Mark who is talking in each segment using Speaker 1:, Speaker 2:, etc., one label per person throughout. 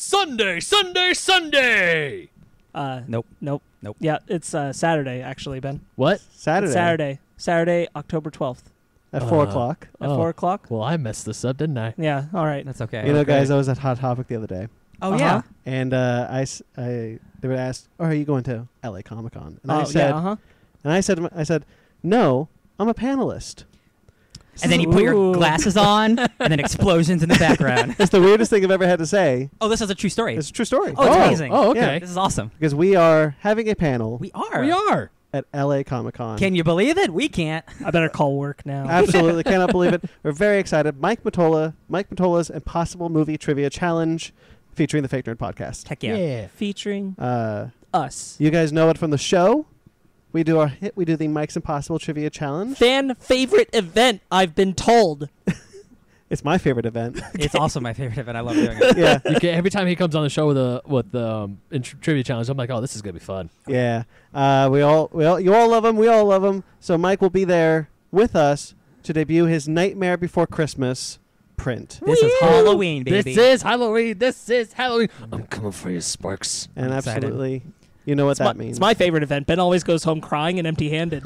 Speaker 1: Sunday, Sunday, Sunday.
Speaker 2: Uh,
Speaker 3: Nope.
Speaker 2: Nope.
Speaker 3: Nope.
Speaker 2: Yeah, it's uh, Saturday actually, Ben.
Speaker 1: What?
Speaker 2: It's
Speaker 4: Saturday.
Speaker 2: Saturday. Saturday, October twelfth
Speaker 4: At 4
Speaker 1: Uh,
Speaker 4: o'clock.
Speaker 2: at
Speaker 1: Oh,
Speaker 2: four o'clock.
Speaker 1: Well, I messed this up, didn't I?
Speaker 2: Yeah. All right.
Speaker 3: That's okay.
Speaker 4: You know,
Speaker 2: okay.
Speaker 4: guys, I was at Hot Topic the other day.
Speaker 3: oh
Speaker 2: Uh-huh.
Speaker 3: yeah.
Speaker 4: And uh, I, s- I- they would ask, "Oh, are you going to L.A. Comic Con?" And I
Speaker 2: oh
Speaker 4: said,
Speaker 2: yeah. Uh huh.
Speaker 4: and I said, I said, no, I'm a panelist.
Speaker 3: And then you put your
Speaker 2: Ooh.
Speaker 3: glasses on, and then explosions in the background.
Speaker 4: That's the weirdest thing I've ever had to say.
Speaker 3: Oh, this is a true story.
Speaker 4: It's a true story.
Speaker 3: Oh, it's
Speaker 1: oh,
Speaker 3: amazing.
Speaker 1: Oh,
Speaker 4: Yeah.
Speaker 1: okay.
Speaker 3: This is awesome.
Speaker 4: because we are having a panel
Speaker 3: We are.
Speaker 1: We are.
Speaker 4: at L.A. Comic Con.
Speaker 3: Can you believe it? We can't.
Speaker 2: I better call work now.
Speaker 4: Absolutely cannot believe it. We're very excited. Mike Matola, Mike Matola's Impossible Movie Trivia Challenge, featuring the Fake Nerd Podcast.
Speaker 3: Heck yeah.
Speaker 2: Featuring
Speaker 4: Uh,
Speaker 2: us.
Speaker 4: you guys know it from the show. We do our hit. We do the Mike's Impossible Trivia Challenge.
Speaker 2: Fan favorite event. I've been told.
Speaker 4: It's my favorite event.
Speaker 3: It's also my favorite event. I love doing it.
Speaker 4: yeah,
Speaker 1: You can, every time he comes on the show with a with the um, in tri- trivia challenge, I'm like, oh, this is gonna be fun.
Speaker 4: yeah. Uh, we all, we all, you all love him. We all love him. So Mike will be there with us to debut his Nightmare Before Christmas print.
Speaker 3: This is
Speaker 2: Woo!
Speaker 3: Halloween, baby.
Speaker 1: This is Halloween. This is Halloween. I'm coming for you, Sparks.
Speaker 4: And
Speaker 3: I'm excited.
Speaker 4: absolutely, you know what
Speaker 2: It's
Speaker 4: that
Speaker 2: my,
Speaker 4: means.
Speaker 2: it's my favorite event. Ben always goes home crying and empty-handed.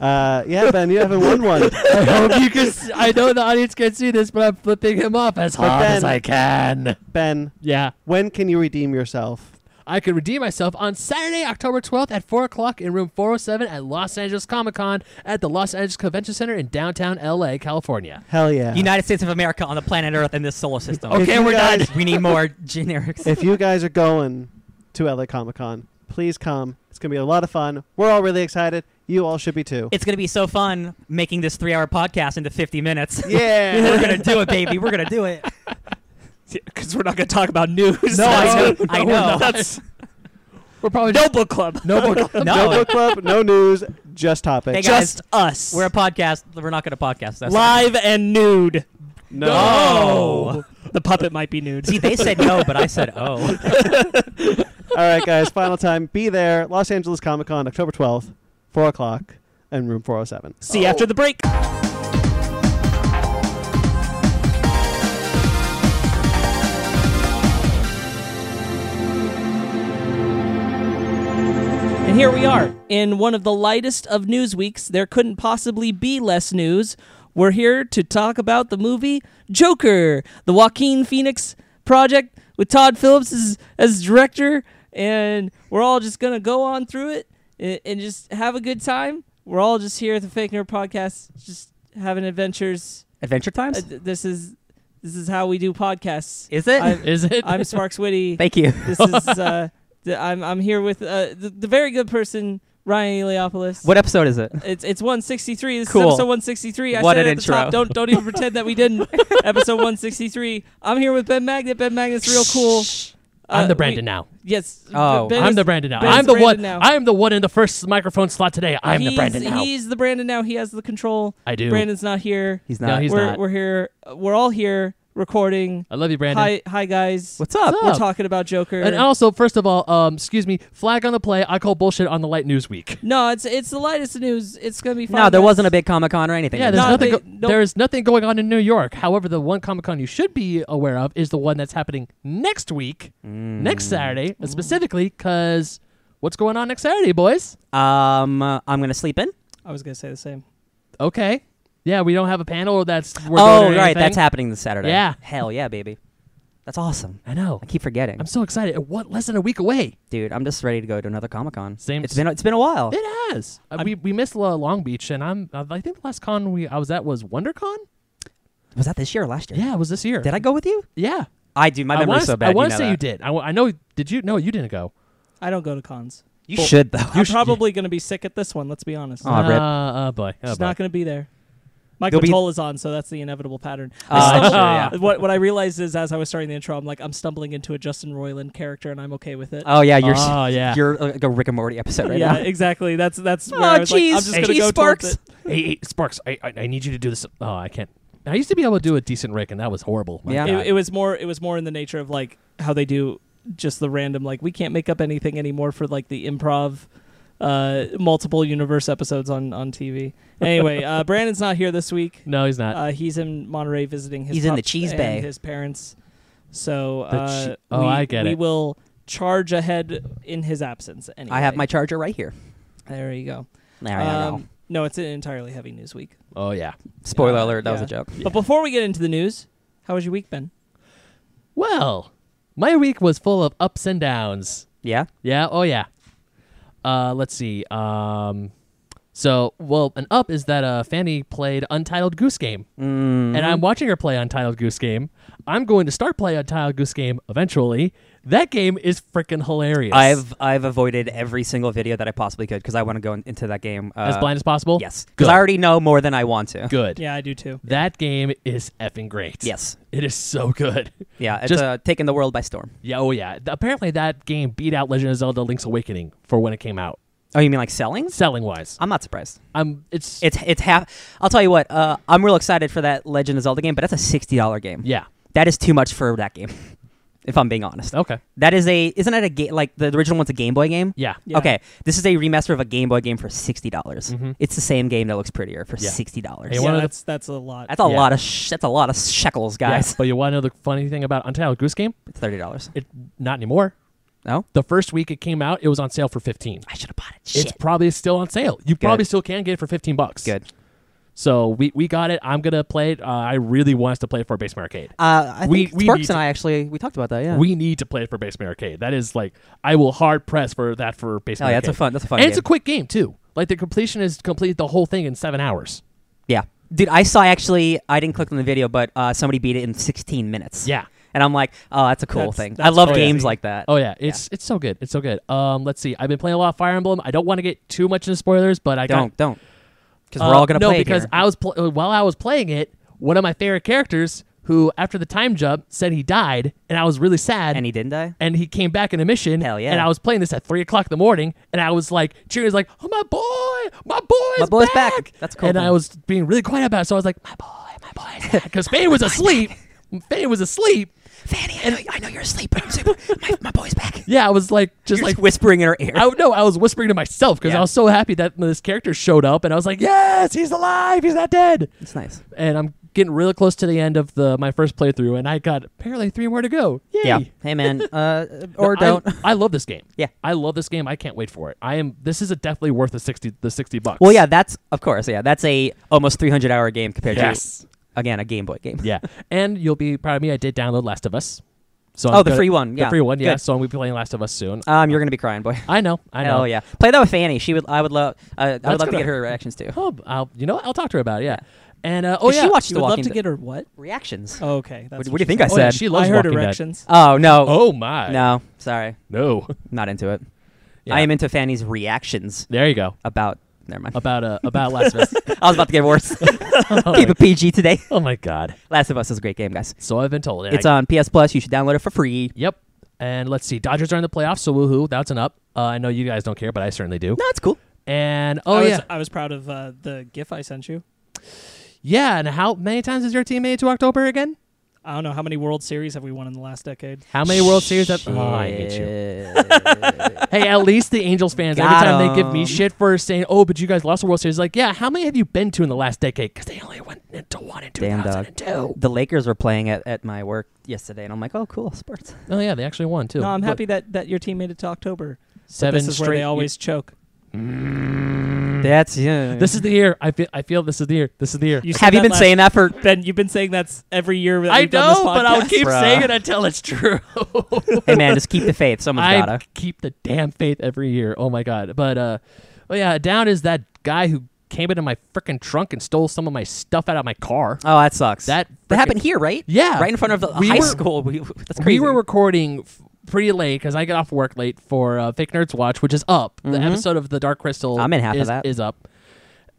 Speaker 4: Uh, yeah, Ben, you haven't won one.
Speaker 1: I hope you can. See, I know the audience can see this, but I'm flipping him off as
Speaker 4: But
Speaker 1: hard as
Speaker 4: then-
Speaker 1: I can.
Speaker 4: Ben,
Speaker 1: Yeah,
Speaker 4: when can you redeem yourself?
Speaker 1: I could redeem myself on Saturday, October 12th at 4 o'clock in room 407 at Los Angeles Comic Con at the Los Angeles Convention Center in downtown LA, California.
Speaker 4: Hell yeah.
Speaker 3: United States of America on the planet Earth and this solar system.
Speaker 4: If
Speaker 1: Okay,
Speaker 4: you
Speaker 1: we're
Speaker 4: guys-
Speaker 1: done.
Speaker 3: We need more generics.
Speaker 4: if you guys are going to LA Comic Con, please come. It's going to be a lot of fun. We're all really excited. You all should be too.
Speaker 3: It's gonna be so fun making this three-hour podcast into 50 minutes.
Speaker 4: yeah.
Speaker 3: we're gonna do it, baby. We're gonna do it.
Speaker 2: Because we're not going to talk about news.
Speaker 3: No, I
Speaker 2: That's-
Speaker 3: know. I
Speaker 2: we're
Speaker 3: know.
Speaker 2: not. That's
Speaker 1: We're probably
Speaker 2: no book club.
Speaker 1: no more.
Speaker 3: No,
Speaker 4: No book club, no news, just topics.
Speaker 3: Hey, guys.
Speaker 2: Just us.
Speaker 3: we're a podcast. We're not gonna podcast. That's
Speaker 2: live and nude. Oh.
Speaker 4: no.
Speaker 3: No.
Speaker 2: The puppet might be nude.
Speaker 3: See, they said no, but I said oh.
Speaker 4: all right, guys. Final time. Be there. Los Angeles Comic Con, October 12th, 4 o'clock, in room 407.
Speaker 2: See you after the break. And here we are in one of the lightest of news weeks. There couldn't possibly be less news. We're here to talk about the movie Joker, the Joaquin Phoenix project with Todd Phillips as, as director. And we're all just going to go on through it and, and just have a good time. We're all just here at the Fake Nerd Podcast, just having adventures.
Speaker 3: Adventure
Speaker 2: Uh,
Speaker 3: Times?
Speaker 2: th- this is this is how we do podcasts.
Speaker 3: Is it?
Speaker 2: I-
Speaker 1: Is it?
Speaker 2: I'm Sparks Witty.
Speaker 3: Thank you.
Speaker 2: This is uh, th- I'm I'm here with uh, the, the very good person Ryan Eliopoulos.
Speaker 3: What episode is it?
Speaker 2: It's it's 163. This
Speaker 3: Cool.
Speaker 2: is episode 163. I
Speaker 3: What
Speaker 2: said
Speaker 3: an
Speaker 2: it at the top.
Speaker 3: intro.
Speaker 2: Don't don't even pretend that we didn't. episode 163. I'm here with Ben Magnet. Ben Magnet's real cool.
Speaker 1: I'm
Speaker 2: Uh,
Speaker 1: the
Speaker 2: we-
Speaker 1: Brandon now.
Speaker 2: yes.
Speaker 3: Oh,
Speaker 2: Ben
Speaker 1: I'm
Speaker 2: is-
Speaker 1: the Brandon now.
Speaker 2: Ben is
Speaker 1: I'm the one.
Speaker 2: Brandon now.
Speaker 1: I'm the one in the first microphone slot today. I'm the
Speaker 2: he's-
Speaker 1: Brandon now.
Speaker 2: He's the Brandon now. He has the control.
Speaker 1: I do.
Speaker 2: Brandon's not here.
Speaker 3: He's
Speaker 1: No, he's
Speaker 2: we're
Speaker 1: not.
Speaker 2: we're here. We're all here recording.
Speaker 1: I love you, Brandon.
Speaker 2: Hi hi guys.
Speaker 3: What's up?
Speaker 1: What's
Speaker 2: We're
Speaker 1: up?
Speaker 2: talking about Joker.
Speaker 1: And also, first of all, um, excuse me, flag on the play. I call bullshit on the light news week.
Speaker 2: no, it's it's the lightest news. It's gonna be fun.
Speaker 3: No, there
Speaker 2: guys.
Speaker 3: wasn't a big Comic Con or anything.
Speaker 1: Yeah,
Speaker 2: there's
Speaker 1: there's
Speaker 2: Not
Speaker 1: nothing.
Speaker 2: nothing big- go- nope.
Speaker 1: there's nothing going on in New York. However, the one Comic Con you should be aware of is the one that's happening next week,
Speaker 3: Mm.
Speaker 1: next Saturday, uh, specifically because what's going on next Saturday, boys?
Speaker 3: Um, uh, I'm gonna sleep in.
Speaker 2: I was gonna say the same.
Speaker 1: Okay, yeah, we don't have a panel that's. We're
Speaker 3: oh,
Speaker 1: going or
Speaker 3: right,
Speaker 1: anything.
Speaker 3: that's happening this Saturday.
Speaker 1: Yeah.
Speaker 3: Hell yeah, baby. That's awesome.
Speaker 1: I know.
Speaker 3: I keep forgetting,
Speaker 1: I'm so excited. Uh, What? Less than a week away.
Speaker 3: dude. I'm just ready to go to another Comic Con.
Speaker 1: Same
Speaker 3: It's
Speaker 1: s-
Speaker 3: been it's been a while.
Speaker 1: It has. Uh, we we missed uh, Long Beach, and I'm. uh, I think the last con we I was at was WonderCon.
Speaker 3: Was that this year or last year?
Speaker 1: Yeah, it was this year.
Speaker 3: Did I go with you?
Speaker 1: Yeah.
Speaker 3: I do. My
Speaker 1: I
Speaker 3: memory's
Speaker 1: wanna,
Speaker 3: so
Speaker 1: s-
Speaker 3: bad.
Speaker 1: I want to
Speaker 3: know
Speaker 1: say
Speaker 3: that.
Speaker 1: you did. I, wa- I know. Did you? No, you didn't go.
Speaker 2: I don't go to cons.
Speaker 3: You
Speaker 2: Well,
Speaker 3: should though.
Speaker 2: I'm
Speaker 1: sh-
Speaker 2: probably gonna be sick at this one. Let's be honest.
Speaker 3: Aw,
Speaker 1: uh,
Speaker 3: rip.
Speaker 1: oh boy. Oh,
Speaker 2: She's
Speaker 1: boy.
Speaker 2: not gonna be there. Mike
Speaker 3: There'll be-
Speaker 2: Matola's on, so that's the inevitable pattern. I
Speaker 3: Uh,
Speaker 2: stumbled-
Speaker 3: sure, yeah.
Speaker 2: What what I realized is as I was starting the intro, I'm like I'm stumbling into a Justin Roiland character, and I'm okay with it.
Speaker 3: Oh yeah, you're s-
Speaker 1: oh yeah.
Speaker 3: you're uh, like a Rick and Morty episode right
Speaker 2: yeah,
Speaker 3: now.
Speaker 2: exactly. That's that's where
Speaker 3: Aw,
Speaker 2: I was like,
Speaker 3: jeez.
Speaker 2: I'm just
Speaker 3: Hey,
Speaker 2: gonna
Speaker 3: jeez,
Speaker 2: go
Speaker 3: Sparks.
Speaker 2: towards it.
Speaker 1: Hey, hey, Sparks, I, I I need you to do this. Oh, I can't. I used to be able to do a decent Rick, and that was horrible. My
Speaker 3: Yeah.
Speaker 1: God.
Speaker 2: It, it was more it was more in the nature of like how they do just the random like we can't make up anything anymore for like the improv uh multiple universe episodes on on TV. Anyway, uh Brandon's not here this week.
Speaker 1: no, he's not.
Speaker 2: Uh he's in Monterey visiting his
Speaker 3: He's in
Speaker 2: pup
Speaker 3: the cheese
Speaker 2: and
Speaker 3: bay.
Speaker 2: his parents. So
Speaker 1: The
Speaker 2: uh,
Speaker 1: chi- oh,
Speaker 2: we,
Speaker 1: I get
Speaker 2: we
Speaker 1: it.
Speaker 2: will charge ahead in his absence. Anyway.
Speaker 3: I have my charger right here.
Speaker 2: There you go.
Speaker 3: There you go.
Speaker 2: Um, no, it's an entirely heavy news week.
Speaker 1: Oh yeah.
Speaker 3: Spoiler
Speaker 2: yeah,
Speaker 3: alert, that was a
Speaker 2: yeah.
Speaker 3: joke.
Speaker 2: But before we get into the news, how was your week been?
Speaker 1: Well, my week was full of ups and downs.
Speaker 3: Yeah?
Speaker 1: Yeah. Oh yeah. Uh, let's see. Um, so well, an up is that uh, Fanny played Untitled Goose Game,
Speaker 3: Mm,
Speaker 1: and
Speaker 3: Mm-hmm.
Speaker 1: I'm watching her play Untitled Goose Game. I'm going to start play Untitled Goose Game eventually. That game is freaking hilarious.
Speaker 3: I've I've avoided every single video that I possibly could because I want to go in- into that game. Uh,
Speaker 1: as blind as possible.
Speaker 3: Yes.
Speaker 1: Good.
Speaker 3: Because I already know more than I want to.
Speaker 1: good.
Speaker 2: Yeah, I do too.
Speaker 1: That game is effing great.
Speaker 3: Yes.
Speaker 1: It is so good.
Speaker 3: Yeah, it's
Speaker 1: Just-
Speaker 3: uh, taking the world by storm.
Speaker 1: Yeah, oh yeah. Th- Apparently that game beat out Legend of Zelda Link's Awakening for when it came out,
Speaker 3: Oh, you mean like selling?
Speaker 1: selling wise.
Speaker 3: I'm not surprised.
Speaker 1: I'm it's,
Speaker 3: It's it's half. I'll tell you what. Uh, I'm real excited for that Legend of Zelda game, but that's a sixty dollar game.
Speaker 1: yeah.
Speaker 3: That is too much for that game. If I'm being honest,
Speaker 1: Okay.
Speaker 3: that is a isn't that a game like the original one's a Game Boy game?
Speaker 1: Yeah.
Speaker 2: Yeah.
Speaker 3: Okay, this is a remaster of a Game Boy game for sixty dollars.
Speaker 1: Mhm.
Speaker 3: It's the same game that looks prettier for
Speaker 1: Yeah.
Speaker 3: sixty dollars.
Speaker 1: Hey,
Speaker 2: Yeah,
Speaker 1: one of the-
Speaker 2: that's that's a lot.
Speaker 3: That's a
Speaker 1: Yeah.
Speaker 3: lot of sh- that's a lot of shekels, guys.
Speaker 1: Yeah, but you want to know the funny thing about Untitled Goose Game?
Speaker 3: It's thirty dollars.
Speaker 1: It not anymore.
Speaker 3: No,
Speaker 1: The first week it came out, it was on sale for 15.
Speaker 3: I should have bought it. Shit.
Speaker 1: It's probably still on sale. You
Speaker 3: Good.
Speaker 1: probably still can get it for 15 bucks.
Speaker 3: Good.
Speaker 1: So we, we got it. I'm going to play it. Uh, I really want us to play it for Basement Arcade.
Speaker 3: Uh, I
Speaker 1: We-
Speaker 3: think
Speaker 1: we need
Speaker 3: Sparks and
Speaker 1: to-
Speaker 3: I actually we talked about that. Yeah.
Speaker 1: We need to play it for Basement Arcade. That is like I will hard press for that for
Speaker 3: oh
Speaker 1: Basement
Speaker 3: yeah,
Speaker 1: Arcade.
Speaker 3: that's a fun. That's a fun.
Speaker 1: and
Speaker 3: game.
Speaker 1: it's a quick game too. Like the completion is complete the whole thing in seven hours.
Speaker 3: Yeah. Dude, I saw actually, I didn't click on the video, but uh, somebody beat it in 16 minutes.
Speaker 1: Yeah.
Speaker 3: And I'm like, oh, that's a cool
Speaker 2: That's-
Speaker 3: thing. I
Speaker 2: that's
Speaker 3: love
Speaker 2: crazy.
Speaker 3: games like that.
Speaker 1: Oh yeah, it's it's so good. It's so good. Um, let's see. I've been playing a lot of Fire Emblem. I don't want to get too much into spoilers, but I got
Speaker 3: don't, don't. Because
Speaker 1: uh,
Speaker 3: we're all going to
Speaker 1: no
Speaker 3: play it
Speaker 1: because
Speaker 3: here.
Speaker 1: I was pl- uh, while I was playing it, one of my favorite characters who after the time jump said he died, and I was really sad.
Speaker 3: and he didn't die?
Speaker 1: and he came back in a mission.
Speaker 3: Hell yeah.
Speaker 1: And I was playing this at three o'clock in the morning, and I was like cheering, like, "Oh my boy, my boy's,
Speaker 3: My boy's back." That's a cool
Speaker 1: And
Speaker 3: thing.
Speaker 1: I was being really quiet about it, so I was like, "My boy, my boy's back," because Fanny was asleep. Fanny was asleep.
Speaker 3: Fanny, I know, I know you're asleep, but I'm super, my, my boy's back.
Speaker 1: Yeah, I was like, just
Speaker 3: You're
Speaker 1: like
Speaker 3: like whispering in her ear.
Speaker 1: I no, I was whispering to myself because
Speaker 3: Yeah.
Speaker 1: I was so happy that this character showed up, and I was like, "Yes, he's alive. He's not dead."
Speaker 3: it's nice.
Speaker 1: And I'm getting really close to the end of the my first playthrough, and I got apparently three more to go. Yay.
Speaker 3: Yeah. Hey, man. Uh, or
Speaker 1: I-
Speaker 3: don't.
Speaker 1: I, love this game.
Speaker 3: Yeah.
Speaker 1: I love this game. I can't wait for it. I am. This is a definitely worth the sixty. The sixty bucks.
Speaker 3: Well, yeah, that's, of course, yeah. That's a almost 300 hour game compared
Speaker 1: Yes.
Speaker 3: to, again, a Game Boy game.
Speaker 1: yeah. And you'll be proud of me. I did download Last of Us. So
Speaker 3: Oh,
Speaker 1: I'm
Speaker 3: the
Speaker 1: gonna-
Speaker 3: free one,
Speaker 1: The
Speaker 3: yeah.
Speaker 1: free one. Yeah.
Speaker 3: Good.
Speaker 1: So I'm gonna be playing Last of Us soon.
Speaker 3: Um, you're going to be crying, boy.
Speaker 1: I know. I know.
Speaker 3: Hell yeah. Play that with Fanny. She would, I would love, uh, I
Speaker 1: That's
Speaker 3: would love to
Speaker 1: gonna-
Speaker 3: get her reactions too.
Speaker 1: Oh, I'll, you know what? I'll talk to her about it. Yeah. And uh, oh yeah.
Speaker 3: She watched
Speaker 2: you
Speaker 3: The
Speaker 2: would love
Speaker 3: Walking
Speaker 2: to
Speaker 3: Dead.
Speaker 2: get her what?
Speaker 3: Reactions.
Speaker 2: Oh, okay. That's
Speaker 3: What-
Speaker 2: what,
Speaker 3: what do you
Speaker 2: she
Speaker 3: think
Speaker 2: said.
Speaker 3: I
Speaker 1: Oh, yeah,
Speaker 3: said-
Speaker 1: she loves
Speaker 2: I heard
Speaker 1: Walking Dead.
Speaker 2: erections.
Speaker 3: Oh no.
Speaker 1: Oh my.
Speaker 3: No, sorry,
Speaker 1: No.
Speaker 3: not into it.
Speaker 1: Yeah.
Speaker 3: I am into Fanny's reactions
Speaker 1: There you go.
Speaker 3: about. Never mind.
Speaker 1: About uh, about Last of Us.
Speaker 3: I was about to get worse.
Speaker 1: oh,
Speaker 3: Keep
Speaker 1: my,
Speaker 3: it PG today.
Speaker 1: oh my god.
Speaker 3: Last of Us is a great game, guys.
Speaker 1: So I've been told. and
Speaker 3: It's
Speaker 1: I-
Speaker 3: on PS Plus. You should download it for free.
Speaker 1: Yep. And let's see. Dodgers are in the playoffs, so woohoo. That's an up. Uh, I know you guys don't care, but I certainly do.
Speaker 3: No, it's cool.
Speaker 1: And oh
Speaker 2: I was,
Speaker 1: yeah,
Speaker 2: I was proud of uh, the GIF I sent you.
Speaker 1: yeah. And how many times is your team made it to October again?
Speaker 2: I don't know how many World Series have we won in the last decade.
Speaker 1: How many World Series? Have- oh, I hate you. Hey, at least the Angels fans. every
Speaker 3: Got
Speaker 1: time they give me
Speaker 3: 'em.
Speaker 1: shit for saying, "Oh, but you guys lost the World Series," like, yeah. How many have you been to in the last decade? Because they only went into one in two
Speaker 3: Damn dog.
Speaker 1: thousand and two.
Speaker 3: The Lakers were playing at, at my work yesterday, and I'm like, oh, cool, sports.
Speaker 1: Oh yeah, they actually won too.
Speaker 2: No, I'm
Speaker 1: Look,
Speaker 2: happy that, that your team made it to October.
Speaker 1: Seven
Speaker 2: this is
Speaker 1: straight.
Speaker 2: where they always choke.
Speaker 3: That's yeah.
Speaker 1: Hmm. this is the year. I feel. I feel this is the year. This is the year.
Speaker 2: You said
Speaker 3: Have you
Speaker 2: that
Speaker 3: been
Speaker 2: last-
Speaker 3: saying that for?
Speaker 2: Ben, you've been saying that's every year. That
Speaker 1: I
Speaker 2: we've done this
Speaker 1: know, but I'll
Speaker 2: podcast.
Speaker 1: keep
Speaker 3: Bruh.
Speaker 1: saying it until it's true.
Speaker 3: hey man, just keep the faith. Someone's
Speaker 1: I
Speaker 3: gotta.
Speaker 1: keep the damn faith every year. Oh my god. But uh oh yeah, down is that guy who came into my freaking trunk and stole some of my stuff out of my car.
Speaker 3: Oh, that sucks.
Speaker 1: That
Speaker 3: that
Speaker 1: frickin-
Speaker 3: happened here, right?
Speaker 1: Yeah.
Speaker 3: right in front of the
Speaker 1: We
Speaker 3: high
Speaker 1: were-
Speaker 3: school. We, that's
Speaker 1: We
Speaker 3: crazy.
Speaker 1: were recording f- pretty late because I got off work late for uh, Fake Nerds Watch, which is up. The episode of the Dark Crystal.
Speaker 3: Mm-hmm. I'm in half of
Speaker 1: is,
Speaker 3: that.
Speaker 1: Is up.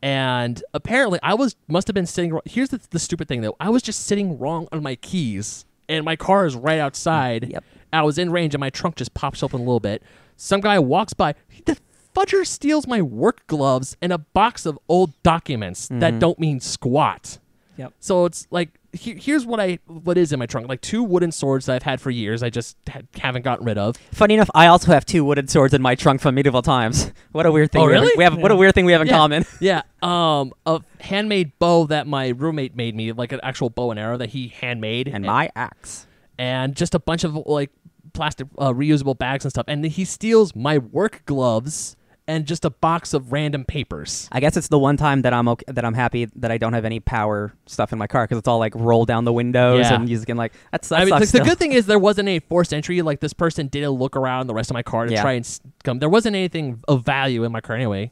Speaker 1: And apparently, I was must have been sitting. wr- Here's the, the stupid thing though. I was just sitting wrong on my keys, and my car is right outside.
Speaker 3: Yep.
Speaker 1: I was in range, and my trunk just pops open a little bit. Some guy walks by. He- The fudger steals my work gloves and a box of old documents
Speaker 3: Mm-hmm.
Speaker 1: that don't mean squat.
Speaker 2: Yep.
Speaker 1: So it's like he- here's what I what is in my trunk, like two wooden swords that I've had for years. I just ha- haven't gotten rid of.
Speaker 3: Funny enough, I also have two wooden swords in my trunk from medieval times. What a weird thing.
Speaker 1: Oh,
Speaker 3: we have-
Speaker 1: really?
Speaker 3: We have what a weird thing we have in
Speaker 1: yeah,
Speaker 3: common.
Speaker 1: yeah. Um, a handmade bow that my roommate made me, like an actual bow and arrow that he handmade,
Speaker 3: And my axe.
Speaker 1: and just a bunch of like plastic uh, reusable bags and stuff. And he steals my work gloves and just a box of random papers.
Speaker 3: I guess it's the one time that I'm okay, that I'm happy that I don't have any power stuff in my car because it's all like roll down the windows
Speaker 1: Yeah.
Speaker 3: and music and like that's that
Speaker 1: I mean, the,
Speaker 3: sucks
Speaker 1: the
Speaker 3: still.
Speaker 1: good thing is there wasn't any forced entry. Like this person did a look around the rest of my car to
Speaker 3: Yeah.
Speaker 1: try and s- come. There wasn't anything of value in my car anyway,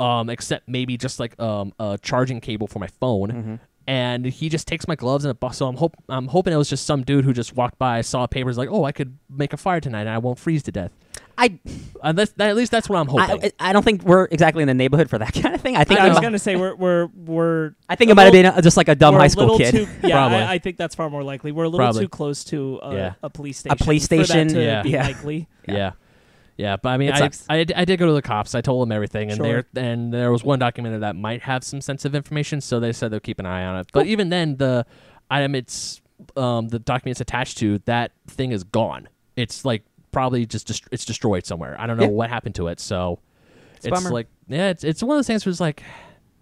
Speaker 1: um, except maybe just like um, a charging cable for my phone.
Speaker 3: Mm-hmm.
Speaker 1: And he just takes my gloves and a bus. So I'm hope I'm hoping it was just some dude who just walked by, saw papers, like, oh, I could make a fire tonight and I won't freeze to death.
Speaker 3: I,
Speaker 1: Unless that, at least that's what I'm hoping.
Speaker 3: I I don't think we're exactly in the neighborhood for that kind of thing. I think
Speaker 2: I
Speaker 3: I,
Speaker 2: was gonna say we're we're we're.
Speaker 3: I think
Speaker 2: a
Speaker 3: it might have
Speaker 2: little-
Speaker 3: been uh, just like a dumb
Speaker 2: we're
Speaker 3: high
Speaker 2: a
Speaker 3: school
Speaker 2: little
Speaker 3: kid.
Speaker 2: Too, yeah,
Speaker 1: Probably.
Speaker 2: I, I think that's far more likely. We're a little
Speaker 1: Probably.
Speaker 2: too close to a,
Speaker 1: Yeah.
Speaker 2: a police station.
Speaker 3: A police
Speaker 2: For that
Speaker 3: station,
Speaker 2: to
Speaker 1: Yeah.
Speaker 2: be
Speaker 3: yeah.
Speaker 2: likely.
Speaker 1: Yeah.
Speaker 3: Yeah.
Speaker 1: yeah. But I mean,
Speaker 3: It
Speaker 1: I,
Speaker 3: sucks.
Speaker 1: I, I did go to the cops. I told them everything, and
Speaker 2: Sure.
Speaker 1: there and there was one documenter that might have some sensitive information, so they said they'll keep an eye on it. But even then, the item it's um, the document it's attached to that thing is gone. It's like probably just dest- it's destroyed somewhere. I don't know
Speaker 3: Yeah.
Speaker 1: what happened to it. So it's,
Speaker 3: a bummer.
Speaker 1: like yeah, it's it's one of those things where it's like,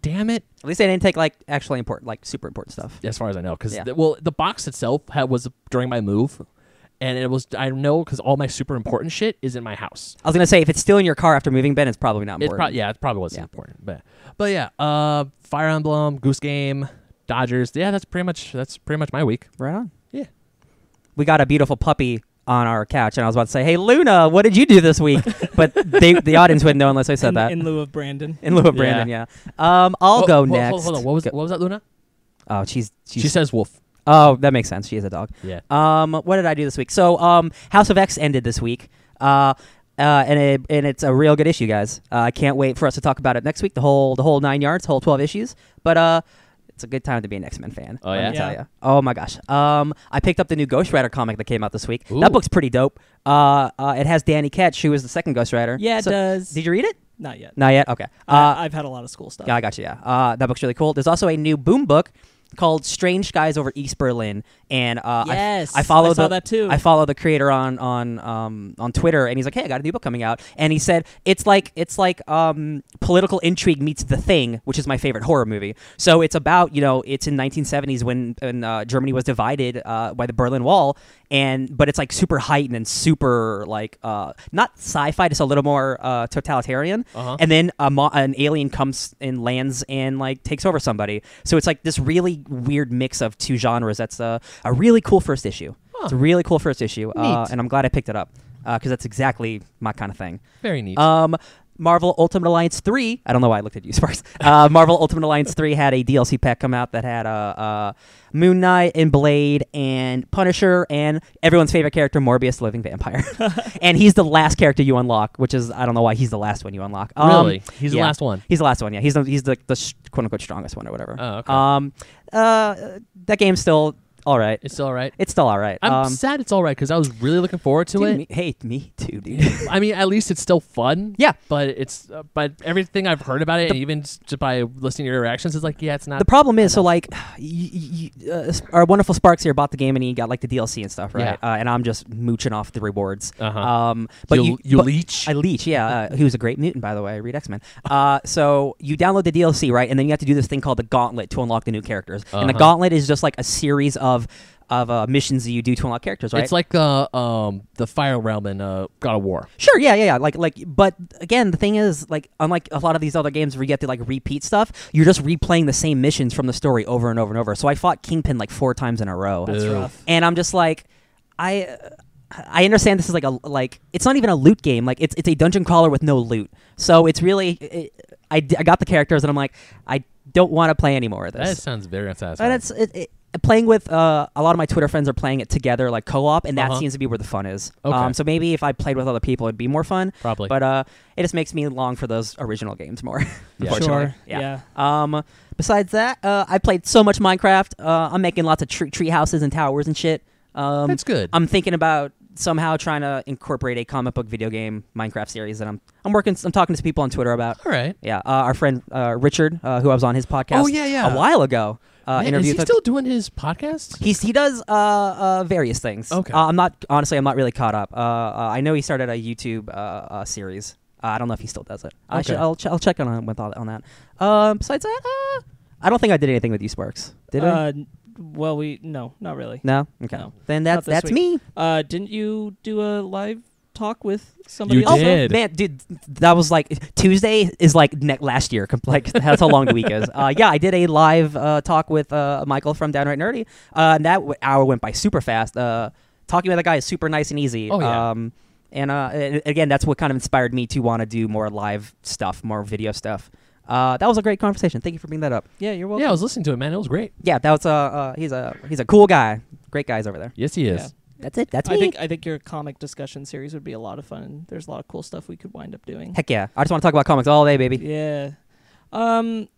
Speaker 1: damn it.
Speaker 3: At least they didn't take like actually important, like super important stuff.
Speaker 1: as far as I know. Because
Speaker 3: Yeah.
Speaker 1: well, the box itself had, was during my move, and it was I know because all my super important shit is in my house.
Speaker 3: I was gonna say if it's still in your car after moving, Ben, it's probably not
Speaker 1: It's
Speaker 3: important.
Speaker 1: probably yeah, it probably wasn't
Speaker 3: Yeah.
Speaker 1: important, but but yeah, uh, Fire Emblem, Goose Game, Dodgers. Yeah, that's pretty much that's pretty much my week.
Speaker 3: Right on.
Speaker 1: Yeah.
Speaker 3: We got a beautiful puppy on our couch, and I was about to say, "Hey, Luna, what did you do this week?" but they, the audience wouldn't know unless I said
Speaker 2: in,
Speaker 3: that.
Speaker 2: in lieu of Brandon.
Speaker 3: In lieu of Brandon, yeah. Um, I'll
Speaker 1: Whoa,
Speaker 3: go
Speaker 1: whoa,
Speaker 3: next.
Speaker 1: Hold, hold on, what was
Speaker 3: Go-
Speaker 1: what was that, Luna?
Speaker 3: Oh, she's, she's
Speaker 1: She says wolf.
Speaker 3: Oh, that makes sense. She is a dog.
Speaker 1: Yeah.
Speaker 3: Um, what did I do this week? So, um, House of X ended this week. Uh, uh, and it, and it's a real good issue, guys. Uh, I can't wait for us to talk about it next week. The whole the whole nine yards, whole twelve issues. But uh, it's a good time to be an X Men fan.
Speaker 1: Oh,
Speaker 3: let me
Speaker 1: yeah?
Speaker 3: tell
Speaker 2: Yeah.
Speaker 3: ya. Oh my gosh. Um, I picked up the new Ghost Rider comic that came out this week.
Speaker 1: Ooh.
Speaker 3: That book's pretty dope. Uh, uh, it has Danny Ketch, who is the second Ghost Rider.
Speaker 2: Yeah, it
Speaker 3: So-
Speaker 2: does.
Speaker 3: Did you read it?
Speaker 2: Not yet.
Speaker 3: Not yet. Okay. Uh,
Speaker 2: I, I've had a lot of school stuff.
Speaker 3: yeah, I got you. Yeah, uh, that book's really cool. There's also a new Boom book called "Strange Skies Over East Berlin," and uh, I-
Speaker 2: Yes,
Speaker 3: I, follow
Speaker 2: I saw
Speaker 3: the,
Speaker 2: that too.
Speaker 3: I follow the creator on on um, on Twitter, and he's like, "Hey, I got a new book coming out," and he said it's like it's like um, political intrigue meets The Thing, which is my favorite horror movie. So it's about you know it's in 1970s when, when uh, Germany was divided uh, by the Berlin Wall, and but it's like super heightened and super like uh, not sci-fi, just a little more uh, totalitarian.
Speaker 1: Uh-huh.
Speaker 3: And then a mo- an alien comes and lands and like takes over somebody. So it's like this really weird mix of two genres. That's a, a really cool first issue. It's a really cool first issue, uh,
Speaker 1: Neat.
Speaker 3: and I'm glad I picked it up because that's exactly my kind of thing.
Speaker 1: Very neat.
Speaker 3: Um, Marvel Ultimate Alliance three. I don't know why I looked at you, Sparks. Uh, Marvel Ultimate Alliance three had a DLC pack come out that had uh, uh, Moon Knight and Blade and Punisher and everyone's favorite character Morbius, the Living Vampire, and he's the last character you unlock, which is I don't know why he's the last one you unlock. Um,
Speaker 1: really, he's the
Speaker 3: yeah.
Speaker 1: last one.
Speaker 3: He's the last one. Yeah, he's the he's the, the sh- quote unquote strongest one or whatever.
Speaker 1: Oh, okay.
Speaker 3: Um, uh, that game's still all right. It's,
Speaker 1: It's all right.
Speaker 3: still all right.
Speaker 1: I'm
Speaker 3: um,
Speaker 1: sad it's all right because I was really looking forward to
Speaker 3: dude,
Speaker 1: it.
Speaker 3: me- hey, me too, dude.
Speaker 1: I mean, at least it's still fun.
Speaker 3: Yeah.
Speaker 1: but it's uh, but everything I've heard about it, and even just by listening to your reactions, it's like yeah, it's not
Speaker 3: The problem is, so like, y- y- y- uh, s- our wonderful Sparks here bought the game and he got like the DLC and stuff, right?
Speaker 1: Yeah.
Speaker 3: Uh, and I'm just mooching off the rewards.
Speaker 1: Uh-huh.
Speaker 3: Um, but
Speaker 1: you,
Speaker 3: you,
Speaker 1: you
Speaker 3: but-
Speaker 1: leech.
Speaker 3: I leech, yeah. Uh, he was a great mutant, by the way. I read X Men. Uh, so you download the DLC, right? And then you have to do this thing called the Gauntlet to unlock the new characters. And the
Speaker 1: Uh-huh.
Speaker 3: Gauntlet is just like a series of of uh, missions that you do to unlock characters, right?
Speaker 1: It's like the um the fire realm in uh, God of War.
Speaker 3: Sure, yeah, yeah, yeah. Like, like, but again, the thing is, like, unlike a lot of these other games where you get to like repeat stuff, you're just replaying the same missions from the story over and over and over. So I fought Kingpin like four times in a row,
Speaker 1: That's Boo. rough.
Speaker 3: and I'm just like, I, I understand this is like a like it's not even a loot game. Like it's it's a dungeon crawler with no loot. So it's really, it, I d- I got the characters, and I'm like, I don't want to play any more of this.
Speaker 1: That sounds very unsatisfying.
Speaker 3: But it's it, it, playing with uh, a lot of my Twitter friends are playing it together, like co-op, and that
Speaker 1: Uh-huh.
Speaker 3: seems to be where the fun is.
Speaker 1: Okay.
Speaker 3: Um, so maybe if I played with other people, it'd be more fun.
Speaker 1: Probably.
Speaker 3: But uh, it just makes me long for those original games more. unfortunately.
Speaker 2: Sure. Yeah.
Speaker 3: Um. Besides that, uh, I played so much Minecraft. Uh, I'm making lots of tree, tree houses and towers and shit. Um,
Speaker 1: That's good.
Speaker 3: I'm thinking about somehow trying to incorporate a comic book video game Minecraft series that I'm I'm working. I'm talking to people on Twitter about.
Speaker 1: All right.
Speaker 3: Yeah, uh, our friend uh, Richard, uh, who I was on his podcast.
Speaker 1: Oh, yeah, yeah.
Speaker 3: A while ago, uh,
Speaker 1: Man, is
Speaker 3: interviewed
Speaker 1: he
Speaker 3: with-
Speaker 1: still doing his podcast?
Speaker 3: He's he does uh, uh various things.
Speaker 1: Okay.
Speaker 3: Uh, I'm not honestly. I'm not really caught up. Uh, uh I know he started a YouTube uh, uh series. Uh, I don't know if he still does it. I should,
Speaker 1: Okay.
Speaker 3: I'll, ch- I'll check on him with all, on that. Um. Besides that, uh, I don't think I did anything with you, Sparks. Did I?
Speaker 2: Uh, n- well, we no, not really.
Speaker 3: No. Okay.
Speaker 2: No.
Speaker 3: Then that's
Speaker 2: Not this
Speaker 3: that's
Speaker 2: week.
Speaker 3: me.
Speaker 2: Uh, didn't you do a live talk with somebody
Speaker 1: You
Speaker 2: else?
Speaker 1: did.
Speaker 3: Oh, man, dude, that was like Tuesday is like ne- last year. com- Like that's how long the week is. Uh, yeah, I did a live uh, talk with uh, Michael from Downright Nerdy, uh, and that w- hour went by super fast. Uh, talking with that guy is super nice and easy.
Speaker 1: Oh, yeah.
Speaker 3: Um, and uh, a- again, that's what kind of inspired me to want to do more live stuff, more video stuff. Uh, that was a great conversation. Thank you for bringing that up.
Speaker 2: Yeah, you're welcome.
Speaker 1: Yeah, I was listening to it, man. It was great.
Speaker 3: Yeah, that was uh, uh he's a he's a cool guy. Great guys over there.
Speaker 1: Yes, he is.
Speaker 2: Yeah.
Speaker 3: That's it. That's
Speaker 2: I
Speaker 3: me.
Speaker 2: think I think your comic discussion series would be a lot of fun. There's a lot of cool stuff we could wind up doing.
Speaker 3: Heck yeah! I just want to talk about comics all day, baby.
Speaker 2: Yeah. Um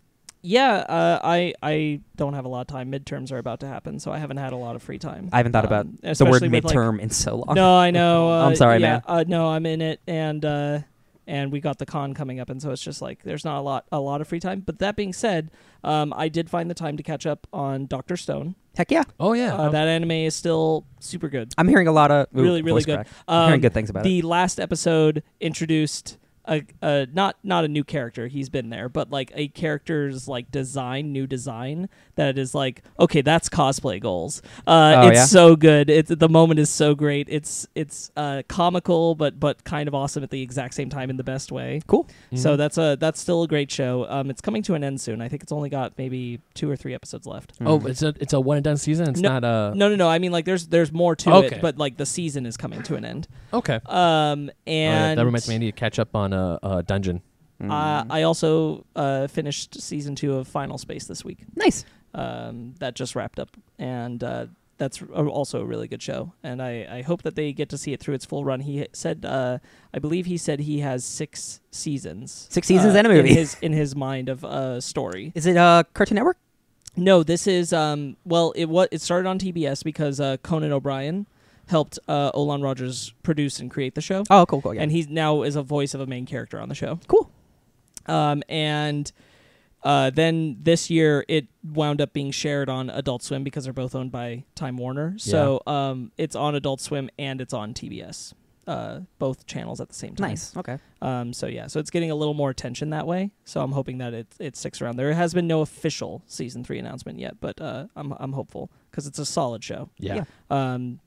Speaker 2: yeah, uh, I I don't have a lot of time. Midterms are about to happen, so I haven't had a lot of free time.
Speaker 3: I haven't thought about
Speaker 2: Um,
Speaker 3: The word
Speaker 2: especially with, like-
Speaker 3: midterm in so long.
Speaker 2: no, I know. Uh,
Speaker 3: I'm sorry,
Speaker 2: yeah,
Speaker 3: man.
Speaker 2: Uh, no, I'm in it, and uh, and we got the con coming up, and so it's just like there's not a lot a lot of free time. But that being said, um, I did find the time to catch up on Doctor Stone.
Speaker 3: Heck yeah!
Speaker 1: Oh yeah.
Speaker 2: Uh, that anime is still super good.
Speaker 3: I'm hearing a lot of ooh,
Speaker 2: Really, really
Speaker 3: voice
Speaker 2: good.
Speaker 3: crack. I'm hearing
Speaker 2: Um,
Speaker 3: good things about it.
Speaker 2: the last episode introduced a, a not not a new character he's been there but like a character's like design new design that is like okay that's cosplay goals uh
Speaker 3: Oh,
Speaker 2: it's
Speaker 3: yeah?
Speaker 2: so good it's the moment is so great it's it's uh comical but but kind of awesome at the exact same time in the best way
Speaker 3: Cool.
Speaker 1: Mm-hmm.
Speaker 2: so that's a that's still a great show um it's coming to an end soon i think it's only got maybe two or three episodes left
Speaker 1: oh, it's a it's a one and done season. It's
Speaker 2: No-
Speaker 1: not uh, a
Speaker 2: no no no i mean like there's there's more to
Speaker 1: Oh. Okay.
Speaker 2: it but like the season is coming to an end
Speaker 1: okay.
Speaker 2: um
Speaker 1: Oh, yeah,
Speaker 2: and
Speaker 1: that reminds me. I need to catch up on a uh, dungeon.
Speaker 3: Mm-hmm.
Speaker 2: Uh, I also uh, finished season two of Final Space this week.
Speaker 3: nice.
Speaker 2: Um, that just wrapped up, and uh, that's r- also a really good show. And I, I hope that they get to see it through its full run. He said, uh, I believe he said he has six seasons.
Speaker 3: Six seasons
Speaker 2: uh,
Speaker 3: and a movie.
Speaker 2: In his, in his mind of uh, story.
Speaker 3: Is it uh, Cartoon Network?
Speaker 2: No, this is um. Well, it what it started on TBS because uh, Conan O'Brien helped uh, Olan Rogers produce and create the show
Speaker 3: Oh, cool, cool. Yeah.
Speaker 2: and he now is a voice of a main character on the show.
Speaker 3: Cool.
Speaker 2: Um, and uh, then this year it wound up being shared on Adult Swim because they're both owned by Time Warner. So um, it's on Adult Swim and it's on TBS, uh, both channels at the same time.
Speaker 3: nice. Okay.
Speaker 2: Um, so yeah, so it's getting a little more attention that way. So I'm hoping that it it sticks around. There has been no official season three announcement yet, but uh, I'm I'm hopeful because it's a solid show.
Speaker 1: Yeah.
Speaker 3: Yeah.
Speaker 2: Um,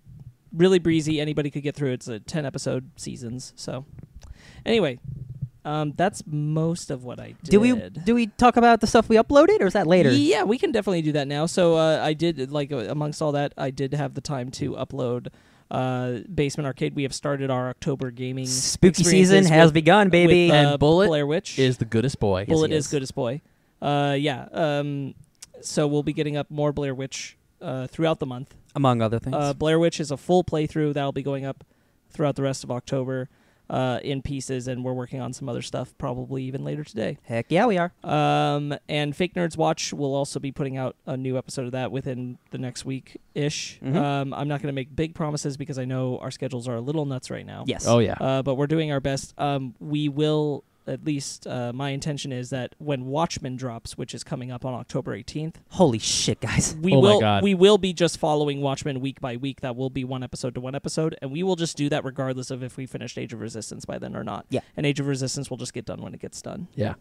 Speaker 2: really breezy. Anybody could get through. it. It's a ten episode seasons. So, anyway, um, that's most of what I did.
Speaker 3: Do we do we talk about the stuff we uploaded, or is that later?
Speaker 2: Yeah, we can definitely do that now. So uh, I did like uh, amongst all that, I did have the time to upload uh, Basement Arcade. We have started our October gaming
Speaker 3: Spooky season
Speaker 2: experiences
Speaker 3: has
Speaker 2: with-
Speaker 3: begun, baby.
Speaker 2: with, uh,
Speaker 1: And Bullet
Speaker 2: Blair Witch
Speaker 1: Is the goodest boy.
Speaker 3: Yes,
Speaker 2: Bullet
Speaker 3: he
Speaker 2: is.
Speaker 3: is.
Speaker 2: good as boy. Uh, yeah. Um, so we'll be getting up more Blair Witch uh, throughout the month.
Speaker 3: among other things.
Speaker 2: Uh, Blair Witch is a full playthrough that'll be going up throughout the rest of October uh, in pieces, and we're working on some other stuff probably even later today.
Speaker 3: Heck yeah, we are.
Speaker 2: Um, and Fake Nerds Watch will also be putting out a new episode of that within the next week ish.
Speaker 3: Mhm.
Speaker 2: Um, I'm not going to make big promises because I know our schedules are a little nuts right now.
Speaker 3: Yes.
Speaker 1: Oh yeah.
Speaker 2: Uh, but we're doing our best. Um, we will, at least uh, my intention is that when Watchmen drops, which is coming up on October 18th,
Speaker 3: Holy shit, guys.
Speaker 2: we
Speaker 1: Oh my
Speaker 2: will
Speaker 1: God.
Speaker 2: we will be just following Watchmen week by week. That will be one episode to one episode, and we will just do that regardless of if we finished Age of Resistance by then or not.
Speaker 3: Yeah.
Speaker 2: And Age of Resistance will just get done when it gets done.
Speaker 1: yeah.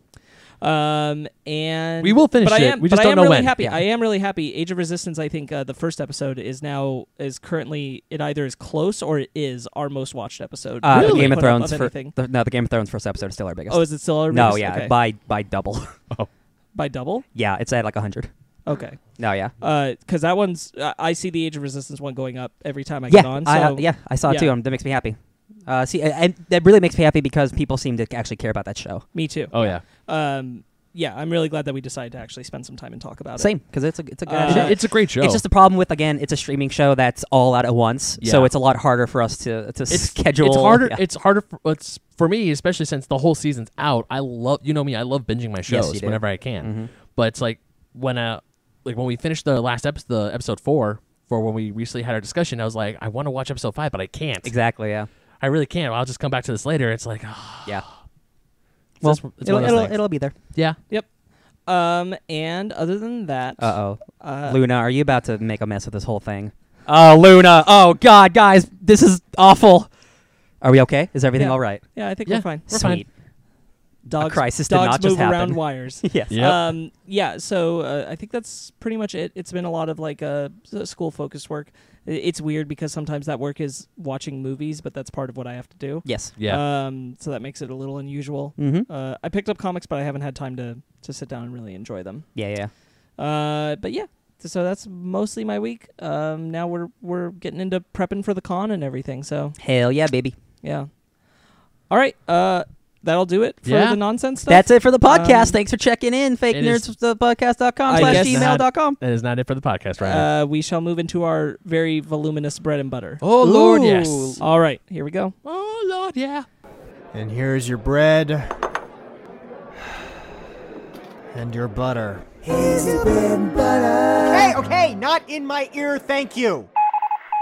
Speaker 2: Um, and
Speaker 1: We will finish
Speaker 2: but I
Speaker 1: it.
Speaker 2: am,
Speaker 1: We
Speaker 2: but
Speaker 1: just
Speaker 2: I
Speaker 1: don't
Speaker 2: am
Speaker 1: know
Speaker 2: really
Speaker 1: when.
Speaker 2: Happy.
Speaker 3: Yeah.
Speaker 2: I am really happy. Age of Resistance. I think uh, the first episode is now is currently it either is close or it is our most watched episode.
Speaker 3: Uh,
Speaker 2: that
Speaker 3: the
Speaker 2: we
Speaker 3: Game of
Speaker 2: put up
Speaker 3: Thrones. fir-
Speaker 2: anything.
Speaker 3: the, no, the Game of Thrones first episode is still our biggest.
Speaker 2: Oh, is it still our
Speaker 3: no,
Speaker 2: biggest?
Speaker 3: yeah,
Speaker 2: Okay.
Speaker 3: by by double.
Speaker 2: by double.
Speaker 3: yeah, it's at like hundred.
Speaker 2: Okay,
Speaker 3: No, yeah.
Speaker 2: because that one's I I see the Age of Resistance one going up every time I
Speaker 3: yeah,
Speaker 2: get on. So
Speaker 3: I, uh, yeah, I saw it
Speaker 2: yeah.
Speaker 3: too. Um, that makes me happy. Uh, see, a- and that really makes me happy because people seem to actually care about that show.
Speaker 2: me too.
Speaker 1: Oh yeah.
Speaker 2: Um, yeah, I'm really glad that we decided to actually spend some time and talk about
Speaker 3: Same, because it's a it's a good.
Speaker 2: Uh,
Speaker 3: show.
Speaker 1: It- it's a great show.
Speaker 3: It's just the problem with again, it's a streaming show that's all out at once, so
Speaker 1: Yeah.
Speaker 3: it's a lot harder for us to to
Speaker 1: it's
Speaker 3: schedule.
Speaker 1: It's harder.
Speaker 3: yeah.
Speaker 1: It's harder. For, it's for me, especially since the whole season's out. I love. You know me. I love binging my shows
Speaker 3: you do. Mm-hmm.
Speaker 1: whenever I can. But it's like when uh, like when we finished the last episode, the episode four, for when we recently had our discussion, I was like, I want to watch episode five, but I can't.
Speaker 3: exactly. Yeah.
Speaker 1: I really can't. I'll just come back to this later. It's like, ah,
Speaker 3: Yeah.
Speaker 1: it's
Speaker 3: Well,
Speaker 1: just- it's
Speaker 3: it'll
Speaker 1: one of those
Speaker 3: it'll,
Speaker 1: things.
Speaker 3: it'll be there.
Speaker 1: yeah.
Speaker 2: it. Um, and other than that,
Speaker 3: Uh oh,
Speaker 2: uh,
Speaker 3: Luna, are you about to make a mess of this whole thing? Oh, Luna. Oh God, guys, this is awful. Are we okay? Is everything
Speaker 2: Yeah.
Speaker 3: all right?
Speaker 2: yeah, I think
Speaker 1: Yeah.
Speaker 2: we're fine.
Speaker 1: We're
Speaker 3: Sweet.
Speaker 1: fine.
Speaker 2: dogs,
Speaker 3: crisis did
Speaker 2: dogs
Speaker 3: not just
Speaker 2: move around
Speaker 3: happen.
Speaker 2: wires.
Speaker 3: yes.
Speaker 1: Yep.
Speaker 2: Um, yeah. So uh, I think that's pretty much it. It's been a lot of like uh, school focused work. I- It's weird because sometimes that work is watching movies, but that's part of what I have to do.
Speaker 3: Yes.
Speaker 1: yeah.
Speaker 2: Um, so that makes it a little unusual.
Speaker 3: Mm-hmm.
Speaker 2: Uh, I picked up comics, but I haven't had time to to sit down and really enjoy them.
Speaker 3: Yeah, yeah.
Speaker 2: Uh, but yeah. So that's mostly my week. Um, now we're we're getting into prepping for the con and everything. So
Speaker 3: Hell yeah, baby.
Speaker 2: yeah. All right. Uh, that'll do it for
Speaker 1: Yeah.
Speaker 2: the nonsense stuff.
Speaker 3: That's it for the podcast.
Speaker 2: Um,
Speaker 3: Thanks for checking in. Fake
Speaker 1: It is-
Speaker 3: nerds with the podcast.com
Speaker 2: I
Speaker 3: slash
Speaker 2: guess
Speaker 3: gmail
Speaker 1: not.
Speaker 3: dot com.
Speaker 1: that is not it for the podcast right now.
Speaker 2: Uh, we shall move into our very voluminous bread and butter.
Speaker 1: Oh Lord, yes.
Speaker 3: Ooh.
Speaker 2: All right, here we go.
Speaker 1: Oh Lord, yeah.
Speaker 5: And here's your bread. And your butter.
Speaker 6: Okay, okay, not in my ear, thank you.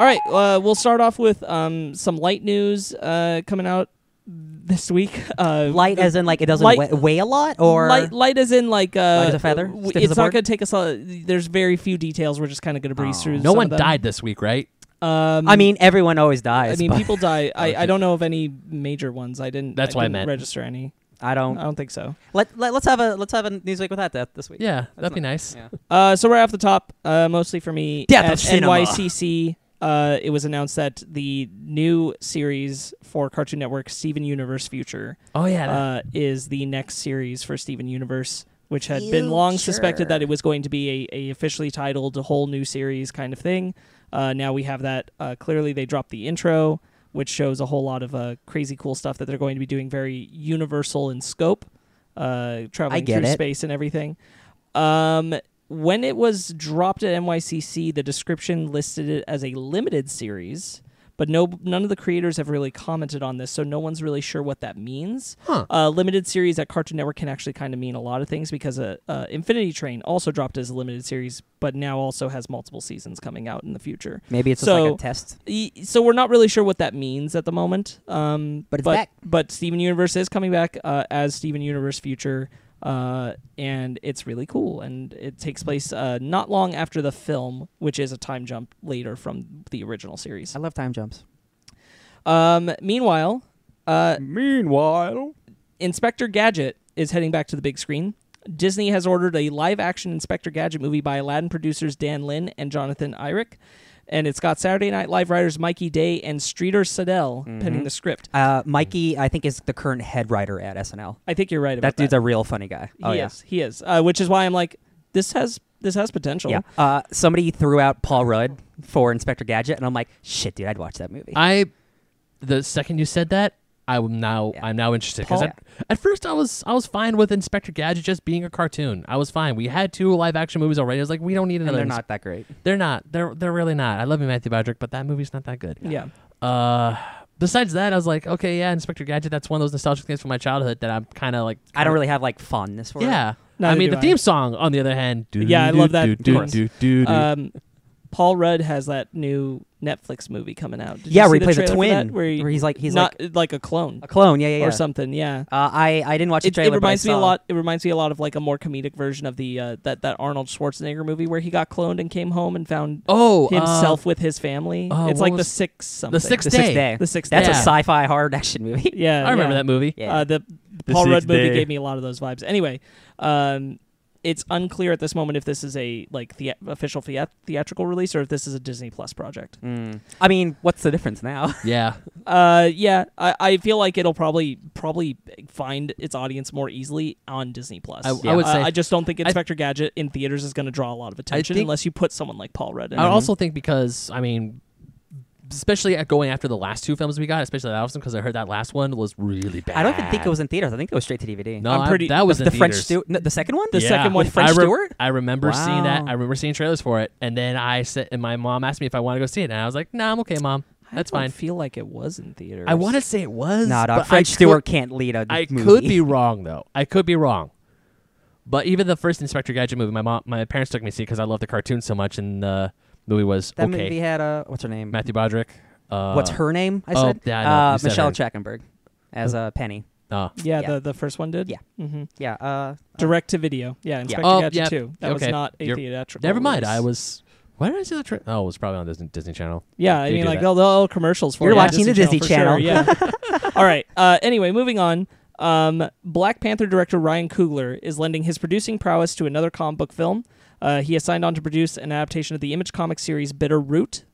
Speaker 2: All right, uh, we'll start off with um, some light news uh, coming out this week. Uh,
Speaker 3: Light as in like it doesn't
Speaker 2: Light-
Speaker 3: weigh, weigh a lot or
Speaker 2: light, light as in like uh,
Speaker 3: Light as a feather?
Speaker 2: w-
Speaker 3: Stiff as
Speaker 2: It's
Speaker 3: a
Speaker 2: not
Speaker 3: board? Oh.
Speaker 2: going to take us. A, there's very few details. We're just kind of going to breeze through.
Speaker 1: No
Speaker 2: some
Speaker 1: one
Speaker 2: of them.
Speaker 1: died this week, right?
Speaker 2: Um,
Speaker 3: I mean everyone always
Speaker 2: I
Speaker 3: dies.
Speaker 2: mean,
Speaker 3: but
Speaker 2: people die. I, I
Speaker 1: Okay.
Speaker 2: don't know of any major ones. I didn't.
Speaker 1: That's
Speaker 2: I
Speaker 1: what I
Speaker 2: didn't
Speaker 1: meant.
Speaker 2: Register any?
Speaker 3: I
Speaker 2: I
Speaker 3: don't
Speaker 2: don't think so.
Speaker 3: let, let us have a let's have a news week without death this week.
Speaker 1: Yeah, that'd
Speaker 3: not-
Speaker 1: be nice.
Speaker 3: yeah.
Speaker 2: Uh, so right off the top, uh, mostly for me,
Speaker 3: Death
Speaker 2: at
Speaker 3: of cinema.
Speaker 2: NYCC. Uh, it was announced that the new series for Cartoon Network, Steven Universe Future,
Speaker 1: Oh yeah. that-
Speaker 2: uh, is the next series for Steven Universe, which had been long suspected that it was going to be a, a officially titled whole new series kind of thing. Uh, now we have that. Uh, clearly, they dropped the intro, which shows a whole lot of uh, crazy cool stuff that they're going to be doing very universal in scope, uh, traveling
Speaker 3: get
Speaker 2: through
Speaker 3: it.
Speaker 2: space and everything. Um, when it was dropped at NYCC, the description listed it as a limited series, but no, none of the creators have really commented on this, so no one's really sure what that means.
Speaker 1: Huh.
Speaker 2: Uh, limited series at Cartoon Network can actually kind of mean a lot of things because uh, uh, Infinity Train also dropped as a limited series, but now also has multiple seasons coming out in the future.
Speaker 3: Maybe it's just
Speaker 2: So-
Speaker 3: like a test.
Speaker 2: E- so we're not really sure what that means at the moment. Um,
Speaker 3: But it's
Speaker 2: but,
Speaker 3: back.
Speaker 2: but Steven Universe is coming back uh, as Steven Universe Future, uh, and it's really cool. And it takes place uh, not long after the film, which is a time jump later from the original series.
Speaker 3: I love time jumps.
Speaker 2: Um, meanwhile, uh,
Speaker 3: Mm-hmm. Meanwhile,
Speaker 2: Inspector Gadget is heading back to the big screen. Disney has ordered a live action Inspector Gadget movie by Aladdin producers Dan Lin and Jonathan Eyrick. And it's got Saturday Night Live writers Mikey Day and Streeter Siddell
Speaker 3: Mm-hmm.
Speaker 2: penning the script.
Speaker 3: uh, Mikey, I think is the current head writer at SNL.
Speaker 2: I think you're right about
Speaker 3: That
Speaker 2: that.
Speaker 3: dude's a real funny guy. Oh
Speaker 2: he
Speaker 3: yeah.
Speaker 2: is. He is. Uh, which is why I'm like, this has this has potential.
Speaker 3: Yeah. Uh, somebody threw out Paul Rudd for Inspector Gadget, and I'm like, shit, dude, I'd watch that movie.
Speaker 1: I the second you said that, I am now
Speaker 3: Yeah.
Speaker 1: I'm now interested because
Speaker 3: Paul-
Speaker 1: at, at first I was I was fine with Inspector Gadget just being a cartoon. I was fine. We had two live action movies already. I was like, we don't need
Speaker 3: and
Speaker 1: another.
Speaker 3: they're
Speaker 1: ins-
Speaker 3: not that great.
Speaker 1: They're not. They're they're really not. I love you, Matthew Broderick, but that movie's not that good.
Speaker 2: Yeah.
Speaker 1: Uh, besides that, I was like, okay, yeah, Inspector Gadget. That's one of those nostalgic things from my childhood that I'm kind of like.
Speaker 3: I don't really have like fondness for it.
Speaker 1: Yeah. I
Speaker 2: Neither
Speaker 1: mean,
Speaker 2: do
Speaker 1: the
Speaker 2: I. Uh,
Speaker 1: theme song, on the other hand.
Speaker 2: Yeah, I love that, of course.
Speaker 1: do,
Speaker 2: Um, Paul Rudd has that new Netflix movie coming out. Did you
Speaker 3: Yeah,
Speaker 2: see
Speaker 3: where he
Speaker 2: the
Speaker 3: plays a
Speaker 2: trailer for
Speaker 3: twin.
Speaker 2: that? Where, he,
Speaker 3: where he's like he's
Speaker 2: not
Speaker 3: like
Speaker 2: like, a clone
Speaker 3: a clone. Yeah, yeah, yeah.
Speaker 2: or something. Yeah.
Speaker 3: Uh, I I didn't watch the
Speaker 2: It,
Speaker 3: trailer.
Speaker 2: it reminds
Speaker 3: but I
Speaker 2: me a
Speaker 3: saw-
Speaker 2: lot. It reminds me a lot of like a more comedic version of the uh, that that Arnold Schwarzenegger movie where he got cloned and came home and found
Speaker 1: oh, uh,
Speaker 3: um,
Speaker 2: himself with his family.
Speaker 1: uh,
Speaker 2: it's
Speaker 1: what
Speaker 2: like the
Speaker 1: was-
Speaker 2: six something.
Speaker 1: the sixth
Speaker 3: oh, The
Speaker 1: day.
Speaker 3: Sixth Day.
Speaker 2: The sixth.
Speaker 3: That's
Speaker 2: Day.
Speaker 3: a
Speaker 1: Yeah.
Speaker 3: sci-fi hard action movie.
Speaker 2: Yeah,
Speaker 1: I remember
Speaker 2: yeah.
Speaker 1: that movie.
Speaker 3: Yeah.
Speaker 2: Uh, the
Speaker 5: The
Speaker 2: Paul Rudd
Speaker 5: Sixth
Speaker 2: movie
Speaker 5: Day.
Speaker 2: gave me a lot of those vibes. Anyway, um, it's unclear at this moment if this is a like the official thea- theatrical release or if this is a Disney Plus project.
Speaker 3: Mm. I mean, what's the difference now?
Speaker 1: Yeah.
Speaker 2: Uh, yeah, I, I feel like it'll probably probably find its audience more easily on Disney Plus.
Speaker 1: I- I
Speaker 2: Yeah.
Speaker 1: would say-
Speaker 2: I just don't think
Speaker 1: I-
Speaker 2: Inspector Gadget in theaters is going to draw a lot of attention
Speaker 1: think-
Speaker 2: unless you put someone like Paul Rudd in.
Speaker 1: I
Speaker 2: it.
Speaker 1: also think because I mean, especially at going after the last two films we got, especially that one because I heard that last one was really bad.
Speaker 3: I don't even think it was in theaters. I think it was straight to DVD.
Speaker 1: No,
Speaker 2: I'm
Speaker 1: I-
Speaker 2: pretty-
Speaker 1: that was
Speaker 3: the
Speaker 1: in
Speaker 3: French
Speaker 1: theaters.
Speaker 3: Stewart. No, the second one.
Speaker 2: The
Speaker 1: Yeah.
Speaker 2: second one,
Speaker 3: With French
Speaker 1: I re-
Speaker 3: Stewart.
Speaker 1: I remember seeing that.
Speaker 3: Wow.
Speaker 1: I remember seeing trailers for it, and then I said, and my mom asked me if I want to go see it, and I was like, "Nah, I'm okay, mom.
Speaker 2: I
Speaker 1: That's
Speaker 2: don't
Speaker 1: fine."
Speaker 2: Feel like it was in theaters.
Speaker 1: I want to say it was.
Speaker 3: Nah,
Speaker 1: but
Speaker 3: dog.
Speaker 1: I
Speaker 3: French
Speaker 1: could-
Speaker 3: Stewart can't lead a
Speaker 1: I
Speaker 3: movie.
Speaker 1: could be wrong though. I could be wrong. But even the first Inspector Gadget movie, my mom, my parents took me to see because I loved the cartoon so much, and the movie was
Speaker 3: That
Speaker 1: okay.
Speaker 3: movie had uh, what's her name?
Speaker 1: Matthew Broderick. Uh,
Speaker 3: what's her name? I
Speaker 1: oh,
Speaker 3: said
Speaker 1: yeah, I know.
Speaker 3: uh,
Speaker 1: You said
Speaker 3: Michelle
Speaker 1: her.
Speaker 3: Trachtenberg as a uh, Penny.
Speaker 1: uh,
Speaker 2: Yeah,
Speaker 3: Yeah.
Speaker 2: The, the first one did.
Speaker 3: Yeah.
Speaker 2: Mm-hmm.
Speaker 3: Yeah. Uh,
Speaker 2: Direct to video. Yeah, Inspector
Speaker 1: Oh,
Speaker 2: Gadget
Speaker 1: yeah.
Speaker 2: too. That was
Speaker 1: Okay.
Speaker 2: not a
Speaker 1: You're-
Speaker 2: theatrical.
Speaker 1: never mind.
Speaker 2: release.
Speaker 1: I was. Why did I see the trip? Oh, it was probably on Disney, Disney Channel.
Speaker 2: Yeah, I
Speaker 1: They
Speaker 2: mean,
Speaker 1: do
Speaker 2: like
Speaker 1: that.
Speaker 2: they'll, they'll have commercials for
Speaker 3: You're
Speaker 2: it on
Speaker 3: watching the Disney
Speaker 2: for sure,
Speaker 3: Channel.
Speaker 2: Yeah. All right. Uh, anyway, moving on. Um, Black Panther director Ryan Coogler is lending his producing prowess to another comic book film. Uh, he has signed on to produce an adaptation of the Image comic series Bitter Root,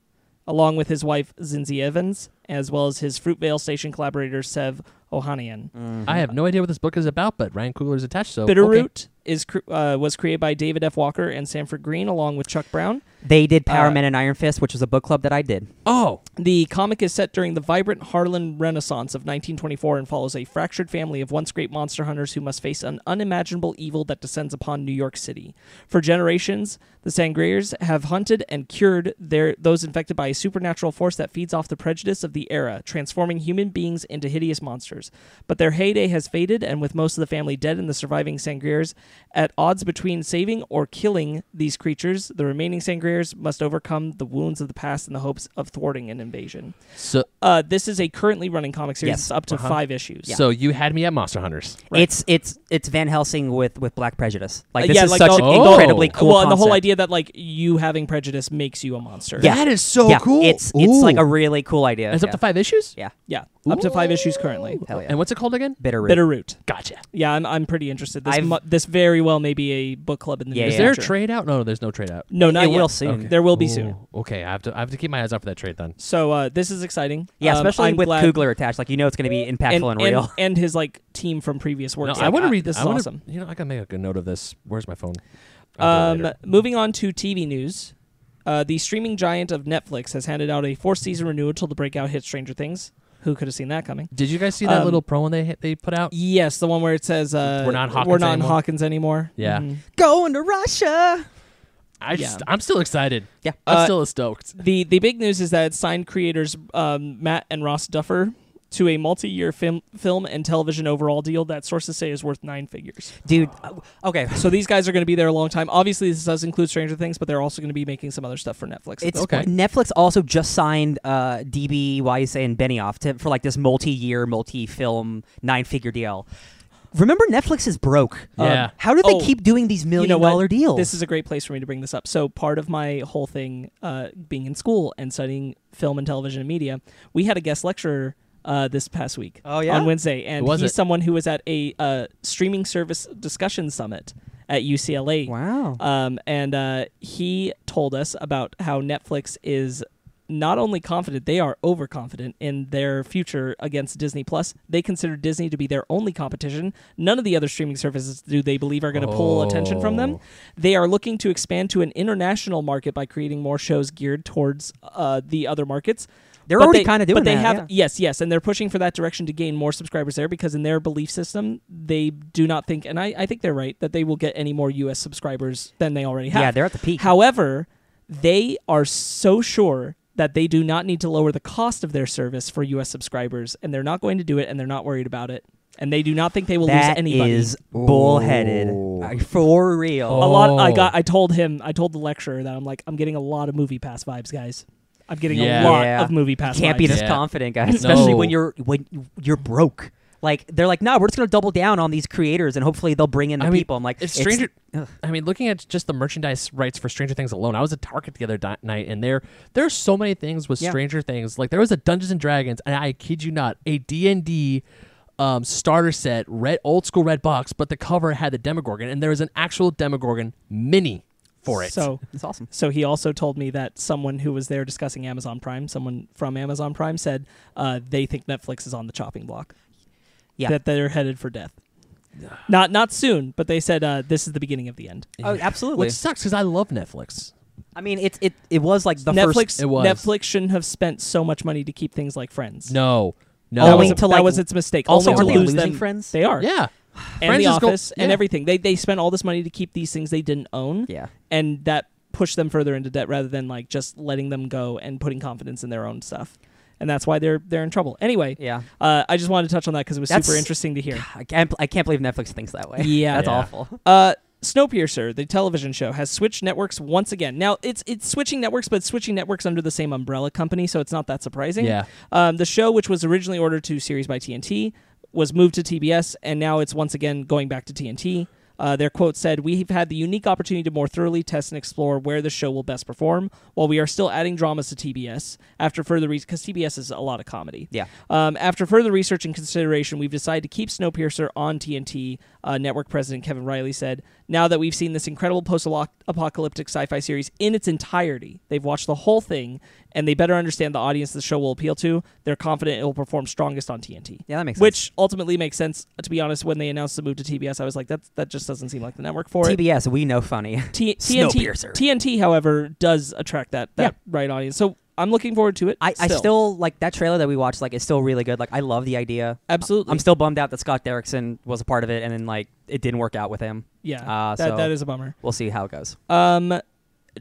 Speaker 2: along with his wife Zinzi Evans, as well as his Fruitvale station collaborator Sev Ohanian.
Speaker 1: I have no idea what this book is about, but Ryan Coogler is attached, so Oh, okay.
Speaker 2: Mm-hmm. Bitterroot is cr- uh, was created by David F. Walker and Sanford Green, along with Chuck Brown.
Speaker 3: They did Power
Speaker 2: Uh,
Speaker 3: Man and Iron Fist, which was a book club that I did.
Speaker 1: Oh,
Speaker 2: The comic is set during the vibrant Harlan Renaissance of 1924 and follows a fractured family of once great monster hunters who must face an unimaginable evil that descends upon New York City. For generations, the Sangreers have hunted and cured their those infected by a supernatural force that feeds off the prejudice of the era, transforming human beings into hideous monsters. But their heyday has faded, and with most of the family dead and the surviving Sangreers at odds between saving or killing these creatures, the remaining Sangreers must overcome the wounds of the past in the hopes of thwarting an invasion.
Speaker 1: so
Speaker 2: Uh, this is a currently running comic series.
Speaker 3: Yes. Uh-huh.
Speaker 2: It's up to five issues.
Speaker 1: so you had me at Monster Hunters.
Speaker 2: Right.
Speaker 3: It's it's it's Van Helsing with with Black Prejudice.
Speaker 2: Uh,
Speaker 3: Like this
Speaker 2: yeah,
Speaker 3: is
Speaker 2: like
Speaker 3: such
Speaker 2: the-
Speaker 3: an incredibly
Speaker 1: Oh.
Speaker 3: cool.
Speaker 2: well, and the whole
Speaker 3: concept.
Speaker 2: idea that like you having prejudice makes you a monster.
Speaker 3: Yeah.
Speaker 1: That is so
Speaker 3: yeah,
Speaker 1: Oh, cool.
Speaker 3: It's it's like
Speaker 1: Ooh.
Speaker 3: a really cool idea.
Speaker 1: It's
Speaker 3: yeah.
Speaker 1: up to five issues.
Speaker 3: Yeah.
Speaker 2: Yeah. Up to five issues currently.
Speaker 3: Hell yeah.
Speaker 1: And what's it called again?
Speaker 3: Bitterroot.
Speaker 2: Bitterroot.
Speaker 1: Gotcha.
Speaker 2: Yeah, I'm, I'm pretty interested. This
Speaker 3: I've-
Speaker 2: mu- this very well may be a book club in the
Speaker 3: Yeah,
Speaker 2: near
Speaker 1: Is
Speaker 3: yeah.
Speaker 1: there a
Speaker 2: future.
Speaker 1: trade out? No, there's no trade out.
Speaker 2: No, not
Speaker 3: It
Speaker 2: yet.
Speaker 3: will soon. Okay.
Speaker 2: There will be soon.
Speaker 1: Ooh, Okay, I have to I have to keep my eyes out for that trade then.
Speaker 2: So uh, this is exciting.
Speaker 3: Yeah,
Speaker 2: Um,
Speaker 3: especially
Speaker 2: I'm
Speaker 3: with
Speaker 2: glad-
Speaker 3: Kugler attached. Like you know it's going to be impactful
Speaker 2: and, and,
Speaker 3: and, real.
Speaker 2: and his like team from previous works.
Speaker 1: No,
Speaker 2: Like,
Speaker 1: I want to
Speaker 2: uh,
Speaker 1: read
Speaker 2: This is
Speaker 1: I wanna-
Speaker 2: awesome.
Speaker 1: You know, I gotta make a note of this. Where's my phone? I'll do it
Speaker 2: Um,
Speaker 1: later.
Speaker 2: moving on to TV news. Uh, the streaming giant of Netflix has handed out a four season renewal till the breakout hit Stranger Things. Who could have seen that coming?
Speaker 1: Did you guys see that
Speaker 2: um,
Speaker 1: little promo they they put out?
Speaker 2: Yes, the one where it says uh,
Speaker 1: We're not Hawkins
Speaker 2: we're not in
Speaker 1: anymore.
Speaker 2: Hawkins anymore.
Speaker 1: Yeah.
Speaker 2: Mhm.
Speaker 3: Going to Russia.
Speaker 1: I just
Speaker 2: yeah.
Speaker 1: I'm still excited.
Speaker 3: Yeah.
Speaker 1: I'm
Speaker 2: Uh,
Speaker 1: still stoked.
Speaker 2: The the big news is that it signed creators um, Matt and Ross Duffer to a multi-year film film and television overall deal that sources say is worth nine figures.
Speaker 3: Dude, uh, okay.
Speaker 2: So these guys are going to be there a long time. Obviously, this does include Stranger Things, but they're also going to be making some other stuff for Netflix. at
Speaker 3: It's
Speaker 2: this
Speaker 1: Okay.
Speaker 3: Netflix also just signed uh, DB Weiss and Benioff to, for like this multi-year, multi-film, nine-figure deal. Remember, Netflix is broke.
Speaker 1: Um, Yeah.
Speaker 3: How do they
Speaker 2: oh,
Speaker 3: keep doing these
Speaker 2: you know
Speaker 3: million-dollar
Speaker 2: what?
Speaker 3: deals?
Speaker 2: This is a great place for me to bring this up. So part of my whole thing, uh, being in school and studying film and television and media, we had a guest lecturer uh, this past week.
Speaker 3: Oh, yeah?
Speaker 2: on Wednesday, and
Speaker 1: Who was
Speaker 2: he's
Speaker 1: it?
Speaker 2: someone who was at a uh, streaming service discussion summit at UCLA.
Speaker 3: wow.
Speaker 2: Um, and uh, he told us about how Netflix is not only confident, they are overconfident in their future against Disney Plus. They consider Disney to be their only competition. None of the other streaming services do they believe are going to pull attention from them.
Speaker 1: Oh.
Speaker 2: They are looking to expand to an international market by creating more shows geared towards uh, the other markets.
Speaker 3: They're
Speaker 2: But
Speaker 3: already
Speaker 2: they-
Speaker 3: kinda doing
Speaker 2: but they
Speaker 3: that,
Speaker 2: have
Speaker 3: yeah.
Speaker 2: yes, yes, and they're pushing for that direction to gain more subscribers there because in their belief system, they do not think, and I, I think they're right that they will get any more U.S. subscribers than they already have.
Speaker 3: Yeah, they're at the peak.
Speaker 2: However, they are so sure that they do not need to lower the cost of their service for U.S. subscribers, and they're not going to do it, and they're not worried about it, and they do not think they will lose
Speaker 3: That
Speaker 2: anybody.
Speaker 3: is bullheaded. I- For real.
Speaker 1: Oh.
Speaker 2: a lot. I got. I told him. I told the lecturer that I'm like. I'm getting a lot of movie pass vibes, guys. I'm getting
Speaker 1: Yeah.
Speaker 2: a lot
Speaker 3: Yeah.
Speaker 2: of movie pass.
Speaker 3: can't
Speaker 2: vibes.
Speaker 3: be this
Speaker 1: Yeah.
Speaker 3: confident, guys. Especially when
Speaker 1: No.
Speaker 3: you're when you- you're broke. Like they're like, no, we're just gonna double down on these creators and hopefully they'll bring in the
Speaker 1: I mean,
Speaker 3: people. I'm like,
Speaker 1: it's
Speaker 3: it's-
Speaker 1: Stranger. I mean, looking at just the merchandise rights for Stranger Things alone, I was at Target the other di- night, and there there's so many things with
Speaker 3: Yeah.
Speaker 1: Stranger Things. Like there was a Dungeons and Dragons, and I kid you not, a D and D um, starter set, red old school red box, but the cover had the Demogorgon, and there was an actual Demogorgon mini for it.
Speaker 2: So
Speaker 3: It's awesome.
Speaker 2: So he also told me that someone who was there discussing Amazon Prime, someone from Amazon Prime, said uh, they think Netflix is on the chopping block.
Speaker 3: Yeah.
Speaker 2: that they're headed for death. Not not soon, but they said uh, this is the beginning of the end.
Speaker 3: Oh, absolutely.
Speaker 1: which sucks because I love Netflix.
Speaker 3: I mean, it's it it was like the
Speaker 2: Netflix
Speaker 3: first
Speaker 1: It was.
Speaker 2: Netflix shouldn't have spent so much money to keep things like Friends.
Speaker 1: No, no.
Speaker 2: that
Speaker 3: Owing
Speaker 2: was,
Speaker 3: to,
Speaker 2: that
Speaker 3: like-
Speaker 2: was its mistake.
Speaker 3: Also,
Speaker 2: Only
Speaker 3: aren't
Speaker 2: to
Speaker 3: they
Speaker 2: lose
Speaker 3: losing
Speaker 2: them-
Speaker 3: Friends?
Speaker 2: They are.
Speaker 1: yeah,
Speaker 2: and
Speaker 1: Friends
Speaker 2: the
Speaker 1: is go-
Speaker 2: Office and
Speaker 1: yeah.
Speaker 2: everything. They they spent all this money to keep these things they didn't own.
Speaker 3: Yeah.
Speaker 2: and that pushed them further into debt rather than like just letting them go and putting confidence in their own stuff. And that's why they're they're in trouble. Anyway,
Speaker 3: Yeah.
Speaker 2: uh, I just wanted to touch on that because it was
Speaker 3: That's-
Speaker 2: super interesting to hear.
Speaker 3: I can't I can't believe Netflix thinks that way.
Speaker 2: Yeah.
Speaker 3: That's
Speaker 1: Yeah.
Speaker 3: awful.
Speaker 2: Uh, Snowpiercer, the television show, has switched networks once again. Now it's it's switching networks, but it's switching networks under the same umbrella company, so it's not that surprising.
Speaker 1: Yeah.
Speaker 2: Um, the show, which was originally ordered to series by TNT, was moved to TBS, and now it's once again going back to TNT. Uh, their quote said, We've had the unique opportunity to more thoroughly test and explore where the show will best perform while we are still adding dramas to TBS. After further research, because TBS is a lot of comedy.
Speaker 3: Yeah.
Speaker 2: Um, after further research and consideration, we've decided to keep Snowpiercer on TNT. Uh, Network president Kevin Riley said, "Now that we've seen this incredible post-apocalyptic sci-fi series in its entirety, they've watched the whole thing, and they better understand the audience the show will appeal to. They're confident it will perform strongest on TNT."
Speaker 3: Yeah, that makes sense.
Speaker 2: Which ultimately makes sense. To be honest, when they announced the move to TBS, I was like, "That that just doesn't seem like the network for it."
Speaker 3: TBS, we know funny.
Speaker 2: T- TNT,
Speaker 3: Snowpiercer.
Speaker 2: TNT, however, does attract that that
Speaker 3: Yeah.
Speaker 2: right audience. So I'm looking forward to it.
Speaker 3: I, I still like that trailer that we watched. Like, it's still really good. Like, I love the idea.
Speaker 2: absolutely.
Speaker 3: I'm still bummed out that Scott Derrickson was a part of it, and then like it didn't work out with him.
Speaker 2: yeah.
Speaker 3: uh,
Speaker 2: that,
Speaker 3: so-
Speaker 2: that is a bummer.
Speaker 3: We'll see how it goes.
Speaker 2: Um,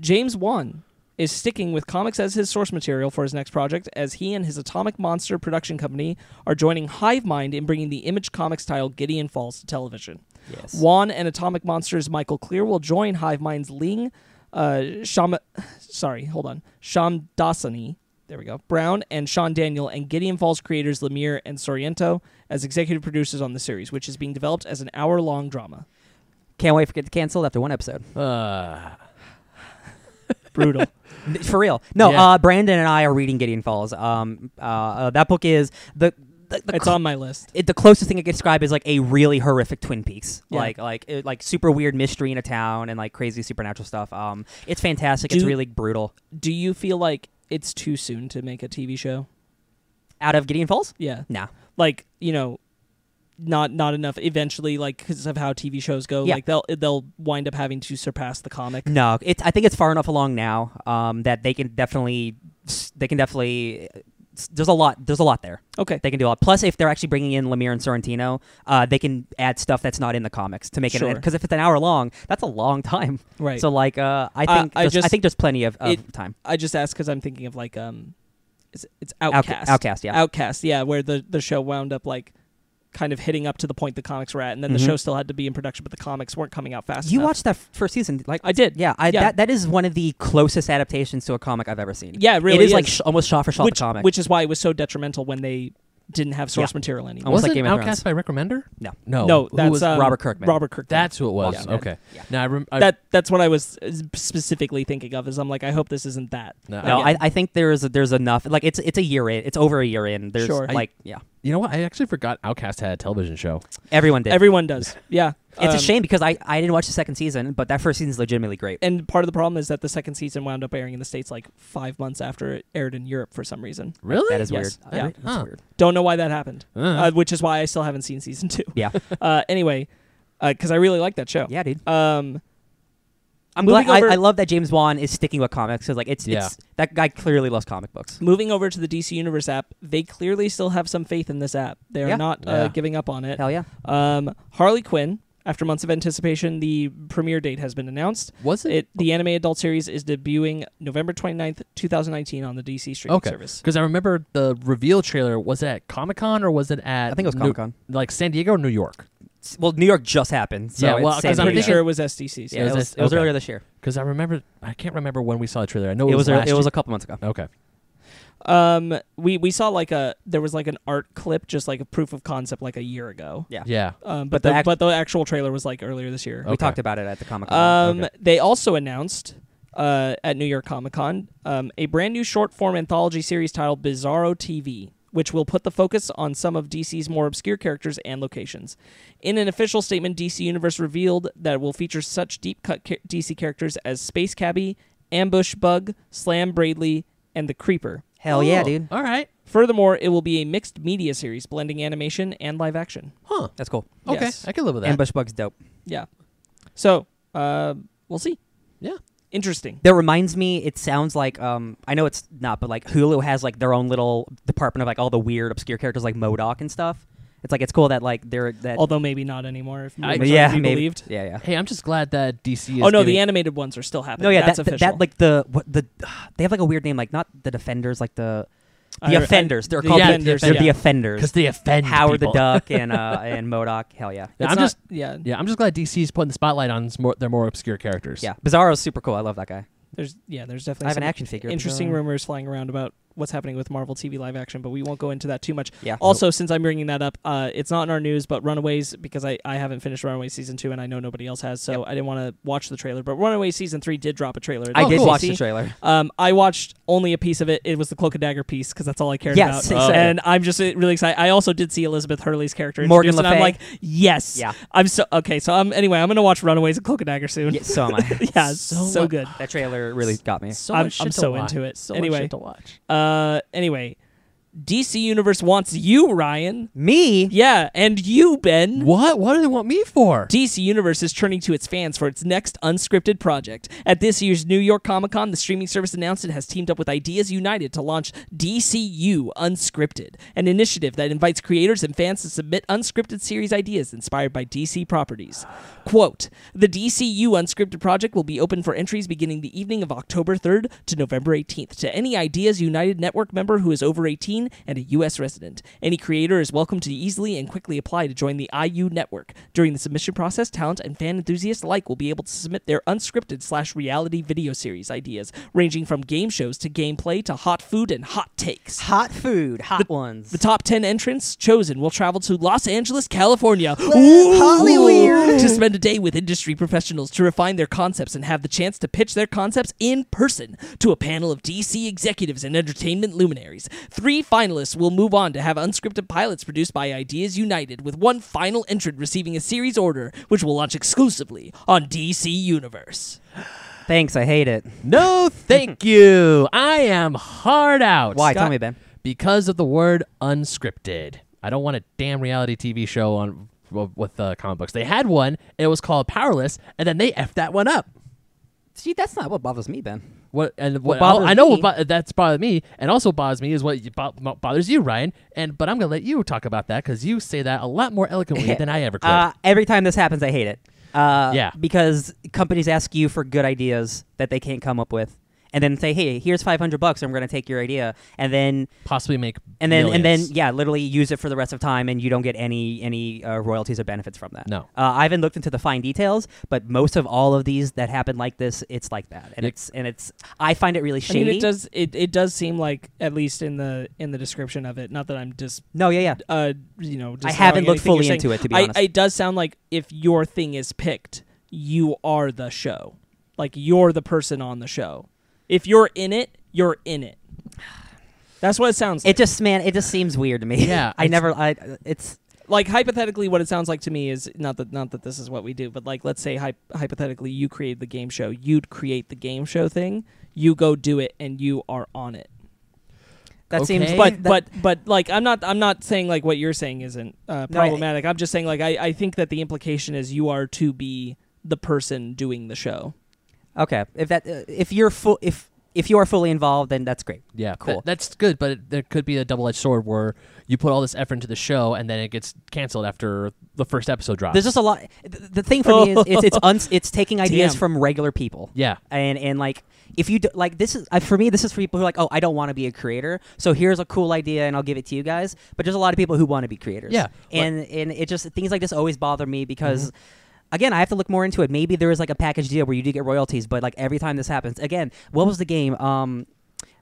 Speaker 2: James Wan is sticking with comics as his source material for his next project, as he and his Atomic Monster production company are joining Hive Mind in bringing the Image Comics title Gideon Falls to television.
Speaker 3: Yes.
Speaker 2: Wan and Atomic Monster's Michael Clear will join Hive Mind's Ling, uh, Sham, sorry, hold on, Sham Dasani. There we go. Brown and Sean Daniel and Gideon Falls creators Lemire and Sorrento as executive producers on the series, which is being developed as an hour-long drama.
Speaker 3: Can't wait for it to cancel after one episode.
Speaker 1: Uh,
Speaker 2: Brutal.
Speaker 3: For real. No,
Speaker 1: Yeah.
Speaker 3: uh, Brandon and I are reading Gideon Falls. Um, uh, uh, that book is the. the, the
Speaker 2: it's
Speaker 3: cl-
Speaker 2: on my list.
Speaker 3: it, the closest thing I could describe is like a really horrific Twin Peaks,
Speaker 2: Yeah.
Speaker 3: like like it, like super weird mystery in a town and like crazy supernatural stuff. Um, it's fantastic. it's
Speaker 2: Do-
Speaker 3: really brutal.
Speaker 2: do you feel like it's too soon to make a TV show?
Speaker 3: Out of Gideon Falls,
Speaker 2: Yeah,
Speaker 3: nah,
Speaker 2: like you know, not not enough. Eventually, like because of how TV shows go,
Speaker 3: Yeah.
Speaker 2: like they'll they'll wind up having to surpass the comic.
Speaker 3: no. It's I think it's far enough along now um, that they can definitely they can definitely there's a lot there's a lot there.
Speaker 2: Okay,
Speaker 3: Mm-hmm. They can do a lot. Plus, if they're actually bringing in Lemire and Sorrentino, uh, they can add stuff that's not in the comics to make it.
Speaker 2: Sure.
Speaker 3: Because if it's an hour long, that's a long time.
Speaker 2: right.
Speaker 3: So,
Speaker 2: So
Speaker 3: like, uh, I
Speaker 2: I-
Speaker 3: think
Speaker 2: I
Speaker 3: there's- I,
Speaker 2: just-
Speaker 3: think there's plenty of, of
Speaker 2: it-
Speaker 3: time.
Speaker 2: I just asked because I'm thinking of like um, it's, it's
Speaker 3: Outca-
Speaker 2: Outcast.
Speaker 3: Outcast, yeah.
Speaker 2: Outcast, yeah, where the the show wound up like kind of hitting up to the point the comics were at, and then the
Speaker 3: Mhm.
Speaker 2: show still had to be in production, but the comics weren't coming out fast.
Speaker 3: you
Speaker 2: enough.
Speaker 3: watched that f- first season, like
Speaker 2: I did.
Speaker 3: Yeah, I,
Speaker 2: Yeah.
Speaker 3: That, that is one of the closest adaptations to a comic I've ever seen.
Speaker 2: Yeah, it really
Speaker 3: it is, like
Speaker 2: is.
Speaker 3: sh- almost shot for shot
Speaker 2: which
Speaker 3: the comic.
Speaker 2: which is why it was so detrimental when they didn't have source
Speaker 3: Yeah.
Speaker 2: material anymore.
Speaker 3: Almost like
Speaker 1: wasn't
Speaker 3: Game of
Speaker 1: Outcast by Rick Remender?
Speaker 3: No.
Speaker 1: no,
Speaker 2: no,
Speaker 1: Who
Speaker 2: that's
Speaker 1: was-
Speaker 2: um,
Speaker 3: Oh, Robert Kirkman.
Speaker 2: Robert Kirkman.
Speaker 1: that's who it was.
Speaker 3: Walking Dead.
Speaker 1: Okay,
Speaker 3: Yeah.
Speaker 1: now I, rem- I
Speaker 2: that that's what I was uh, specifically thinking of. Is I'm like, I hope this isn't that.
Speaker 1: no,
Speaker 3: no,
Speaker 1: I-
Speaker 3: I, I think there's there's enough. Like it's it's a year in. It's over a year in. There's
Speaker 2: Sure. I-
Speaker 3: like yeah,
Speaker 1: you know what? I actually forgot Outcast had a television show.
Speaker 3: everyone did.
Speaker 2: Everyone does. Yeah,
Speaker 3: it's
Speaker 2: Um,
Speaker 3: a shame because I, I didn't watch the second season, but that first season's legitimately great.
Speaker 2: And part of the problem is that the second season wound up airing in the states like five months after it aired in Europe for some reason.
Speaker 1: Really?
Speaker 3: That is
Speaker 2: Yes.
Speaker 3: weird.
Speaker 2: Yeah.
Speaker 3: That- That's
Speaker 1: Huh.
Speaker 3: weird.
Speaker 2: Don't know why that happened,
Speaker 1: Uh,
Speaker 2: uh, which is why I still haven't seen season two.
Speaker 3: Uh-huh. Yeah.
Speaker 2: uh, anyway, because I really like that show.
Speaker 3: Yeah, dude.
Speaker 2: Um,
Speaker 3: I'm
Speaker 2: Moving
Speaker 3: glad, I,
Speaker 2: over-
Speaker 3: I love that James Wan is sticking with comics because like it's,
Speaker 1: Yeah.
Speaker 3: it's that guy clearly loves comic books.
Speaker 2: moving over to the DC Universe app, they clearly still have some faith in this app. They are
Speaker 3: Yeah.
Speaker 2: not uh,
Speaker 1: Yeah.
Speaker 2: giving up on it.
Speaker 3: Hell yeah!
Speaker 2: Um, Harley Quinn. After months of anticipation, the premiere date has been announced.
Speaker 1: was it?
Speaker 2: It, the anime adult series is debuting November 29th, 2019 on the DC streaming
Speaker 1: Okay,
Speaker 2: service.
Speaker 1: because I remember the reveal trailer. Was it at Comic Con or was it at?
Speaker 3: I think it was
Speaker 1: New-
Speaker 3: Comic Con.
Speaker 1: like San Diego or New York.
Speaker 3: Well, New York just happened. So
Speaker 1: Yeah, well,
Speaker 3: it's
Speaker 1: 'cause
Speaker 2: I'm
Speaker 3: San
Speaker 1: I'm
Speaker 2: pretty
Speaker 3: Diego.
Speaker 1: thinking-
Speaker 2: sure it was SDCs.
Speaker 3: Yeah,
Speaker 1: it
Speaker 3: it
Speaker 1: was
Speaker 3: was,
Speaker 1: this-
Speaker 3: it was
Speaker 1: okay.
Speaker 3: earlier this year.
Speaker 1: Because I remember, I can't remember when we saw the trailer. I know
Speaker 3: It,
Speaker 1: it,
Speaker 3: was
Speaker 1: last
Speaker 3: it was
Speaker 1: year.
Speaker 3: a couple months ago.
Speaker 1: okay.
Speaker 2: Um, we we saw like a there was like an art clip, just like a proof of concept, like a year ago.
Speaker 3: Yeah.
Speaker 1: Yeah.
Speaker 2: Um, but,
Speaker 3: But
Speaker 2: the,
Speaker 3: the act-
Speaker 2: but the actual trailer was like earlier this year.
Speaker 1: Okay.
Speaker 3: We talked about it at the Comic Con.
Speaker 2: Um,
Speaker 1: Uh-huh, okay.
Speaker 2: they also announced. Uh, at New York Comic Con, um, a brand new short form anthology series titled Bizarro TV, which will put the focus on some of DC's more obscure characters and locations. In an official statement, DC Universe revealed that it will feature such deep cut ca- DC characters as Space Cabbie, Ambush Bug, Slam Braidley, and the Creeper.
Speaker 3: Hell yeah,
Speaker 1: Oh,
Speaker 3: dude.
Speaker 1: All right.
Speaker 2: Furthermore, it will be a mixed media series blending animation and live action.
Speaker 1: Huh.
Speaker 3: That's cool.
Speaker 1: Okay.
Speaker 2: Yes.
Speaker 1: I could live with that.
Speaker 3: Ambush Bug's dope.
Speaker 2: Yeah. So, uh, we'll see.
Speaker 1: Yeah.
Speaker 2: Interesting.
Speaker 3: That reminds me, it sounds like um I know it's not, but like Hulu has like their own little department of like all the weird obscure characters like Modoc and stuff. It's like it's cool that like they're that
Speaker 2: Although maybe not anymore if
Speaker 1: I-
Speaker 2: rumors are to
Speaker 3: yeah,
Speaker 2: be
Speaker 3: maybe.
Speaker 2: believed.
Speaker 3: Yeah, yeah.
Speaker 1: hey, I'm just glad that DC is.
Speaker 2: Oh no,
Speaker 1: giving-
Speaker 2: the animated ones are still happening.
Speaker 3: No, yeah,
Speaker 2: that's
Speaker 3: that, that,
Speaker 2: official.
Speaker 3: that like the what the they have like a weird name like not the defenders like the the
Speaker 2: I- I-
Speaker 3: offenders. They're
Speaker 2: Oh, uh, the
Speaker 3: called the,
Speaker 2: offenders,
Speaker 3: they're
Speaker 2: yeah.
Speaker 3: the offenders.
Speaker 1: because they offend
Speaker 3: Howard
Speaker 1: people.
Speaker 3: the Duck and uh and Modoc. Hell yeah.
Speaker 1: Yeah,
Speaker 2: It's
Speaker 1: I'm
Speaker 2: not-
Speaker 1: just
Speaker 2: yeah.
Speaker 1: yeah, I'm just glad DC's putting the spotlight on s- more, their more obscure characters.
Speaker 3: Yeah. Bizarro's super cool. I love that guy.
Speaker 2: There's yeah. There's
Speaker 3: I
Speaker 2: definitely
Speaker 3: have an
Speaker 2: some
Speaker 3: action figure. uh, of
Speaker 2: interesting
Speaker 3: Bizarro.
Speaker 2: rumors flying around about what's happening with Marvel TV live action, but we won't go into that too much.
Speaker 3: Yeah.
Speaker 2: Also, since I'm bringing that up, uh, it's not in our news, but Runaways because I, I haven't finished Runaways season two, and I know nobody else has, so I didn't want to watch the trailer. But Runaways season three did drop a trailer. Oh,
Speaker 3: I
Speaker 2: It's
Speaker 3: did
Speaker 2: on
Speaker 3: watch
Speaker 2: DC.
Speaker 3: the trailer.
Speaker 2: Um, I watched only a piece of it. It was the cloak and dagger piece because that's all I cared
Speaker 3: Yes,
Speaker 2: about.
Speaker 3: exactly.
Speaker 2: And I'm just uh, really excited. I also did see Elizabeth Hurley's character,
Speaker 3: Morgan
Speaker 2: introduced, and
Speaker 3: Le
Speaker 2: I'm
Speaker 3: Fay.
Speaker 2: like, yes,
Speaker 3: Yeah.
Speaker 2: I'm so okay. So I'm anyway. I'm gonna watch Runaways and cloak and dagger soon.
Speaker 3: Yeah, so am I.
Speaker 2: yeah,
Speaker 1: So
Speaker 2: so,
Speaker 1: mu-
Speaker 2: good.
Speaker 3: that trailer really got me.
Speaker 1: So
Speaker 2: I'm-
Speaker 1: much
Speaker 2: I'm
Speaker 1: shit to
Speaker 2: so
Speaker 1: watch.
Speaker 2: into it.
Speaker 1: So
Speaker 2: Anyway.
Speaker 1: much shit to watch.
Speaker 2: Uh, anyway, DC Universe wants you, Ryan.
Speaker 3: Me?
Speaker 2: Yeah, and you, Ben.
Speaker 1: What? What do they want me for?
Speaker 2: DC Universe is turning to its fans for its next unscripted project. At this year's New York Comic Con, the streaming service announced it has teamed up with Ideas United to launch DCU Unscripted, an initiative that invites creators and fans to submit unscripted series ideas inspired by DC properties. Quote The DCU Unscripted project will be open for entries beginning the evening of October 3rd to November 18th to any Ideas United Network member who is over 18 and a U.S. resident. Any creator is welcome to easily and quickly apply to join the IU network. During the submission process, talent and fan enthusiasts alike will be able to submit their unscripted slash reality video series ideas, ranging from game shows to gameplay to hot food and hot takes.
Speaker 3: Hot food, hot ones.
Speaker 2: The top 10 entrants chosen will travel to Los Angeles, California
Speaker 3: Hollyweird.
Speaker 2: to spend a day with industry professionals to refine their concepts and have the chance to pitch their concepts in person to a panel of DC executives and entertainment luminaries. Three finalists will move on to have unscripted pilots produced by Ideas United, with one final entrant receiving a series order, which will launch exclusively on DC Universe.
Speaker 3: Thanks, I hate it.
Speaker 1: No, thank you. I am hard out.
Speaker 3: Why? Tell me, Ben.
Speaker 1: Because of the word unscripted. I don't want a damn reality TV show on w- with uh, comic books. They had one, and it was called Powerless, and then they effed that one up.
Speaker 3: See, that's not what bothers me, Ben.
Speaker 1: What and what,
Speaker 3: bothers
Speaker 1: I know what bo-
Speaker 3: me-
Speaker 1: that's bothered me, and also bothers me is what you bo- mo- bothers you, Ryan. And but I'm gonna let you talk about that because you say that a lot more eloquently than I ever could.
Speaker 3: Uh, every time this happens, I hate it. Uh,
Speaker 1: Yeah.
Speaker 3: Because companies ask you for good ideas that they can't come up with, and then say, "Hey, here's 500 bucks. I'm going to take your idea," and then
Speaker 1: Possibly make
Speaker 3: and then and then
Speaker 1: millions.
Speaker 3: yeah, literally use it for the rest of time, and you don't get any any uh, royalties or benefits from that.
Speaker 1: No.
Speaker 3: Uh, I haven't looked into the fine details, but most of all of these that happen like this, it's like that, and
Speaker 1: Nick-
Speaker 3: it's and it's I find it really shady.
Speaker 2: I mean, it does it, it does seem like at least in the in the description of it. Not that I'm just
Speaker 3: no, yeah, yeah.
Speaker 2: uh, you know,
Speaker 3: I
Speaker 2: disallowing
Speaker 3: haven't looked
Speaker 2: anything you're
Speaker 3: fully
Speaker 2: saying.
Speaker 3: into it to be
Speaker 2: I,
Speaker 3: honest.
Speaker 2: It does sound like if your thing is picked, you are the show. Like you're the person on the show. If you're in it, you're in it. That's what it sounds like.
Speaker 3: it just man, it just seems weird to me.
Speaker 1: Yeah,
Speaker 3: I
Speaker 1: it's-
Speaker 3: never. I it's
Speaker 2: like hypothetically, what it sounds like to me is not that not that this is what we do, but like let's say hy- hypothetically you created the game show, you'd create the game show thing, you go do it, and you are on it.
Speaker 3: that seems
Speaker 1: Okay.
Speaker 2: but
Speaker 3: that-
Speaker 2: but but like I'm not I'm not saying like what you're saying isn't uh,
Speaker 3: No, I-
Speaker 2: problematic. I'm just saying like I, I think that the implication is you are to be the person doing the show.
Speaker 3: Okay, if that uh, if you're full if if you are fully involved, then that's great.
Speaker 1: Yeah,
Speaker 3: Cool.
Speaker 1: Th- that's good, but it, there could be a double-edged sword where you put all this effort into the show and then it gets canceled after the first episode drops.
Speaker 3: There's just a lot. th- The thing for me is it's it's uns, it's taking ideas
Speaker 2: Damn.
Speaker 3: from regular people.
Speaker 1: yeah,
Speaker 3: And and like if you do, like this is uh, for me this is for people who are like oh I don't want to be a creator so here's a cool idea and I'll give it to you guys but there's a lot of people who want to be creators
Speaker 1: Yeah.
Speaker 3: and and it just things like this always bother me because
Speaker 1: Mm-hmm.
Speaker 3: again I have to look more into it maybe there is like a package deal where you do get royalties but like every time this happens again what was the game um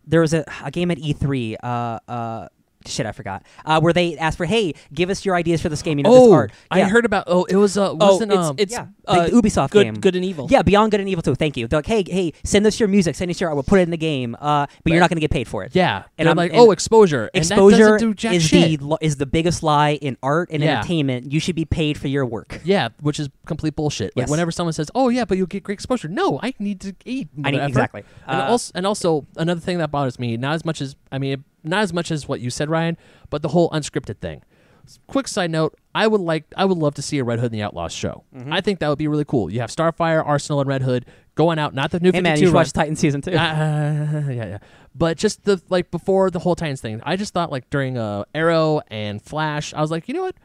Speaker 3: there was a, a game at E3 uh uh shit I forgot uh where they asked for hey give us your ideas for this game you know this art
Speaker 1: Oh, I
Speaker 3: Yeah.
Speaker 1: heard about. Oh, it was. Uh,
Speaker 2: Oh,
Speaker 1: wasn't
Speaker 2: it's
Speaker 1: um,
Speaker 2: it's
Speaker 3: yeah,
Speaker 2: uh,
Speaker 3: the Ubisoft
Speaker 2: good
Speaker 3: game.
Speaker 2: good and evil.
Speaker 3: Yeah, Beyond Good and Evil too. Thank you. They're like, hey, hey, send us your music, send us your art, we'll put it in the game. Uh, but you're not going to get paid for it.
Speaker 1: yeah, and
Speaker 3: and
Speaker 1: I'm
Speaker 3: I'm-
Speaker 1: like,
Speaker 3: and
Speaker 1: oh, exposure. And that doesn't
Speaker 3: Exposure
Speaker 1: do jack
Speaker 3: is
Speaker 1: shit.
Speaker 3: the lo- is the biggest lie in art and
Speaker 1: Yeah.
Speaker 3: entertainment. You should be paid for your work.
Speaker 1: yeah, which is complete bullshit. Like
Speaker 3: Yes.
Speaker 1: whenever someone says, "Oh yeah, but you'll get great exposure," no, I need to eat.
Speaker 3: I need
Speaker 1: motherfucker.
Speaker 3: exactly.
Speaker 1: And
Speaker 3: Uh,
Speaker 1: also, and also another thing that bothers me, not as much as I mean, not as much as what you said, Ryan, but the whole unscripted thing. S- Quick side note: I would like, I would love to see a Red Hood and the Outlaws show.
Speaker 3: Mm-hmm.
Speaker 1: I think that would be really cool. You have Starfire, Arsenal, and Red Hood going out, not the new
Speaker 3: Hey
Speaker 1: 52
Speaker 3: man, you should
Speaker 1: run.
Speaker 3: watch Titan season two.
Speaker 1: Uh, yeah, yeah. But just the like before the whole Titans thing, I just thought like during uh, Arrow and Flash, I was like, you know what,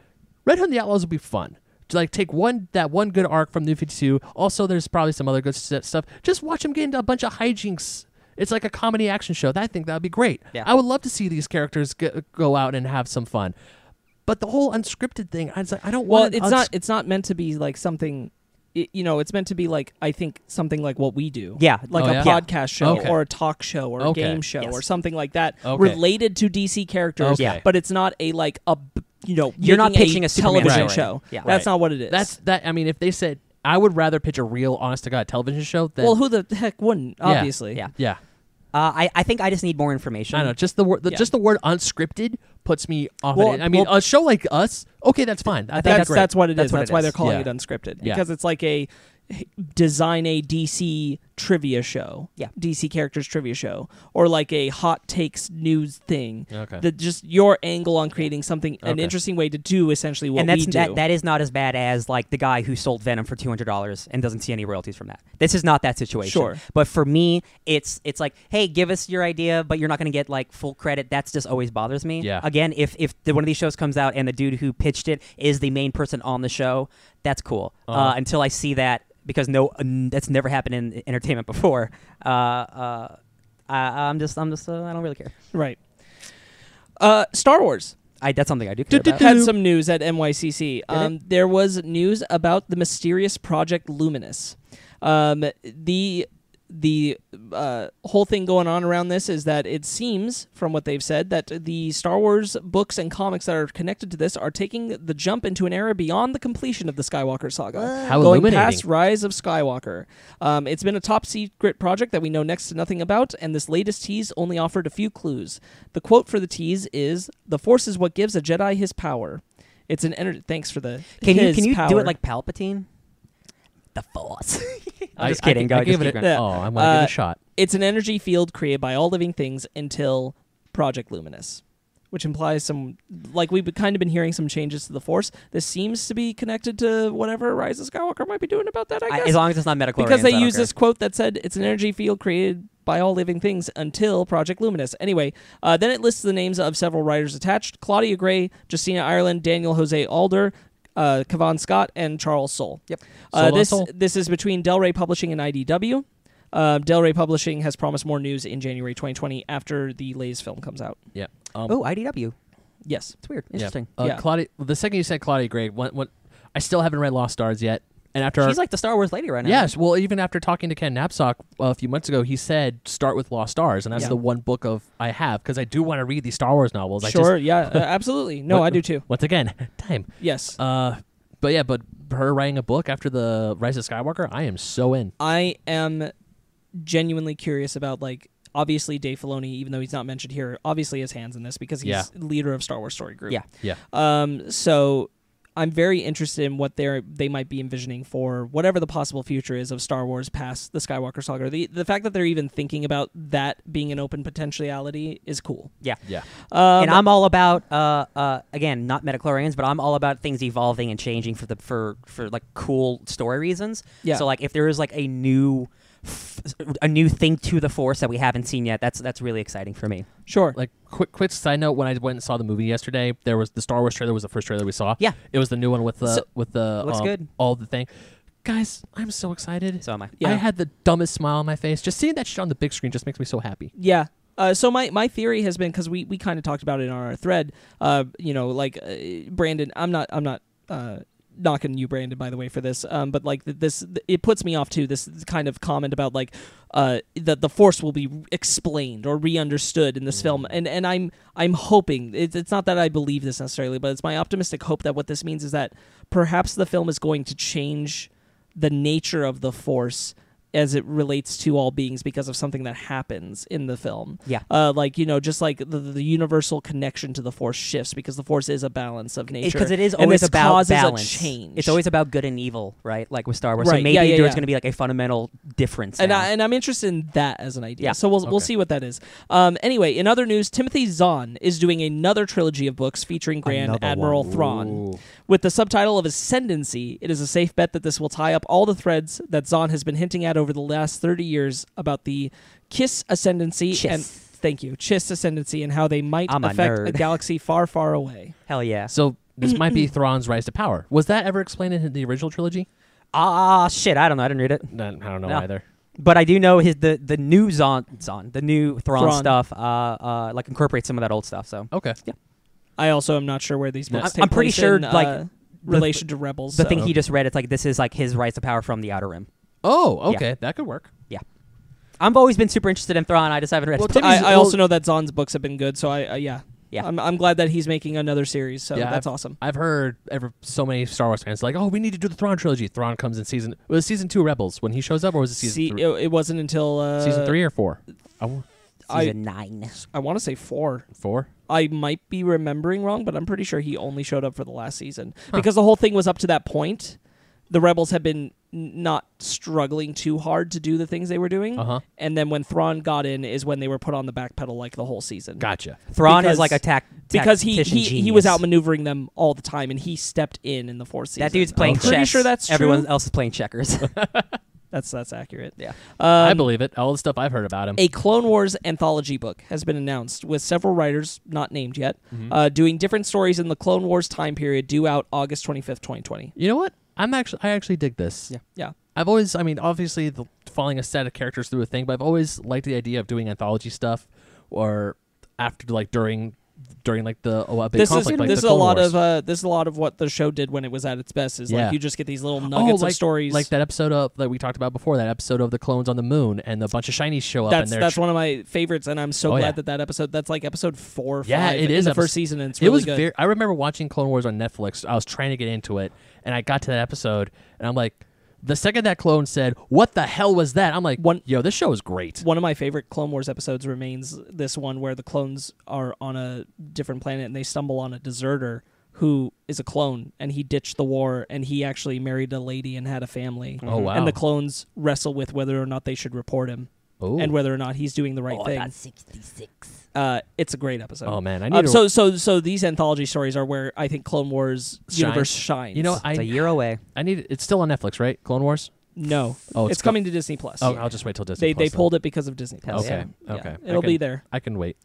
Speaker 1: Red Hood and the Outlaws would be fun to like take one that one good arc from New Fifty Two. Also, there's probably some other good st- stuff. Just watch them get into a bunch of hijinks. It's like a comedy action show. That, I think that would be great.
Speaker 3: Yeah.
Speaker 1: I would love to see these characters get, go out and have some fun. But the whole unscripted thing, I was like, I don't
Speaker 2: Well,
Speaker 1: want.
Speaker 2: it's
Speaker 1: unsc-
Speaker 2: not it's not meant to be like something it, you know, it's meant to be like I think something like what we do.
Speaker 3: Yeah,
Speaker 2: like
Speaker 1: Oh,
Speaker 2: a
Speaker 1: yeah?
Speaker 2: podcast show
Speaker 1: Okay.
Speaker 2: or a talk show or
Speaker 1: Okay.
Speaker 2: a game show
Speaker 3: Yes.
Speaker 2: or something like that
Speaker 1: Okay.
Speaker 2: related to DC characters.
Speaker 1: Okay.
Speaker 2: but it's not a like a b- you know
Speaker 3: You're not
Speaker 2: making
Speaker 3: pitching a Superman
Speaker 2: television
Speaker 3: story.
Speaker 2: show.
Speaker 3: Yeah.
Speaker 2: that's
Speaker 1: Right.
Speaker 2: not what it is.
Speaker 1: That's that. I mean, if they said, I would rather pitch a real, honest to god television show than
Speaker 2: well, who the heck wouldn't?
Speaker 1: Yeah.
Speaker 2: Obviously,
Speaker 3: Yeah.
Speaker 1: yeah.
Speaker 3: Uh, I, I think I just need more information.
Speaker 1: I don't know. Just the word, the,
Speaker 2: Mm. Yeah.
Speaker 1: just the word unscripted puts me off.
Speaker 2: Well,
Speaker 1: of it. I mean,
Speaker 2: well-
Speaker 1: a show like us, okay, that's fine. I think
Speaker 2: that's
Speaker 1: that's great.
Speaker 2: that's what it is.
Speaker 3: That's
Speaker 2: that's
Speaker 3: what it
Speaker 2: why
Speaker 3: is.
Speaker 2: they're calling
Speaker 1: Yeah.
Speaker 2: it unscripted
Speaker 1: Yeah.
Speaker 2: because it's like a design a DC trivia show.
Speaker 3: Yeah.
Speaker 2: DC characters trivia show or like a hot takes news thing.
Speaker 1: Okay.
Speaker 2: That just your angle on creating something an
Speaker 1: Okay.
Speaker 2: interesting way to do essentially what
Speaker 3: and that's
Speaker 2: we do.
Speaker 3: that, that is not as bad as like the guy who sold Venom for two hundred dollars and doesn't see any royalties from that. This is not that situation.
Speaker 2: Sure.
Speaker 3: But for me, it's it's like, hey, give us your idea, but you're not going to get like full credit. That's just always bothers me.
Speaker 1: Yeah.
Speaker 3: Again, if if the, one of these shows comes out and the dude who pitched it is the main person on the show, that's cool. uh
Speaker 1: Uh-huh.
Speaker 3: until I see that because no, n- that's never happened in entertainment before. Uh, uh, I, I'm just I'm just uh, I don't really care.
Speaker 2: right. Uh, Star Wars.
Speaker 3: I that's something I do care about.
Speaker 2: had some news at NYCC. Um, there was news about the mysterious project Luminous. Um, the the uh, whole thing going on around this is that it seems, from what they've said, that the Star Wars books and comics that are connected to this are taking the jump into an era beyond the completion of the Skywalker saga
Speaker 1: How
Speaker 2: going
Speaker 1: illuminating.
Speaker 2: past Rise of Skywalker. Um, it's been a top secret project that we know next to nothing about, and this latest tease only offered a few clues. The quote for the tease is "The Force is what gives a Jedi his power." It's an ener- thanks for the
Speaker 3: Can you
Speaker 2: his
Speaker 3: can you do
Speaker 2: power.
Speaker 3: it like Palpatine? The Force. I'm
Speaker 1: I-
Speaker 3: just
Speaker 1: I
Speaker 3: kidding.
Speaker 1: gi-
Speaker 3: go
Speaker 1: I
Speaker 3: ahead, just
Speaker 1: give it
Speaker 3: keep
Speaker 1: a-
Speaker 3: going.
Speaker 2: Yeah.
Speaker 1: Oh, I'm gonna give it
Speaker 2: Uh,
Speaker 1: a shot.
Speaker 2: it's an energy field created by all living things until Project Luminous, which implies some like we've kind of been hearing some changes to the Force. This seems to be connected to whatever Rise of Skywalker might be doing about that. I
Speaker 3: I-
Speaker 2: guess
Speaker 3: as long as it's not medical.
Speaker 2: because they use this quote that said it's an energy field created by all living things until Project Luminous. Anyway, uh, then it lists the names of several writers attached: Claudia Gray, Justina Ireland, Daniel Jose Alder. Uh, Kevon Scott and Charles Soule.
Speaker 3: Yep.
Speaker 2: Uh,
Speaker 1: Soul on
Speaker 2: this
Speaker 1: soul.
Speaker 2: this is between Del Rey Publishing and IDW. Uh, Del Rey Publishing has promised more news in January 2020 after the latest film comes out.
Speaker 1: Yeah. Um,
Speaker 3: Oh, IDW.
Speaker 2: Yes.
Speaker 3: It's weird.
Speaker 1: yeah.
Speaker 3: Interesting.
Speaker 1: Uh,
Speaker 2: Yeah.
Speaker 1: Claudia, the second you said Claudia Gray, what, what, I still haven't read Lost Stars yet, and after
Speaker 3: She's like the Star Wars lady right now.
Speaker 1: Yes, well, even after talking to Ken Knapsack uh, a few months ago, he said start with Lost Stars, and that's
Speaker 2: Yeah.
Speaker 1: the one book of I have because I do want to read these Star Wars novels.
Speaker 2: sure.
Speaker 1: I just,
Speaker 2: yeah. uh, absolutely. No,
Speaker 1: What-
Speaker 2: I do too.
Speaker 1: once again, time.
Speaker 2: Yes.
Speaker 1: Uh, but yeah, but her writing a book after the Rise of Skywalker, I am so in.
Speaker 2: I am genuinely curious about like obviously Dave Filoni, even though he's not mentioned here, obviously has hands in this because he's
Speaker 1: Yeah.
Speaker 2: leader of Star Wars Story Group.
Speaker 3: Yeah.
Speaker 1: Yeah.
Speaker 2: Um. So I'm very interested in what they they might be envisioning for whatever the possible future is of Star Wars past the Skywalker saga. The the fact that they're even thinking about that being an open potentiality is cool. Um,
Speaker 3: Yeah.
Speaker 1: Yeah.
Speaker 3: and I'm all about uh, uh, again not metachlorians, but I'm all about things evolving and changing for the for for like cool story reasons.
Speaker 2: Yeah.
Speaker 3: So like if there is like a new f- a new thing to the force that we haven't seen yet, that's that's really exciting for me.
Speaker 2: Sure.
Speaker 1: Like quick, quick side note: when I went and saw the movie yesterday, there was the Star Wars trailer was the first trailer we saw.
Speaker 3: Yeah.
Speaker 1: it was the new one with the
Speaker 3: So-
Speaker 1: with the
Speaker 3: Looks
Speaker 1: um,
Speaker 3: good.
Speaker 1: all the thing. Guys, I'm so excited.
Speaker 3: So am I.
Speaker 2: Yeah.
Speaker 1: I had the dumbest smile on my face. Just seeing that shit on the big screen just makes me so happy.
Speaker 2: Yeah. Uh, so my, my theory has been because we, we kind of talked about it in our thread. Uh, you know, like uh, Brandon, I'm not I'm not uh, knocking you, Brandon, by the way, for this. Um, but like th- this, th- it puts me off too. This kind of comment about like uh, that the force will be explained or re-understood in this
Speaker 3: Mm.
Speaker 2: film, and and I'm I'm hoping it's it's not that I believe this necessarily, but it's my optimistic hope that what this means is that perhaps the film is going to change the nature of the force as it relates to all beings because of something that happens in the film.
Speaker 3: Yeah.
Speaker 2: Uh, like, you know, just like the, the universal connection to the force shifts because the force is a balance of nature.
Speaker 3: Because it is
Speaker 2: and
Speaker 3: always
Speaker 2: this
Speaker 3: about
Speaker 2: causes
Speaker 3: balance.
Speaker 2: A change.
Speaker 3: It's always about good and evil, right? Like with Star Wars. So
Speaker 2: Right,
Speaker 3: maybe
Speaker 2: yeah, yeah,
Speaker 3: there's
Speaker 2: yeah.
Speaker 3: going to be like a fundamental difference.
Speaker 2: and
Speaker 3: now.
Speaker 2: I, and I'm interested in that as an idea.
Speaker 3: Yeah.
Speaker 2: So we'll we'll
Speaker 1: Okay.
Speaker 2: see what that is. Um, anyway, in other news, Timothy Zahn is doing another trilogy of books featuring Grand
Speaker 4: Another
Speaker 2: Admiral
Speaker 4: one.
Speaker 2: Thrawn, with the subtitle of Ascendancy. It is a safe bet that this will tie up all the threads that Zahn has been hinting at over the last 30 years about the Kiss Ascendancy
Speaker 3: Chiss.
Speaker 2: and thank you, Chiss Ascendancy, and how they might
Speaker 3: I'm a
Speaker 2: affect
Speaker 3: nerd.
Speaker 2: a galaxy far, far away.
Speaker 3: Hell yeah.
Speaker 1: So this might be Thrawn's rise to power. Was that ever explained in the original trilogy?
Speaker 3: Ah, shit. I don't know. I didn't read it.
Speaker 1: I don't know
Speaker 3: No.
Speaker 1: either.
Speaker 3: But I do know his the the new Zon, Zon the new Thrawn,
Speaker 2: Thrawn.
Speaker 3: stuff, uh, uh, like incorporates some of that old stuff. So
Speaker 1: Okay.
Speaker 2: I also am not sure where these
Speaker 1: No,
Speaker 2: books
Speaker 3: I'm-
Speaker 2: take
Speaker 3: I'm pretty
Speaker 2: place
Speaker 3: sure,
Speaker 2: in,
Speaker 3: like,
Speaker 2: uh, relation to Rebels.
Speaker 3: The
Speaker 2: so.
Speaker 3: thing he just read, it's like this is like his rise to power from the Outer Rim.
Speaker 1: Oh,
Speaker 3: Yeah.
Speaker 1: okay, that could work.
Speaker 3: I've always been super interested in Thrawn. I just haven't read.
Speaker 1: Well,
Speaker 3: it.
Speaker 1: Timmy's-
Speaker 2: I, I
Speaker 1: well-
Speaker 2: also know that Zahn's books have been good, so I uh, yeah
Speaker 3: Yeah.
Speaker 2: I'm, I'm glad that he's making another series. So
Speaker 1: Yeah,
Speaker 2: that's
Speaker 1: I've-
Speaker 2: awesome.
Speaker 1: I've heard ever so many Star Wars fans like, oh, we need to do the Thrawn trilogy. Thrawn comes in season was it season two Rebels when he shows up, or was it season
Speaker 2: See,
Speaker 1: three?
Speaker 2: it, it wasn't until uh,
Speaker 1: season three or four? I w-
Speaker 2: I
Speaker 3: Season nine.
Speaker 2: I want to say four.
Speaker 1: four.
Speaker 2: I might be remembering wrong, but I'm pretty sure he only showed up for the last season because the whole thing was up to that point. The rebels had been n- not struggling too hard to do the things they were doing,
Speaker 1: Uh huh.
Speaker 2: and then when Thrawn got in, is when they were put on the back pedal like the whole season.
Speaker 1: Gotcha.
Speaker 3: Thrawn
Speaker 2: Because-
Speaker 3: is like a tac-
Speaker 2: because he
Speaker 3: tactician
Speaker 2: he, he was
Speaker 3: genius.
Speaker 2: outmaneuvering them all the time, and he stepped in in the fourth season.
Speaker 3: That dude's playing
Speaker 2: I'm pretty
Speaker 3: chess.
Speaker 2: sure that's true.
Speaker 3: Everyone else is playing checkers.
Speaker 2: That's that's accurate.
Speaker 3: Yeah.
Speaker 1: I
Speaker 2: Um,
Speaker 1: believe it. All the stuff I've heard about him.
Speaker 2: a Clone Wars anthology book has been announced with several writers, not named yet,
Speaker 1: Mm-hmm.
Speaker 2: uh, doing different stories in the Clone Wars time period due out August 25th, 2020.
Speaker 1: you know what? I'm actually I actually dig this.
Speaker 2: Yeah.
Speaker 1: I've always, I mean, obviously the following a set of characters through a thing, but I've always liked the idea of doing anthology stuff or after like during during like the oh, a big
Speaker 2: This is,
Speaker 1: conflict like
Speaker 2: this is
Speaker 1: the
Speaker 2: a
Speaker 1: Clone
Speaker 2: lot
Speaker 1: Wars.
Speaker 2: of uh, this is a lot of what the show did when it was at its best is
Speaker 1: Yeah.
Speaker 2: like you just get these little
Speaker 1: Oh,
Speaker 2: nuggets
Speaker 1: like,
Speaker 2: of stories
Speaker 1: like that episode of that we talked about before that episode of the clones on the moon and a bunch of shinies show up
Speaker 2: that's
Speaker 1: and they're
Speaker 2: that's one of my favorites and I'm so
Speaker 1: Oh,
Speaker 2: glad
Speaker 1: yeah.
Speaker 2: that that episode that's like episode 4 or
Speaker 1: Yeah,
Speaker 2: 5
Speaker 1: it
Speaker 2: in
Speaker 1: is
Speaker 2: the
Speaker 1: episode-
Speaker 2: first season and it's
Speaker 1: it
Speaker 2: really
Speaker 1: was
Speaker 2: good.
Speaker 1: very i remember watching clone wars on netflix i was trying to get into it and i got to that episode and i'm like the second that clone said what the hell was that i'm like
Speaker 2: One- Mm-hmm.
Speaker 1: yo this show is great
Speaker 2: one of my favorite Clone Wars episodes remains this one where the clones are on a different planet and they stumble on a deserter who is a clone and he ditched the war and he actually married a lady and had a family.
Speaker 1: oh wow
Speaker 2: And the clones wrestle with whether or not they should report him
Speaker 1: oh.
Speaker 2: and whether or not he's doing the right
Speaker 3: Oh,
Speaker 2: thing.
Speaker 3: that's 66.
Speaker 2: Uh, it's a great episode.
Speaker 1: oh man i need
Speaker 2: Um,
Speaker 1: to
Speaker 2: so so so these anthology stories are where I think Clone Wars
Speaker 1: Shines.
Speaker 2: universe shines.
Speaker 1: you know
Speaker 3: It's a
Speaker 1: i
Speaker 3: year away.
Speaker 1: i need it's still on netflix right clone wars
Speaker 2: no,
Speaker 1: Oh,
Speaker 2: it's,
Speaker 1: it's
Speaker 2: coming to Disney Plus.
Speaker 1: oh i'll just wait till disney
Speaker 2: they
Speaker 1: Plus
Speaker 2: they
Speaker 1: then.
Speaker 2: pulled it because of Disney Plus.
Speaker 1: okay
Speaker 2: Yeah.
Speaker 1: okay I
Speaker 2: it'll be
Speaker 1: can-
Speaker 2: there.
Speaker 1: i can wait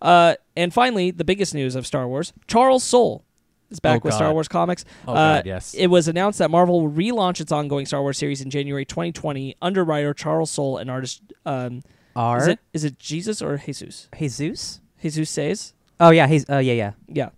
Speaker 2: Uh, and finally, the biggest news of Star Wars: Charles Soule is
Speaker 1: Oh,
Speaker 2: back with Star
Speaker 1: God.
Speaker 2: Wars comics.
Speaker 1: oh
Speaker 2: Uh,
Speaker 1: god yes
Speaker 2: It was announced that Marvel will relaunch its ongoing Star Wars series in January 2020 under writer Charles Soule and artist. Um, is
Speaker 3: R.
Speaker 2: it is it Jesus or Jesus?
Speaker 3: Jesus?
Speaker 2: Jesus says,
Speaker 3: Oh yeah, he's uh, yeah yeah.
Speaker 2: yeah.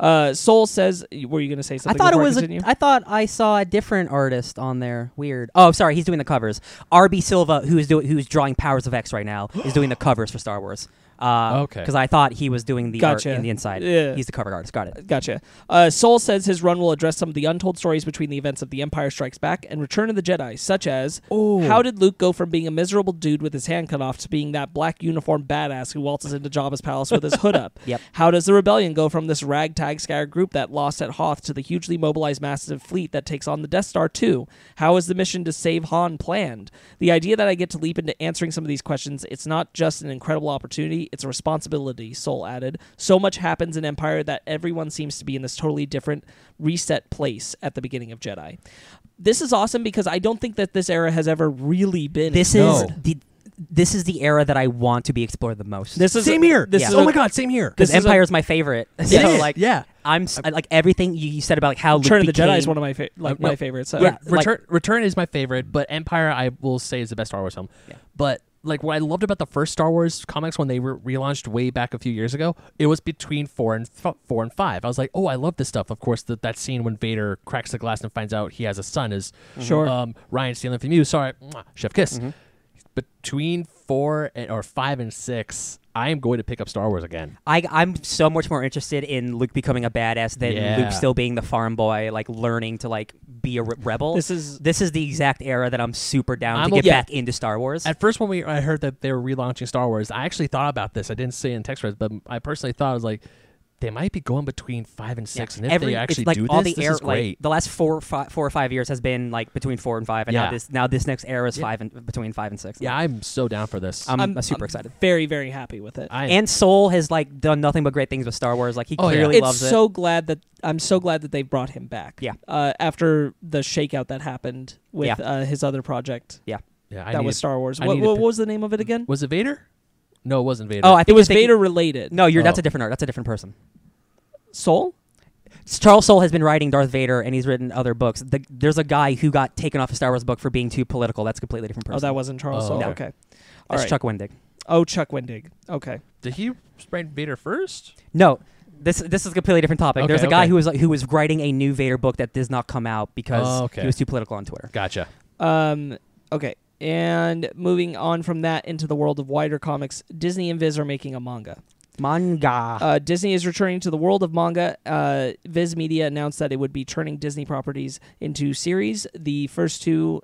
Speaker 2: Uh, Soule says, were you going to say
Speaker 3: I
Speaker 2: something?
Speaker 3: thought it
Speaker 2: before
Speaker 3: was.
Speaker 2: continue?
Speaker 3: A, I thought I saw a different artist on there. Weird. Oh, sorry, he's doing the covers. RB Silva, who is doing, who's drawing Powers of X right now, is doing the covers for Star Wars. Uh,
Speaker 1: Okay.
Speaker 3: Because I thought he was doing the
Speaker 2: Gotcha.
Speaker 3: art in the inside.
Speaker 2: Yeah.
Speaker 3: He's the cover artist. Got it.
Speaker 2: Gotcha. Uh, Soul says his run will address some of the untold stories between the events of The Empire Strikes Back and Return of the Jedi, such as how did Luke go from being a miserable dude with his hand cut off to being that black uniformed badass who waltzes into Jabba's palace with his hood up?
Speaker 3: Yep.
Speaker 2: How does the rebellion go from this ragtag scare group that lost at Hoth to the hugely mobilized massive fleet that takes on the Death Star 2? How is the mission to save Han planned? The idea that I get to leap into answering some of these questions, it's not just an incredible opportunity, it's a responsibility, Soul added. So much happens in Empire that everyone seems to be in this totally different reset place at the beginning of Jedi. This is awesome because I don't think that this era has ever really been
Speaker 3: This
Speaker 1: No.
Speaker 3: is the this is the era that I want to be explored the most.
Speaker 2: this is
Speaker 1: same here
Speaker 2: This
Speaker 3: Yeah.
Speaker 2: is
Speaker 1: oh
Speaker 2: a-
Speaker 1: my god same here
Speaker 3: because
Speaker 2: this is a-
Speaker 3: Empire is my favorite.
Speaker 1: Yeah,
Speaker 3: so
Speaker 1: yeah,
Speaker 3: like
Speaker 1: yeah
Speaker 3: I'm s- I- like everything you, you said about like how Luke
Speaker 2: Return of the
Speaker 3: became,
Speaker 2: Jedi is one of my fa- like
Speaker 1: Uh,
Speaker 2: my
Speaker 1: no.
Speaker 2: favorites. So.
Speaker 3: Yeah. like-
Speaker 1: Return Return is my favorite, but Empire I will say is the best Star Wars film.
Speaker 3: Yeah.
Speaker 1: But like what I loved about the first Star Wars comics when they were relaunched way back a few years ago, it was between four and f- four and five. I was like, oh, I love this stuff. Of course, that that scene when Vader cracks the glass and finds out he has a son is
Speaker 3: Mm-hmm.
Speaker 2: Sure.
Speaker 1: Um, Ryan stealing from you. Sorry, Mwah. chef kiss. Between four and, or five and six, I am going to pick up Star Wars again.
Speaker 3: I, I'm so much more interested in Luke becoming a badass than
Speaker 1: Yeah.
Speaker 3: Luke still being the farm boy, like learning to like be a re- rebel.
Speaker 2: This is
Speaker 3: This is the exact era that I'm super down
Speaker 1: I'm
Speaker 3: to get
Speaker 1: okay.
Speaker 3: back into Star Wars.
Speaker 1: At first, when we I heard that they were relaunching Star Wars, I actually thought about this. I didn't say it in text threads, but I personally thought I was like, they might be going between five and six, and if
Speaker 3: Every-
Speaker 1: they
Speaker 3: it's
Speaker 1: actually
Speaker 3: like
Speaker 1: do
Speaker 3: all
Speaker 1: this,
Speaker 3: the
Speaker 1: this
Speaker 3: era,
Speaker 1: is great.
Speaker 3: Like, the last four, fi- four or five years has been like between four and five, and
Speaker 1: Yeah.
Speaker 3: now this now this next era is
Speaker 1: Yeah.
Speaker 3: five and between five and six.
Speaker 1: yeah, I'm so down for this.
Speaker 3: I'm, uh, super excited.
Speaker 2: Very, very happy with it.
Speaker 1: I
Speaker 3: And Soul has like done nothing but great things with Star Wars. Like he
Speaker 1: Oh, yeah.
Speaker 3: clearly
Speaker 2: it's
Speaker 3: loves it.
Speaker 2: so glad that I'm so glad that they brought him back.
Speaker 3: Yeah.
Speaker 2: Uh, after the shakeout that happened with
Speaker 3: Yeah.
Speaker 2: uh, his other project
Speaker 1: yeah, I
Speaker 2: that
Speaker 1: need
Speaker 2: was
Speaker 1: to-
Speaker 2: Star Wars.
Speaker 1: I
Speaker 2: What,
Speaker 1: need to
Speaker 2: what
Speaker 1: p-
Speaker 2: was the name of it again?
Speaker 1: was it Vader? No, it wasn't Vader.
Speaker 3: oh, I
Speaker 2: It
Speaker 3: think
Speaker 2: was
Speaker 3: thinking-
Speaker 2: Vader related.
Speaker 3: No, you're that's
Speaker 1: Oh.
Speaker 3: a different art. That's a different person.
Speaker 2: Soul.
Speaker 3: Charles Soule has been writing Darth Vader, and he's written other books. The, there's a guy who got taken off a Star Wars book for being too political. That's a completely different person.
Speaker 2: Oh, that wasn't Charles
Speaker 1: Oh,
Speaker 2: Soul.
Speaker 1: no.
Speaker 2: Okay. All
Speaker 3: That's
Speaker 2: right.
Speaker 3: Chuck Wendig.
Speaker 2: Oh, Chuck Wendig. Okay.
Speaker 1: did he write Vader first?
Speaker 3: No, This this is a completely different topic.
Speaker 1: Okay,
Speaker 3: There's a guy
Speaker 1: okay.
Speaker 3: who was like, who was writing a new Vader book that does not come out because
Speaker 1: Oh, okay.
Speaker 3: he was too political on Twitter.
Speaker 1: Gotcha.
Speaker 2: Um, okay. And moving on from that into the world of wider comics, Disney and Viz are making a manga.
Speaker 3: Manga.
Speaker 2: Uh, Disney is returning to the world of manga. Uh, Viz Media announced that it would be turning Disney properties into series. The first two,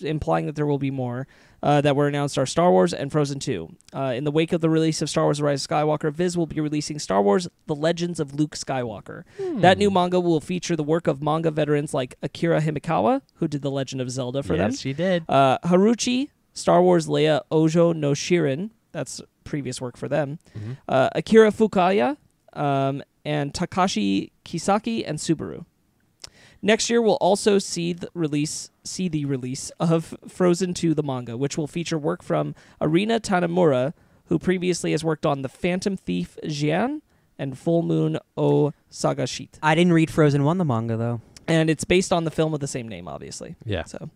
Speaker 2: implying that there will be more, uh, that were announced are Star Wars and Frozen 2. Uh, in the wake of the release of Star Wars The Rise of Skywalker, Viz will be releasing Star Wars The Legends of Luke Skywalker. That new manga will feature the work of manga veterans like Akira Himikawa, who did The Legend of Zelda for them,
Speaker 1: yes, she did.
Speaker 2: uh, Haruchi, Star Wars Leia Ojo no Shirin. That's previous work for them. Uh, Akira Fukaya, um, and Takashi Kisaki and Subaru. Next year, we'll also see the release see the release of Frozen 2, the manga, which will feature work from Arena Tanamura, who previously has worked on The Phantom Thief Jian and Full Moon O Sagashit.
Speaker 3: I didn't read Frozen One, the manga though.
Speaker 2: And it's based on the film of the same name, obviously.
Speaker 1: Yeah.
Speaker 2: So,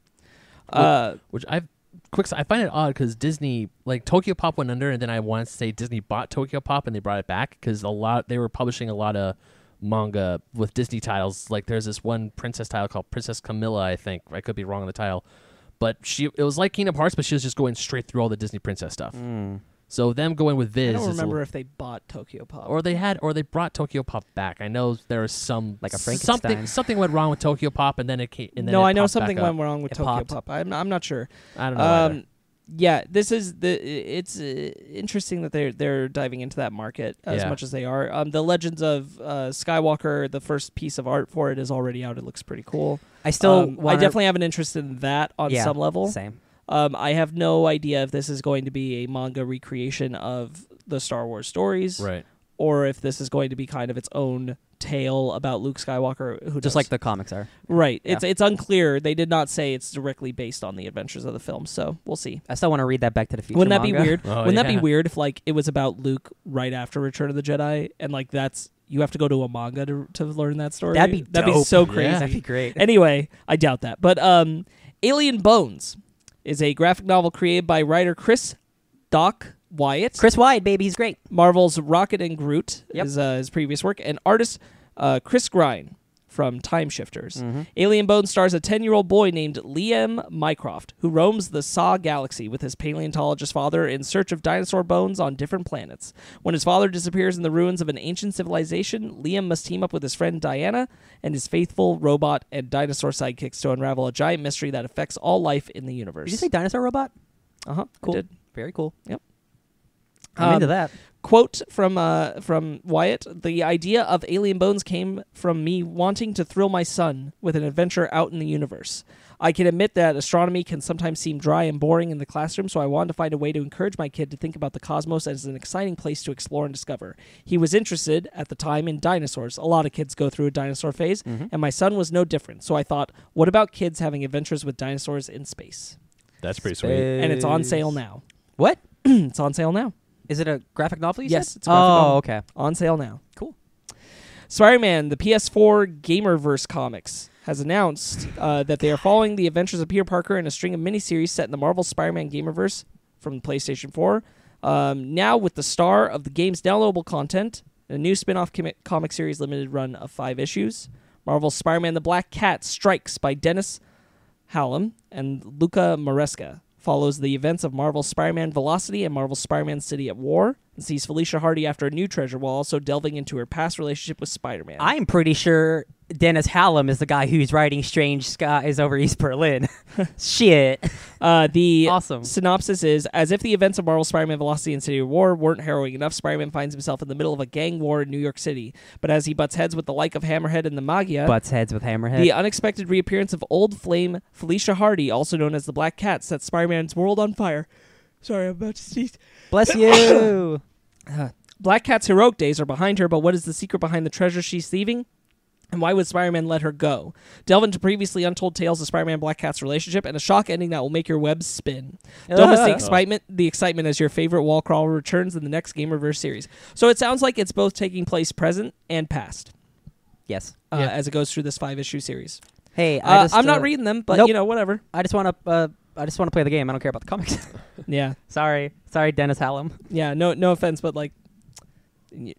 Speaker 2: uh,
Speaker 1: Which I've quick. I find it odd because Disney, like Tokyo Pop, went under, and then I want to say Disney bought Tokyo Pop and they brought it back because a lot they were publishing a lot of manga with Disney titles. Like there's this one princess title called Princess Camilla, I think. I could be wrong on the title, but she it was like Kingdom Hearts, but she was just going straight through all the Disney princess stuff.
Speaker 3: Mm.
Speaker 2: Hmm.
Speaker 1: So them going with Viz,
Speaker 2: I don't
Speaker 1: is a
Speaker 2: remember
Speaker 1: li-
Speaker 2: if they bought Tokyo Pop.
Speaker 1: or they had, or they brought Tokyo Pop back. I know there was some
Speaker 3: Like a
Speaker 1: something
Speaker 3: Frankenstein.
Speaker 1: something went wrong with Tokyo Pop, and then it came. And then
Speaker 2: no,
Speaker 1: it
Speaker 2: I know
Speaker 1: popped back
Speaker 2: something
Speaker 1: up.
Speaker 2: went wrong with
Speaker 3: It
Speaker 2: Tokyo
Speaker 3: popped.
Speaker 2: Pop. I'm, I'm not sure.
Speaker 1: I don't know. either.
Speaker 2: Um, yeah, this is the. It's uh, interesting that they're they're diving into that market as
Speaker 1: Yeah.
Speaker 2: much as they are. Um, the Legends of uh, Skywalker, the first piece of art for it is already out. It looks pretty cool.
Speaker 3: I still.
Speaker 2: Um, I
Speaker 3: wanna-
Speaker 2: definitely have an interest in that on
Speaker 3: Yeah,
Speaker 2: some level.
Speaker 3: Same.
Speaker 2: Um, I have no idea if this is going to be a manga recreation of the Star Wars stories,
Speaker 1: right.
Speaker 2: or if this is going to be kind of its own tale about Luke Skywalker. Who
Speaker 3: Just
Speaker 2: knows?
Speaker 3: like the comics are.
Speaker 2: Right. It's it's unclear. They did not say it's directly based on the adventures of the film, so we'll see.
Speaker 3: I still want to read that Back to the Future.
Speaker 2: Wouldn't that be
Speaker 3: manga.
Speaker 2: weird?
Speaker 1: Oh,
Speaker 2: Wouldn't that
Speaker 1: yeah.
Speaker 2: be weird if like it was about Luke right after Return of the Jedi and like that's you have to go to a manga to, to learn that story?
Speaker 3: That'd be
Speaker 2: that'd be
Speaker 3: dope.
Speaker 2: so
Speaker 1: Yeah.
Speaker 2: crazy.
Speaker 3: That'd be great.
Speaker 2: anyway, I doubt that. But um Alien Bones is a graphic novel created by writer Chris Doc Wyatt.
Speaker 3: Chris Wyatt, baby, he's great.
Speaker 2: Marvel's Rocket and Groot
Speaker 3: Yep.
Speaker 2: is uh, his previous work, and artist uh, Chris Grine from Time Shifters.
Speaker 3: Mm-hmm.
Speaker 2: Alien Bone stars a 10 year old boy named Liam Mycroft, who roams the Saw Galaxy with his paleontologist father in search of dinosaur bones on different planets. When his father disappears in the ruins of an ancient civilization, Liam must team up with his friend Diana and his faithful robot and dinosaur sidekicks to unravel a giant mystery that affects all life in the universe.
Speaker 3: Did you say dinosaur robot?
Speaker 2: uh huh.
Speaker 3: Cool.
Speaker 2: Did.
Speaker 3: Very cool.
Speaker 2: Yep.
Speaker 3: I'm
Speaker 2: Um,
Speaker 3: into that.
Speaker 2: quote from uh, from Wyatt: "The idea of Alien Bones came from me wanting to thrill my son with an adventure out in the universe. I can admit that astronomy can sometimes seem dry and boring in the classroom, so I wanted to find a way to encourage my kid to think about the cosmos as an exciting place to explore and discover. He was interested at the time in dinosaurs. A lot of kids go through a dinosaur phase, and my son was no different. So I thought, what about kids having adventures with dinosaurs in space?
Speaker 1: That's pretty
Speaker 3: Uh,
Speaker 2: And it's on sale now.
Speaker 3: What?
Speaker 2: It's on sale now."
Speaker 3: Is it a graphic novel? You
Speaker 2: Yes,
Speaker 3: said?
Speaker 2: it's a graphic
Speaker 3: oh,
Speaker 2: novel.
Speaker 3: okay.
Speaker 2: on sale now.
Speaker 3: Cool.
Speaker 2: Spider-Man: The PS4 Gamerverse comics has announced uh, that they are following the adventures of Peter Parker in a string of miniseries set in the Marvel Spider-Man Gamerverse from the PlayStation 4. Um, now with the star of the game's downloadable content, a new spin-off comi- comic series limited run of five issues. Marvel's Spider-Man: The Black Cat Strikes by Dennis Hallam and Luca Maresca follows the events of Marvel's Spider-Man Velocity and Marvel's Spider-Man City at War and sees Felicia Hardy after a new treasure while also delving into her past relationship with Spider-Man.
Speaker 3: I'm pretty sure Dennis Hallam is the guy who's writing Strange Skies over East Berlin. Shit.
Speaker 2: Uh, the
Speaker 3: Awesome.
Speaker 2: synopsis is as if the events of Marvel's Spider-Man Velocity and City of War weren't harrowing enough, Spider-Man finds himself in the middle of a gang war in New York City. But as he butts heads with the like of Hammerhead and the Magia,
Speaker 3: Butts heads with hammerhead.
Speaker 2: The unexpected reappearance of old flame Felicia Hardy, also known as the Black Cat, sets Spider Man's world on fire. Sorry, I'm about to sneeze.
Speaker 3: Bless you.
Speaker 2: Black Cat's heroic days are behind her, but what is the secret behind the treasure she's thieving? And why would Spider Man let her go? Delve into previously untold tales of Spider Man Black Cat's relationship and a shock ending that will make your web spin. Don't mistake
Speaker 3: Oh.
Speaker 2: excitement, the excitement as your favorite wall crawler returns in the next Game Reverse series. So it sounds like it's both taking place present and past
Speaker 3: yes.
Speaker 2: uh,
Speaker 1: Yeah.
Speaker 2: as it goes through this five issue series.
Speaker 3: Hey, I
Speaker 2: Uh,
Speaker 3: just,
Speaker 2: I'm not
Speaker 3: uh,
Speaker 2: reading them, but
Speaker 3: nope.
Speaker 2: you know, whatever.
Speaker 3: I just want to. Uh, I just want to play the game. I don't care about the comics.
Speaker 2: Yeah,
Speaker 3: Sorry. Sorry, Dennis Hallam.
Speaker 2: yeah. No, no offense, but like, y-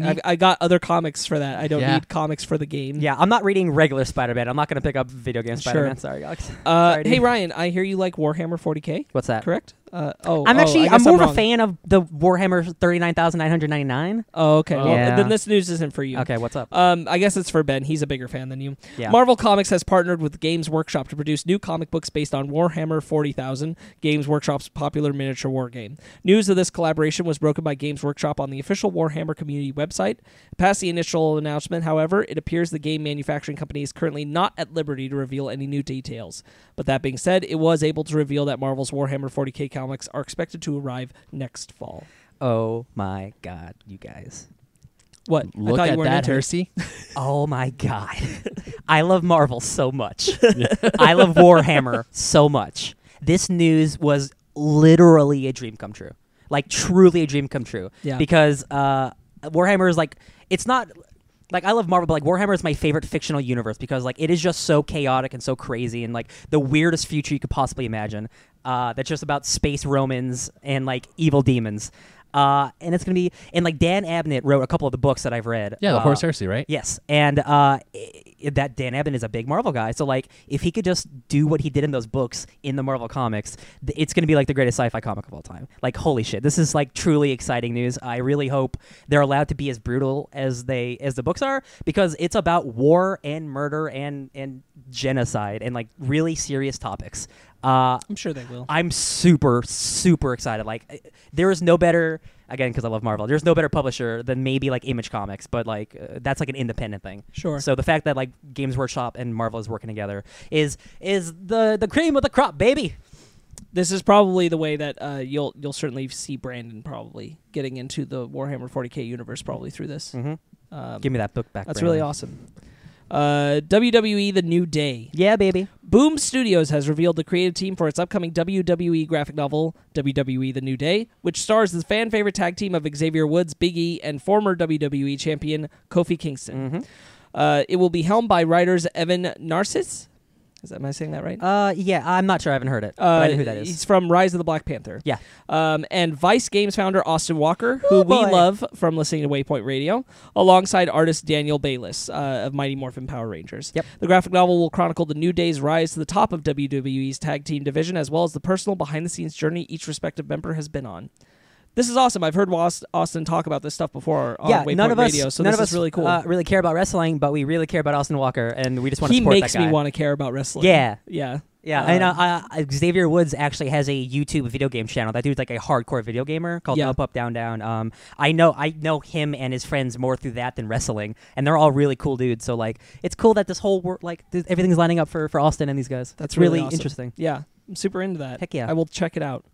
Speaker 2: I, I got other comics for that. I don't
Speaker 1: Yeah.
Speaker 2: need comics for the game.
Speaker 3: Yeah, I'm not reading regular Spider-Man. I'm not going to pick up video game
Speaker 2: Mm. Sure.
Speaker 3: Spider-Man. Sorry, Alex.
Speaker 2: Uh,
Speaker 3: Sorry, dude.
Speaker 2: hey Ryan, I hear you like Warhammer 40k.
Speaker 3: What's that?
Speaker 2: Correct? Uh, oh,
Speaker 3: I'm
Speaker 2: oh,
Speaker 3: actually
Speaker 2: I
Speaker 3: I'm
Speaker 2: guess
Speaker 3: more of a
Speaker 2: wrong.
Speaker 3: fan of the Warhammer 39,999.
Speaker 2: Oh, okay. Well,
Speaker 3: Yeah.
Speaker 2: then this news isn't for you.
Speaker 3: Okay, what's up?
Speaker 2: Um, I guess it's for Ben. He's a bigger fan than you.
Speaker 3: Yeah.
Speaker 2: Marvel Comics has partnered with Games Workshop to produce new comic books based on Warhammer 40,000, Games Workshop's popular miniature war game. News of this collaboration was broken by Games Workshop on the official Warhammer community website. Past the initial announcement, however, it appears the game manufacturing company is currently not at liberty to reveal any new details. But that being said, it was able to reveal that Marvel's Warhammer 40k comics are expected to arrive next fall.
Speaker 3: oh my god, you guys.
Speaker 2: What? I
Speaker 1: Look
Speaker 2: thought you
Speaker 1: at
Speaker 2: weren't
Speaker 1: that,
Speaker 2: into it.
Speaker 1: Hersey.
Speaker 3: Oh my god. I love Marvel so much. I love Warhammer so much. This news was literally a dream come true. Like truly a dream come true.
Speaker 2: Yeah.
Speaker 3: Because uh Warhammer is like it's not like I love Marvel, but like Warhammer is my favorite fictional universe because like it is just so chaotic and so crazy and like the weirdest future you could possibly imagine. Uh, that's just about space Romans and like evil demons. Uh, and it's gonna be and like Dan Abnett wrote a couple of the books that I've read.
Speaker 1: Yeah, the
Speaker 3: uh,
Speaker 1: horse Hersey, right?
Speaker 3: Yes, and uh, i- i- that Dan Abnett is a big Marvel guy. So like, if he could just do what he did in those books in the Marvel comics, th- it's going to be like the greatest sci-fi comic of all time. Like, holy shit, this is like truly exciting news. I really hope they're allowed to be as brutal as they as the books are because it's about war and murder and and genocide and like really serious topics. Uh,
Speaker 2: I'm sure they will.
Speaker 3: I'm super, super excited. Like, I- there is no better again because I love Marvel. There's no better publisher than maybe like Image Comics, but like uh, that's like an independent thing.
Speaker 2: Sure.
Speaker 3: So the fact that like Games Workshop and Marvel is working together is is the the cream of the crop, baby.
Speaker 2: this is probably the way that uh, you'll you'll certainly see Brandon probably getting into the Warhammer 40k universe probably through this.
Speaker 3: Mm-hmm.
Speaker 2: Um,
Speaker 3: Give me that book back.
Speaker 2: that's
Speaker 3: Brandon.
Speaker 2: really awesome. Uh, WWE The New Day.
Speaker 3: Yeah, baby.
Speaker 2: Boom Studios has revealed the creative team for its upcoming WWE graphic novel, WWE The New Day, which stars the fan favorite tag team of Xavier Woods, Big E, and former WWE champion Kofi Kingston.
Speaker 3: Mm.
Speaker 2: Uh, it will be helmed by writers Evan Narcisse. Is that, am I saying that right?
Speaker 3: Uh, yeah, I'm not sure. I haven't heard it. but
Speaker 2: Uh,
Speaker 3: I know who that
Speaker 2: He's
Speaker 3: is.
Speaker 2: from Rise of the Black Panther.
Speaker 3: Yeah.
Speaker 2: Um, and Vice Games founder Austin Walker, who
Speaker 3: Ooh,
Speaker 2: we
Speaker 3: boy.
Speaker 2: love from listening to Waypoint Radio, alongside artist Daniel Bayless uh, of Mighty Morphin Power Rangers.
Speaker 3: Yep.
Speaker 2: The graphic novel will chronicle the New Day's rise to the top of WWE's tag team division, as well as the personal behind the scenes journey each respective member has been on. This is awesome. I've heard Aus- Austin talk about this stuff before on
Speaker 3: yeah,
Speaker 2: Waypoint
Speaker 3: none of us,
Speaker 2: Radio, so
Speaker 3: none
Speaker 2: this
Speaker 3: of
Speaker 2: is
Speaker 3: us
Speaker 2: really cool.
Speaker 3: uh, really care about wrestling, but we really care about Austin Walker, and we just want to
Speaker 2: he
Speaker 3: support
Speaker 2: makes
Speaker 3: that guy.
Speaker 2: me want to care about wrestling.
Speaker 3: Yeah.
Speaker 2: Yeah.
Speaker 3: Yeah,
Speaker 2: Um,
Speaker 3: and uh, uh, Xavier Woods actually has a YouTube video game channel. That dude's like a hardcore video gamer called
Speaker 2: Yeah.
Speaker 3: Up Up Down Down. Um, I know I know him and his friends more through that than wrestling, and they're all really cool dudes. So like, it's cool that this whole work like th- everything's lining up for for Austin and these guys.
Speaker 2: That's
Speaker 3: It's
Speaker 2: really
Speaker 3: really,
Speaker 2: awesome.
Speaker 3: interesting.
Speaker 2: Yeah, I'm super into that.
Speaker 3: Heck yeah.
Speaker 2: I will check it out.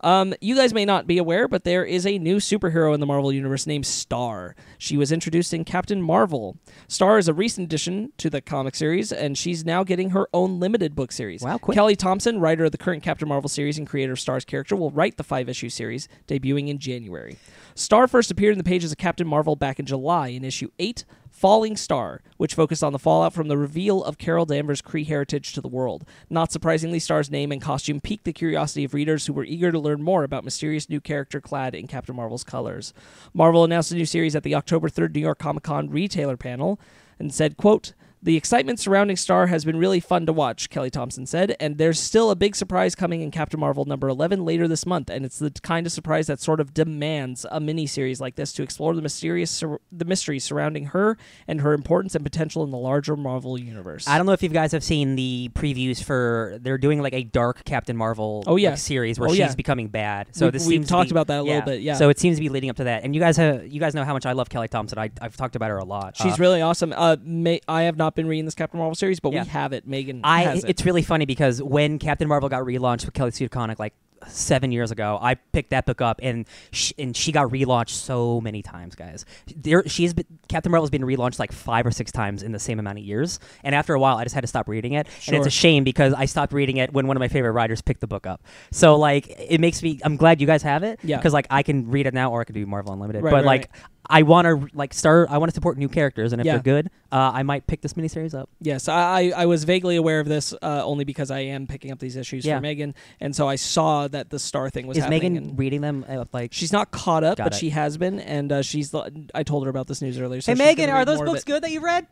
Speaker 2: Um, you guys may not be aware, but there is a new superhero in the Marvel Universe named Star. She was introduced in Captain Marvel. Star is a recent addition to the comic series, and she's now getting her own limited book series.
Speaker 3: Wow, quick.
Speaker 2: Kelly Thompson, writer of the current Captain Marvel series and creator of Star's character, will write the five issue series, debuting in January. Star first appeared in the pages of Captain Marvel back in July in issue 8, Falling Star, which focused on the fallout from the reveal of Carol Danvers' Kree heritage to the world. Not surprisingly, Star's name and costume piqued the curiosity of readers who were eager to learn more about mysterious new character clad in Captain Marvel's colors. Marvel announced a new series at the October 3rd New York Comic Con retailer panel and said, quote, the excitement surrounding Star has been really fun to watch, Kelly Thompson said, and there's still a big surprise coming in Captain Marvel number 11 later this month, and it's the kind of surprise that sort of demands a miniseries like this to explore the mysterious sur- the mystery surrounding her and her importance and potential in the larger Marvel universe.
Speaker 3: I don't know if you guys have seen the previews for they're doing like a dark Captain Marvel
Speaker 2: Oh, yeah.
Speaker 3: like, series where
Speaker 2: Oh,
Speaker 3: she's
Speaker 2: yeah.
Speaker 3: becoming bad. So
Speaker 2: We-
Speaker 3: this
Speaker 2: we've
Speaker 3: seems to
Speaker 2: talked
Speaker 3: be-
Speaker 2: about that a little bit, yeah.
Speaker 3: So it seems to be leading up to that. And you guys have you guys know how much I love Kelly Thompson. I, I've talked about her a lot.
Speaker 2: She's
Speaker 3: Uh,
Speaker 2: really awesome. Uh, Ma- I have not been reading this Captain Marvel series, but
Speaker 3: Yeah.
Speaker 2: we have it. Megan
Speaker 3: I
Speaker 2: has it.
Speaker 3: it's really funny because when Captain Marvel got relaunched with Kelly Sue DeConnick like seven years ago, I picked that book up and sh- and she got relaunched so many times, guys. There she's been, Captain Marvel's been relaunched like five or six times in the same amount of years, and after a while, I just had to stop reading it, and
Speaker 2: Sure.
Speaker 3: it's a shame because I stopped reading it when one of my favorite writers picked the book up. So like it makes me I'm glad you guys have it
Speaker 2: Yeah.
Speaker 3: because like I can read it now or I can do Marvel Unlimited,
Speaker 2: Right,
Speaker 3: but
Speaker 2: right,
Speaker 3: like. I want to like start. I want to support new characters, and if
Speaker 2: Yeah.
Speaker 3: they're good, uh, I might pick this miniseries up.
Speaker 2: Yes, I, I I was vaguely aware of this uh, only because I am picking up these issues
Speaker 3: Yeah.
Speaker 2: for Megan, and so I saw that the star thing was
Speaker 3: Is
Speaker 2: happening.
Speaker 3: Megan
Speaker 2: and
Speaker 3: reading them? uh, Like,
Speaker 2: she's not caught up,
Speaker 3: Got
Speaker 2: but
Speaker 3: it.
Speaker 2: she has been, and uh, she's. l- I told her about this news earlier. So
Speaker 3: hey
Speaker 2: she's gonna
Speaker 3: Megan,
Speaker 2: read
Speaker 3: are those
Speaker 2: more of
Speaker 3: books
Speaker 2: it.
Speaker 3: good that you read?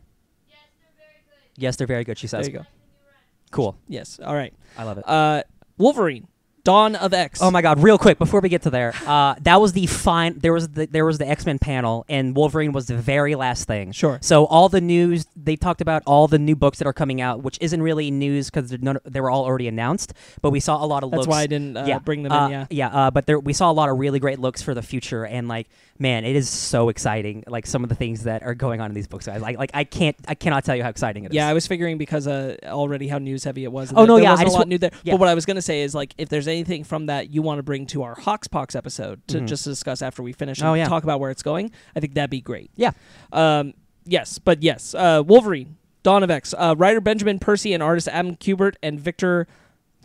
Speaker 3: Yes, they're very good. She
Speaker 2: There
Speaker 3: says,
Speaker 2: you go.
Speaker 3: "Cool,
Speaker 2: Yes. All right.
Speaker 3: I love it."
Speaker 2: Uh, Wolverine, Dawn of X.
Speaker 3: Oh my God! Real quick, before we get to there, uh, that was the fine. There was the there was the X Men panel, and Wolverine was the very last thing.
Speaker 2: Sure.
Speaker 3: So all the news they talked about all the new books that are coming out, which isn't really news because they were all already announced. But we saw a lot of
Speaker 2: That's
Speaker 3: looks.
Speaker 2: why I didn't uh, bring them
Speaker 3: uh,
Speaker 2: in. Yeah.
Speaker 3: yeah. Uh, but there, we saw a lot of really great looks for the future, and like, man, it is so exciting. Like some of the things that are going on in these books, guys. Like, like I can't, I cannot tell you how exciting it is.
Speaker 2: Yeah, I was figuring because uh, already how news heavy it was. and
Speaker 3: Oh,
Speaker 2: that
Speaker 3: no,
Speaker 2: there
Speaker 3: yeah,
Speaker 2: wasn't
Speaker 3: I just
Speaker 2: a lot
Speaker 3: wa-
Speaker 2: new there.
Speaker 3: yeah.
Speaker 2: But what I was gonna say is like, if there's anything from that you want to bring to our Hawkspox episode to
Speaker 3: Mhm.
Speaker 2: just discuss after we finish and
Speaker 3: Oh, yeah.
Speaker 2: talk about where it's going, I think that'd be great.
Speaker 3: Yeah.
Speaker 2: Um. Yes, but yes, uh, Wolverine, Dawn of X, uh, writer Benjamin Percy and artist Adam Kubert and Victor.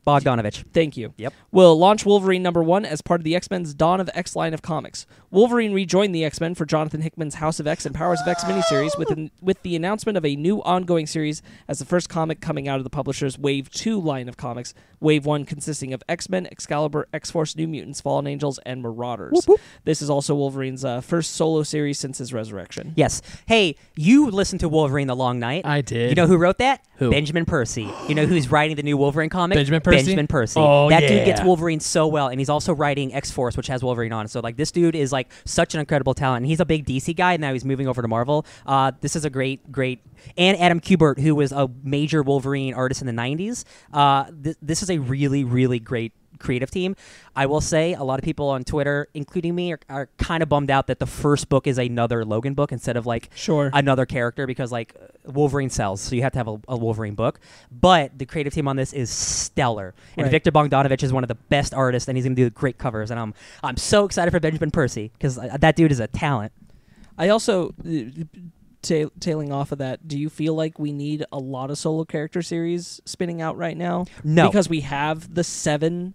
Speaker 3: Bogdanovich.
Speaker 2: Thank you.
Speaker 3: Yep.
Speaker 2: Will launch Wolverine number one as part of the X Men's Dawn of X line of comics. Wolverine rejoined the X Men for Jonathan Hickman's House of X and Powers of X miniseries with, an, with the announcement of a new ongoing series as the first comic coming out of the publisher's Wave 2 line of comics. Wave 1 consisting of X Men, Excalibur, X Force, New Mutants, Fallen Angels, and Marauders. This is also Wolverine's uh, first solo series since his resurrection.
Speaker 3: Yes. Hey, you listened to Wolverine the Long Night.
Speaker 1: I did.
Speaker 3: You know who wrote that?
Speaker 1: Who?
Speaker 3: Benjamin Percy. You know who's writing the new Wolverine comic?
Speaker 1: Benjamin Percy?
Speaker 3: Benjamin Percy.
Speaker 1: Oh,
Speaker 3: that dude
Speaker 1: yeah.
Speaker 3: gets Wolverine so well, and he's also writing X Force, which has Wolverine on. it. So like, this dude is like such an incredible talent. And he's a big DC guy, and now he's moving over to Marvel. Uh, this is a great, great. And Adam Kubert, who was a major Wolverine artist in the '90s. Uh, th- this is a really, really great. Creative team. I will say a lot of people on Twitter, including me, are, are kind of bummed out that the first book is another Logan book instead of like
Speaker 2: Sure.
Speaker 3: another character because like Wolverine sells, so you have to have a, a Wolverine book. But the creative team on this is stellar, and
Speaker 2: Right.
Speaker 3: Victor Bogdanovich is one of the best artists, and he's gonna do great covers. And I'm I'm so excited for Benjamin Percy because uh, that dude is a talent.
Speaker 2: I also uh, ta- tailing off of that. Do you feel like we need a lot of solo character series spinning out right now?
Speaker 3: No.
Speaker 2: because we have the seven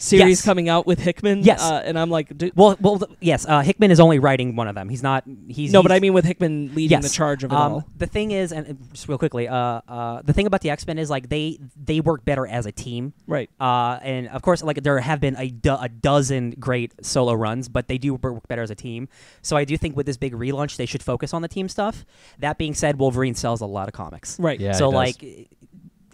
Speaker 2: series
Speaker 3: Yes.
Speaker 2: coming out with Hickman.
Speaker 3: Yes.
Speaker 2: uh, and I'm like, dude,
Speaker 3: Well, well, th- yes, uh, Hickman is only writing one of them. He's not. He's
Speaker 2: no, but
Speaker 3: he's-
Speaker 2: I mean with Hickman leading the
Speaker 3: Yes.
Speaker 2: charge of it
Speaker 3: Um,
Speaker 2: all.
Speaker 3: The thing is, and uh, just real quickly, uh, uh, the thing about the X Men is like they they work better as a team.
Speaker 2: Right.
Speaker 3: Uh, and of course, like there have been a, do- a dozen great solo runs, but they do work better as a team. So I do think with this big relaunch, they should focus on the team stuff. That being said, Wolverine sells a lot of comics.
Speaker 2: Right.
Speaker 1: Yeah, he
Speaker 3: so
Speaker 1: does.
Speaker 3: like,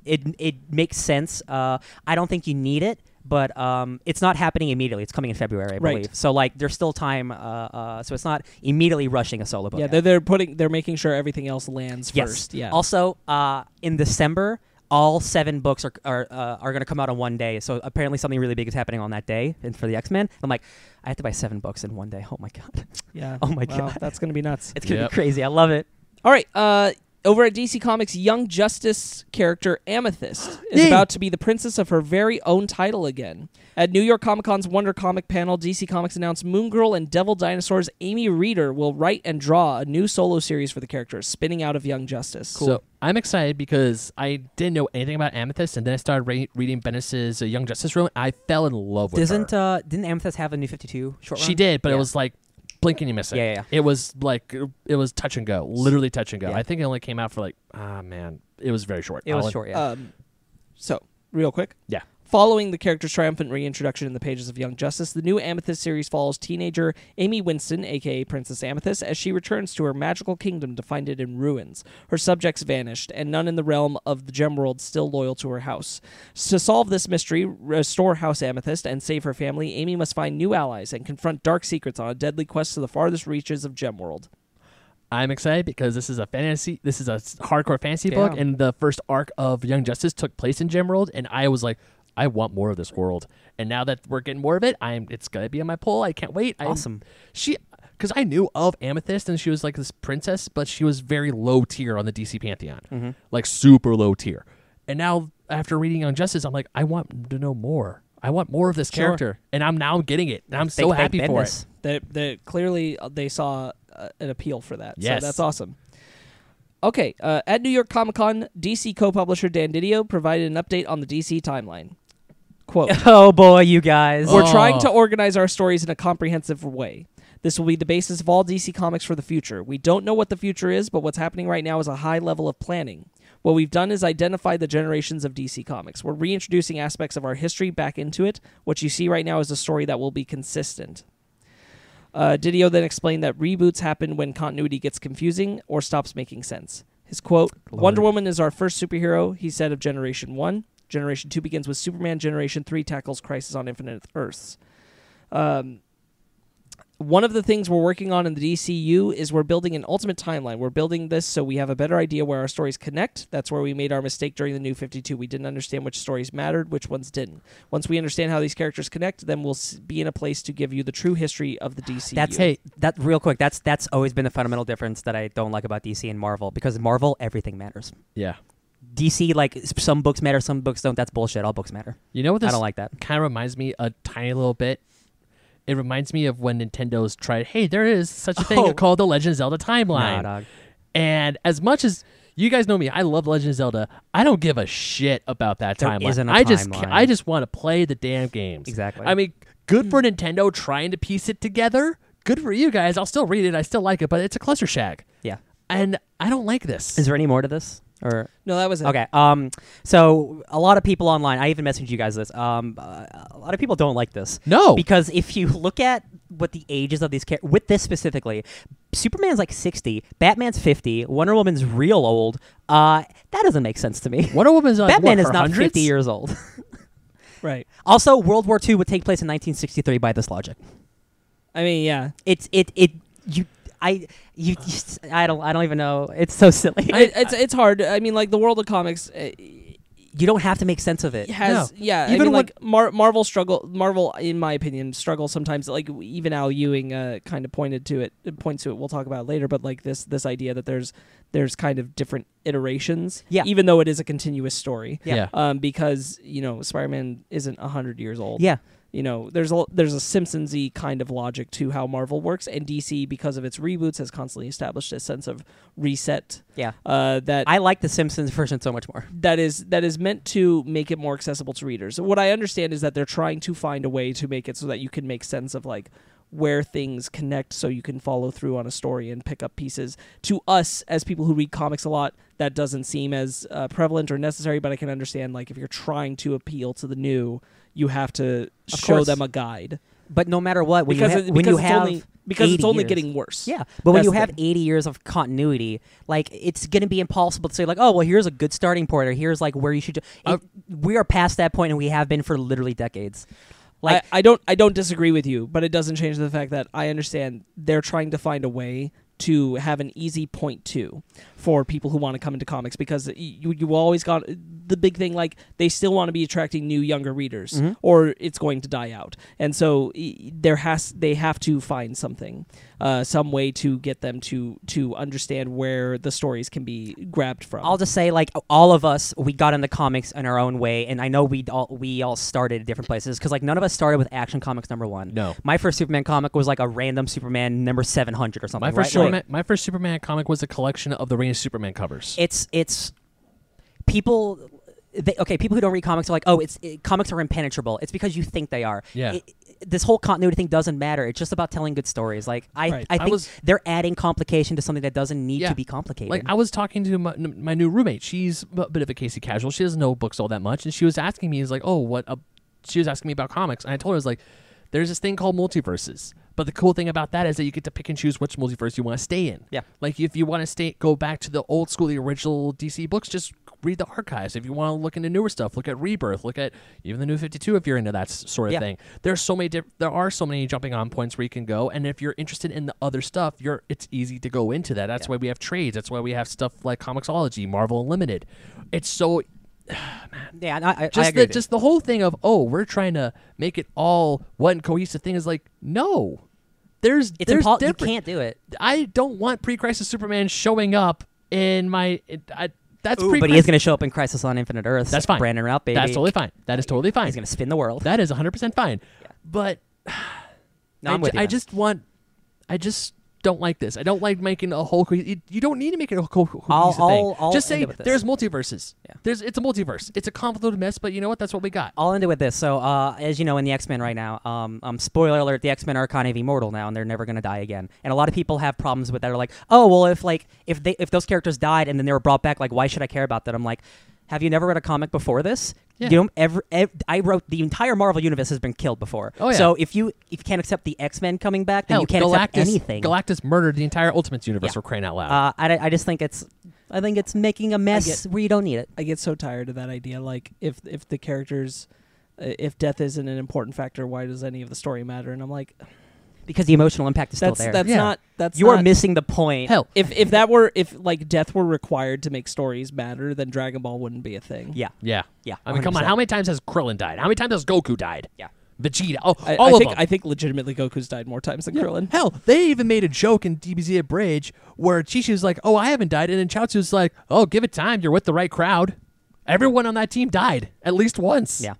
Speaker 3: it it makes sense. Uh, I don't think you need it. But um, it's not happening immediately. It's coming in February, I
Speaker 2: Right.
Speaker 3: believe. So like, there's still time. Uh, uh, so it's not immediately rushing a solo book.
Speaker 2: Yeah,
Speaker 3: out.
Speaker 2: they're, they're putting they're making sure everything else lands
Speaker 3: Yes.
Speaker 2: first. Yeah.
Speaker 3: Also, uh, in December, all seven books are are, uh, are going to come out on one day. So apparently, something really big is happening on that day. And for the X Men, I'm like, I have to buy seven books in one day. Oh my god,
Speaker 2: yeah.
Speaker 3: oh my
Speaker 2: Wow,
Speaker 3: God.
Speaker 2: that's gonna be nuts.
Speaker 3: it's gonna
Speaker 1: Yep.
Speaker 3: be crazy. I love it.
Speaker 2: All right. Uh, over at DC Comics, Young Justice character Amethyst is about to be the princess of her very own title again. At New York Comic Con's Wonder Comic panel, DC Comics announced Moon Girl and Devil Dinosaur's Amy Reeder will write and draw a new solo series for the character, spinning out of Young Justice.
Speaker 1: So I'm excited because I didn't know anything about Amethyst, and then I started re- reading Bennis's uh, Young Justice run. I fell in love with
Speaker 3: Doesn't
Speaker 1: her.
Speaker 3: uh, didn't Amethyst have a new 52 short run?
Speaker 1: she did, but
Speaker 3: Yeah.
Speaker 1: it was like blinking you miss it.
Speaker 3: Yeah, yeah, yeah.
Speaker 1: It was like it was touch and go, literally touch and go.
Speaker 3: Yeah.
Speaker 1: I think it only came out for like ah man, it was very short.
Speaker 3: It was
Speaker 1: Alan.
Speaker 3: short. Yeah.
Speaker 2: Um, so, real quick.
Speaker 1: Yeah.
Speaker 2: Following the character's triumphant reintroduction in the pages of Young Justice, the new Amethyst series follows teenager Amy Winston, aka Princess Amethyst, as she returns to her magical kingdom to find it in ruins. Her subjects vanished, and none in the realm of the Gemworld still loyal to her house. To solve this mystery, restore House Amethyst, and save her family, Amy must find new allies and confront dark secrets on a deadly quest to the farthest reaches of Gemworld.
Speaker 1: I'm excited because this is a fantasy. This is a s- hardcore fantasy book,
Speaker 2: Yeah.
Speaker 1: and the first arc of Young Justice took place in Gemworld, and I was like, I want more of this world. And now that we're getting more of it, I'm it's gonna be on my poll. I can't wait. I'm-
Speaker 3: Awesome.
Speaker 1: she, because I knew of Amethyst, and she was like this princess, but she was very low tier on the DC pantheon,
Speaker 3: Mm-hmm.
Speaker 1: like super low tier. And now after reading Young Justice, I'm like, I want to know more. I want more of this
Speaker 2: Sure.
Speaker 1: character, and I'm now getting it, and I'm so
Speaker 3: Thank- thank
Speaker 1: happy for
Speaker 3: Bendis.
Speaker 1: it.
Speaker 2: They, they clearly uh, they saw uh, an appeal for that.
Speaker 1: Yes.
Speaker 2: so that's awesome. Okay, uh, at New York Comic Con, DC co-publisher Dan Didio provided an update on the DC timeline. Quote:
Speaker 3: Oh boy, you guys.
Speaker 2: We're
Speaker 1: Oh.
Speaker 2: trying to organize our stories in a comprehensive way. This will be the basis of all DC Comics for the future. We don't know what the future is, but what's happening right now is a high level of planning. What we've done is identify the generations of DC Comics. We're reintroducing aspects of our history back into it. What you see right now is a story that will be consistent. Uh, Didio then explained that reboots happen when continuity gets confusing or stops making sense. His quote Wonder Woman is our first superhero, he said, of Generation 1. Generation 2 begins with Superman. Generation 3 tackles Crisis on Infinite Earths. Um, one of the things we're working on in the DCU is we're building an ultimate timeline. We're building this so we have a better idea where our stories connect. That's where we made our mistake during the New 52. We didn't understand which stories mattered, which ones didn't. Once we understand how these characters connect, then we'll s- be in a place to give you the true history of the DCU.
Speaker 3: That's hey, that real quick. That's that's always been the fundamental difference that I don't like about DC and Marvel because Marvel everything matters.
Speaker 1: Yeah.
Speaker 3: DC like s- some books matter, some books don't. That's bullshit. All books matter.
Speaker 1: You know what
Speaker 3: I
Speaker 1: this
Speaker 3: don't like that.
Speaker 1: kind of reminds me a tiny little bit. It reminds me of when Nintendo's tried, hey, there is such a thing
Speaker 3: Oh.
Speaker 1: called the Legend of Zelda timeline.
Speaker 3: Nah, dog.
Speaker 1: And as much as you guys know me, I love Legend of Zelda. I don't give a shit about that
Speaker 3: There
Speaker 1: timeline.
Speaker 3: isn't a
Speaker 1: I just ca-
Speaker 3: timeline.
Speaker 1: I just want to play the damn games.
Speaker 3: Exactly.
Speaker 1: I mean, good for Nintendo trying to piece it together. Good for you guys. I'll still read it. I still like it, but it's a cluster shack.
Speaker 3: Yeah.
Speaker 1: And I don't like this.
Speaker 3: Is there any more to this? Or
Speaker 2: no, that was it.
Speaker 3: okay. Um. So a lot of people online. I even messaged you guys this. Um. Uh, a lot of people don't like this.
Speaker 1: no.
Speaker 3: Because if you look at what the ages of these characters, with this specifically, Superman's like 60, Batman's 50, Wonder Woman's real old. Uh, that doesn't make sense to me.
Speaker 1: Wonder Woman's like,
Speaker 3: Batman
Speaker 1: what,
Speaker 3: is
Speaker 1: her
Speaker 3: not
Speaker 1: hundreds?
Speaker 3: 50 years old.
Speaker 2: Right.
Speaker 3: also, World War II would take place in 1963 by this logic.
Speaker 2: I mean, yeah.
Speaker 3: It's it it you I you just- I don't I don't even know. It's so silly.
Speaker 2: I, it's it's hard. I mean, like the world of comics uh,
Speaker 3: you don't have to make sense of it.
Speaker 2: has
Speaker 1: No.
Speaker 2: yeah. I
Speaker 1: Even
Speaker 2: mean,
Speaker 1: when-
Speaker 2: like Mar- Marvel struggle. Marvel, in my opinion, struggles sometimes. Like even Al Ewing uh, kind of pointed to it. uh, Points to it. We'll talk about it later. But like this this idea that there's there's kind of different iterations.
Speaker 3: Yeah.
Speaker 2: Even though it is a continuous story.
Speaker 1: Yeah. Yeah.
Speaker 2: Um, because you know Spider-Man isn't hundred years old.
Speaker 3: Yeah.
Speaker 2: you know there's a there's a Simpsons-y kind of logic to how Marvel works and DC because of its reboots has constantly established a sense of reset
Speaker 3: Yeah.
Speaker 2: uh, that
Speaker 3: I like the Simpsons version so much more.
Speaker 2: that is that is meant to make it more accessible to readers. What I understand is that they're trying to find a way to make it so that you can make sense of like where things connect so you can follow through on a story and pick up pieces. To us as people who read comics a lot, that doesn't seem as uh, prevalent or necessary, but I can understand like if you're trying to appeal to the new, you have to
Speaker 3: Of
Speaker 2: show
Speaker 3: course.
Speaker 2: them a guide
Speaker 3: But no matter what, when
Speaker 2: because
Speaker 3: you ha-
Speaker 2: it-
Speaker 3: when
Speaker 2: because
Speaker 3: you
Speaker 2: it's
Speaker 3: have
Speaker 2: only because it's
Speaker 3: 80
Speaker 2: only
Speaker 3: years.
Speaker 2: getting worse.
Speaker 3: Yeah, but when
Speaker 2: That's
Speaker 3: you
Speaker 2: the
Speaker 3: have
Speaker 2: thing.
Speaker 3: 80 years of continuity, like it's going to be impossible to say like, oh, well, here's a good starting point, or here's like where you should. Do.
Speaker 1: Uh,
Speaker 3: It, we are past that point, and we have been for literally decades. Like,
Speaker 2: I, I don't I don't disagree with you, but it doesn't change the fact that I understand they're trying to find a way to have an easy point to for people who want to come into comics because you you always got the big thing like they still want to be attracting new younger readers
Speaker 3: Mm-hmm.
Speaker 2: or it's going to die out and so e- there has they have to find something uh, some way to get them to to understand where the stories can be grabbed from
Speaker 3: I'll just say like all of us, we got into comics in our own way, and I know we all we all started at different places because like none of us started with Action Comics number one.
Speaker 1: No.
Speaker 3: my first Superman comic was like a random Superman number 700 or something.
Speaker 1: my first
Speaker 3: right? Like,
Speaker 1: Superman, my first Superman comic was a collection of the Reign of Superman covers.
Speaker 3: it's it's people they, okay people who don't read comics are like oh it's it, comics are impenetrable it's because you think they are
Speaker 1: Yeah.
Speaker 3: It- it- this whole continuity thing doesn't matter it's just about telling good stories like i
Speaker 2: Right.
Speaker 3: i
Speaker 1: I
Speaker 3: think
Speaker 1: was-
Speaker 3: they're adding complication to something that doesn't need
Speaker 1: Yeah.
Speaker 3: to be complicated
Speaker 1: Like I was talking to my, my new roommate. She's a bit of a Casey casual. She doesn't know books all that much, and she was asking me, "Is like, oh, what?" A, she was asking me about comics, and I told her, "I was like, there's this thing called multiverses." But the cool thing about that is that you get to pick and choose which multiverse you want to stay in.
Speaker 3: Yeah.
Speaker 1: Like if you want to stay, go back to the old school, the original DC books. Just read the archives. If you want to look into newer stuff, look at Rebirth. Look at even the New Fifty Two if you're into that s- sort of
Speaker 3: Yeah.
Speaker 1: thing. There's so many. Diff- there are so many jumping on points where you can go, and if you're interested in the other stuff, you're it's easy to go into that. That's why we have trades. That's why we have stuff like Comixology, Marvel Unlimited. It's so
Speaker 3: yeah and I, I, I
Speaker 1: just the
Speaker 3: agree with you.
Speaker 1: just the whole thing of oh we're trying to make it all one cohesive thing is like no. There's
Speaker 3: it's
Speaker 1: there's
Speaker 3: impo- you
Speaker 1: different-
Speaker 3: can't do it
Speaker 1: I don't want pre-crisis Superman showing up in my. It, I, that's
Speaker 3: Ooh,
Speaker 1: pre.
Speaker 3: but he is going to show up in crisis on infinite earth
Speaker 1: That's fine.
Speaker 3: brandon rout baby
Speaker 1: That's totally fine. That is totally fine.
Speaker 3: he's going to spin the world
Speaker 1: That is 100 percent fine. But
Speaker 3: no,
Speaker 1: I,
Speaker 3: I'm with
Speaker 1: ju-
Speaker 3: you,
Speaker 1: I
Speaker 3: man.
Speaker 1: just want. I just don't like this. I don't like making a whole. Co- you, you don't need to make it a whole co-
Speaker 3: I'll-
Speaker 1: cohesive thing.
Speaker 3: I'll- I'll
Speaker 1: Just
Speaker 3: end
Speaker 1: say
Speaker 3: it with this.
Speaker 1: there's multiverses.
Speaker 3: Yeah.
Speaker 1: There's it's a multiverse. It's a convoluted mess, but you know what? That's what we got.
Speaker 3: I'll end it with this. So, uh, as you know, in the X Men right now, um, um, spoiler alert: the X Men are kind of immortal now, and they're never going to die again. And a lot of people have problems with that. Are like, oh, well, if like if they if those characters died and then they were brought back, like, why should I care about that? I'm like, have you never read a comic before this?
Speaker 1: Yeah.
Speaker 3: You know, every, ev I wrote the entire Marvel universe has been killed before.
Speaker 1: Oh, yeah.
Speaker 3: So if you if you can't accept the X Men coming back, then
Speaker 1: Hell,
Speaker 3: you can't
Speaker 1: Galactus,
Speaker 3: accept anything.
Speaker 1: Galactus murdered the entire Ultimates universe.
Speaker 3: Yeah.
Speaker 1: For crying out loud.
Speaker 3: uh, I, I just think it's I think it's making a mess where you don't need it.
Speaker 2: I get so tired of that idea. Like, if if the characters, uh, if death isn't an important factor, why does any of the story matter? And I'm like,
Speaker 3: because the emotional impact is
Speaker 2: that's
Speaker 3: still there.
Speaker 2: that's
Speaker 1: Yeah.
Speaker 2: not that's
Speaker 3: you are
Speaker 2: not-
Speaker 3: missing the point.
Speaker 1: Hell,
Speaker 2: If if that were if like death were required to make stories matter, then Dragon Ball wouldn't be a thing.
Speaker 3: Yeah,
Speaker 1: yeah,
Speaker 3: yeah.
Speaker 1: I mean, come on.
Speaker 3: 100%.
Speaker 1: How many times has Krillin died? How many times has Goku died?
Speaker 3: Yeah.
Speaker 1: Vegeta. Oh,
Speaker 2: I,
Speaker 1: all
Speaker 2: I
Speaker 1: of
Speaker 2: think
Speaker 1: them.
Speaker 2: I think legitimately Goku's died more times than Krillin.
Speaker 1: Hell, they even made a joke in DBZ at Bridge where Chishi's like, "Oh, I haven't died," and then Chaozu's like, "Oh, give it time. You're with the right crowd." Everyone on that team died at least once.
Speaker 3: Yeah.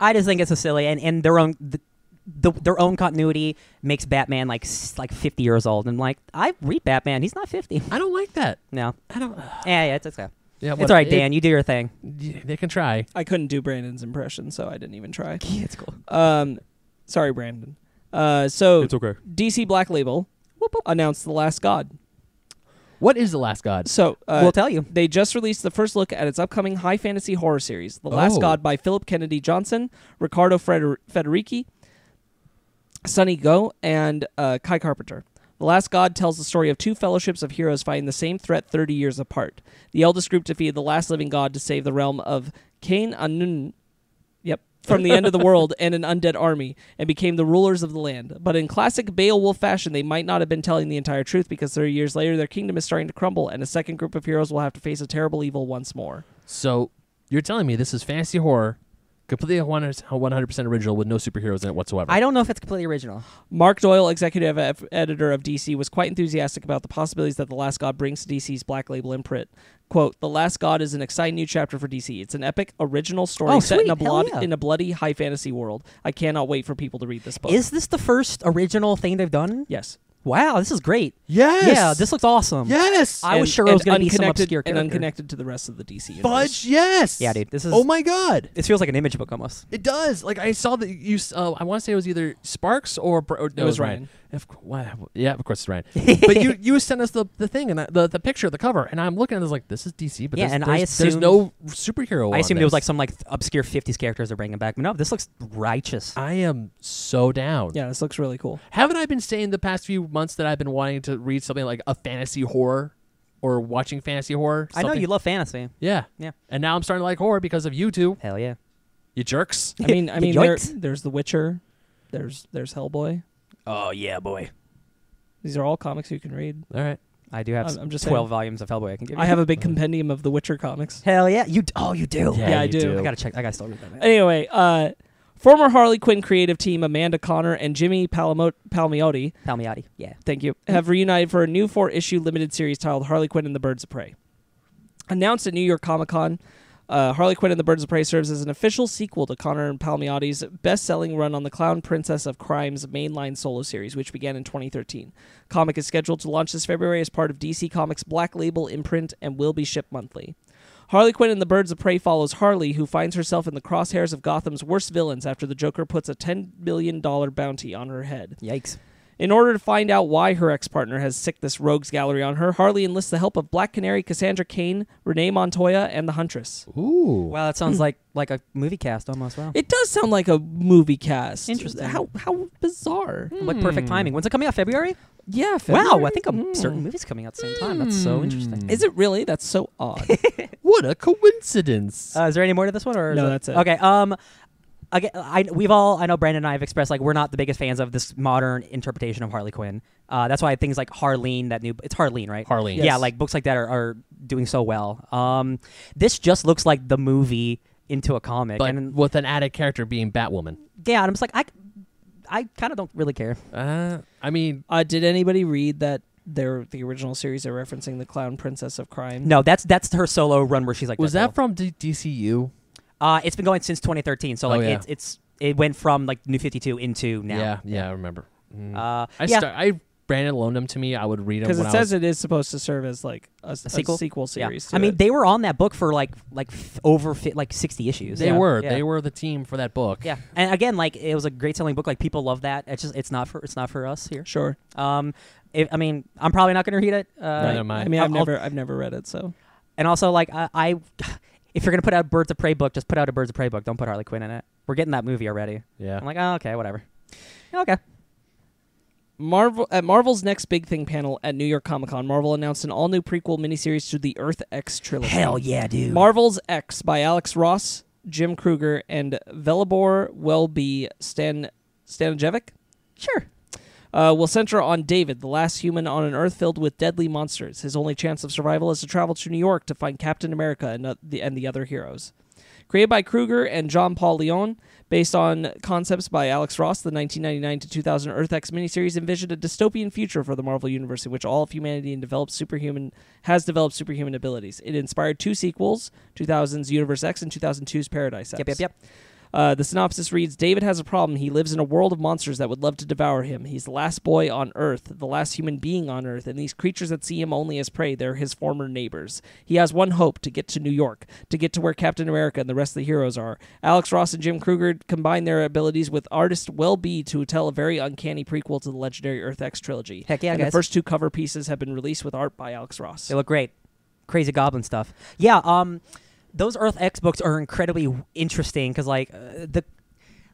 Speaker 3: I just think it's so silly, and, and their own the, the, their own continuity makes Batman like s- like fifty years old, and like I read Batman, he's not fifty.
Speaker 1: I don't like that.
Speaker 3: No,
Speaker 1: I don't.
Speaker 3: yeah, yeah, it's okay.
Speaker 1: Yeah,
Speaker 3: It's all right, Dan. you do your thing.
Speaker 1: they can try.
Speaker 2: I couldn't do Brandon's impression, so I didn't even try.
Speaker 3: Yeah, it's cool.
Speaker 2: Um, sorry, Brandon. Uh, so
Speaker 1: okay.
Speaker 2: DC Black Label announced The Last God.
Speaker 1: What is the last god?
Speaker 2: So uh,
Speaker 3: we'll tell you.
Speaker 2: They just released the first look at its upcoming high fantasy horror series, The Last
Speaker 1: Oh.
Speaker 2: God by Philip Kennedy Johnson, Ricardo Freder- Federici, Sonny Go, and uh, Kai Carpenter. The Last God tells the story of two fellowships of heroes fighting the same threat 30 years apart. The eldest group defeated the last living god to save the realm of Cain Anun. Yep. From the end of the world and an undead army, and became the rulers of the land. But in classic Beowulf fashion, they might not have been telling the entire truth because 30 years later, their kingdom is starting to crumble, and a second group of heroes will have to face a terrible evil once more.
Speaker 1: So you're telling me this is fantasy horror, completely 100 percent original with no superheroes in it whatsoever.
Speaker 3: I don't know if it's completely original.
Speaker 2: Mark Doyle, executive ef- editor of DC, was quite enthusiastic about the possibilities that The Last God brings to DC's Black Label imprint. Quote, The Last God is an exciting new chapter for DC. It's an epic, original story
Speaker 3: Oh,
Speaker 2: set in, a
Speaker 3: sweet. Hell
Speaker 2: blood-
Speaker 3: yeah.
Speaker 2: in a bloody high fantasy world. I cannot wait for people to read this book.
Speaker 3: Is this the first original thing they've done?
Speaker 2: yes.
Speaker 3: Wow, this is great.
Speaker 1: yes.
Speaker 3: Yeah, this looks awesome.
Speaker 1: Yes.
Speaker 3: I was
Speaker 2: And-
Speaker 3: sure it was
Speaker 2: and
Speaker 3: going to be some
Speaker 2: unconnected-
Speaker 3: obscure
Speaker 2: And
Speaker 3: character.
Speaker 2: unconnected to the rest of the DC universe.
Speaker 1: Fudge. Yes.
Speaker 3: Yeah, dude, this is-
Speaker 1: Oh my god.
Speaker 3: This feels like an image book almost.
Speaker 1: It does. Like I saw that you. s- Uh, I want to say it was either Sparks or, Br- or no, it
Speaker 2: was Ryan.
Speaker 1: Of cou- wow. Yeah, of course it's Ryan. but you you sent us the, the thing and I, the the picture, the cover, and I'm looking at this like this is DC, but
Speaker 3: Yeah,
Speaker 1: there's,
Speaker 3: and I
Speaker 1: there's, there's
Speaker 3: assumed-
Speaker 1: no superhero.
Speaker 3: I
Speaker 1: on
Speaker 3: assumed there was
Speaker 1: this.
Speaker 3: like some like th- obscure '50s characters they're bringing back. But no, this looks righteous.
Speaker 1: I am so down.
Speaker 2: Yeah, this looks really cool.
Speaker 1: Haven't I been saying the past few months that I've been wanting to read something like a fantasy horror or watching fantasy horror?
Speaker 3: I know
Speaker 1: something?
Speaker 3: you love fantasy.
Speaker 1: Yeah.
Speaker 3: Yeah.
Speaker 1: And now I'm starting to like horror because of you two,
Speaker 3: Hell yeah.
Speaker 1: you jerks.
Speaker 2: I mean, I mean, there,
Speaker 3: Yoinks.
Speaker 2: there's The Witcher, there's there's Hellboy.
Speaker 3: Oh yeah, boy.
Speaker 2: These are all comics you can read.
Speaker 1: All right.
Speaker 3: I do have
Speaker 2: I'm-
Speaker 3: s-
Speaker 2: I'm just
Speaker 3: 12
Speaker 2: saying.
Speaker 3: volumes of Hellboy I can give you.
Speaker 2: I have a big compendium of The Witcher comics.
Speaker 3: Hell yeah. You d- oh you do.
Speaker 1: Yeah,
Speaker 2: I
Speaker 1: you
Speaker 2: do.
Speaker 3: I got to check. I got to still read that. man.
Speaker 2: Anyway, uh, former Harley Quinn creative team Amanda Connor and Jimmy Palamo- Palmiotti,
Speaker 3: Palmiotti. Yeah.
Speaker 2: thank you, have reunited for a new four issue limited series titled Harley Quinn and the Birds of Prey. Announced at New York Comic Con, uh, Harley Quinn and the Birds of Prey serves as an official sequel to Connor and Palmiotti's best selling run on the Clown Princess of Crime's mainline solo series, which began in 2013. Comic is scheduled to launch this February as part of DC Comics' Black Label imprint and will be shipped monthly. Harley Quinn and the Birds of Prey follows Harley, who finds herself in the crosshairs of Gotham's worst villains after the Joker puts a $10 million bounty on her head.
Speaker 3: Yikes.
Speaker 2: In order to find out why her ex partner has sicked this rogues gallery on her, Harley enlists the help of Black Canary, Cassandra Kane, Renee Montoya, and the Huntress.
Speaker 1: Ooh.
Speaker 3: Wow, that sounds like like a movie cast almost. Wow.
Speaker 2: It does sound like a movie cast.
Speaker 3: Interesting.
Speaker 2: How how bizarre.
Speaker 3: Like perfect timing. When's it coming out? Hmm. February? Hmm.
Speaker 2: Yeah.
Speaker 3: Wow, I
Speaker 2: February?
Speaker 3: think a
Speaker 2: Mm.
Speaker 3: certain movie's coming out at the same time. That's so interesting.
Speaker 2: Is it really? That's so odd.
Speaker 1: What a coincidence.
Speaker 3: Uh, is there any more to this one or is
Speaker 2: No,
Speaker 3: that-
Speaker 2: that's it.
Speaker 3: Okay. Um again, I we've all I know Brandon and I have expressed like we're not the biggest fans of this modern interpretation of Harley Quinn. Uh, that's why things like Harleen, that new it's Harleen, right?
Speaker 1: Harleen.
Speaker 3: Yeah,
Speaker 2: Yes.
Speaker 3: like books like that are, are doing so well. Um this just looks like the movie into a comic
Speaker 1: but
Speaker 3: and
Speaker 1: with an added character being Batwoman.
Speaker 3: yeah, and I'm just like I I kind of don't really care.
Speaker 1: Uh, I mean,
Speaker 2: uh, did anybody read that? They're, the original series are referencing the Clown Princess of Crime.
Speaker 3: No, that's that's her solo run where she's like.
Speaker 1: was that
Speaker 3: Deadpool.
Speaker 1: from D- DCU?
Speaker 3: Uh, it's been going since 2013. So
Speaker 1: Oh,
Speaker 3: like
Speaker 1: yeah.
Speaker 3: it's it's it went from like New 52 into now.
Speaker 1: Yeah, yeah, I remember. Mm.
Speaker 3: Uh,
Speaker 1: I
Speaker 3: yeah.
Speaker 1: Start, I Brandon loaned them to me, I would read them.
Speaker 2: because
Speaker 1: When
Speaker 2: it
Speaker 1: I
Speaker 2: says
Speaker 1: was,
Speaker 2: it is supposed to serve as like a, s- a sequel?
Speaker 3: sequel? Yeah.
Speaker 2: series. to
Speaker 3: I
Speaker 1: uh,
Speaker 3: mean,
Speaker 2: it.
Speaker 3: they were on that book for like like f- over fi- like sixty issues.
Speaker 1: they
Speaker 3: Yeah.
Speaker 1: were
Speaker 3: Yeah.
Speaker 1: they were the team for that book.
Speaker 3: Yeah, and again, like it was a great selling book. Like people love that. It's just it's not for it's not for us here.
Speaker 2: sure.
Speaker 3: Um, if, I mean, I'm probably not going to read it. Uh,
Speaker 1: Neither am I.
Speaker 2: I mean, I've
Speaker 3: I'll-
Speaker 2: never, I've never read it, so
Speaker 3: And also, like I, I if you're going to put out a Birds of Prey book, just put out a Birds of Prey book. Don't put Harley Quinn in it. We're getting that movie already.
Speaker 1: yeah.
Speaker 3: I'm like, oh, okay, whatever. Okay.
Speaker 2: Marvel at Marvel's next big thing panel at New York Comic Con, Marvel announced an all-new prequel miniseries to the Earth X trilogy.
Speaker 3: yeah, dude.
Speaker 2: Marvel's X by Alex Ross, Jim Kruger, and Velibor Welby Stan Stanajevic. Sure. Uh, will center on David, the last human on an Earth filled with deadly monsters. His only chance of survival is to travel to New York to find Captain America and uh, the, and the other heroes. Created by Kruger and Jean Paul Leon, based on concepts by Alex Ross, the 1999 to 2000 Earth X miniseries envisioned a dystopian future for the Marvel Universe in which all of humanity and developed superhuman has developed superhuman abilities. It inspired two sequels, 2000's Universe X and 2002's Paradise X.
Speaker 3: Yep, yep, yep.
Speaker 2: Uh, the synopsis reads David has a problem. He lives in a world of monsters that would love to devour him. He's the last boy on Earth, the last human being on Earth, and these creatures that see him only as prey, they're his former neighbors. He has one hope to get to New York, to get to where Captain America and the rest of the heroes are. Alex Ross and Jim Kruger combine their abilities with artist Well Be to tell a very uncanny prequel to the legendary Earth X trilogy.
Speaker 3: Heck yeah,
Speaker 2: and The
Speaker 3: guys.
Speaker 2: first two cover pieces have been released with art by Alex Ross.
Speaker 3: They look great. Crazy goblin stuff. Yeah, um those Earth X books are incredibly w- interesting cuz like uh, the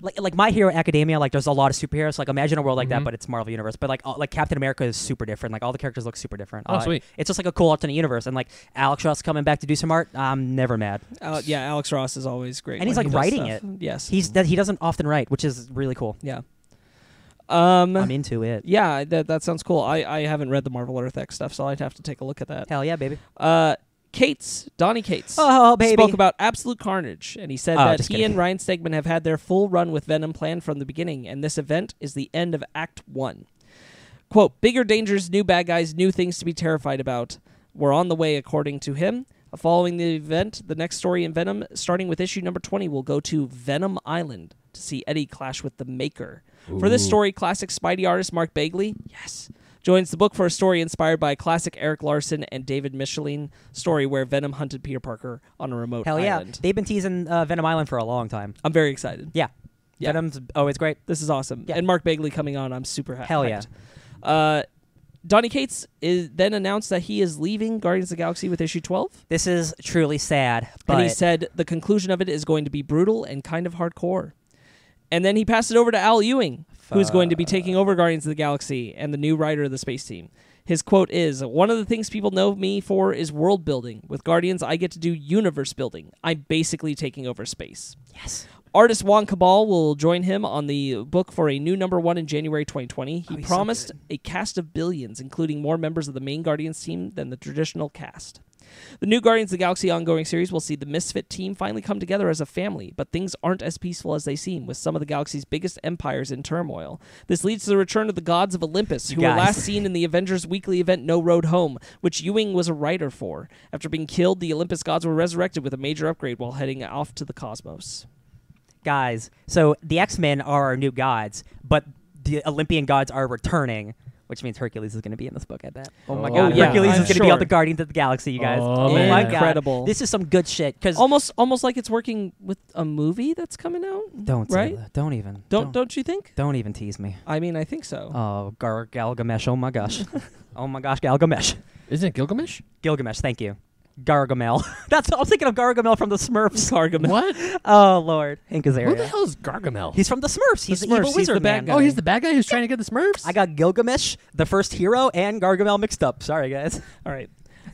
Speaker 3: like, like My Hero Academia, like there's a lot of superheroes. Like imagine a world like that,
Speaker 1: Mhm.
Speaker 3: but it's Marvel Universe. But like all, like Captain America is super different. Like all the characters look super different.
Speaker 1: Oh,
Speaker 3: Uh,
Speaker 1: sweet.
Speaker 3: It's just like a cool alternate universe. And like Alex Ross coming back to do some art, I'm never mad.
Speaker 2: Al- yeah, Alex Ross is always great.
Speaker 3: And he's,
Speaker 2: when he
Speaker 3: like,
Speaker 2: does
Speaker 3: writing
Speaker 2: stuff. Yes.
Speaker 3: He's that he doesn't often write, which is really cool.
Speaker 2: yeah. Um,
Speaker 3: I'm into it.
Speaker 2: Yeah, that that sounds cool. I, I haven't read the Marvel Earth X stuff, so I'd have to take a look at that.
Speaker 3: Hell yeah, baby.
Speaker 2: Uh, Cates, Donnie Cates,
Speaker 3: Oh, baby.
Speaker 2: spoke about Absolute Carnage, and he said
Speaker 3: Oh,
Speaker 2: that
Speaker 3: just
Speaker 2: he
Speaker 3: kidding.
Speaker 2: and Ryan Stegman have had their full run with Venom planned from the beginning, and this event is the end of Act One. Quote: Bigger dangers, new bad guys, new things to be terrified about were on the way, according to him. Following the event, the next story in Venom, starting with issue number 20, will go to Venom Island to see Eddie clash with the Maker. For this story, classic Spidey artist Mark Bagley, yes, joins the book for a story inspired by classic Eric Larson and David Michelin story where Venom hunted Peter Parker on a remote
Speaker 3: Hell yeah.
Speaker 2: island.
Speaker 3: They've been teasing uh, Venom Island for a long time.
Speaker 2: I'm very excited.
Speaker 3: Yeah.
Speaker 2: Yeah.
Speaker 3: Venom's oh, it's great.
Speaker 2: This is awesome.
Speaker 3: Yeah.
Speaker 2: And Mark Bagley coming on, I'm super happy.
Speaker 3: Hell yeah.
Speaker 2: Uh, Donny Cates is then announced that he is leaving Guardians of the Galaxy with issue 12.
Speaker 3: This is truly sad, but
Speaker 2: and he said the conclusion of it is going to be brutal and kind of hardcore. And then he passed it over to Al Ewing, who's going to be taking over Guardians of the Galaxy and the new writer of the space team. His quote is One of the things people know me for is world building. With Guardians, I get to do universe building. I'm basically taking over space.
Speaker 3: yes.
Speaker 2: Artist Juan Cabal will join him on the book for a new number one in January 2020. He
Speaker 3: Oh, he's so
Speaker 2: promised a cast of billions, including more members of the main Guardians team than the traditional cast. The new Guardians of the Galaxy ongoing series will see the Misfit team finally come together as a family, but things aren't as peaceful as they seem, with some of the galaxy's biggest empires in turmoil. This leads to the return of the gods of Olympus, who were
Speaker 3: guys.
Speaker 2: last seen in the Avengers weekly event No Road Home, which Ewing was a writer for. After being killed, the Olympus gods were resurrected with a major upgrade while heading off to the cosmos.
Speaker 3: guys. So the X Men are our new gods, but the Olympian gods are returning, which means Hercules is going to be in this book. I bet. Oh my
Speaker 1: Oh,
Speaker 3: god,
Speaker 1: yeah.
Speaker 3: Hercules
Speaker 1: I'm
Speaker 3: is going to be
Speaker 2: sure.
Speaker 3: on the Guardians of the Galaxy, you guys.
Speaker 1: Oh,
Speaker 3: my
Speaker 1: man.
Speaker 3: god,
Speaker 2: Incredible. Oh,
Speaker 3: This is some good shit. Because
Speaker 2: almost almost like it's working with a movie that's coming out.
Speaker 3: don't say
Speaker 2: right?
Speaker 3: that. don't even
Speaker 2: Don't don't you think?
Speaker 3: don't even tease me.
Speaker 2: I mean, I think so.
Speaker 3: Oh, Gar- Galgamesh. Oh my gosh. oh my gosh, Galgamesh.
Speaker 1: Isn't it Gilgamesh?
Speaker 3: Gilgamesh. Thank you. Gargamel. That's I'm thinking of Gargamel from the Smurfs. Gargamel.
Speaker 1: What?
Speaker 3: Oh lord, Hank Azaria.
Speaker 1: Who the hell is Gargamel?
Speaker 3: He's from the Smurfs. He's the,
Speaker 2: Smurfs,
Speaker 3: evil
Speaker 2: he's
Speaker 3: wizard
Speaker 2: the bad
Speaker 3: man.
Speaker 2: guy.
Speaker 1: oh, he's the bad guy who's trying to get the Smurfs.
Speaker 3: I got Gilgamesh, the first hero, and Gargamel mixed up. Sorry, guys.
Speaker 2: All right.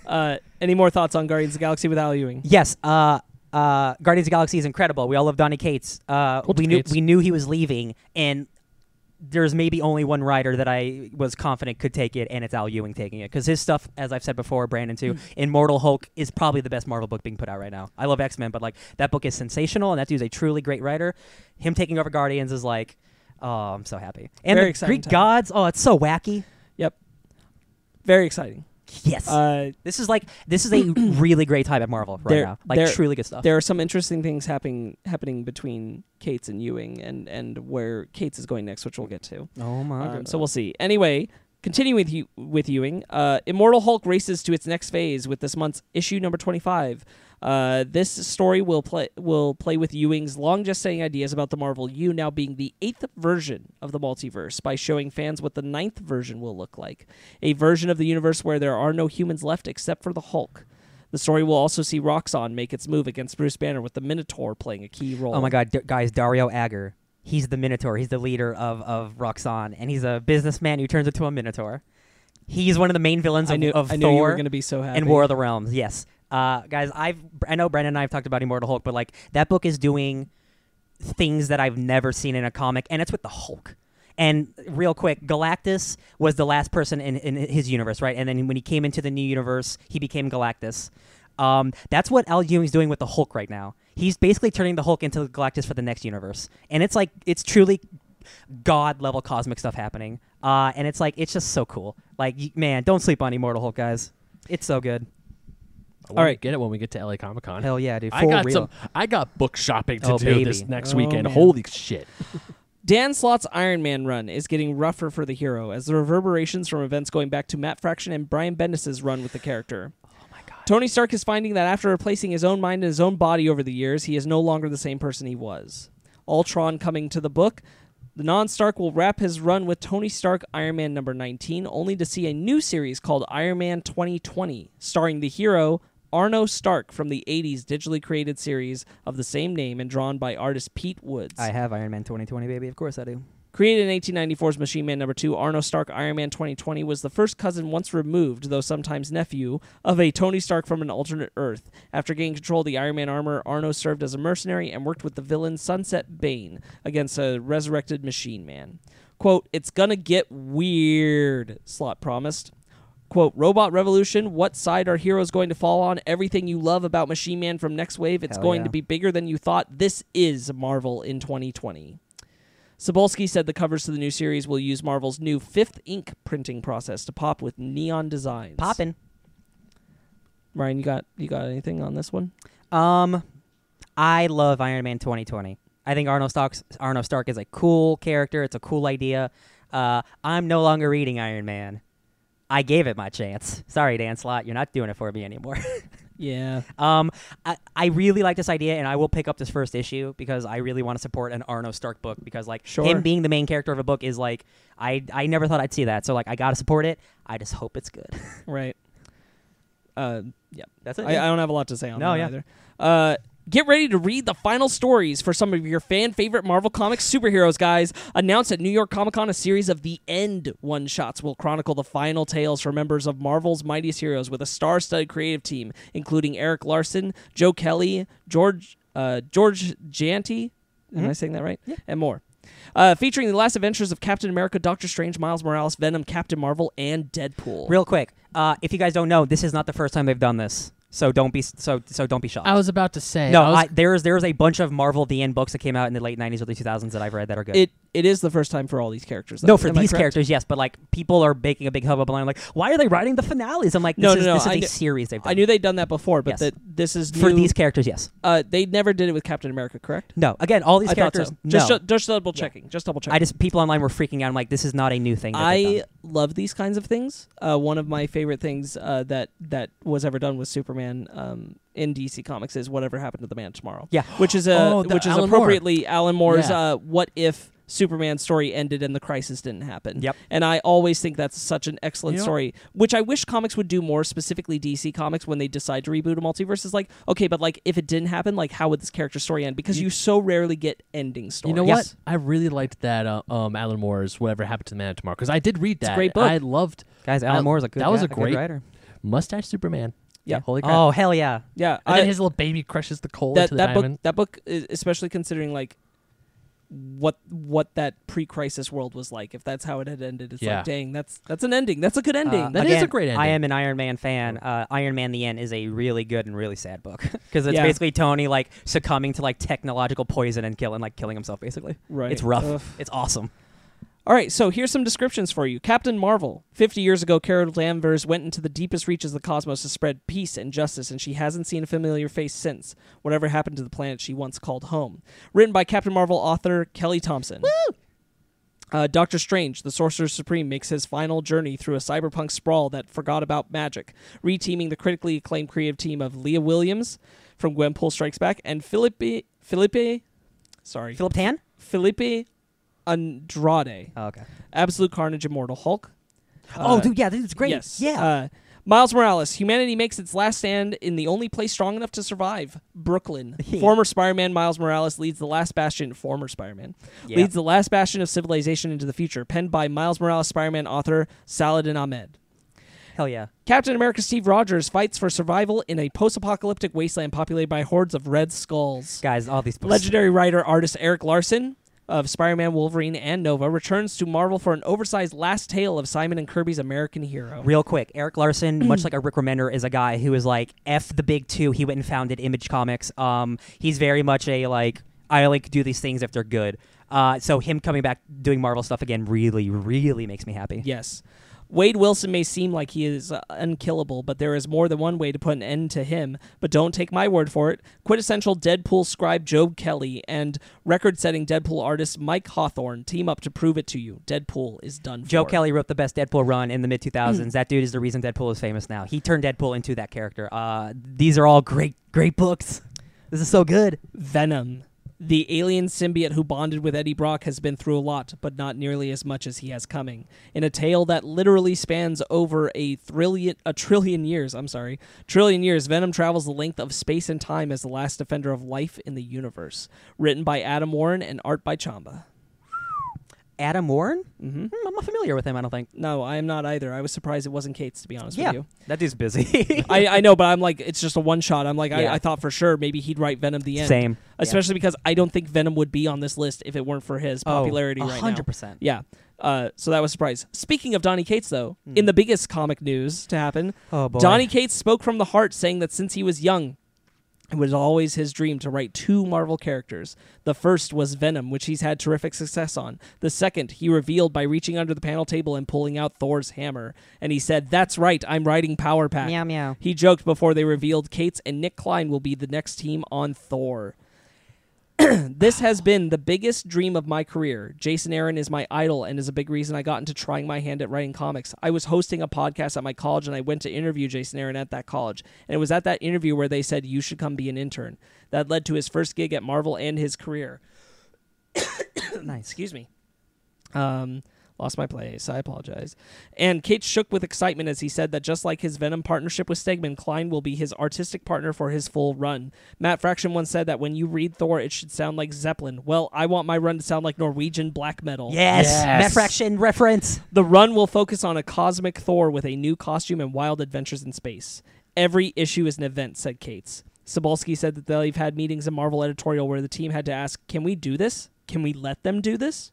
Speaker 2: Uh, any more thoughts on Guardians of the Galaxy with Al Ewing?
Speaker 3: Yes, uh, uh, Guardians of the Galaxy is incredible. We all love Donny Cates. Uh,
Speaker 1: Old
Speaker 3: we knew
Speaker 1: Cates.
Speaker 3: we knew he was leaving, and there's maybe only one writer that I was confident could take it, and it's Al Ewing taking it because his stuff, as I've said before, Brandon too,
Speaker 2: Mm.
Speaker 3: Immortal Hulk is probably the best Marvel book being put out right now. I love X Men, but like that book is sensational, and that dude's a truly great writer. Him taking over Guardians is like. Oh, I'm so happy. And
Speaker 2: Very
Speaker 3: the
Speaker 2: exciting
Speaker 3: Greek
Speaker 2: time.
Speaker 3: gods, oh, it's so wacky.
Speaker 2: Yep. Very exciting.
Speaker 3: Yes.
Speaker 2: Uh,
Speaker 3: This is like this is a really great time at Marvel right
Speaker 2: There-
Speaker 3: now. Like
Speaker 2: there-
Speaker 3: truly good stuff.
Speaker 2: there are some interesting things happening happening between Cates and Ewing, and and where Cates is going next, which we'll get to.
Speaker 3: Oh my
Speaker 2: Um, so we'll see. Anyway, Continuing with, Hu- with Ewing, uh, Immortal Hulk races to its next phase with this month's issue number 25. Uh, this story will play will play with Ewing's long gestating ideas about the Marvel U now being the eighth version of the multiverse by showing fans what the ninth version will look like, a version of the universe where there are no humans left except for the Hulk. The story will also see Roxxon make its move against Bruce Banner with the Minotaur playing a key role.
Speaker 3: Oh my God, D- guys! Dario Agger. He's the Minotaur. He's the leader of of Roxxon, and he's a businessman who turns into a Minotaur. He's one of the main villains
Speaker 2: I
Speaker 3: of,
Speaker 2: knew,
Speaker 3: of
Speaker 2: I knew you
Speaker 3: Thor
Speaker 2: were going to be so happy.
Speaker 3: and War of the Realms. Yes, uh, guys. I've I know Brandon and I have talked about Immortal Hulk, but like that book is doing things that I've never seen in a comic, and it's with the Hulk. And real quick, Galactus was the last person in, in his universe, right? And then when he came into the new universe, he became Galactus. Um, that's what Al Ewing's doing with the Hulk right now. He's basically turning the Hulk into Galactus for the next universe, and it's like it's truly god level cosmic stuff happening. Uh, and it's like it's just so cool. Like y- man, don't sleep on Immortal Hulk, guys. It's so good.
Speaker 1: All
Speaker 2: All right.
Speaker 1: right, get it when we get to LA Comic Con.
Speaker 3: Hell yeah, dude. For
Speaker 1: I got
Speaker 3: real.
Speaker 1: some. I got book shopping to
Speaker 3: Oh,
Speaker 1: do
Speaker 3: baby.
Speaker 1: this next
Speaker 2: Oh,
Speaker 1: weekend.
Speaker 2: man.
Speaker 1: Holy shit!
Speaker 2: Dan Slott's Iron Man run is getting rougher for the hero as the reverberations from events going back to Matt Fraction and Brian Bendis' run with the character.
Speaker 1: Oh,
Speaker 2: Tony Stark is finding that after replacing his own mind and his own body over the years, he is no longer the same person he was. Ultron coming to the book, the non Stark will wrap his run with Tony Stark Iron Man number 19, only to see a new series called Iron Man 2020, starring the hero Arno Stark from the 80s digitally created series of the same name and drawn by artist Pete Woods.
Speaker 3: I have Iron Man 2020, baby. Of course I do.
Speaker 2: Created in 1894's Machine Man number 2, Arno Stark Iron Man 2020 was the first cousin once removed, though sometimes nephew, of a Tony Stark from an alternate Earth. After gaining control of the Iron Man armor, Arno served as a mercenary and worked with the villain Sunset Bane against a resurrected Machine Man. Quote, It's gonna get weird, Slot promised. Quote, Robot Revolution, what side are heroes going to fall on? Everything you love about Machine Man from Next Wave, it's
Speaker 3: Hell
Speaker 2: going
Speaker 3: yeah.
Speaker 2: to be bigger than you thought. This is Marvel in 2020. Sobolski said the covers to the new series will use Marvel's new fifth ink printing process to pop with neon designs.
Speaker 3: Poppin'.
Speaker 2: Ryan, you got you got anything on this one?
Speaker 3: Um, I love Iron Man 2020. I think Arno Stark's Arno Stark is a cool character. It's a cool idea. Uh, I'm no longer reading Iron Man. I gave it my chance. Sorry, Dan Slott, you're not doing it for me anymore.
Speaker 2: Yeah.
Speaker 3: um, I, I really like this idea, and I will pick up this first issue because I really want to support an Arno Stark book because like
Speaker 2: Sure.
Speaker 3: him being the main character of a book is like I I never thought I'd see that. So like I gotta support it. I just hope it's good.
Speaker 2: Right. Uh, yeah.
Speaker 3: That's it.
Speaker 2: I, I don't have a lot to say on
Speaker 3: No,
Speaker 2: that
Speaker 3: yeah.
Speaker 2: either. Uh, get ready to read the final stories for some of your fan favorite Marvel Comics superheroes, guys. Announced at New York Comic Con, a series of The End one shots will chronicle the final tales for members of Marvel's mightiest heroes with a star studded creative team, including Eric Larson, Joe Kelly, George, uh, George Gianti. Am
Speaker 3: Mm-hmm.
Speaker 2: I saying that right? And more. Uh, featuring the last adventures of Captain America, Doctor Strange, Miles Morales, Venom, Captain Marvel, and Deadpool.
Speaker 3: Real quick, uh, if you guys don't know, this is not the first time they've done this. So don't be so so don't be shocked.
Speaker 1: I was about to say.
Speaker 3: No,
Speaker 1: I was-
Speaker 3: I, there's there's a bunch of Marvel the end books that came out in the late '90s, early 2000s that I've read that are good.
Speaker 2: it it is the first time for all these characters. though.
Speaker 3: no, for
Speaker 2: Am I
Speaker 3: these
Speaker 2: correct?
Speaker 3: characters, yes, but like people are making a big hubbub and I'm like, why are they writing the finales? I'm like, this
Speaker 2: No, no,
Speaker 3: is
Speaker 2: no,
Speaker 3: this is
Speaker 2: I
Speaker 3: a
Speaker 2: kn-
Speaker 3: series they've done.
Speaker 2: I knew they'd done that before, but
Speaker 3: Yes.
Speaker 2: that this is
Speaker 3: for
Speaker 2: new.
Speaker 3: these characters, yes.
Speaker 2: Uh, they never did it with Captain America, correct?
Speaker 3: No, again, all these
Speaker 2: I thought
Speaker 3: characters.
Speaker 2: so.
Speaker 3: No,
Speaker 2: Just just double checking. Just double checking.
Speaker 3: I just people online were freaking out. I'm like, this is not a new thing. That they've
Speaker 2: I
Speaker 3: done.
Speaker 2: love these kinds of things. Uh, one of my favorite things uh, that that was ever done with Superman um, in DC Comics is whatever happened to the Man Tomorrow.
Speaker 3: Yeah.
Speaker 2: which is a
Speaker 1: Oh, the
Speaker 2: which is
Speaker 1: Alan Moore.
Speaker 2: appropriately Alan Moore's
Speaker 1: Yeah.
Speaker 2: uh, "What If." Superman story ended and the crisis didn't happen.
Speaker 3: Yep.
Speaker 2: And I always think that's such an excellent
Speaker 1: You know-
Speaker 2: story, which I wish comics would do more, specifically DC Comics, when they decide to reboot a multiverse. Is like, okay, but like if it didn't happen, like how would this character story end? Because you, so rarely get ending stories.
Speaker 1: You know
Speaker 3: Yes.
Speaker 1: what? I really liked that uh, um, Alan Moore's "Whatever Happened to the Man Tomorrow" because I did read that.
Speaker 2: a great book.
Speaker 1: I loved
Speaker 3: guys, Alan
Speaker 1: I-
Speaker 3: Moore's a good.
Speaker 1: that was
Speaker 3: guy-
Speaker 1: a great-
Speaker 3: good writer.
Speaker 1: Mustache Superman.
Speaker 2: Yeah.
Speaker 1: holy crap!
Speaker 3: Oh hell yeah!
Speaker 2: Yeah,
Speaker 1: and
Speaker 2: I-
Speaker 1: then his little baby crushes the coal
Speaker 2: that
Speaker 1: into the
Speaker 2: that
Speaker 1: diamond.
Speaker 2: book that book e- especially considering like what what that pre-crisis world was like if that's how it had ended it's
Speaker 1: Yeah.
Speaker 2: like dang that's that's an ending that's a good ending
Speaker 3: Uh,
Speaker 1: That is a
Speaker 3: again,
Speaker 1: great
Speaker 3: I
Speaker 1: ending.
Speaker 3: am an Iron Man fan. Uh, Iron Man: The End is a really good and really sad book because it's
Speaker 2: Yeah.
Speaker 3: basically Tony like succumbing to like technological poison and killing like killing himself basically.
Speaker 2: right
Speaker 3: It's rough.
Speaker 2: Ugh.
Speaker 3: It's awesome.
Speaker 2: All right, so here's some descriptions for you. Captain Marvel. 50 years ago, Carol Danvers went into the deepest reaches of the cosmos to spread peace and justice, and she hasn't seen a familiar face since. Whatever happened to the planet she once called home. Written by Captain Marvel author Kelly Thompson. Woo! Uh, Doctor Strange, the Sorcerer Supreme, makes his final journey through a cyberpunk sprawl that forgot about magic, reteaming the critically acclaimed creative team of Leah Williams from Gwenpool Strikes Back and Philippe Philippe, sorry,
Speaker 3: Philip Tan?
Speaker 2: Philippe Andrade,
Speaker 3: Oh, okay.
Speaker 2: Absolute Carnage, Immortal Hulk.
Speaker 3: oh,
Speaker 2: Uh,
Speaker 3: dude, yeah, this is great.
Speaker 2: Yes.
Speaker 3: Yeah.
Speaker 2: Uh, Miles Morales, humanity makes its last stand in the only place strong enough to survive Brooklyn. former Spider Man Miles Morales leads the last bastion, former Spider Man,
Speaker 3: Yeah.
Speaker 2: leads the last bastion of civilization into the future, penned by Miles Morales Spider Man author Saladin Ahmed.
Speaker 3: Hell yeah.
Speaker 2: Captain America Steve Rogers fights for survival in a post apocalyptic wasteland populated by hordes of red skulls.
Speaker 3: Guys, all these books.
Speaker 2: Legendary writer artist Eric Larson of Spider-Man, Wolverine, and Nova returns to Marvel for an oversized last tale of Simon and Kirby's American Hero.
Speaker 3: Real quick, Eric
Speaker 2: Mm.
Speaker 3: Larson, much like a Rick Remender, is a guy who is like F the big two. He went and founded Image Comics. Um, he's very much a like I like do these things if they're good. Uh, so him coming back doing Marvel stuff again really, really makes me happy.
Speaker 2: Yes. Wade Wilson may seem like he is uh, unkillable, but there is more than one way to put an end to him. But don't take my word for it. Quintessential Deadpool scribe Job Kelly and record setting Deadpool artist Mike Hawthorne team up to prove it to you. Deadpool is done
Speaker 3: Joe
Speaker 2: for.
Speaker 3: Kelly wrote the best Deadpool run in the mid 2000s. that dude is the reason Deadpool is famous now. He turned Deadpool into that character. Uh, these are all great, great books. This is so good.
Speaker 2: Venom. The alien symbiote who bonded with Eddie Brock has been through a lot, but not nearly as much as he has coming. In a tale that literally spans over a trillion a trillion years, I'm sorry, trillion years, Venom travels the length of space and time as the last defender of life in the universe. Written by Adam Warren and art by Chamba.
Speaker 3: Adam Warren?
Speaker 2: Mm-hmm.
Speaker 3: Hmm, I'm not familiar with him. I don't think.
Speaker 2: No, I am not either. I was surprised it wasn't Kate's, to be honest
Speaker 3: Yeah.
Speaker 2: with you.
Speaker 3: That dude's busy.
Speaker 2: I, I know, but I'm like, it's just a one shot. I'm like,
Speaker 3: Yeah.
Speaker 2: I, I thought for sure maybe he'd write Venom the end.
Speaker 3: Same.
Speaker 2: especially because I don't think Venom would be on this list if it weren't for his popularity
Speaker 3: oh,
Speaker 2: right now.
Speaker 3: 100%.
Speaker 2: Yeah. Uh, so that was a surprise. Speaking of Donny Cates, though, in the biggest comic news to happen,
Speaker 3: Oh boy.
Speaker 2: Donny Cates spoke from the heart, saying that since he was young, it was always his dream to write two Marvel characters. The first was Venom, which he's had terrific success on. The second, he revealed by reaching under the panel table and pulling out Thor's hammer. And he said, That's right, I'm writing Power Pack.
Speaker 3: Meow meow.
Speaker 2: He joked before they revealed Cates and Nick Klein will be the next team on Thor. this has been the biggest dream of my career. Jason Aaron is my idol and is a big reason I got into trying my hand at writing comics. I was hosting a podcast at my college and I went to interview Jason Aaron at that college. And it was at that interview where they said, You should come be an intern. That led to his first gig at Marvel and his career.
Speaker 3: nice.
Speaker 2: Excuse me. Um, lost my place. I apologize. And Kate shook with excitement as he said that just like his Venom partnership with Stegman, Klein will be his artistic partner for his full run. Matt Fraction once said that when you read Thor, it should sound like Zeppelin. Well, I want my run to sound like Norwegian black metal.
Speaker 3: Yes.
Speaker 1: Yes.
Speaker 3: Matt Fraction reference.
Speaker 2: The run will focus on a cosmic Thor with a new costume and wild adventures in space. Every issue is an event, said Cates. Sobolski said that they've had meetings in Marvel editorial where the team had to ask, can we do this? Can we let them do this?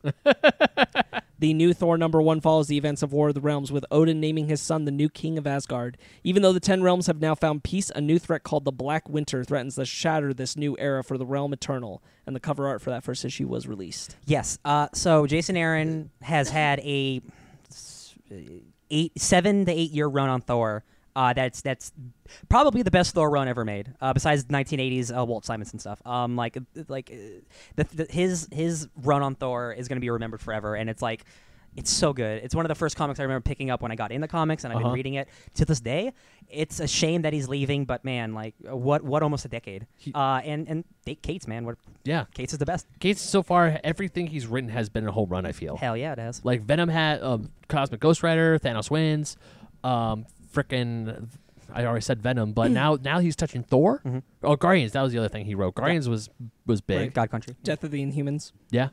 Speaker 2: the new Thor number one follows the events of War of the Realms, with Odin naming his son the new king of Asgard. Even though the Ten Realms have now found peace, a new threat called the Black Winter threatens to shatter this new era for the realm eternal. And the cover art for that first issue was released.
Speaker 3: Yes. Uh, so Jason Aaron has had a s- eight, seven to eight year run on Thor. Uh, that's that's probably the best Thor run ever made, uh, besides 1980s uh, Walt Simonson stuff. Um, like like uh, the, the, his his run on Thor is going to be remembered forever, and it's like it's so good. It's one of the first comics I remember picking up when I got into comics, and I've been
Speaker 1: Uh-huh.
Speaker 3: reading it to this day. It's a shame that he's leaving, but man, like what what almost a decade.
Speaker 1: He-
Speaker 3: uh, and and Kate's man, what
Speaker 1: Yeah.
Speaker 3: Kate's is the best.
Speaker 1: Gates so far, everything he's written has been a whole run. I feel
Speaker 3: Hell yeah, it has.
Speaker 1: like Venom had um, Cosmic Ghost Rider, Thanos wins, um, frickin' I already said Venom,
Speaker 2: Mm.
Speaker 1: but now now he's touching Thor. Oh, Guardians. That was the other thing he wrote. Guardians was was big.
Speaker 2: Mm-hmm. Right.
Speaker 3: God Country.
Speaker 2: Death of the Inhumans.
Speaker 1: Yeah.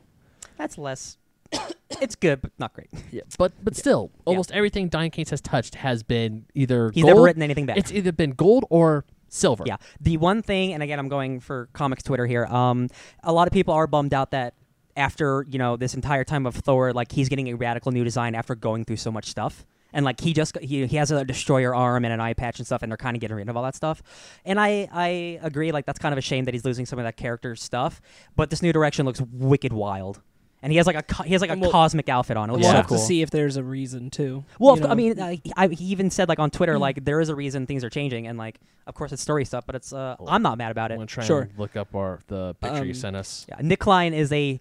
Speaker 3: That's less. it's good, but not great.
Speaker 1: Yeah, but but still, almost everything Diane Cates has touched has been either
Speaker 3: He's
Speaker 1: gold,
Speaker 3: never written anything back.
Speaker 1: It's either been gold or silver.
Speaker 3: yeah, the one thing, and again, I'm going for comics Twitter here. Um, a lot of people are bummed out that after you know this entire time of Thor, like he's getting a radical new design after going through so much stuff. And like he just he, he has a destroyer arm and an eye patch and stuff, and they're kind of getting rid of all that stuff. And I I agree, like that's kind of a shame that he's losing some of that character stuff. But this new direction looks wicked wild, and he has like a co- he has like a
Speaker 2: And we'll-
Speaker 3: cosmic outfit on. It
Speaker 2: We'll
Speaker 3: looks so
Speaker 2: have
Speaker 3: cool.
Speaker 2: to see if there's a reason too.
Speaker 3: Well,
Speaker 2: you
Speaker 3: if-
Speaker 2: know?
Speaker 3: I
Speaker 2: Mm.
Speaker 3: mean, uh, he- I, he even said like on Twitter, like there is a reason things are changing, and like of course it's story stuff, but it's uh, I'm not mad about
Speaker 1: I'm
Speaker 3: it.
Speaker 1: gonna try
Speaker 2: Sure.
Speaker 1: and look up our the picture you
Speaker 2: Um,
Speaker 1: sent us.
Speaker 3: Yeah, Nick Klein is a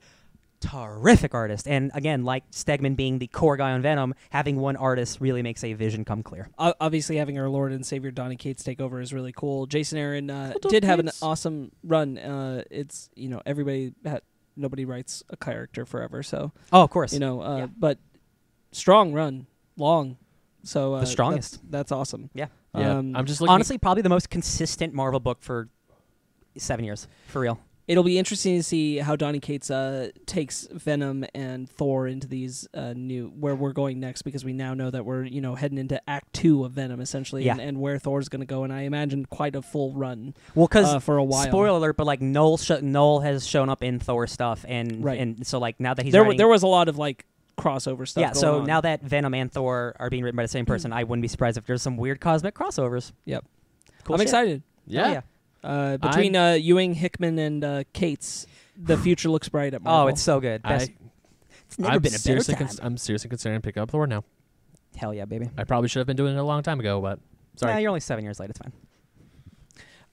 Speaker 3: terrific artist. And again, like Stegman being the core guy on Venom, having one artist really makes a vision come clear.
Speaker 2: O- obviously having our Lord and Savior Donny Cates take over is really cool. Jason Aaron uh, did have an awesome run. Uh, it's you know everybody ha- nobody writes a character forever, so
Speaker 3: Oh, of course.
Speaker 2: you know. Uh,
Speaker 3: Yeah.
Speaker 2: But strong run, long. So uh, that's-
Speaker 3: strongest.
Speaker 2: That's, awesome.
Speaker 3: Yeah.
Speaker 1: Yeah,
Speaker 2: Um,
Speaker 1: I'm just looking.
Speaker 3: Honestly, probably the most consistent Marvel book for seven years, for real.
Speaker 2: It'll be interesting to see how Donny Cates uh, takes Venom and Thor into these uh, new where we're going next because we now know that we're you know heading into Act Two of Venom essentially
Speaker 3: Yeah.
Speaker 2: and, and where Thor's going to go and I imagine quite a full run
Speaker 3: Well, because
Speaker 2: uh, for a while.
Speaker 3: spoiler alert, but like Noel, sh- Noel has shown up in Thor stuff, and
Speaker 2: Right.
Speaker 3: and so like now that he's
Speaker 2: there, wa-
Speaker 3: writing,
Speaker 2: there was a lot of like crossover stuff.
Speaker 3: yeah.
Speaker 2: going
Speaker 3: So
Speaker 2: on.
Speaker 3: now that Venom and Thor are being written by the same person, I wouldn't be surprised if there's some weird cosmic crossovers.
Speaker 2: Yep.
Speaker 3: Cool
Speaker 2: I'm
Speaker 3: shit.
Speaker 2: excited.
Speaker 3: Hell oh, yeah.
Speaker 1: yeah.
Speaker 2: Uh, between uh, Ewing, Hickman, and uh, Cates, the future looks bright at Marvel.
Speaker 3: Oh, it's so good. Best.
Speaker 1: I,
Speaker 3: it's never
Speaker 1: I'm
Speaker 3: been a better
Speaker 1: seriously
Speaker 3: time.
Speaker 1: cons- I'm seriously considering picking up Thor now.
Speaker 3: Hell yeah, baby.
Speaker 1: I probably should have been doing it a long time ago, but sorry.
Speaker 3: Nah, you're only seven years late. It's fine.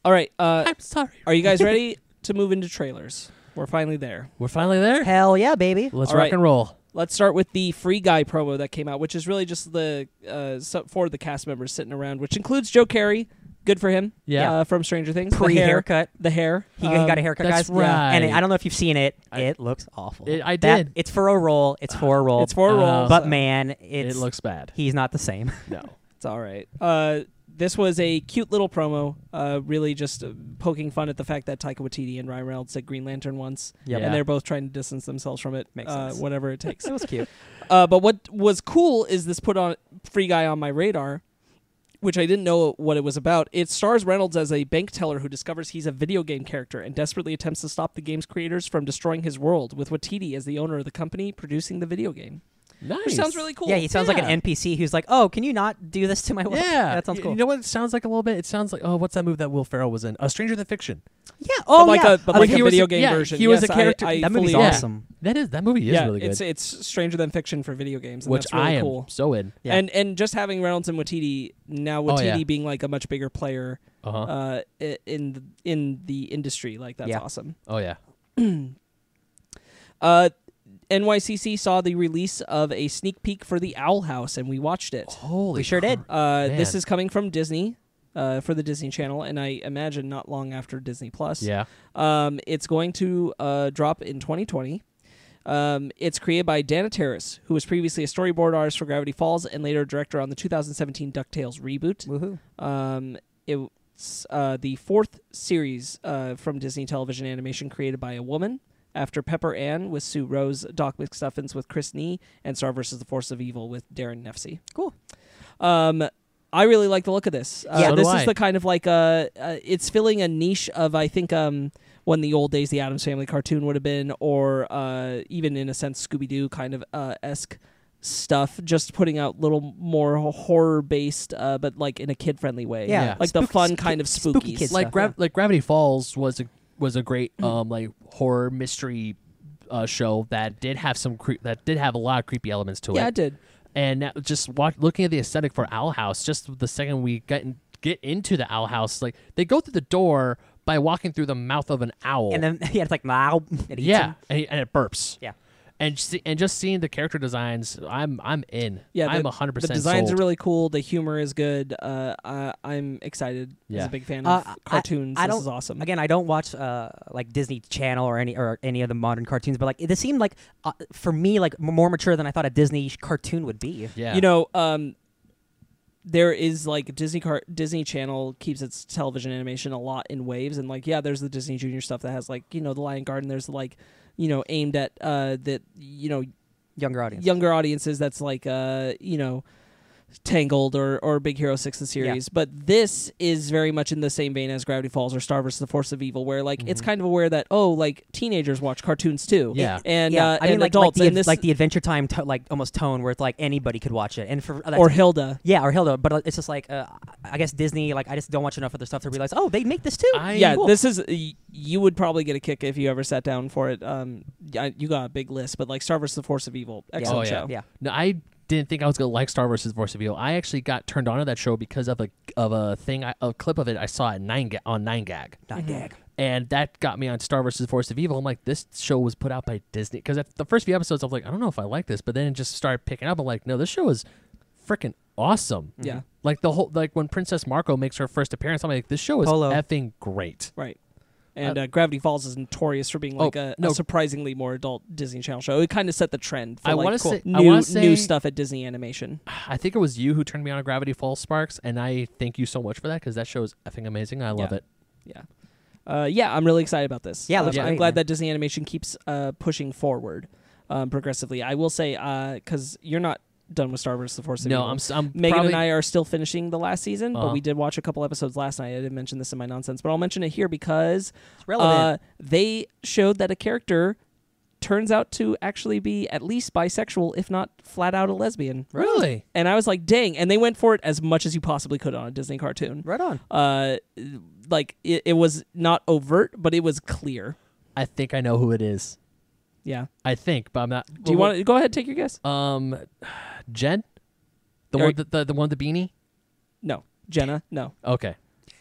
Speaker 2: all right. Uh,
Speaker 1: I'm sorry.
Speaker 2: are you guys ready to move into trailers? We're finally there.
Speaker 1: We're finally there.
Speaker 3: Hell yeah, baby.
Speaker 1: Let's
Speaker 2: All
Speaker 1: rock
Speaker 2: right.
Speaker 1: and roll.
Speaker 2: Let's start with the Free Guy promo that came out, which is really just the uh, so for the cast members sitting around, which includes Joe Carey. Good for him.
Speaker 1: Yeah.
Speaker 2: Uh, from Stranger Things.
Speaker 3: Pre
Speaker 2: the hair.
Speaker 3: haircut.
Speaker 2: The hair.
Speaker 3: He, he got
Speaker 2: Um,
Speaker 3: a haircut,
Speaker 1: that's
Speaker 3: guys. And it-
Speaker 1: right.
Speaker 3: I don't know if you've seen it.
Speaker 1: I-
Speaker 3: it looks awful.
Speaker 1: It- I
Speaker 3: That-
Speaker 1: did.
Speaker 3: it's for a role. It's for a role.
Speaker 2: Um, It's for a
Speaker 1: Uh,
Speaker 2: role.
Speaker 3: But
Speaker 2: so-
Speaker 3: man,
Speaker 1: it
Speaker 3: it's
Speaker 1: looks bad.
Speaker 3: he's not the same.
Speaker 1: No.
Speaker 2: It's all right. Uh, this was a cute little promo, uh, really just uh, poking fun at the fact that Taika Waititi and Ryan Reynolds did Green Lantern once,
Speaker 1: Yeah.
Speaker 2: and they're both trying to distance themselves from it,
Speaker 3: Makes
Speaker 2: uh,
Speaker 3: sense.
Speaker 2: whatever it takes.
Speaker 3: it was cute.
Speaker 2: uh, but what was cool is this put on Free Guy on my radar, which I didn't know what it was about. It stars Reynolds as a bank teller who discovers he's a video game character and desperately attempts to stop the game's creators from destroying his world, with Waititi as the owner of the company producing the video game.
Speaker 1: Nice.
Speaker 2: Which sounds really cool.
Speaker 3: Yeah, he sounds like
Speaker 1: Yeah.
Speaker 3: an NPC who's like, "Oh, can you not do this to my world?"
Speaker 1: Yeah.
Speaker 3: that sounds
Speaker 1: Y-
Speaker 3: cool.
Speaker 1: You know what it sounds like a little bit? It sounds like oh, what's that movie that Will Ferrell was in? A Stranger Than Fiction.
Speaker 3: yeah. Oh,
Speaker 2: but like
Speaker 3: yeah.
Speaker 2: a, but
Speaker 3: Uh,
Speaker 2: like
Speaker 3: he
Speaker 2: a
Speaker 3: was-
Speaker 2: video game
Speaker 1: yeah,
Speaker 2: version.
Speaker 1: he was
Speaker 2: Yes,
Speaker 1: a character-
Speaker 2: I, I
Speaker 3: that movie's
Speaker 2: fully-
Speaker 1: yeah.
Speaker 3: awesome.
Speaker 1: That is that movie is really good.
Speaker 2: It's it's Stranger Than Fiction for video games, and
Speaker 1: which
Speaker 2: that's really
Speaker 1: I am
Speaker 2: cool.
Speaker 1: so in.
Speaker 3: Yeah.
Speaker 2: And and just having Reynolds and Watiti now,
Speaker 1: Oh,
Speaker 2: Watiti
Speaker 1: yeah.
Speaker 2: being like a much bigger player
Speaker 1: Uh-huh.
Speaker 2: uh, i- in the, in the industry, like that's
Speaker 3: Yeah.
Speaker 2: awesome.
Speaker 1: oh yeah.
Speaker 2: Uh, NYCC saw the release of a sneak peek for the Owl House, and we watched it.
Speaker 1: Holy.
Speaker 3: We sure
Speaker 1: cr-
Speaker 3: did.
Speaker 2: Uh, this
Speaker 1: Oh, man.
Speaker 2: is coming from Disney. Uh, for the Disney Channel, and I imagine not long after Disney Plus.
Speaker 1: Yeah.
Speaker 2: Um, it's going to uh, drop in 2020. Um, it's created by Dana Terrace, who was previously a storyboard artist for Gravity Falls and later a director on the 2017 DuckTales reboot.
Speaker 3: Woohoo!
Speaker 2: Um, it's uh, the fourth series uh, from Disney Television Animation created by a woman. After Pepper Ann with Sue Rose, Doc McStuffins with Chris Nee, and Star vs. the Force of Evil with Darren Nefsey.
Speaker 3: Cool.
Speaker 2: Um, I really like the look of this. Uh,
Speaker 1: Yeah. So do
Speaker 2: this is
Speaker 1: I.
Speaker 2: the kind of like uh, uh, it's filling a niche of I think um when the old days the Adams Family cartoon would have been, or uh, even in a sense Scooby Doo kind of uh, esque stuff. Just putting out little more horror based, uh, but like in a kid friendly way.
Speaker 3: Yeah.
Speaker 1: Yeah.
Speaker 2: like the
Speaker 3: Spook-
Speaker 2: fun
Speaker 3: spook-
Speaker 2: kind of spooky,
Speaker 3: spooky kids.
Speaker 1: like
Speaker 2: Like
Speaker 3: stuff,
Speaker 1: Grav
Speaker 3: yeah.
Speaker 1: like Gravity Falls was a was a great
Speaker 2: Mm.
Speaker 1: um like horror mystery uh, show that did have some cre- that did have a lot of creepy elements to
Speaker 2: yeah, I
Speaker 1: it.
Speaker 2: did.
Speaker 1: And now just watch, looking at the aesthetic for Owl House, just the second we get in, get into the Owl House, like they go through the door by walking through the mouth of an owl.
Speaker 3: And then yeah, it's like wow. It eats
Speaker 1: yeah,
Speaker 3: him.
Speaker 1: and, he- and it burps.
Speaker 3: Yeah.
Speaker 1: And see, and just seeing the character designs, I'm I'm in.
Speaker 2: Yeah,
Speaker 1: I'm
Speaker 2: the,
Speaker 1: 100
Speaker 2: The
Speaker 1: percent
Speaker 2: designs
Speaker 1: sold.
Speaker 2: are really cool. The humor is good. Uh, I, I'm excited. As
Speaker 1: Yeah.
Speaker 2: a big fan
Speaker 3: Uh,
Speaker 2: of
Speaker 3: I-
Speaker 2: cartoons,
Speaker 3: I
Speaker 2: this
Speaker 3: don't-
Speaker 2: is awesome.
Speaker 3: Again, I don't watch uh, like Disney Channel or any or any of the modern cartoons, but like it seemed like uh, for me like m- more mature than I thought a Disney sh- cartoon would be.
Speaker 1: yeah.
Speaker 2: You know, um, there is like Disney car- Disney Channel keeps its television animation a lot in waves, and like yeah, there's the Disney Junior stuff that has like you know the Lion Garden. There's like you know aimed at uh that you know
Speaker 3: Younger audience.
Speaker 2: younger audiences. That's like uh you know. Tangled or, or Big Hero Six the series, but this is very much in the same vein as Gravity Falls or Star vs. the Force of Evil, where like it's kind of aware that oh, like teenagers watch cartoons too,
Speaker 1: Yeah.
Speaker 2: and
Speaker 3: Mm-hmm. yeah,
Speaker 2: uh,
Speaker 3: I mean
Speaker 2: and
Speaker 3: like,
Speaker 2: adults,
Speaker 3: like the
Speaker 2: and this
Speaker 3: like the Adventure Time to- like almost tone where it's like anybody could watch it, and for uh, that's-
Speaker 2: or Hilda,
Speaker 3: yeah, or Hilda, but uh, it's just like uh, I guess Disney like I just don't watch enough of their stuff to realize oh they make this too.
Speaker 1: I-
Speaker 2: yeah,
Speaker 1: Cool.
Speaker 2: this is y- you would probably get a kick if you ever sat down for it. Um, yeah, you got a big list, but like Star Wars: The Force of Evil, excellent
Speaker 1: Oh, yeah.
Speaker 2: show.
Speaker 3: yeah.
Speaker 1: No, I didn't think I was gonna like Star Wars: Force of Evil. I actually got turned on to that show because of a of a thing, I, a clip of it I saw at nine Ga- on Nine Gag,
Speaker 3: Not dag.
Speaker 1: and that got me on Star Wars: The Force of Evil. I'm like, this show was put out by Disney because the first few episodes, I'm like, I don't know if I like this, but then it just started picking up. I'm like, no, this show is freaking awesome.
Speaker 2: Yeah.
Speaker 1: Like the whole like when Princess Marco makes her first appearance, I'm like, this show is
Speaker 3: Polo.
Speaker 1: effing great.
Speaker 2: Right. And uh, Gravity Falls is notorious for being like a,
Speaker 1: Oh, no.
Speaker 2: a surprisingly more adult Disney Channel show. It kind of set the trend for
Speaker 1: I
Speaker 2: like
Speaker 1: wanna say- I
Speaker 2: new
Speaker 1: wanna
Speaker 2: new
Speaker 1: say-
Speaker 2: stuff at Disney Animation.
Speaker 1: I think it was you who turned me on to Gravity Falls Sparks, and I thank you so much for that because that show is effing amazing. I love
Speaker 2: Yeah.
Speaker 1: it.
Speaker 2: Yeah. Uh, yeah, I'm really excited about this.
Speaker 3: Yeah,
Speaker 2: Um,
Speaker 3: looks
Speaker 2: I'm
Speaker 3: great,
Speaker 2: glad
Speaker 3: man.
Speaker 2: that Disney Animation keeps uh, pushing forward um, progressively. I will say because you're not done with Star Wars: The Force. of
Speaker 1: No,
Speaker 2: Evil.
Speaker 1: I'm s- I'm
Speaker 2: Megan
Speaker 1: probably,
Speaker 2: and I are still finishing the last season, but
Speaker 1: Uh-huh.
Speaker 2: we did watch a couple episodes last night. I didn't mention this in my nonsense, but I'll mention it here because
Speaker 3: relevant.
Speaker 2: Uh, they showed that a character turns out to actually be at least bisexual, if not flat out a lesbian.
Speaker 1: really
Speaker 2: And I was like, dang! And they went for it as much as you possibly could on a Disney cartoon.
Speaker 3: right on.
Speaker 2: Uh, like it, it was not overt, but it was clear.
Speaker 1: I think I know who it is.
Speaker 2: Yeah.
Speaker 1: I think, but I'm not.
Speaker 2: Do you want to go ahead take your guess?
Speaker 1: Um, Jen, the
Speaker 2: Or-
Speaker 1: one, the, the the one, with the beanie.
Speaker 2: No, Jenna. No.
Speaker 1: Okay,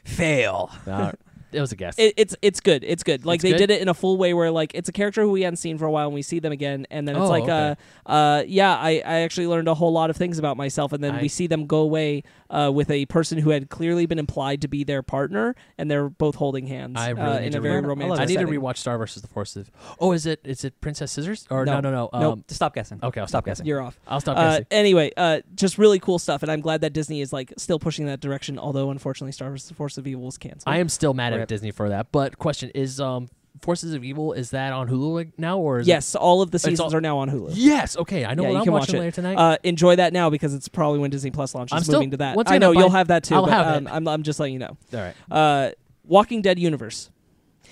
Speaker 3: Fail.
Speaker 1: Alright. it was a guess.
Speaker 2: It, it's it's good. It's good. Like
Speaker 1: It's
Speaker 2: they
Speaker 1: good?
Speaker 2: did it in a full way where like it's a character who we hadn't seen for a while and we see them again and then it's
Speaker 1: Oh,
Speaker 2: like
Speaker 1: okay.
Speaker 2: uh uh yeah, I, I actually learned a whole lot of things about myself and then
Speaker 1: I-
Speaker 2: we see them go away uh with a person who had clearly been implied to be their partner and they're both holding hands
Speaker 1: I really
Speaker 2: uh,
Speaker 1: need
Speaker 2: in
Speaker 1: to
Speaker 2: a very
Speaker 1: re-
Speaker 2: romantic
Speaker 1: I need to
Speaker 2: setting.
Speaker 1: rewatch Star versus the Force of. Oh, is it is it Princess Scissors or
Speaker 2: No.
Speaker 1: no no no? Um,
Speaker 2: Nope.
Speaker 3: Just stop guessing.
Speaker 1: Okay, I'll
Speaker 3: Stop
Speaker 1: stop
Speaker 3: guessing.
Speaker 1: guessing.
Speaker 2: You're off.
Speaker 1: I'll stop
Speaker 2: Uh,
Speaker 1: guessing.
Speaker 2: anyway, uh, just really cool stuff, and I'm glad that Disney is like still pushing that direction. Although, unfortunately, Star Wars: The Force of Evil was canceled.
Speaker 1: I am still mad
Speaker 3: Rip.
Speaker 1: at Disney for that. But question is, um, Forces of Evil is that on Hulu like, now or is
Speaker 2: yes, all of the
Speaker 1: all-
Speaker 2: seasons are now on Hulu.
Speaker 1: It, yes. Okay, I know
Speaker 2: yeah,
Speaker 1: what
Speaker 2: you
Speaker 1: I'm
Speaker 2: can
Speaker 1: watching
Speaker 2: watch it.
Speaker 1: later tonight.
Speaker 2: Uh, enjoy that now because it's probably when Disney Plus launches.
Speaker 1: I'm
Speaker 2: moving
Speaker 1: still-
Speaker 2: to that.
Speaker 1: once
Speaker 2: I
Speaker 1: I
Speaker 2: know
Speaker 1: know,
Speaker 2: you'll
Speaker 1: bye.
Speaker 2: have that too.
Speaker 1: I'll
Speaker 2: but,
Speaker 1: have
Speaker 2: um,
Speaker 1: it.
Speaker 2: I'm, I'm just letting you know.
Speaker 1: All right.
Speaker 2: Uh, Walking Dead universe,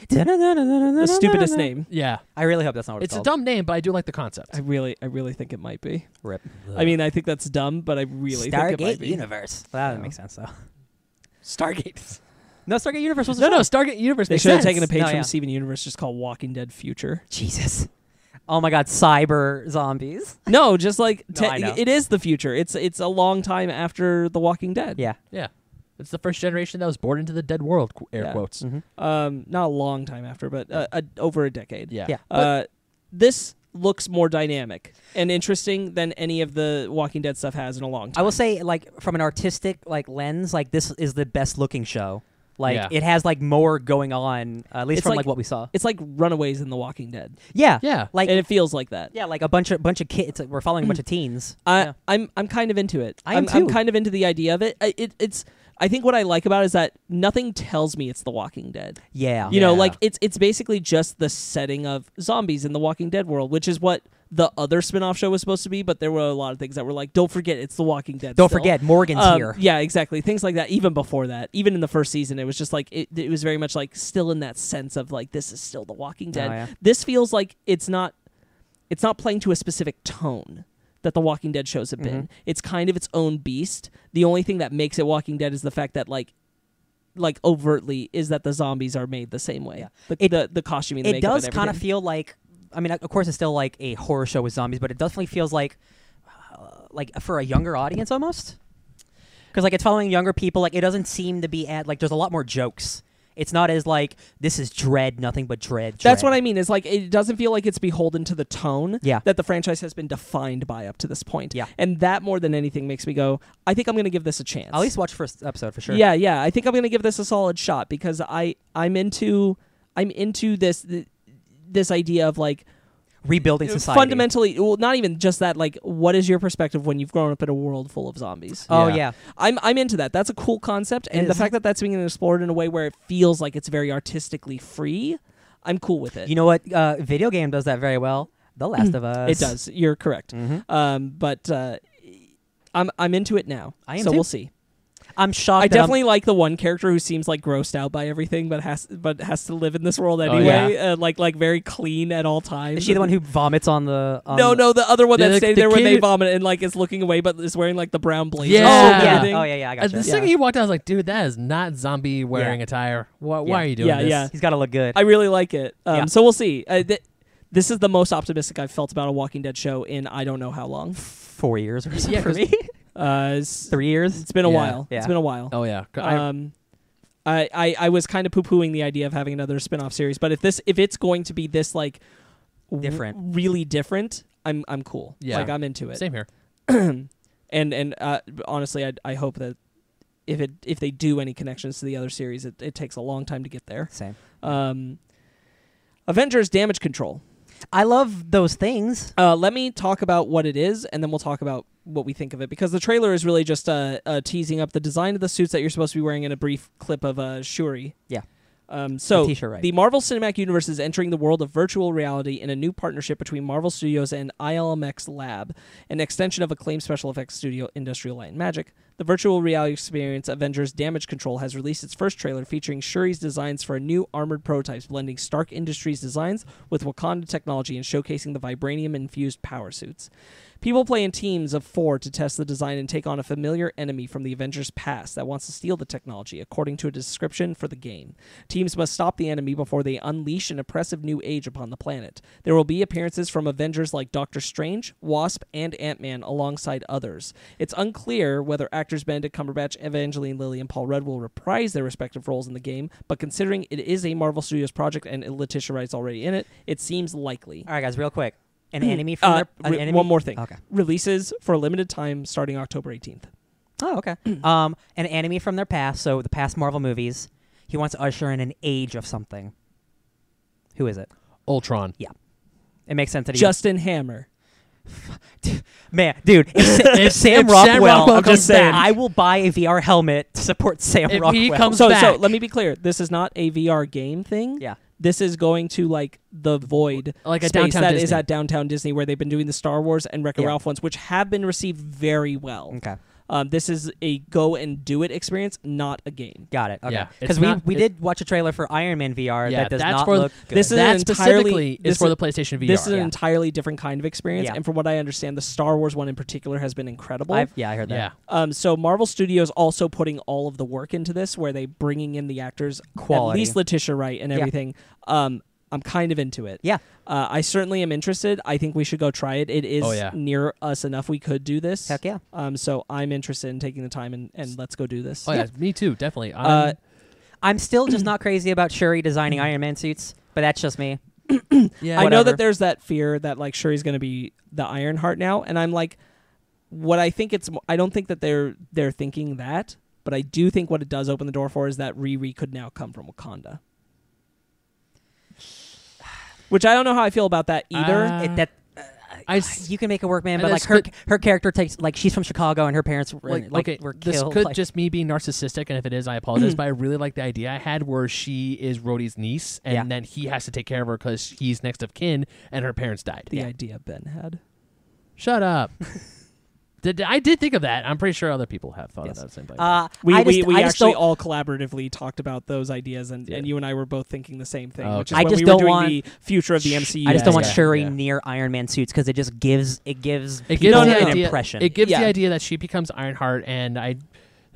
Speaker 2: the
Speaker 3: The
Speaker 2: stupidest name.
Speaker 1: Yeah,
Speaker 3: I really hope that's not what it's,
Speaker 1: it's a
Speaker 3: called.
Speaker 1: dumb name, but I do like the concept.
Speaker 2: I really, I really think it might be.
Speaker 3: Rip.
Speaker 2: I mean, I think that's dumb, but I really think it might
Speaker 3: Stargate
Speaker 2: be.
Speaker 3: Universe. Well, that
Speaker 2: Yeah.
Speaker 3: doesn't make sense though. Stargate. No, Stargate Universe was a
Speaker 1: no
Speaker 3: show.
Speaker 1: no Stargate Universe.
Speaker 2: They
Speaker 1: makes
Speaker 2: should have
Speaker 1: sense.
Speaker 2: taken a page
Speaker 3: No,
Speaker 2: from
Speaker 3: yeah.
Speaker 2: Steven Universe, just called Walking Dead Future.
Speaker 3: Jesus. Oh my God, cyber zombies.
Speaker 2: No, just like
Speaker 3: No,
Speaker 2: te-
Speaker 3: I know.
Speaker 2: it is the future. It's it's a long time after The Walking Dead.
Speaker 3: Yeah.
Speaker 1: Yeah, it's the first generation that was born into the dead world. qu- Air
Speaker 2: Yeah.
Speaker 1: quotes.
Speaker 2: Um, not a long time after, but uh, a, over a decade.
Speaker 1: Yeah.
Speaker 3: Yeah.
Speaker 2: Uh, this looks more dynamic and interesting than any of the Walking Dead stuff has in a long
Speaker 3: I
Speaker 2: time.
Speaker 3: will say, like, from an artistic like lens, like this is the best looking show. Like
Speaker 1: Yeah.
Speaker 3: it has like more going on, uh, at least
Speaker 2: It's
Speaker 3: from
Speaker 2: like-
Speaker 3: like, what we saw.
Speaker 2: It's like Runaways in The Walking Dead,
Speaker 3: Yeah.
Speaker 1: Yeah.
Speaker 3: Like
Speaker 2: and it feels like that.
Speaker 3: yeah, like a bunch of bunch of kids. Like, we're following a bunch of teens.
Speaker 2: I,
Speaker 3: Yeah.
Speaker 2: I'm I'm kind of into it.
Speaker 3: I am
Speaker 2: I'm, I'm
Speaker 3: too.
Speaker 2: kind of into the idea of it. I, it. It's I think what I like about it is that nothing tells me it's The Walking Dead.
Speaker 3: Yeah.
Speaker 2: You know,
Speaker 1: Yeah.
Speaker 2: like it's it's basically just the setting of zombies in the Walking Dead world, which is what the other spin-off show was supposed to be, but there were a lot of things that were like, don't forget it's the Walking Dead.
Speaker 3: Don't
Speaker 2: still.
Speaker 3: forget Morgan's
Speaker 2: Um,
Speaker 3: here.
Speaker 2: Yeah, exactly. Things like that. Even before that, even in the first season, it was just like it, it was very much like still in that sense of like this is still the Walking Dead.
Speaker 3: Oh, yeah.
Speaker 2: This feels like it's not it's not playing to a specific tone that the Walking Dead shows have
Speaker 3: Mm-hmm.
Speaker 2: been. It's kind of its own beast. The only thing that makes it Walking Dead is the fact that like like overtly is that the zombies are made the same way.
Speaker 3: Yeah.
Speaker 2: The,
Speaker 3: It-
Speaker 2: the the costuming, the
Speaker 3: it
Speaker 2: makeup,
Speaker 3: does
Speaker 2: and
Speaker 3: kind of
Speaker 2: everything.
Speaker 3: feel like i mean of course it's still like a horror show with zombies but it definitely feels like uh, like for a younger audience almost because like it's following younger people like it doesn't seem to be at like there's a lot more jokes it's not as like this is dread nothing but dread,
Speaker 2: That's what
Speaker 3: dread.
Speaker 2: I mean. Is like it doesn't feel like it's beholden to the tone
Speaker 3: Yeah.
Speaker 2: that the franchise has been defined by up to this point.
Speaker 3: Yeah.
Speaker 2: And that more than anything makes me go, I think I'm going to give this a chance.
Speaker 3: i'll at least watch first episode for sure
Speaker 2: Yeah, yeah. I think I'm going to give this a solid shot because I I'm into I'm into this th- this idea of like
Speaker 3: rebuilding society
Speaker 2: fundamentally well not even just that like what is your perspective when you've grown up in a world full of zombies.
Speaker 3: oh
Speaker 1: Yeah.
Speaker 3: yeah,
Speaker 2: I'm I'm into that. That's a cool concept, and the
Speaker 3: is.
Speaker 2: fact that that's being explored in a way where it feels like it's very artistically free, I'm cool with it.
Speaker 3: you know what uh, video game does that very well the last of us
Speaker 2: Mm. It does. You're correct.
Speaker 3: Mm-hmm.
Speaker 2: Um, but uh, I'm I'm into it now.
Speaker 3: I am
Speaker 2: so
Speaker 3: too.
Speaker 2: we'll see.
Speaker 3: i'm shocked
Speaker 2: I
Speaker 3: that I'm-
Speaker 2: definitely like the one character who seems like grossed out by everything, but has but has to live in this world
Speaker 1: Oh,
Speaker 2: anyway. uh, like like very clean at all times.
Speaker 3: is she the one who vomits on the on
Speaker 2: no,
Speaker 3: the-
Speaker 2: no, the other one
Speaker 1: Yeah,
Speaker 2: that
Speaker 1: the-
Speaker 2: stayed
Speaker 1: the
Speaker 2: there when they
Speaker 1: kid-
Speaker 2: vomit and like is looking away, but is wearing like the brown blazer.
Speaker 1: Yeah.
Speaker 3: oh
Speaker 2: and
Speaker 3: yeah
Speaker 2: everything.
Speaker 3: oh yeah yeah i
Speaker 1: Uh,
Speaker 3: got
Speaker 1: the
Speaker 3: gotcha.
Speaker 1: second
Speaker 2: Yeah.
Speaker 1: he walked out, I was like, dude, that is not zombie wearing
Speaker 3: Yeah.
Speaker 1: attire. Why,
Speaker 3: Yeah.
Speaker 1: why are you doing
Speaker 2: Yeah,
Speaker 1: this?
Speaker 2: yeah.
Speaker 3: he's got to look good
Speaker 2: I really like it. Um,
Speaker 3: Yeah.
Speaker 2: So we'll see. Uh, th- this is the most optimistic I've felt about a Walking Dead show in I don't know how long.
Speaker 3: four years or so
Speaker 1: Yeah,
Speaker 3: for
Speaker 1: 'cause-
Speaker 3: me
Speaker 2: Uh, it's,
Speaker 3: three years
Speaker 2: it's been a
Speaker 1: Yeah,
Speaker 2: while.
Speaker 3: yeah.
Speaker 2: It's been a while.
Speaker 1: Oh yeah. C- I-
Speaker 2: Um, I, I, I was kind of poo pooing the idea of having another spin off series, but if this if it's going to be this like w-
Speaker 3: Different.
Speaker 2: really different, I'm I'm cool.
Speaker 1: Yeah.
Speaker 2: like I'm into it.
Speaker 1: Same here.
Speaker 2: And and uh, honestly, I I hope that if it if they do any connections to the other series, it, it takes a long time to get there.
Speaker 3: Same.
Speaker 2: Um, Avengers Damage Control.
Speaker 3: I love those things.
Speaker 2: Uh, let me talk about what it is, and then we'll talk about what we think of it because the trailer is really just uh, uh, teasing up the design of the suits that you're supposed to be wearing in a brief clip of uh, Shuri.
Speaker 3: Yeah.
Speaker 2: Um, so
Speaker 3: The t-shirt, right.
Speaker 2: the Marvel Cinematic Universe is entering the world of virtual reality in a new partnership between Marvel Studios and ILMX Lab, an extension of acclaimed special effects studio Industrial Light and Magic. The virtual reality experience Avengers Damage Control has released its first trailer featuring Shuri's designs for a new armored prototypes, blending Stark Industries designs with Wakanda technology and showcasing the vibranium infused power suits. People play in teams of four to test the design and take on a familiar enemy from the Avengers past that wants to steal the technology, according to a description for the game. Teams must stop the enemy before they unleash an oppressive new age upon the planet. There will be appearances from Avengers like Doctor Strange, Wasp, and Ant Man alongside others. It's unclear whether actors Benedict Cumberbatch, Evangeline Lilly, and Paul Rudd will reprise their respective roles in the game, but considering it is a Marvel Studios project and Letitia Wright's already in it, it seems likely.
Speaker 3: All right, guys, real quick. An enemy from
Speaker 2: Uh,
Speaker 3: their, an
Speaker 2: re-
Speaker 3: enemy?
Speaker 2: One more thing.
Speaker 3: Okay.
Speaker 2: Releases for a limited time starting October 18th.
Speaker 3: Oh, okay. um, an enemy from their past, so the past Marvel movies. He wants to usher in an age of something. Who is it?
Speaker 1: Ultron.
Speaker 3: It makes sense that he
Speaker 2: Justin Hammer.
Speaker 3: man, dude. If, Sa-
Speaker 1: if
Speaker 3: if Sam
Speaker 1: Sam
Speaker 3: Rockwell,
Speaker 1: Rockwell
Speaker 3: I'm just
Speaker 1: comes
Speaker 3: saying,
Speaker 1: back-
Speaker 3: I will buy a VR helmet to support Sam
Speaker 1: If
Speaker 3: Rockwell.
Speaker 1: he comes
Speaker 2: So, so
Speaker 1: back,
Speaker 2: let me be clear. This is not a VR game thing.
Speaker 3: yeah,
Speaker 2: This is going to like the void,
Speaker 1: Like a
Speaker 2: space
Speaker 1: downtown
Speaker 2: that is
Speaker 1: Disney.
Speaker 2: at downtown Disney, where they've been doing the Star Wars and Wreck-It
Speaker 3: Yeah. Mm.
Speaker 2: Ralph ones, which have been received very well.
Speaker 3: okay,
Speaker 2: Um, this is a go and do it experience, not a game.
Speaker 3: got it. Okay,
Speaker 1: Yeah, it's
Speaker 3: because we
Speaker 1: not-
Speaker 3: we
Speaker 1: it-
Speaker 3: did watch a trailer for Iron Man VR
Speaker 1: Yeah,
Speaker 3: that does
Speaker 1: that's
Speaker 3: not
Speaker 1: for
Speaker 3: look. Good.
Speaker 2: This is
Speaker 1: that
Speaker 2: an entirely-
Speaker 1: specifically
Speaker 2: this
Speaker 1: is for
Speaker 2: is-
Speaker 1: the PlayStation VR.
Speaker 2: This is an
Speaker 3: yeah.
Speaker 2: entirely different kind of experience,
Speaker 3: Yeah.
Speaker 2: and from what I understand, the Star Wars one in particular has been incredible.
Speaker 3: I've, yeah, I heard that.
Speaker 1: yeah.
Speaker 2: Um, so Marvel Studios also putting all of the work into this, where they bringing in the actors,
Speaker 3: Quality.
Speaker 2: at least Letitia Wright and
Speaker 3: Yeah.
Speaker 2: everything. Um, I'm kind of into it.
Speaker 3: Yeah.
Speaker 2: uh, I certainly am interested. I think we should go try it. It is
Speaker 1: Oh, yeah.
Speaker 2: near us enough; we could do this.
Speaker 3: Heck yeah.
Speaker 2: Um, so I'm interested in taking the time and, and let's go do this.
Speaker 1: Oh yeah, me too. Definitely. I'm,
Speaker 2: Uh,
Speaker 3: I'm still just not crazy about Shuri designing Iron Man suits, but that's just me.
Speaker 1: yeah.
Speaker 2: I know
Speaker 3: whatever.
Speaker 2: that there's that fear that like Shuri's going to be the Iron Heart now, and I'm like, what I think it's I don't think that they're they're thinking that, but I do think what it does open the door for is that Riri could now come from Wakanda. Which I don't know how I feel about that either.
Speaker 1: Uh,
Speaker 3: It, that uh,
Speaker 1: I s-
Speaker 3: you can make it work, man.
Speaker 1: and
Speaker 3: But like
Speaker 1: this
Speaker 3: her
Speaker 1: could-
Speaker 3: her character takes like she's from Chicago and her parents were
Speaker 1: like,
Speaker 3: like,
Speaker 1: okay,
Speaker 3: were killed.
Speaker 1: this could
Speaker 3: like-
Speaker 1: just me being narcissistic, and if it is, I apologize. but I really like the idea I had where she is Rhodey's niece, and
Speaker 3: Yeah.
Speaker 1: then he has to take care of her because he's next of kin, and her parents died.
Speaker 2: the idea Ben had.
Speaker 1: Shut up. did, I did think of that. I'm pretty sure other people have thought
Speaker 3: Yes.
Speaker 1: of that same thing.
Speaker 3: Uh,
Speaker 2: We,
Speaker 3: I just,
Speaker 2: we, we
Speaker 3: I just
Speaker 2: actually
Speaker 3: don't-
Speaker 2: all collaboratively talked about those ideas, and, and
Speaker 1: Yeah.
Speaker 2: you and I were both thinking the same thing,
Speaker 1: Oh,
Speaker 2: which
Speaker 1: okay.
Speaker 2: is
Speaker 3: I
Speaker 2: when
Speaker 3: just
Speaker 2: we were
Speaker 3: don't
Speaker 2: doing
Speaker 3: want-
Speaker 2: the future of the MCU.
Speaker 3: I just don't want
Speaker 1: Yeah,
Speaker 3: Shuri
Speaker 1: yeah.
Speaker 3: near Iron Man suits because it just gives it gives
Speaker 1: it gives
Speaker 3: people
Speaker 1: the
Speaker 3: an
Speaker 1: idea,
Speaker 3: impression.
Speaker 1: It gives
Speaker 2: Yeah.
Speaker 1: the idea that she becomes Ironheart, and I,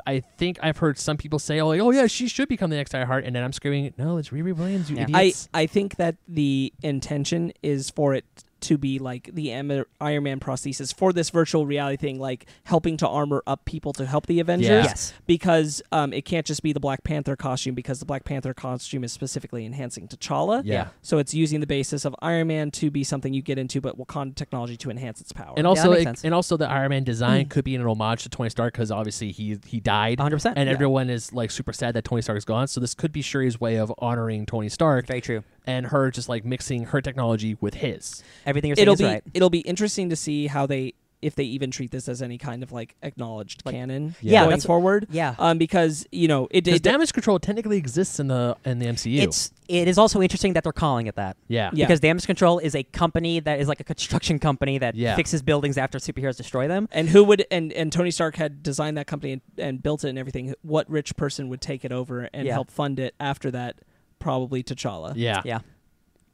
Speaker 1: I think I've heard some people say, "Oh, like, oh yeah, she should become the next Ironheart," and then I'm screaming, "No, it's Riri Williams, you
Speaker 3: Yeah.
Speaker 2: I,
Speaker 1: idiots!"
Speaker 2: I think that the intention is for it to be like the Am- Iron Man prosthesis for this virtual reality thing, like helping to armor up people to help the Avengers.
Speaker 1: Yeah.
Speaker 3: yes,
Speaker 2: Because um, it can't just be the Black Panther costume, because the Black Panther costume is specifically enhancing T'Challa.
Speaker 1: yeah.
Speaker 2: So it's using the basis of Iron Man to be something you get into, but Wakanda technology to enhance its power.
Speaker 1: And also,
Speaker 3: makes
Speaker 1: it-
Speaker 3: sense. Mm-hmm.
Speaker 1: and also, the Iron Man design could be an homage to Tony Stark because obviously he he died,
Speaker 3: 100%,
Speaker 1: and
Speaker 3: Uh-huh. yeah.
Speaker 1: everyone is like super sad that Tony Stark is gone. So this could be Shuri's way of honoring Tony Stark
Speaker 3: very true.
Speaker 1: and her just like mixing her technology with his.
Speaker 3: Everything you're saying
Speaker 2: it'll
Speaker 3: is
Speaker 2: be
Speaker 3: right.
Speaker 2: it'll be interesting to see how they if they even treat this as any kind of like acknowledged canon
Speaker 1: Yeah,
Speaker 2: going
Speaker 3: that's-
Speaker 2: forward.
Speaker 3: yeah.
Speaker 2: Um, because you know it,
Speaker 1: Because
Speaker 2: it
Speaker 1: damage control technically exists in the in the MCU.
Speaker 3: It's it is also interesting that they're calling it that.
Speaker 1: yeah.
Speaker 2: Yeah.
Speaker 3: Because Damage Control is a company that is like a construction company that
Speaker 1: Yeah.
Speaker 3: fixes buildings after superheroes destroy them.
Speaker 2: And who would and and Tony Stark had designed that company and, and built it and everything. What rich person would take it over and
Speaker 3: Yeah.
Speaker 2: help fund it after that? Probably T'Challa.
Speaker 1: Yeah.
Speaker 3: Yeah.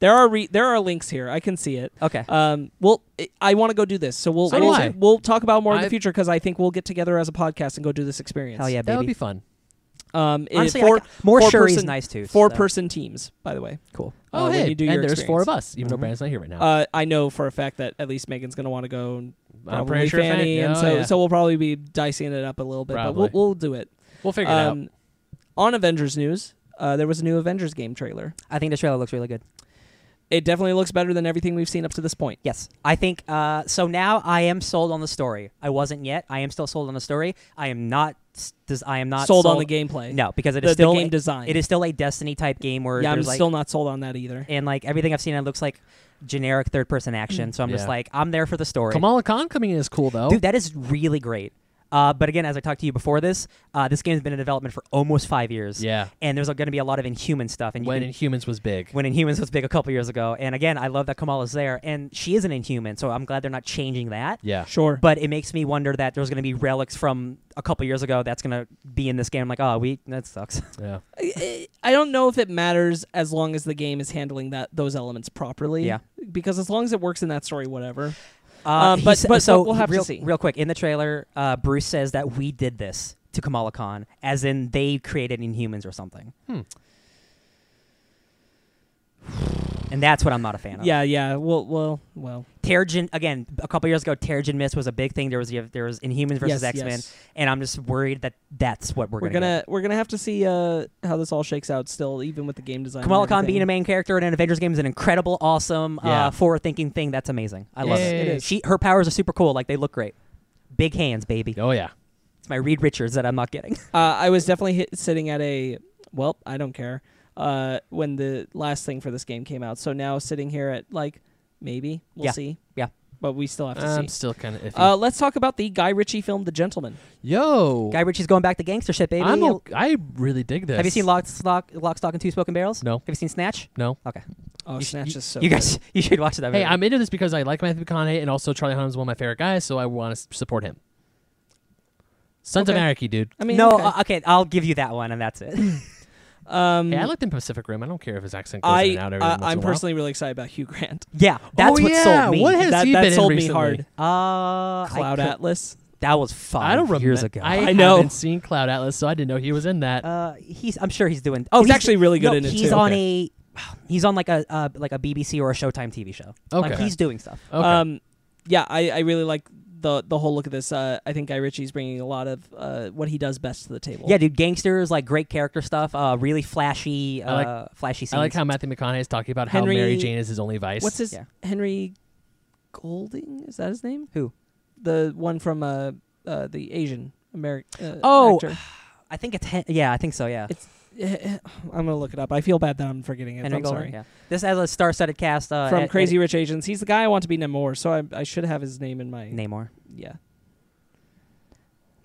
Speaker 2: There are re- there are links here. I can see it.
Speaker 3: Okay.
Speaker 2: Um. Well, I- I want to go do this, so we'll
Speaker 1: So do
Speaker 2: we'll,
Speaker 1: I.
Speaker 2: we'll talk about more in the
Speaker 1: I-
Speaker 2: future because I think we'll get together as a podcast and go do this experience.
Speaker 3: Hell yeah,
Speaker 1: That would
Speaker 3: baby.
Speaker 1: be fun.
Speaker 2: Um. it-
Speaker 3: Honestly, I
Speaker 2: four,
Speaker 3: ca- more
Speaker 2: four
Speaker 3: Shuri's
Speaker 2: person-
Speaker 3: nice too.
Speaker 2: Four
Speaker 3: so.
Speaker 2: person teams, by the way.
Speaker 3: Cool.
Speaker 2: Uh,
Speaker 1: Oh,
Speaker 2: when
Speaker 1: hey,
Speaker 2: you do
Speaker 1: and
Speaker 2: your
Speaker 1: there's four of
Speaker 2: experience.
Speaker 1: us, even
Speaker 3: Mhm.
Speaker 1: though Brandon's not here right now.
Speaker 2: Uh, I know for a fact that at least Megan's going to want to go. And
Speaker 1: I'm
Speaker 2: probably
Speaker 1: pretty sure
Speaker 2: Fanny,
Speaker 1: Fanny-
Speaker 2: and
Speaker 1: oh,
Speaker 2: so
Speaker 1: yeah.
Speaker 2: so we'll probably be dicing it up a little bit, but
Speaker 1: Probably.
Speaker 2: we'll, we'll do it.
Speaker 1: we'll figure it out.
Speaker 2: Um, on Avengers news, uh, there was a new Avengers game trailer.
Speaker 3: I think the trailer looks really good.
Speaker 2: It definitely looks better than everything we've seen up to this point.
Speaker 3: Yes, I think uh, so. Now I am sold on the story. I wasn't yet. I am still sold on the story. I am not. s- Does I am not
Speaker 2: sold, on the gameplay.
Speaker 3: No, because it
Speaker 2: the,
Speaker 3: is
Speaker 2: the
Speaker 3: still
Speaker 2: game
Speaker 3: a-
Speaker 2: design.
Speaker 3: It is still a Destiny type game where
Speaker 2: Yeah, I'm
Speaker 3: there's like
Speaker 2: still not sold on that either.
Speaker 3: and like everything I've seen, it looks like generic third person action. So I'm
Speaker 1: Yeah.
Speaker 3: just like, I'm there for the story.
Speaker 1: Kamala Khan coming in is cool though.
Speaker 3: Dude, that is really great. Uh, but again, as I talked to you before this, uh, this game's been in development for almost five years.
Speaker 1: yeah.
Speaker 3: And there's going to be a lot of Inhuman stuff. And you
Speaker 1: When
Speaker 3: can-
Speaker 1: Inhumans was big.
Speaker 3: when Inhumans was big a couple years ago. And again, I love that Kamala's there. And she is an Inhuman, so I'm glad they're not changing that.
Speaker 1: yeah.
Speaker 2: Sure.
Speaker 3: But it makes me wonder that there's going to be relics from a couple years ago that's going to be in this game. I'm like, oh, we that sucks.
Speaker 1: Yeah.
Speaker 2: I I don't know if it matters as long as the game is handling that those elements properly.
Speaker 3: Yeah.
Speaker 2: Because as long as it works in that story, whatever.
Speaker 3: Uh,
Speaker 2: Um,
Speaker 3: he
Speaker 2: but-
Speaker 3: sa-
Speaker 2: but- but
Speaker 3: so
Speaker 2: we'll have to
Speaker 3: real,
Speaker 2: see.
Speaker 3: Real quick, in the trailer, uh, Bruce says that we did this to Kamala Khan, as in they created Inhumans or something.
Speaker 1: Hmm.
Speaker 3: And that's what I'm not a fan of.
Speaker 2: Yeah, yeah. Well, well, well.
Speaker 3: Terrigen again. A couple years ago, Terrigen Mist was a big thing. There was there was Inhumans versus
Speaker 2: Yes,
Speaker 3: X Men,
Speaker 2: yes.
Speaker 3: and I'm just worried that that's what we're,
Speaker 2: We're
Speaker 3: gonna.
Speaker 2: gonna we're gonna have to see uh, how this all shakes out. Still, even with the game design.
Speaker 3: get.
Speaker 2: and
Speaker 3: Kamala Khan
Speaker 2: everything.
Speaker 3: being a main character in an Avengers game is an incredible, awesome,
Speaker 1: Yeah.
Speaker 3: uh, forward-thinking thing. That's amazing. I love
Speaker 1: Yay.
Speaker 3: it.
Speaker 1: It is.
Speaker 3: She her powers are super cool. Like they look great. Big hands, baby.
Speaker 1: Oh yeah.
Speaker 3: It's my Reed Richards that I'm not getting.
Speaker 2: Uh, I was definitely hit, sitting at a well, I don't care. Uh, when the last thing for this game came out, so now sitting here at like maybe we'll
Speaker 3: Yeah,
Speaker 2: see.
Speaker 3: yeah. Um,
Speaker 2: but we still have to
Speaker 1: I'm
Speaker 2: see.
Speaker 1: still kind of iffy.
Speaker 2: Uh, let's talk about the Guy Ritchie film, The Gentleman.
Speaker 1: Yo.
Speaker 3: Guy Ritchie's going back to gangster shit, baby.
Speaker 1: I'm o- I really dig this.
Speaker 3: Have you seen Lock, Stock, Lock, Stock, and Two Spoken Barrels?
Speaker 1: No.
Speaker 3: Have you seen Snatch?
Speaker 1: No.
Speaker 3: Okay.
Speaker 2: Oh,
Speaker 3: You sh-
Speaker 2: Snatch is so.
Speaker 3: you guys, you should watch that.
Speaker 1: Hey,
Speaker 3: movie.
Speaker 1: I'm into this because I like Matthew McConaughey and also Charlie Hunnam's one of my favorite guys, so I want to support him. Sons of
Speaker 2: Okay.
Speaker 1: Anarchy, dude.
Speaker 2: I mean,
Speaker 3: no.
Speaker 2: okay.
Speaker 3: uh, okay, I'll give you that one, and that's it.
Speaker 2: Um,
Speaker 1: Hey, I liked him in Pacific Rim. I don't care if his accent goes
Speaker 2: I,
Speaker 1: in and out every
Speaker 2: I
Speaker 1: once in
Speaker 2: I'm
Speaker 1: a while.
Speaker 2: personally really excited about Hugh Grant.
Speaker 3: yeah, that's
Speaker 1: oh,
Speaker 3: what
Speaker 1: yeah.
Speaker 3: sold me.
Speaker 1: What has
Speaker 2: that
Speaker 1: he
Speaker 2: that
Speaker 1: been in
Speaker 2: sold me
Speaker 1: recently?
Speaker 2: hard.
Speaker 3: uh, I
Speaker 2: Cloud
Speaker 3: could-
Speaker 2: Atlas.
Speaker 3: That was five
Speaker 1: I don't remember.
Speaker 3: years ago.
Speaker 1: I,
Speaker 2: I know.
Speaker 1: haven't seen Cloud Atlas, so I didn't know he was in that.
Speaker 3: uh, he's. I'm sure he's doing. Oh,
Speaker 2: He's actually really good
Speaker 3: no,
Speaker 2: in it,
Speaker 3: He's
Speaker 2: too.
Speaker 3: on a. He's on like a uh, like a BBC or a Showtime TV show. Like
Speaker 1: Okay.
Speaker 3: he's doing stuff.
Speaker 1: okay.
Speaker 2: Um, yeah, I, I really like the the whole look of this. Uh, I think Guy Ritchie's bringing a lot of uh, what he does best to the table.
Speaker 3: Yeah, dude, gangsters like great character stuff. Uh, really flashy,
Speaker 1: I like-
Speaker 3: uh, flashy scenes.
Speaker 1: I like how Matthew McConaughey is talking about
Speaker 2: Henry-
Speaker 1: how Mary Jane is his only vice.
Speaker 2: What's his
Speaker 3: Yeah.
Speaker 2: Henry Golding? Is that his name?
Speaker 3: Who?
Speaker 2: The one from uh, uh the Asian American. Uh,
Speaker 3: Oh,
Speaker 2: actor.
Speaker 3: I think it's. Hen- yeah, I think so. Yeah.
Speaker 2: I'm gonna look it up. I feel bad that I'm forgetting it.
Speaker 3: Henry
Speaker 2: I'm
Speaker 3: Golding,
Speaker 2: sorry.
Speaker 3: Yeah. This has a star-studded cast. Uh,
Speaker 2: From
Speaker 3: Ed-
Speaker 2: Crazy Rich Asians, he's the guy I want to be Namor, so I, I should have his name in my
Speaker 3: Eddie Namor.
Speaker 2: yeah.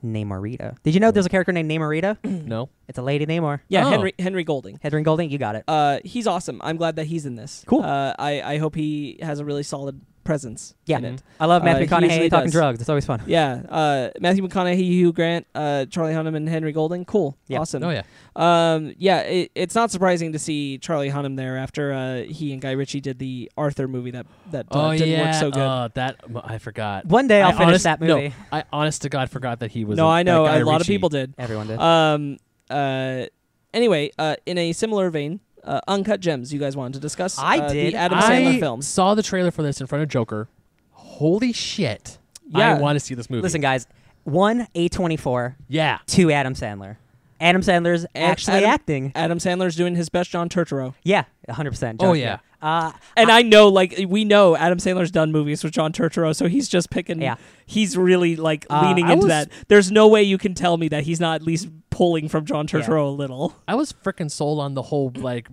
Speaker 3: Namorita. Did you know there's a character named Namorita?
Speaker 1: no?
Speaker 3: it's a lady Namor.
Speaker 2: Yeah,
Speaker 1: Oh.
Speaker 2: Henry Henry Golding.
Speaker 3: Hedren Golding, you got it.
Speaker 2: Uh, he's awesome. I'm glad that he's in this.
Speaker 3: Cool.
Speaker 2: Uh, I I hope he has a really solid presence.
Speaker 3: Yeah.
Speaker 2: in it.
Speaker 3: I love Matthew
Speaker 2: uh, he usually
Speaker 3: McConaughey talking
Speaker 2: does.
Speaker 3: drugs. It's always fun.
Speaker 2: Yeah. Uh, Matthew McConaughey, Hugh Grant, uh, Charlie Hunnam, and Henry Golding. Cool.
Speaker 3: Yeah.
Speaker 2: Awesome.
Speaker 1: Oh, yeah.
Speaker 2: Um, yeah. It, it's not surprising to see Charlie Hunnam there after uh, he and Guy Ritchie did the Arthur movie that that uh,
Speaker 1: oh,
Speaker 2: didn't
Speaker 1: yeah.
Speaker 2: work so good.
Speaker 1: Oh, that, I forgot.
Speaker 3: One day I'll
Speaker 1: I
Speaker 3: finish
Speaker 1: honest-
Speaker 3: that movie.
Speaker 1: No, I honest to God forgot that he was
Speaker 2: no,
Speaker 1: I
Speaker 2: I know a lot of people did.
Speaker 3: Everyone did.
Speaker 2: Um. Uh. Anyway. Uh. In a similar vein. Uh, Uncut Gems, you guys wanted to discuss.
Speaker 3: I
Speaker 2: uh,
Speaker 3: did.
Speaker 2: The Adam
Speaker 1: I
Speaker 2: Sandler films.
Speaker 1: saw the trailer for this in front of Joker. Holy shit.
Speaker 2: Yeah.
Speaker 1: I want to see this movie.
Speaker 3: Listen, guys. One A24,
Speaker 1: Yeah.
Speaker 3: two Adam Sandler. Adam Sandler's actually
Speaker 2: Adam-
Speaker 3: acting.
Speaker 2: Adam Sandler's doing his best John Turturro.
Speaker 3: Yeah, 100%.
Speaker 1: Oh,
Speaker 3: Josh,
Speaker 1: yeah.
Speaker 3: Uh,
Speaker 2: And I, know, like, we know Adam Sandler's done movies with John Turturro, so he's just picking.
Speaker 3: Yeah.
Speaker 2: He's really, like,
Speaker 3: Uh,
Speaker 2: leaning
Speaker 1: I
Speaker 2: into
Speaker 1: was-
Speaker 2: that. There's no way you can tell me that he's not at least pulling from John Turturro a little.
Speaker 1: I was freaking sold on the whole like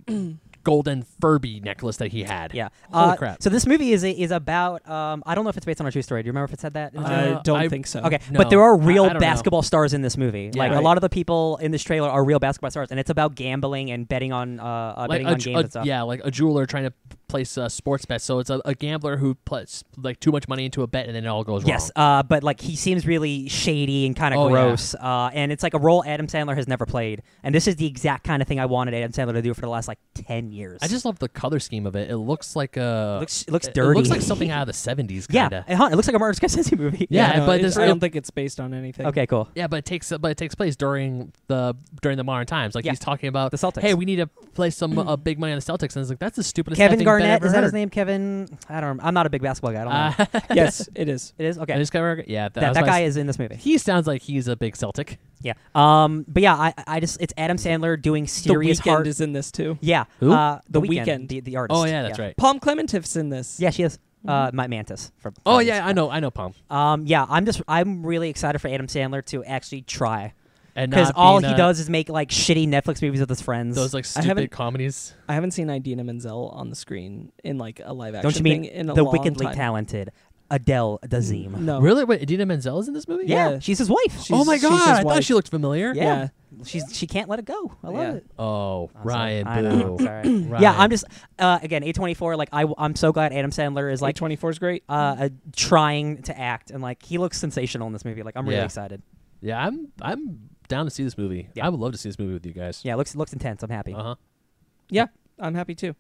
Speaker 1: golden Furby necklace that he had.
Speaker 3: yeah.
Speaker 1: Holy
Speaker 3: Uh,
Speaker 1: crap.
Speaker 3: So this movie is is about, um, I don't know if it's based on a true story. Do you remember if it said that? in the
Speaker 1: Uh,
Speaker 3: trailer?
Speaker 2: I don't
Speaker 1: I-
Speaker 2: think so.
Speaker 3: Okay,
Speaker 1: No,
Speaker 3: but there are
Speaker 1: I-
Speaker 3: real
Speaker 1: I don't know.
Speaker 3: basketball stars in this movie. like a
Speaker 2: Right.
Speaker 3: lot of the people in this trailer are real basketball stars, and it's about gambling and betting on uh, uh
Speaker 1: Like
Speaker 3: betting
Speaker 1: a,
Speaker 3: on
Speaker 1: ju-
Speaker 3: games
Speaker 1: a-
Speaker 3: and stuff.
Speaker 1: yeah, like a jeweler trying to p- place uh, sports bets. So it's a, a gambler who puts like too much money into a bet and then it all goes
Speaker 3: Yes, uh, but like he seems really shady and kind of
Speaker 1: Oh, yeah.
Speaker 3: gross, uh, and it's like a role Adam Sandler has never played, and this is the exact kind of thing I wanted Adam Sandler to do for the last like ten years.
Speaker 1: I just love the color scheme of it. It looks like a
Speaker 3: It looks it looks
Speaker 1: it-
Speaker 3: dirty.
Speaker 1: It looks like something out of the seventies.
Speaker 3: yeah,
Speaker 1: Kinda.
Speaker 3: it, huh, it looks like a Martin Scorsese movie.
Speaker 1: Yeah,
Speaker 2: no,
Speaker 1: but
Speaker 2: it's-
Speaker 1: there's-
Speaker 2: I don't think it's based on anything.
Speaker 3: Okay, cool.
Speaker 1: Yeah, but it takes but it takes place during the during the modern times. Like
Speaker 3: Yeah.
Speaker 1: he's talking about
Speaker 3: The Celtics.
Speaker 1: Hey, we need to place some uh, big money on the Celtics, and it's like that's the stupidest. effing
Speaker 3: Kevin
Speaker 1: bet
Speaker 3: Garnett
Speaker 1: ever
Speaker 3: is that his
Speaker 1: heard.
Speaker 3: name? Kevin? I don't. Rem- I'm not a big basketball guy. I don't
Speaker 1: Uh,
Speaker 3: know.
Speaker 2: yes, it is.
Speaker 3: it is okay.
Speaker 1: I just got- yeah, that,
Speaker 3: that
Speaker 1: was
Speaker 3: that
Speaker 1: my-
Speaker 3: guy is in this movie.
Speaker 1: He sounds like he's a big Celtic.
Speaker 3: Yeah. Um. But yeah, I I just it's Adam Sandler doing serious
Speaker 2: the weekend
Speaker 3: hard.
Speaker 2: is in this too.
Speaker 3: yeah.
Speaker 1: Who?
Speaker 3: Uh,
Speaker 2: The
Speaker 3: the, weekend.
Speaker 2: Weeknd.
Speaker 3: The, the artist.
Speaker 1: Oh yeah, that's right. Mm-hmm.
Speaker 2: Palm Clementif's in this.
Speaker 3: Yeah, she is. Uh, my mantis. From,
Speaker 1: Oh
Speaker 3: from-
Speaker 1: yeah, I know, I know, Palm.
Speaker 3: Um, yeah, I'm just I'm really excited for Adam Sandler to actually try
Speaker 1: And
Speaker 3: because
Speaker 1: not
Speaker 3: all
Speaker 1: being,
Speaker 3: he
Speaker 1: uh,
Speaker 3: does is make like shitty Netflix movies with his friends.
Speaker 1: those like
Speaker 2: I
Speaker 1: stupid
Speaker 2: haven't-
Speaker 1: comedies.
Speaker 2: I haven't seen Idina Menzel on the screen in like a live action
Speaker 3: Don't you mean
Speaker 2: thing in a
Speaker 3: the
Speaker 2: long
Speaker 3: wickedly
Speaker 2: time.
Speaker 3: talented Adele Dazeem?
Speaker 2: No.
Speaker 1: Really? Wait, Idina Menzel is in this movie?
Speaker 3: Um, Yeah,
Speaker 2: Yeah.
Speaker 3: she's his wife.
Speaker 2: She's-
Speaker 1: oh my
Speaker 2: she's his
Speaker 1: god, I thought
Speaker 2: wife.
Speaker 1: she looked familiar.
Speaker 3: Yeah.
Speaker 2: Yeah.
Speaker 3: She's she can't let it go. I love
Speaker 2: Yeah.
Speaker 3: it.
Speaker 1: Oh,
Speaker 3: I'm sorry.
Speaker 1: Ryan,
Speaker 3: I know,
Speaker 1: boo.
Speaker 3: I'm sorry.
Speaker 1: Ryan.
Speaker 3: Yeah, I'm just uh, again A24. Like I I'm so glad Adam Sandler is like
Speaker 2: twenty four is great.
Speaker 3: uh, uh, trying to act and like he looks sensational in this movie. Like I'm really
Speaker 1: Yeah.
Speaker 3: excited.
Speaker 1: Yeah, I'm I'm down to see this movie.
Speaker 3: Yeah.
Speaker 1: I would love to see this movie with you guys.
Speaker 3: Yeah, it looks it looks intense. I'm happy.
Speaker 1: Uh huh.
Speaker 2: Yeah, I'm happy too.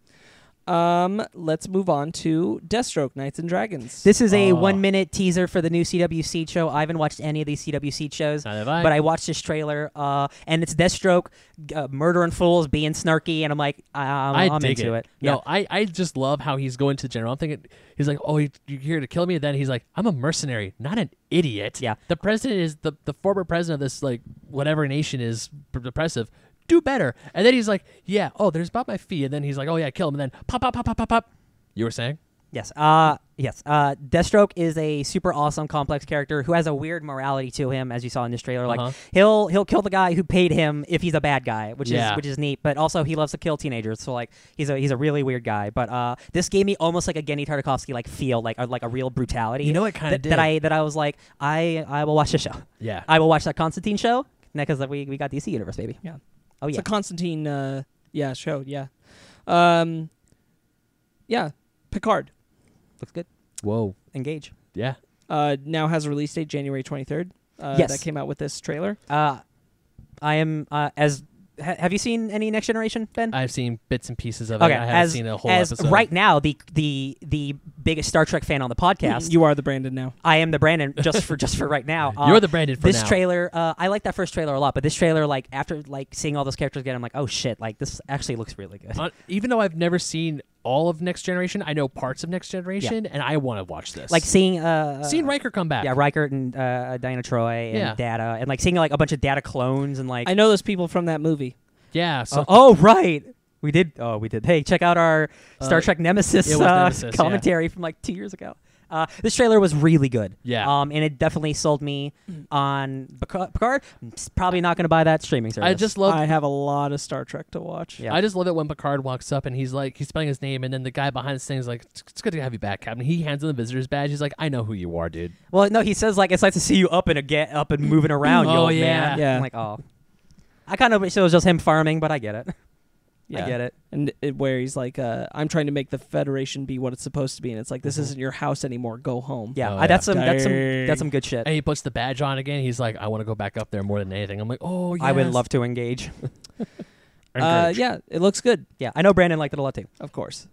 Speaker 2: Um, let's move on to Deathstroke: Knights and Dragons.
Speaker 3: This is a
Speaker 1: Oh.
Speaker 3: one minute teaser for the new CW Seed show. I haven't watched any of these CW Seed shows,
Speaker 1: Neither have I.
Speaker 3: but I watched this trailer, uh, and it's Deathstroke g- uh, murdering fools, being snarky, and I'm like, I'm,
Speaker 1: I
Speaker 3: am
Speaker 1: dig
Speaker 3: into it.
Speaker 1: No, I, I just love how he's going to the general. I'm thinking he's like, oh, you- you're here to kill me. And then he's like, I'm a mercenary, not an idiot.
Speaker 3: Yeah.
Speaker 1: The president is the the former president of this like whatever nation is pr- depressive. Do better. And then he's like, yeah, oh, there's about my fee. And then he's like, oh yeah, kill him. And then pop, pop, pop, pop, pop, pop. You were saying?
Speaker 3: Yes. Uh yes. Uh Deathstroke is a super awesome complex character who has a weird morality to him as you saw in this trailer like
Speaker 1: Uh-huh.
Speaker 3: he'll he'll kill the guy who paid him if he's a bad guy, which
Speaker 1: Yeah.
Speaker 3: is which is neat, but also he loves to kill teenagers, so like he's a he's a really weird guy, but uh this gave me almost like a Genny Tartakovsky like feel like a, like a real brutality.
Speaker 1: You know, it kinda
Speaker 3: that-
Speaker 1: did.
Speaker 3: that I that I was like I I will watch the show.
Speaker 1: Yeah.
Speaker 3: I will watch that Constantine show because we we got DC universe baby.
Speaker 2: Yeah.
Speaker 3: Oh
Speaker 2: It's
Speaker 3: yeah.
Speaker 2: a Constantine. Uh, yeah, show. Yeah. Um, yeah, Picard.
Speaker 3: Looks good.
Speaker 1: Whoa.
Speaker 3: Engage.
Speaker 1: Yeah.
Speaker 2: Uh, now has a release date January twenty third. Uh,
Speaker 3: Yes.
Speaker 2: that came out with this trailer.
Speaker 3: Uh I am uh, as ha- have you seen any next generation, Ben?
Speaker 1: I've seen bits and pieces of
Speaker 3: Okay,
Speaker 1: it. I haven't
Speaker 3: as,
Speaker 1: seen a whole
Speaker 3: as
Speaker 1: episode.
Speaker 3: right now the the the biggest Star Trek fan on the podcast,
Speaker 2: You are the Brandon now.
Speaker 3: I am the Brandon just for just for right now. Uh,
Speaker 1: You're the Brandon for
Speaker 3: this
Speaker 1: now.
Speaker 3: trailer. Uh, I like that first trailer a lot, but this trailer, like after like seeing all those characters again, I'm like, oh shit, like this actually looks really good.
Speaker 1: Uh, even though I've never seen all of Next Generation, I know parts of Next Generation, and I want to watch this.
Speaker 3: like seeing uh,
Speaker 1: seeing Riker come back.
Speaker 3: yeah, Riker and uh, Diana Troy and
Speaker 1: Yeah.
Speaker 3: Data, and like seeing like a bunch of Data clones and like
Speaker 2: I know those people from that movie.
Speaker 1: Yeah,
Speaker 3: Uh,
Speaker 1: so
Speaker 3: oh right. We did. Oh, we did. Hey, check out our Star
Speaker 1: Uh,
Speaker 3: Trek Nemesis,
Speaker 1: it was
Speaker 3: uh,
Speaker 1: Nemesis, yeah.
Speaker 3: commentary from like two years ago. Uh, this trailer was really good.
Speaker 1: Yeah.
Speaker 3: Um, and it definitely sold me on Pica- Picard. I'm s- probably not going to buy that streaming service.
Speaker 1: I just love
Speaker 2: I have a lot of Star Trek to watch.
Speaker 3: Yeah.
Speaker 1: I just love it when Picard walks up and he's like he's spelling his name and then the guy behind the thing is like it's it's good to have you back, Captain. He hands him the visitor's badge. He's like, I know who you are, dude.
Speaker 3: Well, no, he says like it's nice to see you up and again, up and moving around. you
Speaker 1: Oh,
Speaker 3: old
Speaker 1: yeah.
Speaker 3: man.
Speaker 2: Yeah.
Speaker 3: I'm like, oh. I kind of wish it was just him farming, but I get it. I
Speaker 2: Yeah.
Speaker 3: get it.
Speaker 2: And it, where he's like, uh, "I'm trying to make the Federation be what it's supposed to be," and it's like, "This isn't your house anymore. Go home."
Speaker 3: Mm-hmm. Yeah.
Speaker 1: Oh,
Speaker 3: I- that's
Speaker 1: yeah.
Speaker 3: some. That's some.
Speaker 2: Dang.
Speaker 3: That's some good shit.
Speaker 1: And he puts the badge on again. He's like, I want to go back up there more than anything. I'm like, oh yeah.
Speaker 3: I would love to engage.
Speaker 2: Uh, yeah, it looks good,
Speaker 3: Yeah. I know Brandon liked it a lot too.
Speaker 2: of course.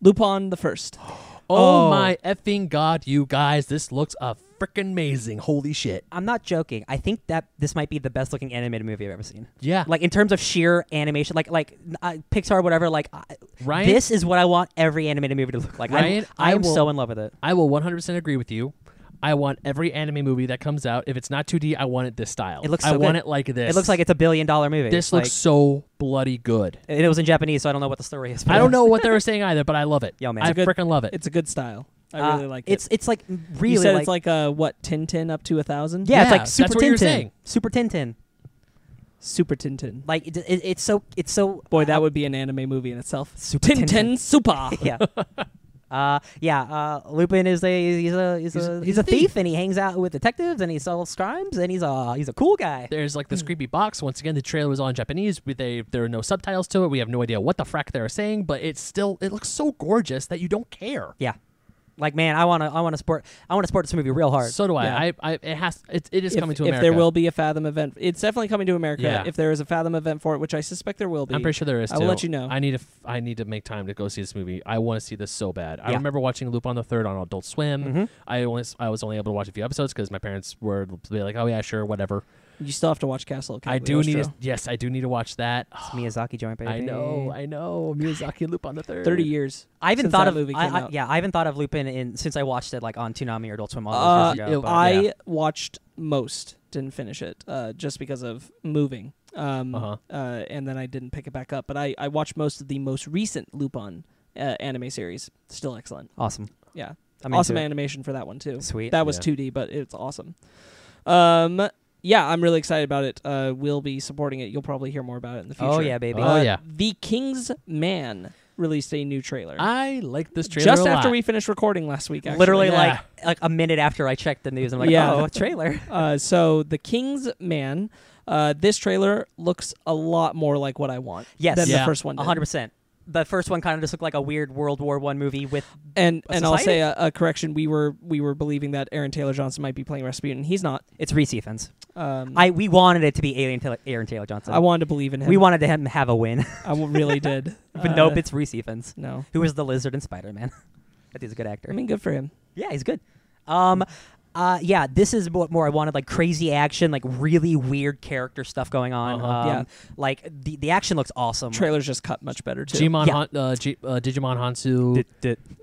Speaker 2: Lupin the First.
Speaker 1: Oh,
Speaker 3: Oh.
Speaker 1: my effing god, you guys, this looks a freaking amazing. Holy shit.
Speaker 3: I'm not joking. I think that this might be the best looking animated movie I've ever seen.
Speaker 1: Yeah.
Speaker 3: Like in terms of sheer animation, like like uh, Pixar, whatever. Like I,
Speaker 1: Ryan
Speaker 3: this is what I want every animated movie to look like. I'm-
Speaker 1: Ryan,
Speaker 3: I'm,
Speaker 1: I will-
Speaker 3: so in love with it.
Speaker 1: I will 100% agree with you. I want every anime movie that comes out, if it's not 2D, I want it this style.
Speaker 3: It looks
Speaker 1: I
Speaker 3: so
Speaker 1: want
Speaker 3: good.
Speaker 1: it like this.
Speaker 3: It looks like it's a billion dollar movie.
Speaker 1: This
Speaker 3: Like,
Speaker 1: looks so bloody good.
Speaker 3: and it was in Japanese, so I don't know what the story is. but
Speaker 1: I don't
Speaker 3: it
Speaker 1: know what they were saying either, but I love it.
Speaker 3: Yo, man.
Speaker 1: I
Speaker 3: It's a
Speaker 2: good-
Speaker 1: freaking love it.
Speaker 2: It's a good style. I
Speaker 3: was-
Speaker 2: really
Speaker 3: uh,
Speaker 2: like
Speaker 3: it's
Speaker 2: it.
Speaker 3: it's like really
Speaker 2: you said
Speaker 3: like,
Speaker 2: it's like uh, what Tintin up to a thousand.
Speaker 3: yeah, it's
Speaker 1: Yeah,
Speaker 3: like
Speaker 1: that's
Speaker 3: Super
Speaker 1: what you were
Speaker 3: Tintin.
Speaker 1: saying.
Speaker 3: Super Tintin.
Speaker 2: Super Tintin.
Speaker 3: Like it, it, it's so it's so
Speaker 2: Boy, that would be an anime movie in itself.
Speaker 3: Super
Speaker 2: Tintin, Super.
Speaker 3: yeah. Uh yeah, uh Lupin is a he's a he's, a he's, a thief and he hangs out with detectives and he solves crimes and he's a he's a cool guy.
Speaker 1: There's like this creepy box. Once again, the trailer was all in Japanese. We, they there are no subtitles to it. We have no idea what the frack they are saying, but it's still it looks so gorgeous that you don't care.
Speaker 3: Yeah. Like, man, I wanna, I wanna support, I wanna support this movie real hard.
Speaker 1: So do I.
Speaker 2: Yeah.
Speaker 1: I, I it has it, it is
Speaker 2: if,
Speaker 1: coming to
Speaker 2: if
Speaker 1: America.
Speaker 2: there will be a Fathom event, it's definitely coming to America.
Speaker 1: Yeah.
Speaker 2: If there is a Fathom event for it, which I suspect there will be,
Speaker 1: I'm pretty sure there is.
Speaker 2: I will
Speaker 1: too.
Speaker 2: let you know.
Speaker 1: I need to. F- I need to make time to go see this movie. I want to see this so bad. I
Speaker 3: Yeah.
Speaker 1: remember watching Loop on the Third on Adult Swim.
Speaker 2: Mm-hmm.
Speaker 3: Mhm.
Speaker 1: I only. s- I was only able to watch a few episodes because my parents were be like, "Oh yeah, sure, whatever."
Speaker 2: you still have to watch Castle. of
Speaker 1: I do need.
Speaker 2: Cagliostro.
Speaker 1: To, yes, I do need to watch that.
Speaker 3: It's Miyazaki joint, baby.
Speaker 1: I know. I know. Miyazaki Loop on the Third.
Speaker 2: thirty years.
Speaker 3: I haven't
Speaker 2: since
Speaker 3: thought
Speaker 2: that
Speaker 3: of
Speaker 2: movie
Speaker 3: I,
Speaker 2: came
Speaker 3: I-
Speaker 2: out.
Speaker 3: yeah, I haven't thought of Lupin in since I watched it like on Toonami or Adult Swim all
Speaker 2: Uh,
Speaker 3: those years ago.
Speaker 1: it-
Speaker 3: but-
Speaker 2: I
Speaker 3: yeah.
Speaker 2: watched most, didn't finish it, uh, just because of moving. Um,
Speaker 1: Uh-huh.
Speaker 2: uh, and then I didn't pick it back up. But I, I watched most of the most recent Lupin uh, anime series. Still excellent.
Speaker 3: awesome.
Speaker 2: Yeah,
Speaker 3: I'm
Speaker 2: awesome
Speaker 3: into it.
Speaker 2: animation for that one too.
Speaker 3: Sweet.
Speaker 2: That was
Speaker 1: Yeah.
Speaker 2: 2D, but it's awesome. Um, yeah, I'm really excited about it. Uh, we'll be supporting it. You'll probably hear more about it in the future.
Speaker 3: oh yeah, baby.
Speaker 1: Oh,
Speaker 2: Uh,
Speaker 1: yeah.
Speaker 2: The King's Man released a new trailer.
Speaker 1: I like Ah, this trailer.
Speaker 2: just
Speaker 1: a
Speaker 2: after
Speaker 1: lot.
Speaker 2: we finished recording last week, actually.
Speaker 3: Literally
Speaker 1: yeah.
Speaker 3: like like a minute after I checked the news, I'm like,
Speaker 2: Yeah.
Speaker 3: oh, a trailer.
Speaker 2: Uh, so the King's Man. Uh, this trailer looks a lot more like what I want
Speaker 3: Yes.
Speaker 2: than
Speaker 1: Yeah.
Speaker 2: the first one. Did.
Speaker 3: hundred percent. The first one kind of just looked like a weird World War One movie with
Speaker 2: And
Speaker 3: A
Speaker 2: and I'll
Speaker 3: society?
Speaker 2: say a, a correction. We were we were believing that Aaron Taylor Johnson might be playing Rasputin. He's not.
Speaker 3: it's Reese Evans.
Speaker 2: Um,
Speaker 3: I we wanted it to be Alien Taylor, Aaron Taylor Johnson.
Speaker 2: I wanted to believe in him.
Speaker 3: we wanted to him have a win,
Speaker 2: I w- really did.
Speaker 3: but
Speaker 2: Uh,
Speaker 3: nope, it's Reese Evans,
Speaker 2: no.
Speaker 3: who was the Lizard and Spider Man. that dude's a good actor.
Speaker 2: I mean, good for him.
Speaker 3: Yeah, he's good. Um, uh, yeah, this is what more I wanted, like crazy action, like really weird character stuff going on.
Speaker 1: Uh-huh.
Speaker 3: Um,
Speaker 2: Yeah.
Speaker 3: Like the, the action looks
Speaker 1: Um,
Speaker 3: awesome.
Speaker 2: Trailer's just cut much better too.
Speaker 1: Digimon,
Speaker 3: Yeah.
Speaker 1: Han, uh, G, uh, Digimon Hansu.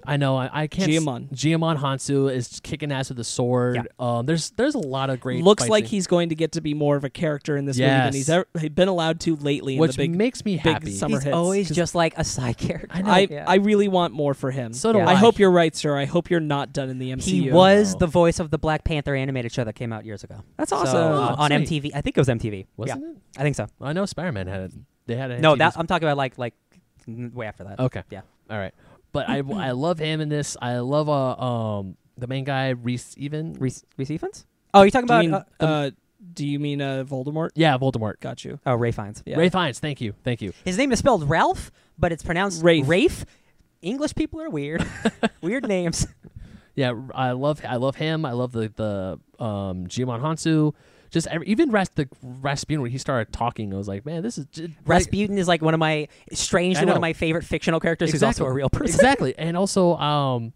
Speaker 1: I know. I, I can't. s-
Speaker 2: Giamon.
Speaker 1: Giamon Hansu is kicking ass with a sword.
Speaker 3: Yeah.
Speaker 1: Um, there's there's a lot of great.
Speaker 2: Looks
Speaker 1: fight
Speaker 2: like
Speaker 1: scenes,
Speaker 2: he's going to get to be more of a character in this movie than
Speaker 1: Yes.
Speaker 2: he's ever he'd been allowed to lately in
Speaker 1: which
Speaker 2: the big.
Speaker 1: makes me
Speaker 2: big
Speaker 1: happy.
Speaker 2: summer
Speaker 3: He's
Speaker 2: hits.
Speaker 3: always just like a side character.
Speaker 1: I know.
Speaker 2: I
Speaker 3: Yeah.
Speaker 2: I really want more for him.
Speaker 1: so do
Speaker 3: Yeah.
Speaker 1: I.
Speaker 2: I hope you're right, sir. I hope you're not done in the MCU.
Speaker 3: He was
Speaker 1: No.
Speaker 3: the voice of the Black Panther animated show that came out years ago.
Speaker 2: That's
Speaker 3: So,
Speaker 2: awesome. Oh,
Speaker 3: uh, on
Speaker 1: sweet.
Speaker 3: MTV, I think it was MTV.
Speaker 1: Wasn't
Speaker 3: yeah,
Speaker 1: it?
Speaker 3: I think so.
Speaker 1: I know Spider-Man had. They had a
Speaker 3: No,
Speaker 1: MTV
Speaker 3: that I'm talking about like like n- way after
Speaker 2: Oh.
Speaker 3: that.
Speaker 1: Okay.
Speaker 3: Yeah.
Speaker 1: All right. But I, I love him in this. I love uh um the main guy Reese even.
Speaker 3: Reese, Reese Evans? Oh, you're talking
Speaker 2: do you
Speaker 3: about
Speaker 2: mean,
Speaker 3: uh,
Speaker 2: uh, do you mean uh, Voldemort?
Speaker 1: Yeah, Voldemort.
Speaker 2: Got you.
Speaker 3: oh Ray Fiennes.
Speaker 2: Yeah.
Speaker 1: Ray Fiennes. Thank you. Thank you.
Speaker 3: His name is spelled Ralph, but it's pronounced
Speaker 2: Rafe.
Speaker 3: Rafe. English people are weird. weird names.
Speaker 1: Yeah, r- I love I love him. I love the the um Jimon Hansu. Just every, even Ras, the Rasputin when he started talking, I was like, man, this is j- like-
Speaker 3: Rasputin is like one of my strangely
Speaker 1: I
Speaker 3: one
Speaker 1: know.
Speaker 3: of my favorite fictional characters who's also a real person.
Speaker 1: Exactly. And also, um,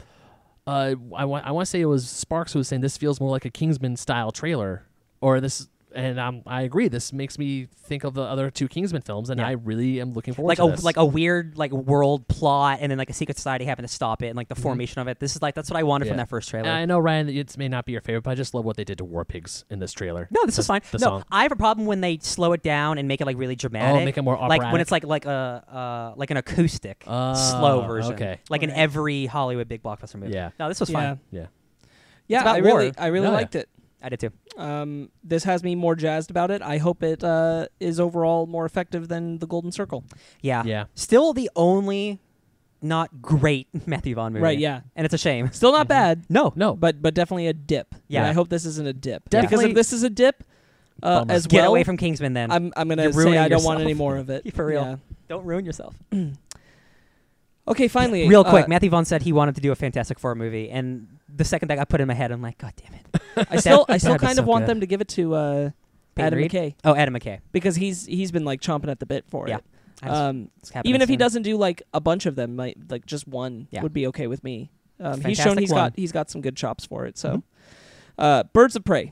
Speaker 1: uh, I want I want to say it was Sparks who was saying this feels more like a Kingsman style trailer, or this. And um, I agree. This makes me think of the other two Kingsman films, and
Speaker 3: Yeah.
Speaker 1: I really am looking forward
Speaker 3: Like
Speaker 1: to
Speaker 3: a
Speaker 1: this.
Speaker 3: like a weird like world plot, and then like a secret society having to stop it, and like the formation of it. This is like that's what I wanted
Speaker 1: Mm-hmm. Yeah.
Speaker 3: from that first trailer.
Speaker 1: And I know Ryan, that it may not be your favorite, but I just love what they did to War Pigs in this trailer.
Speaker 3: no, this
Speaker 1: The-
Speaker 3: is fine.
Speaker 1: The
Speaker 3: no,
Speaker 1: song. Oh,
Speaker 3: I have a problem when they slow it down and make it like really dramatic.
Speaker 1: make it more
Speaker 3: Like when it's like like a uh, like an acoustic
Speaker 1: Oh,
Speaker 3: slow version.
Speaker 1: okay.
Speaker 3: Like in
Speaker 2: Right.
Speaker 3: every Hollywood big blockbuster movie.
Speaker 1: Yeah.
Speaker 3: No, this was
Speaker 2: yeah,
Speaker 3: fine.
Speaker 1: Yeah.
Speaker 2: yeah.
Speaker 3: about
Speaker 2: I really,
Speaker 3: war.
Speaker 2: I really
Speaker 1: No, yeah.
Speaker 2: liked it.
Speaker 3: I did too.
Speaker 2: Um, this has me more jazzed about it. I hope it uh, is overall more effective than the Golden Circle.
Speaker 3: Yeah.
Speaker 1: Yeah.
Speaker 3: Still the only not great Matthew Vaughn movie.
Speaker 2: Right? Yeah.
Speaker 3: And it's a shame.
Speaker 2: Still
Speaker 1: Mm-hmm.
Speaker 2: not bad.
Speaker 3: No.
Speaker 1: No.
Speaker 2: But but definitely a dip.
Speaker 3: Oh. Yeah.
Speaker 2: And I hope this isn't a dip. Because
Speaker 3: Definitely-
Speaker 2: if this is a dip, uh,
Speaker 1: Bummer.
Speaker 2: as
Speaker 3: Get
Speaker 2: well,
Speaker 3: away from Kingsman then.
Speaker 2: I'm I'm gonna
Speaker 3: You're
Speaker 2: say
Speaker 3: ruining
Speaker 2: I don't want
Speaker 3: yourself.
Speaker 2: any more of it.
Speaker 3: For real.
Speaker 2: Yeah.
Speaker 3: Don't ruin yourself.
Speaker 2: Okay. Finally,
Speaker 3: Real
Speaker 2: uh,
Speaker 3: quick, Matthew Vaughn said he wanted to do a Fantastic Four movie, and the second that got put in my head, I'm like, God damn it.
Speaker 2: I still I
Speaker 3: That'd
Speaker 2: still
Speaker 3: be
Speaker 2: kind
Speaker 3: so
Speaker 2: of want
Speaker 3: good.
Speaker 2: them to give it to uh,
Speaker 3: Peyton
Speaker 2: Adam
Speaker 3: Reed?
Speaker 2: McKay
Speaker 3: Oh, Adam McKay.
Speaker 2: because he's he's been like chomping at the bit for
Speaker 3: Yeah.
Speaker 2: it.
Speaker 3: I just-
Speaker 2: Um,
Speaker 3: it's happening
Speaker 2: even if he
Speaker 3: soon.
Speaker 2: doesn't do like a bunch of them, like, like just one
Speaker 3: Yeah.
Speaker 2: would be okay with me. Um, he's shown
Speaker 3: Fantastic
Speaker 2: he's
Speaker 3: one. Mm-hmm.
Speaker 2: got he's got some good chops for it. So, uh, Birds of Prey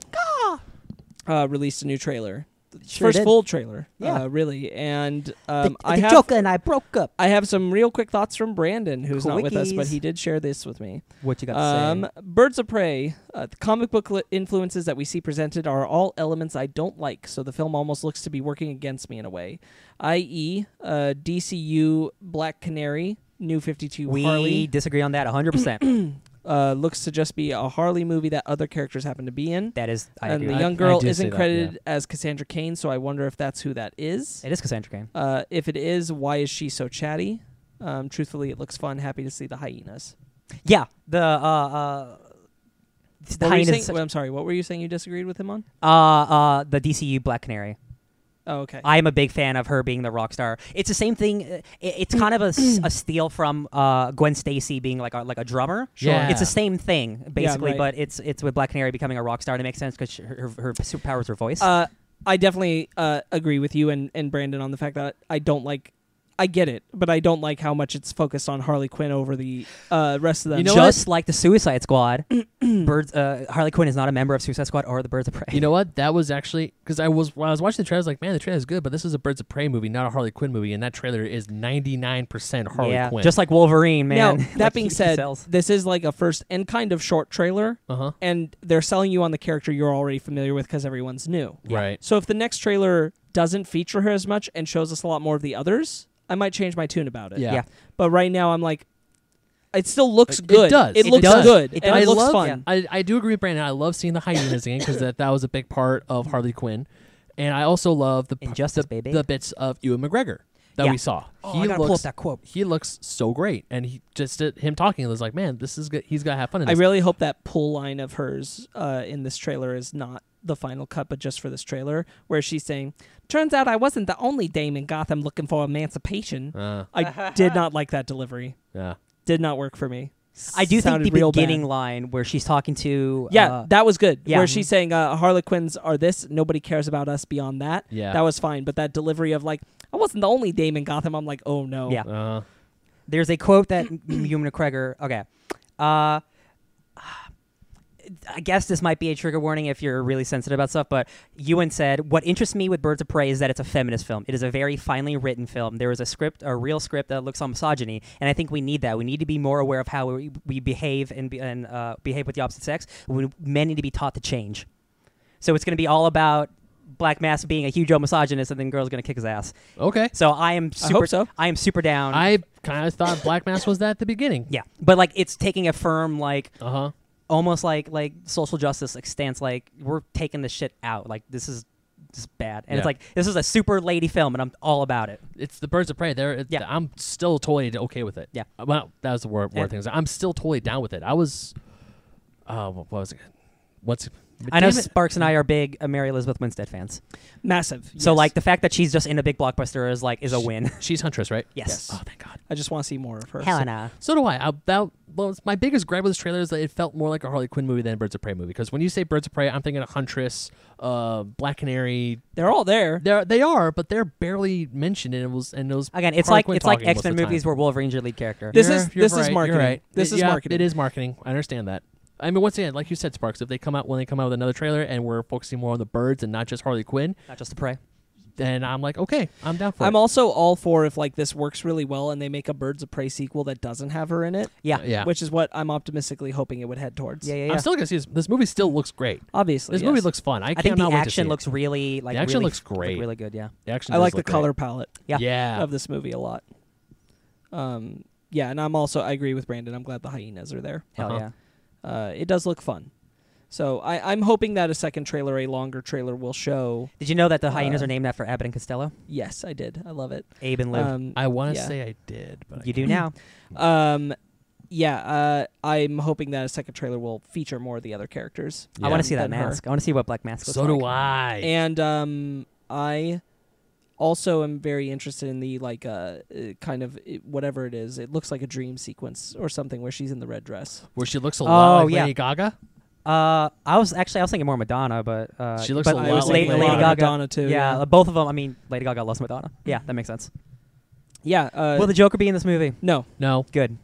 Speaker 2: uh, released a new trailer,
Speaker 3: Sure
Speaker 2: first
Speaker 3: did.
Speaker 2: full trailer,
Speaker 3: Yeah.
Speaker 2: uh, really. And
Speaker 3: The,
Speaker 2: um,
Speaker 3: the
Speaker 2: I have
Speaker 3: Joker and I broke up.
Speaker 2: I have some real quick thoughts from Brandon, who's not with us, but
Speaker 3: Quickies.
Speaker 2: he did share this with me.
Speaker 3: What you got
Speaker 2: Um,
Speaker 3: to say?
Speaker 2: Birds of Prey, uh, the comic book li- influences that we see presented are all elements I don't like, so the film almost looks to be working against me in a way. I.e., uh, DCU Black Canary, New 52
Speaker 3: We
Speaker 2: Harley,
Speaker 3: disagree on that 100%.
Speaker 2: uh, looks to just be a Harley movie that other characters happen to be in.
Speaker 3: that is, I
Speaker 2: and
Speaker 3: agree.
Speaker 2: the
Speaker 1: I-
Speaker 2: young
Speaker 1: I
Speaker 2: girl
Speaker 1: do see
Speaker 2: isn't
Speaker 1: that, yeah.
Speaker 2: credited as Cassandra Kane, so I wonder if that's who that is.
Speaker 3: it is Cassandra Cain.
Speaker 2: Uh, if it is, why is she so chatty? Um, truthfully, it looks fun. Happy to see the hyenas.
Speaker 3: Yeah. The, uh, uh, the
Speaker 2: What were you
Speaker 3: hyenas
Speaker 2: saying-
Speaker 3: is such-
Speaker 2: I'm sorry. What were you saying? You disagreed with him on?
Speaker 3: uh, uh, the DCU Black Canary.
Speaker 2: Oh, okay.
Speaker 3: I am a big fan of her being the rock star. It's the same thing. uh, It, it's kind of a, s- a steal from uh, Gwen Stacy being like a, like a drummer.
Speaker 1: Sure.
Speaker 3: It's the same thing basically,
Speaker 2: right.
Speaker 3: but it's it's with Black Canary becoming a rock star, and it makes sense because her, her her superpower is her voice.
Speaker 2: uh, I definitely uh, agree with you and, and Brandon on the fact that I don't like. I get it, but I don't like how much it's focused on Harley Quinn over the uh, rest of them.
Speaker 1: You know
Speaker 3: Just like the Suicide Squad, Birds uh, Harley Quinn is not a member of Suicide Squad or the Birds of Prey.
Speaker 1: You know what? That was actually because I was when I was watching the trailer. I was like, man, the trailer is good, but this is a Birds of Prey movie, not a Harley Quinn movie, and that trailer is ninety nine percent Harley
Speaker 3: yeah,
Speaker 1: Quinn.
Speaker 3: just like Wolverine, man.
Speaker 2: Now, that
Speaker 3: Like,
Speaker 2: being
Speaker 3: he- he
Speaker 2: said,
Speaker 3: sells.
Speaker 2: this is like a first and kind of short trailer,
Speaker 1: uh huh.
Speaker 2: and they're selling you on the character you're already familiar with because everyone's new.
Speaker 1: Right.
Speaker 2: So if the next trailer doesn't feature her as much and shows us a lot more of the others, I might change my tune about it.
Speaker 1: Yeah.
Speaker 3: Yeah.
Speaker 2: But right now, I'm like, it still looks
Speaker 1: It- it
Speaker 2: good.
Speaker 1: does.
Speaker 2: It,
Speaker 1: It
Speaker 2: looks
Speaker 1: does.
Speaker 2: good.
Speaker 3: It
Speaker 2: and
Speaker 3: does.
Speaker 2: It looks
Speaker 1: love,
Speaker 2: fun.
Speaker 1: I, I do agree with Brandon. I love seeing the hyenas again because that, that was a big part of
Speaker 3: Mm-hmm.
Speaker 1: Harley Quinn, and I also love the p-
Speaker 3: Injustice,
Speaker 1: the,
Speaker 3: baby.
Speaker 1: the bits of Ewan McGregor that
Speaker 3: Yeah.
Speaker 1: we saw.
Speaker 3: Oh, I gotta pull up that quote.
Speaker 1: He looks so great, and he just uh, him talking was like, man, this is good. He's gonna have fun. In
Speaker 2: I
Speaker 1: this.
Speaker 2: really hope that pull line of hers uh, in this trailer is not the final cut, but just for this trailer, where she's saying, "Turns out I wasn't the only dame in Gotham looking for emancipation."
Speaker 1: Uh,
Speaker 2: I did not like that delivery.
Speaker 1: yeah.
Speaker 2: Did not work for me.
Speaker 3: I do think
Speaker 2: Sounded
Speaker 3: the
Speaker 2: real
Speaker 3: beginning
Speaker 2: bad.
Speaker 3: line where she's talking to
Speaker 2: Yeah,
Speaker 3: uh,
Speaker 2: that was good.
Speaker 3: yeah.
Speaker 2: Where she's saying uh, Harlequins are this, nobody cares about us beyond that.
Speaker 1: Yeah.
Speaker 2: that was fine. But that delivery of like, I wasn't the only dame in Gotham. I'm like, oh no.
Speaker 3: Yeah.
Speaker 1: Uh,
Speaker 3: there's a quote that Ewan McGregor. Okay, uh, I guess this might be a trigger warning if you're really sensitive about stuff. But Ewan said, "What interests me with Birds of Prey is that it's a feminist film. It is a very finely written film. There is a script, a real script that looks on misogyny, and I think we need that. We need to be more aware of how we, we behave and be, and uh, behave with the opposite sex. We, men need to be taught to change. So it's going to be all about." Black Mass being a huge misogynist, and then girls gonna kick his ass.
Speaker 1: okay.
Speaker 3: So I am super.
Speaker 2: hope so.
Speaker 3: I am super down.
Speaker 1: I kind of thought Black Mass was that at the beginning.
Speaker 3: Yeah, but like it's taking a firm like
Speaker 1: Uh huh.
Speaker 3: almost like like social justice like stance. Like we're taking this shit out. Like this is this is bad, and it's
Speaker 1: Yeah.
Speaker 3: like this is a super lady film, and I'm all about it.
Speaker 1: It's the Birds of Prey. There, it-
Speaker 3: Yeah.
Speaker 1: I'm still totally okay with it.
Speaker 3: Yeah.
Speaker 1: Uh, Well, that was the word.
Speaker 3: Yeah.
Speaker 1: Word things. I'm still totally down with it. I was. Uh, wh- what was it? What's?
Speaker 3: I know
Speaker 1: Damn it.
Speaker 3: Sparks and I are big uh, Mary Elizabeth Winstead fans,
Speaker 2: massive.
Speaker 3: so
Speaker 2: yes.
Speaker 3: like the fact that she's just in a big blockbuster is like is a win.
Speaker 1: She's Huntress, right?
Speaker 3: yes.
Speaker 1: Oh, thank God.
Speaker 2: I just want to see more of her.
Speaker 3: Helena.
Speaker 1: So do I. I that was my biggest gripe with this trailer is that it felt more like a Harley Quinn movie than a Birds of Prey movie. Because when you say Birds of Prey, I'm thinking of Huntress, uh, Black Canary.
Speaker 2: They're all there.
Speaker 1: They're, they are, but they're barely mentioned, and it was and it was
Speaker 3: Again, it's
Speaker 1: Harley
Speaker 3: like
Speaker 1: Quinn
Speaker 3: it's like
Speaker 1: talking most
Speaker 3: X
Speaker 1: of
Speaker 3: Men
Speaker 1: the
Speaker 3: movies
Speaker 1: time.
Speaker 3: where Wolverine's your lead character.
Speaker 2: This
Speaker 1: You're-
Speaker 2: is
Speaker 1: you're
Speaker 2: this
Speaker 1: right,
Speaker 2: is
Speaker 1: you're
Speaker 2: marketing.
Speaker 1: right.
Speaker 2: This
Speaker 1: It-
Speaker 2: is
Speaker 1: yeah,
Speaker 2: marketing.
Speaker 1: It is marketing. I understand that. I mean, once again, like you said, Sparks, if they come out when they come out with another trailer and we're focusing more on the birds and not just Harley Quinn,
Speaker 3: Not just the prey.
Speaker 1: then I'm like, okay, I'm down for
Speaker 2: I'm
Speaker 1: it.
Speaker 2: also all for if like this works really well and they make a Birds of Prey sequel that doesn't have her in it,
Speaker 3: Yeah.
Speaker 1: Uh, yeah.
Speaker 2: which is what I'm optimistically hoping it would head towards.
Speaker 3: Yeah. Yeah.
Speaker 1: I'm
Speaker 3: yeah.
Speaker 1: still gonna see this. This movie still looks great.
Speaker 2: Obviously,
Speaker 1: This
Speaker 2: yes.
Speaker 1: movie looks fun. I,
Speaker 3: I think the
Speaker 1: cannot wait to see
Speaker 3: action
Speaker 1: it.
Speaker 3: looks really like
Speaker 1: action
Speaker 3: really
Speaker 1: looks
Speaker 3: f- look
Speaker 1: great.
Speaker 3: really good. Yeah.
Speaker 1: The action.
Speaker 2: I
Speaker 1: does
Speaker 2: like the
Speaker 1: look great.
Speaker 2: color palette
Speaker 3: Yeah.
Speaker 1: Yeah.
Speaker 2: of this movie a lot. Um, yeah, and I'm also I agree with Brandon. I'm glad the hyenas are there.
Speaker 3: Hell
Speaker 1: Uh-huh.
Speaker 3: yeah.
Speaker 2: Uh, it does look fun. So I, I'm hoping that a second trailer, a longer trailer, will show.
Speaker 3: Did you know that the hyenas
Speaker 2: Uh,
Speaker 3: are named after Abbott and Costello?
Speaker 2: Yes, I did. I love it.
Speaker 3: Abe and Lou.
Speaker 2: Um,
Speaker 1: I want to
Speaker 2: yeah.
Speaker 1: say I did, but I
Speaker 3: you do now.
Speaker 2: Um, yeah, uh, I'm hoping that a second trailer will feature more of the other characters.
Speaker 1: Yeah.
Speaker 3: I want to see that
Speaker 2: than her.
Speaker 3: mask. I want to see what Black Mask looks
Speaker 1: So
Speaker 3: like.
Speaker 1: do I.
Speaker 2: And um, I also am very interested in the like uh, uh, kind of it, whatever it is. It looks like a dream sequence or something where she's in the red dress.
Speaker 1: Where she looks a lot
Speaker 3: Oh,
Speaker 1: like
Speaker 3: yeah.
Speaker 1: Lady Gaga.
Speaker 3: Uh, I was actually I was thinking more Madonna, but uh,
Speaker 1: She looks
Speaker 3: but
Speaker 1: a
Speaker 2: I
Speaker 1: lot
Speaker 2: was
Speaker 1: like
Speaker 3: Lady,
Speaker 2: thinking
Speaker 3: Lady
Speaker 2: a lot
Speaker 3: Gaga.
Speaker 2: of Madonna too.
Speaker 3: yeah,
Speaker 2: yeah,
Speaker 3: both of them. I mean, Lady Gaga loves Madonna. Yeah, that makes sense.
Speaker 2: Yeah, uh,
Speaker 3: Will the Joker be in this movie?
Speaker 2: no,
Speaker 1: No.
Speaker 3: Good.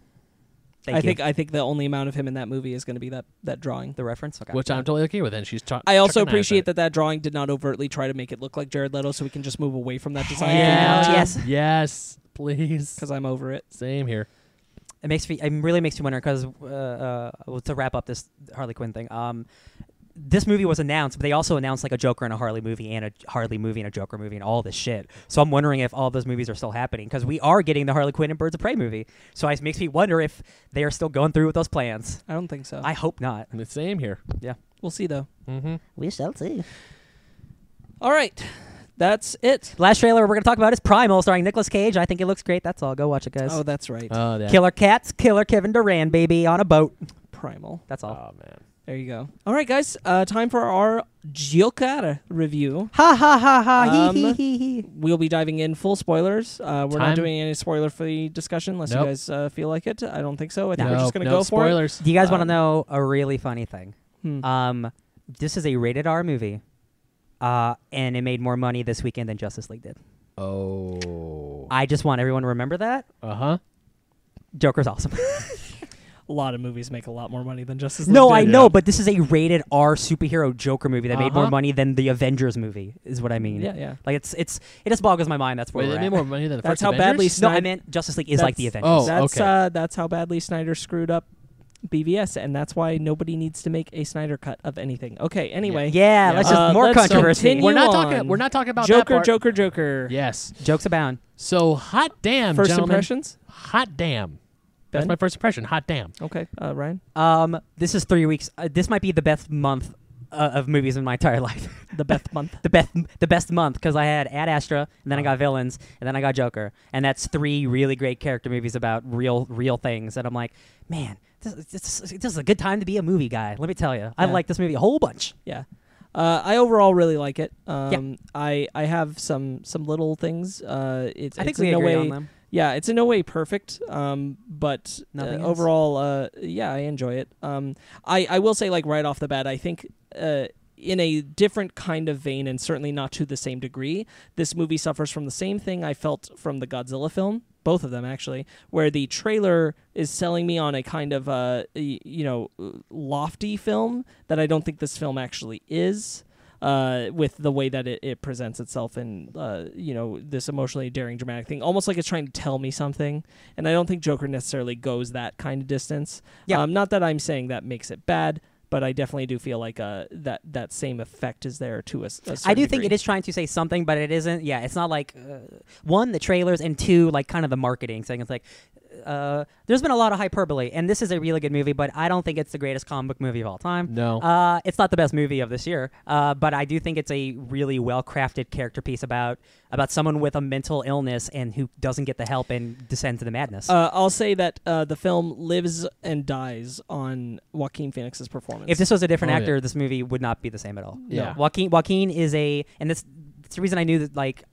Speaker 3: Thank
Speaker 2: I
Speaker 3: you.
Speaker 2: think I think the only amount of him in that movie is going to be that that drawing.
Speaker 3: the reference. Okay.
Speaker 1: Which I'm totally okay with, and she's. Ch- chucking
Speaker 2: I also
Speaker 1: knives at
Speaker 2: appreciate
Speaker 1: it.
Speaker 2: that that drawing did not overtly try to make it look like Jared Leto, so we can just move away from that design.
Speaker 3: Yeah. Yes.
Speaker 1: Yes. Please.
Speaker 2: because I'm over it.
Speaker 1: Same here.
Speaker 3: It makes me. It really makes me wonder because uh, uh, well, to wrap up this Harley Quinn thing. Um, this movie was announced, but they also announced like a Joker and a Harley movie and a Harley movie and a Joker movie and all this shit. So I'm wondering if all those movies are still happening because we are getting the Harley Quinn and Birds of Prey movie. So it makes me wonder if they are still going through with those plans.
Speaker 2: I don't think so.
Speaker 3: I hope not.
Speaker 1: Same here.
Speaker 2: we'll see though.
Speaker 1: Mm-hmm.
Speaker 3: We shall see.
Speaker 2: All right, that's it.
Speaker 3: Last trailer we're going to talk about is Primal, starring Nicolas Cage. I think it looks great. That's all. Go watch it, guys.
Speaker 2: Oh,
Speaker 3: Uh,
Speaker 2: that's right.
Speaker 1: Oh, yeah.
Speaker 3: Killer cats, killer Kevin Duran, baby, on a boat.
Speaker 2: Primal.
Speaker 3: That's all.
Speaker 1: Oh man.
Speaker 2: There you go. All right, guys. Uh, time for our Joker review.
Speaker 3: Ha ha ha ha! Hee
Speaker 2: Um,
Speaker 3: hee hee hee.
Speaker 2: We'll be diving in full spoilers. Uh, we're
Speaker 1: Time.
Speaker 2: not doing any spoiler-free discussion unless you
Speaker 1: Nope.
Speaker 2: guys uh, feel like it. I don't think so. I think we're
Speaker 1: No,
Speaker 2: just gonna
Speaker 1: no
Speaker 2: go for it.
Speaker 1: spoilers.
Speaker 3: Do you guys want to
Speaker 2: um,
Speaker 3: know a really funny thing?
Speaker 2: Hmm.
Speaker 1: Uh,
Speaker 3: Um, this is a rated R movie, uh, and it made more money this weekend than Justice League did.
Speaker 1: Oh.
Speaker 3: I just want everyone to remember that.
Speaker 1: Uh huh.
Speaker 3: Joker's awesome.
Speaker 2: A lot of movies make a lot more money than Justice League.
Speaker 3: no,
Speaker 2: did.
Speaker 3: I know, but this is a rated R superhero Joker movie that made more
Speaker 1: Uh-huh.
Speaker 3: money than the Avengers movie. Is what I mean.
Speaker 2: Yeah, yeah.
Speaker 3: Like it's it's it just boggles my mind. That's where
Speaker 1: Wait,
Speaker 3: we're
Speaker 1: they
Speaker 3: at.
Speaker 1: made more money than the first
Speaker 2: That's how
Speaker 1: Avengers?
Speaker 2: badly
Speaker 3: no, I
Speaker 2: Snyder-
Speaker 3: meant Justice League is like the
Speaker 2: That's-
Speaker 3: Avengers.
Speaker 1: Oh,
Speaker 2: that's
Speaker 1: okay.
Speaker 2: uh, that's how badly Snyder screwed up BVS, and that's why nobody needs to make a Snyder cut of anything. Okay, anyway,
Speaker 3: Yeah,
Speaker 1: Yeah.
Speaker 3: let's just
Speaker 2: Uh,
Speaker 3: more
Speaker 2: let's
Speaker 3: controversy.
Speaker 2: continue.
Speaker 1: We're not
Speaker 2: on.
Speaker 1: talking. We're not talking about that
Speaker 2: Joker,
Speaker 1: part.
Speaker 2: Joker, Joker.
Speaker 1: Yes.
Speaker 3: Jokes abound.
Speaker 1: So hot damn,
Speaker 2: First
Speaker 1: gentlemen.
Speaker 2: impressions.
Speaker 1: Hot damn. That's
Speaker 2: Ben?
Speaker 1: my first impression. Hot damn.
Speaker 2: Okay, uh, Ryan.
Speaker 3: Um, this is three weeks. Uh, this might be the best month uh, of movies in my entire life.
Speaker 2: The Beth month.
Speaker 3: the best, the best month because I had Ad Astra, and
Speaker 2: Uh-huh.
Speaker 3: then I got Villains, and then I got Joker, and that's three really great character movies about real, real things. And I'm like, man, this, this, this is a good time to be a movie guy. Let me tell you, I
Speaker 2: Yeah.
Speaker 3: like this movie a whole bunch.
Speaker 2: Yeah. Uh, I overall really like it. Um, I I have some some little things. Uh, it's
Speaker 3: I think
Speaker 2: it's
Speaker 3: we
Speaker 2: in no
Speaker 3: agree
Speaker 2: way,
Speaker 3: on them.
Speaker 2: Yeah, it's in no way perfect. Um, but uh,
Speaker 3: Nothing else?
Speaker 2: overall, uh, yeah, I enjoy it. Um, I I will say like right off the bat, I think uh, in a different kind of vein, and certainly not to the same degree, this movie suffers from the same thing I felt from the Godzilla film. Both of them actually, where the trailer is selling me on a kind of uh, y- you know lofty film that I don't think this film actually is uh, with the way that it, it presents itself in uh, you know this emotionally daring dramatic thing almost like it's trying to tell me something and i don't think joker necessarily goes that kind of distance
Speaker 3: Yeah.
Speaker 2: um, not that i'm saying that makes it bad but i definitely do feel like uh, that that same effect is there to us
Speaker 3: I do think it is trying to say something, but it isn't. Yeah, it's not like uh, one the trailers and two like kind of the marketing thing. It's like uh, there's been a lot of hyperbole, and this is a really good movie, but I don't think it's the greatest comic book movie of all time.
Speaker 1: No.
Speaker 3: Uh, it's not the best movie of this year, uh, but I do think it's a really well crafted character piece about about someone with a mental illness and who doesn't get the help and descends into madness.
Speaker 2: uh, i'll say that uh, the film lives and dies on joaquin phoenix's performance
Speaker 3: if this was a different
Speaker 1: Oh, yeah.
Speaker 3: actor, this movie would not be the same at all.
Speaker 1: Yeah.
Speaker 3: Joaquin Joaquin is a and this it's the reason I knew that like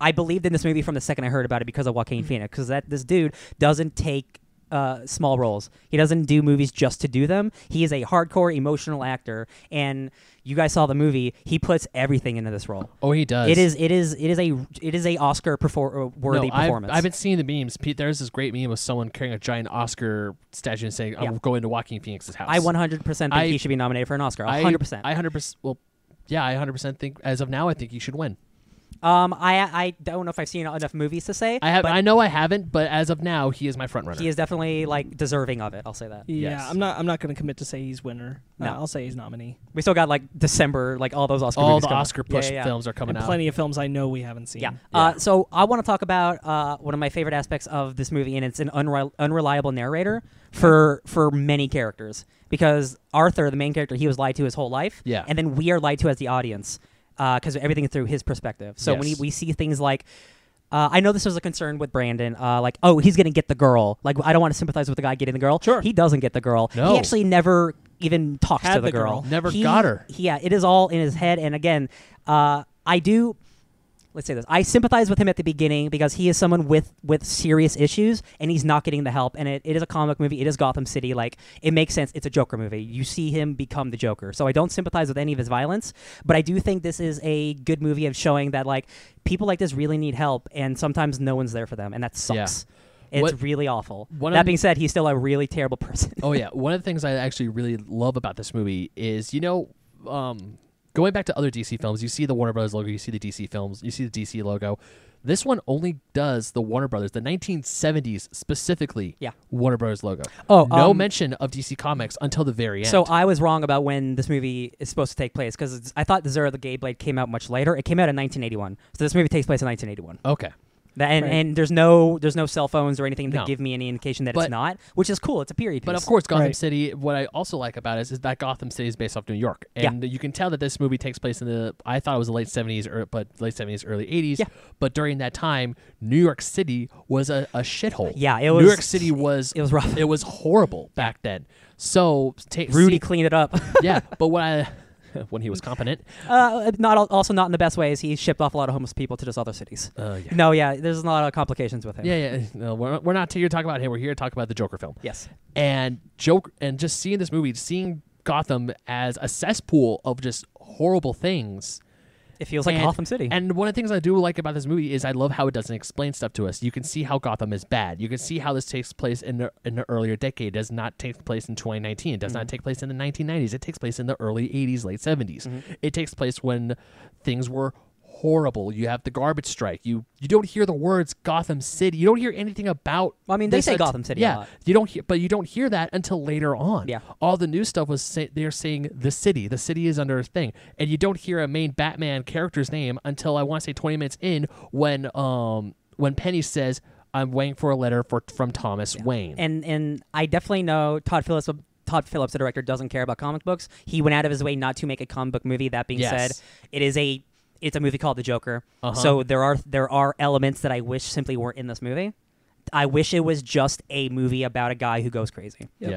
Speaker 3: I believed in this movie from the second I heard about it because of Joaquin Phoenix because that this dude doesn't take uh, small roles. He doesn't do movies just to do them. He is a hardcore emotional actor, and you guys saw the movie. He puts everything into this role.
Speaker 1: oh, he does.
Speaker 3: It is it is it is a it is a Oscar perfor- uh, worthy
Speaker 1: no, I've-
Speaker 3: performance.
Speaker 1: I've, been seeing the memes. Pete, there's this great meme of someone carrying a giant Oscar statue and saying, "I'm
Speaker 3: Yeah.
Speaker 1: going to Joaquin Phoenix's house."
Speaker 3: I 100% think
Speaker 1: I-
Speaker 3: he should be nominated for an Oscar.
Speaker 1: I-
Speaker 3: 100%.
Speaker 1: I hundred percent. Well, yeah, I hundred percent think as of now, I think he should win.
Speaker 3: um, I I don't know if I've seen enough movies to say.
Speaker 1: I have.
Speaker 3: but-
Speaker 1: I know I haven't, but as of now, he is my front runner.
Speaker 3: He is definitely like deserving of it. I'll say that.
Speaker 2: yeah
Speaker 1: Yes.
Speaker 2: i'm not i'm not going to commit to say he's winner Uh,
Speaker 3: No.
Speaker 2: i'll say he's nominee
Speaker 3: We still got like December, like all those Oscar.
Speaker 1: All
Speaker 3: movies
Speaker 1: the
Speaker 3: coming.
Speaker 1: Oscar
Speaker 3: Yeah,
Speaker 1: push
Speaker 3: yeah, yeah.
Speaker 1: films are coming
Speaker 2: and
Speaker 1: out.
Speaker 2: plenty of films i know we haven't seen
Speaker 3: Yeah. Uh, so I want to talk about uh, one of my favorite aspects of this movie, and it's an unreli- unreliable narrator
Speaker 1: Mm-hmm.
Speaker 3: for for many characters because Arthur, the main character, he was lied to his whole life.
Speaker 1: Yeah.
Speaker 3: And then we are lied to as the audience because everything is through his perspective. So when he,
Speaker 1: Yes.
Speaker 3: we see things like. Uh, I know this was a concern with Brandon. Uh, like, oh, he's gonna get the girl. Like, I don't want to sympathize with the guy getting the girl. Sure, he doesn't get the girl.
Speaker 1: No.
Speaker 3: He actually never even talks
Speaker 2: Had
Speaker 3: to the,
Speaker 2: the girl.
Speaker 1: Never
Speaker 3: He-
Speaker 1: got her.
Speaker 3: Yeah, it is all in his head. And again, uh, I do let's say this i sympathize with him at the beginning because he is someone with with serious issues and he's not getting the help and it, it is a comic movie it is gotham city like it makes sense it's a joker movie you see him become the joker so i don't sympathize with any of his violence but i do think this is a good movie of showing that like people like this really need help and sometimes no one's there for them and that sucks it's
Speaker 1: What-
Speaker 3: really awful
Speaker 1: one
Speaker 3: that
Speaker 1: of-
Speaker 3: being said he's still a really terrible person
Speaker 1: oh yeah, one of the things I actually really love about this movie is you know, um, going back to other DC films, you see the Warner Brothers logo, you see the DC films, you see the DC logo. This one only does the Warner Brothers, the 1970s specifically.
Speaker 3: Yeah.
Speaker 1: Warner Brothers logo.
Speaker 3: Oh,
Speaker 1: no
Speaker 3: um,
Speaker 1: mention of DC Comics until the very end.
Speaker 3: So I was wrong about when this movie is supposed to take place because I thought *The Zero the Gay Blade came out much later. It came out in 1981, so this movie takes place in 1981.
Speaker 1: okay,
Speaker 3: That- and,
Speaker 2: Right.
Speaker 3: and there's no there's no cell phones or anything that
Speaker 1: No.
Speaker 3: give me any indication that
Speaker 1: But-
Speaker 3: it's not, which is cool. It's a period
Speaker 1: But
Speaker 3: piece.
Speaker 1: of course, Gotham
Speaker 2: Right.
Speaker 1: City. What I also like about it is, is that Gotham City is based off New York,
Speaker 3: Yeah.
Speaker 1: and you can tell that this movie takes place in the. I thought it was the late seventies, or but late seventies, early eighties.
Speaker 3: Yeah.
Speaker 1: But during that time, New York City was a, a shithole.
Speaker 3: Yeah, it
Speaker 1: New
Speaker 3: was-
Speaker 1: York City was
Speaker 3: it was rough.
Speaker 1: It was horrible back then. So ta-
Speaker 3: Rudy
Speaker 1: see-
Speaker 3: cleaned it up.
Speaker 1: yeah, but what I when he was competent.
Speaker 3: uh, not al- also not in the best ways. He shipped off a lot of homeless people to just other cities.
Speaker 1: Uh, yeah.
Speaker 3: No, yeah, there's a lot of complications with him.
Speaker 1: Yeah, yeah. No, we're, we're not here to talk about him. We're here to talk about the Joker film.
Speaker 3: Yes.
Speaker 1: and joke and just seeing this movie seeing gotham as a cesspool of just horrible things
Speaker 3: It feels like
Speaker 1: and,
Speaker 3: Gotham City.
Speaker 1: and one of the things i do like about this movie is i love how it doesn't explain stuff to us you can see how gotham is bad you can see how this takes place in the, in the earlier decade it does not take place in 2019 it does not take place in the 1990s it takes place in the early 80s late 70s it takes place when things were horrible you have the garbage strike you you don't hear the words gotham city you don't hear anything about
Speaker 3: Well, I mean, they
Speaker 1: this
Speaker 3: say
Speaker 1: att-
Speaker 3: Gotham City a
Speaker 1: yeah
Speaker 3: lot.
Speaker 1: you don't hear, but you don't hear that until later on.
Speaker 3: Yeah.
Speaker 1: All the new stuff was say, they're saying the city. The city is under a thing, and you don't hear a main Batman character's name until I want to say twenty minutes in when um when Penny says I'm waiting for a letter for from Thomas Wayne.
Speaker 3: and and I definitely know Todd Phillips. Todd Phillips, the director, doesn't care about comic books. He went out of his way not to make a comic book movie. That being
Speaker 1: Yes.
Speaker 3: said, it is a it's a movie called The Joker.
Speaker 1: Uh-huh.
Speaker 3: So there are there are elements that I wish simply weren't in this movie. I wish it was just a movie about a guy who goes crazy.
Speaker 1: yeah.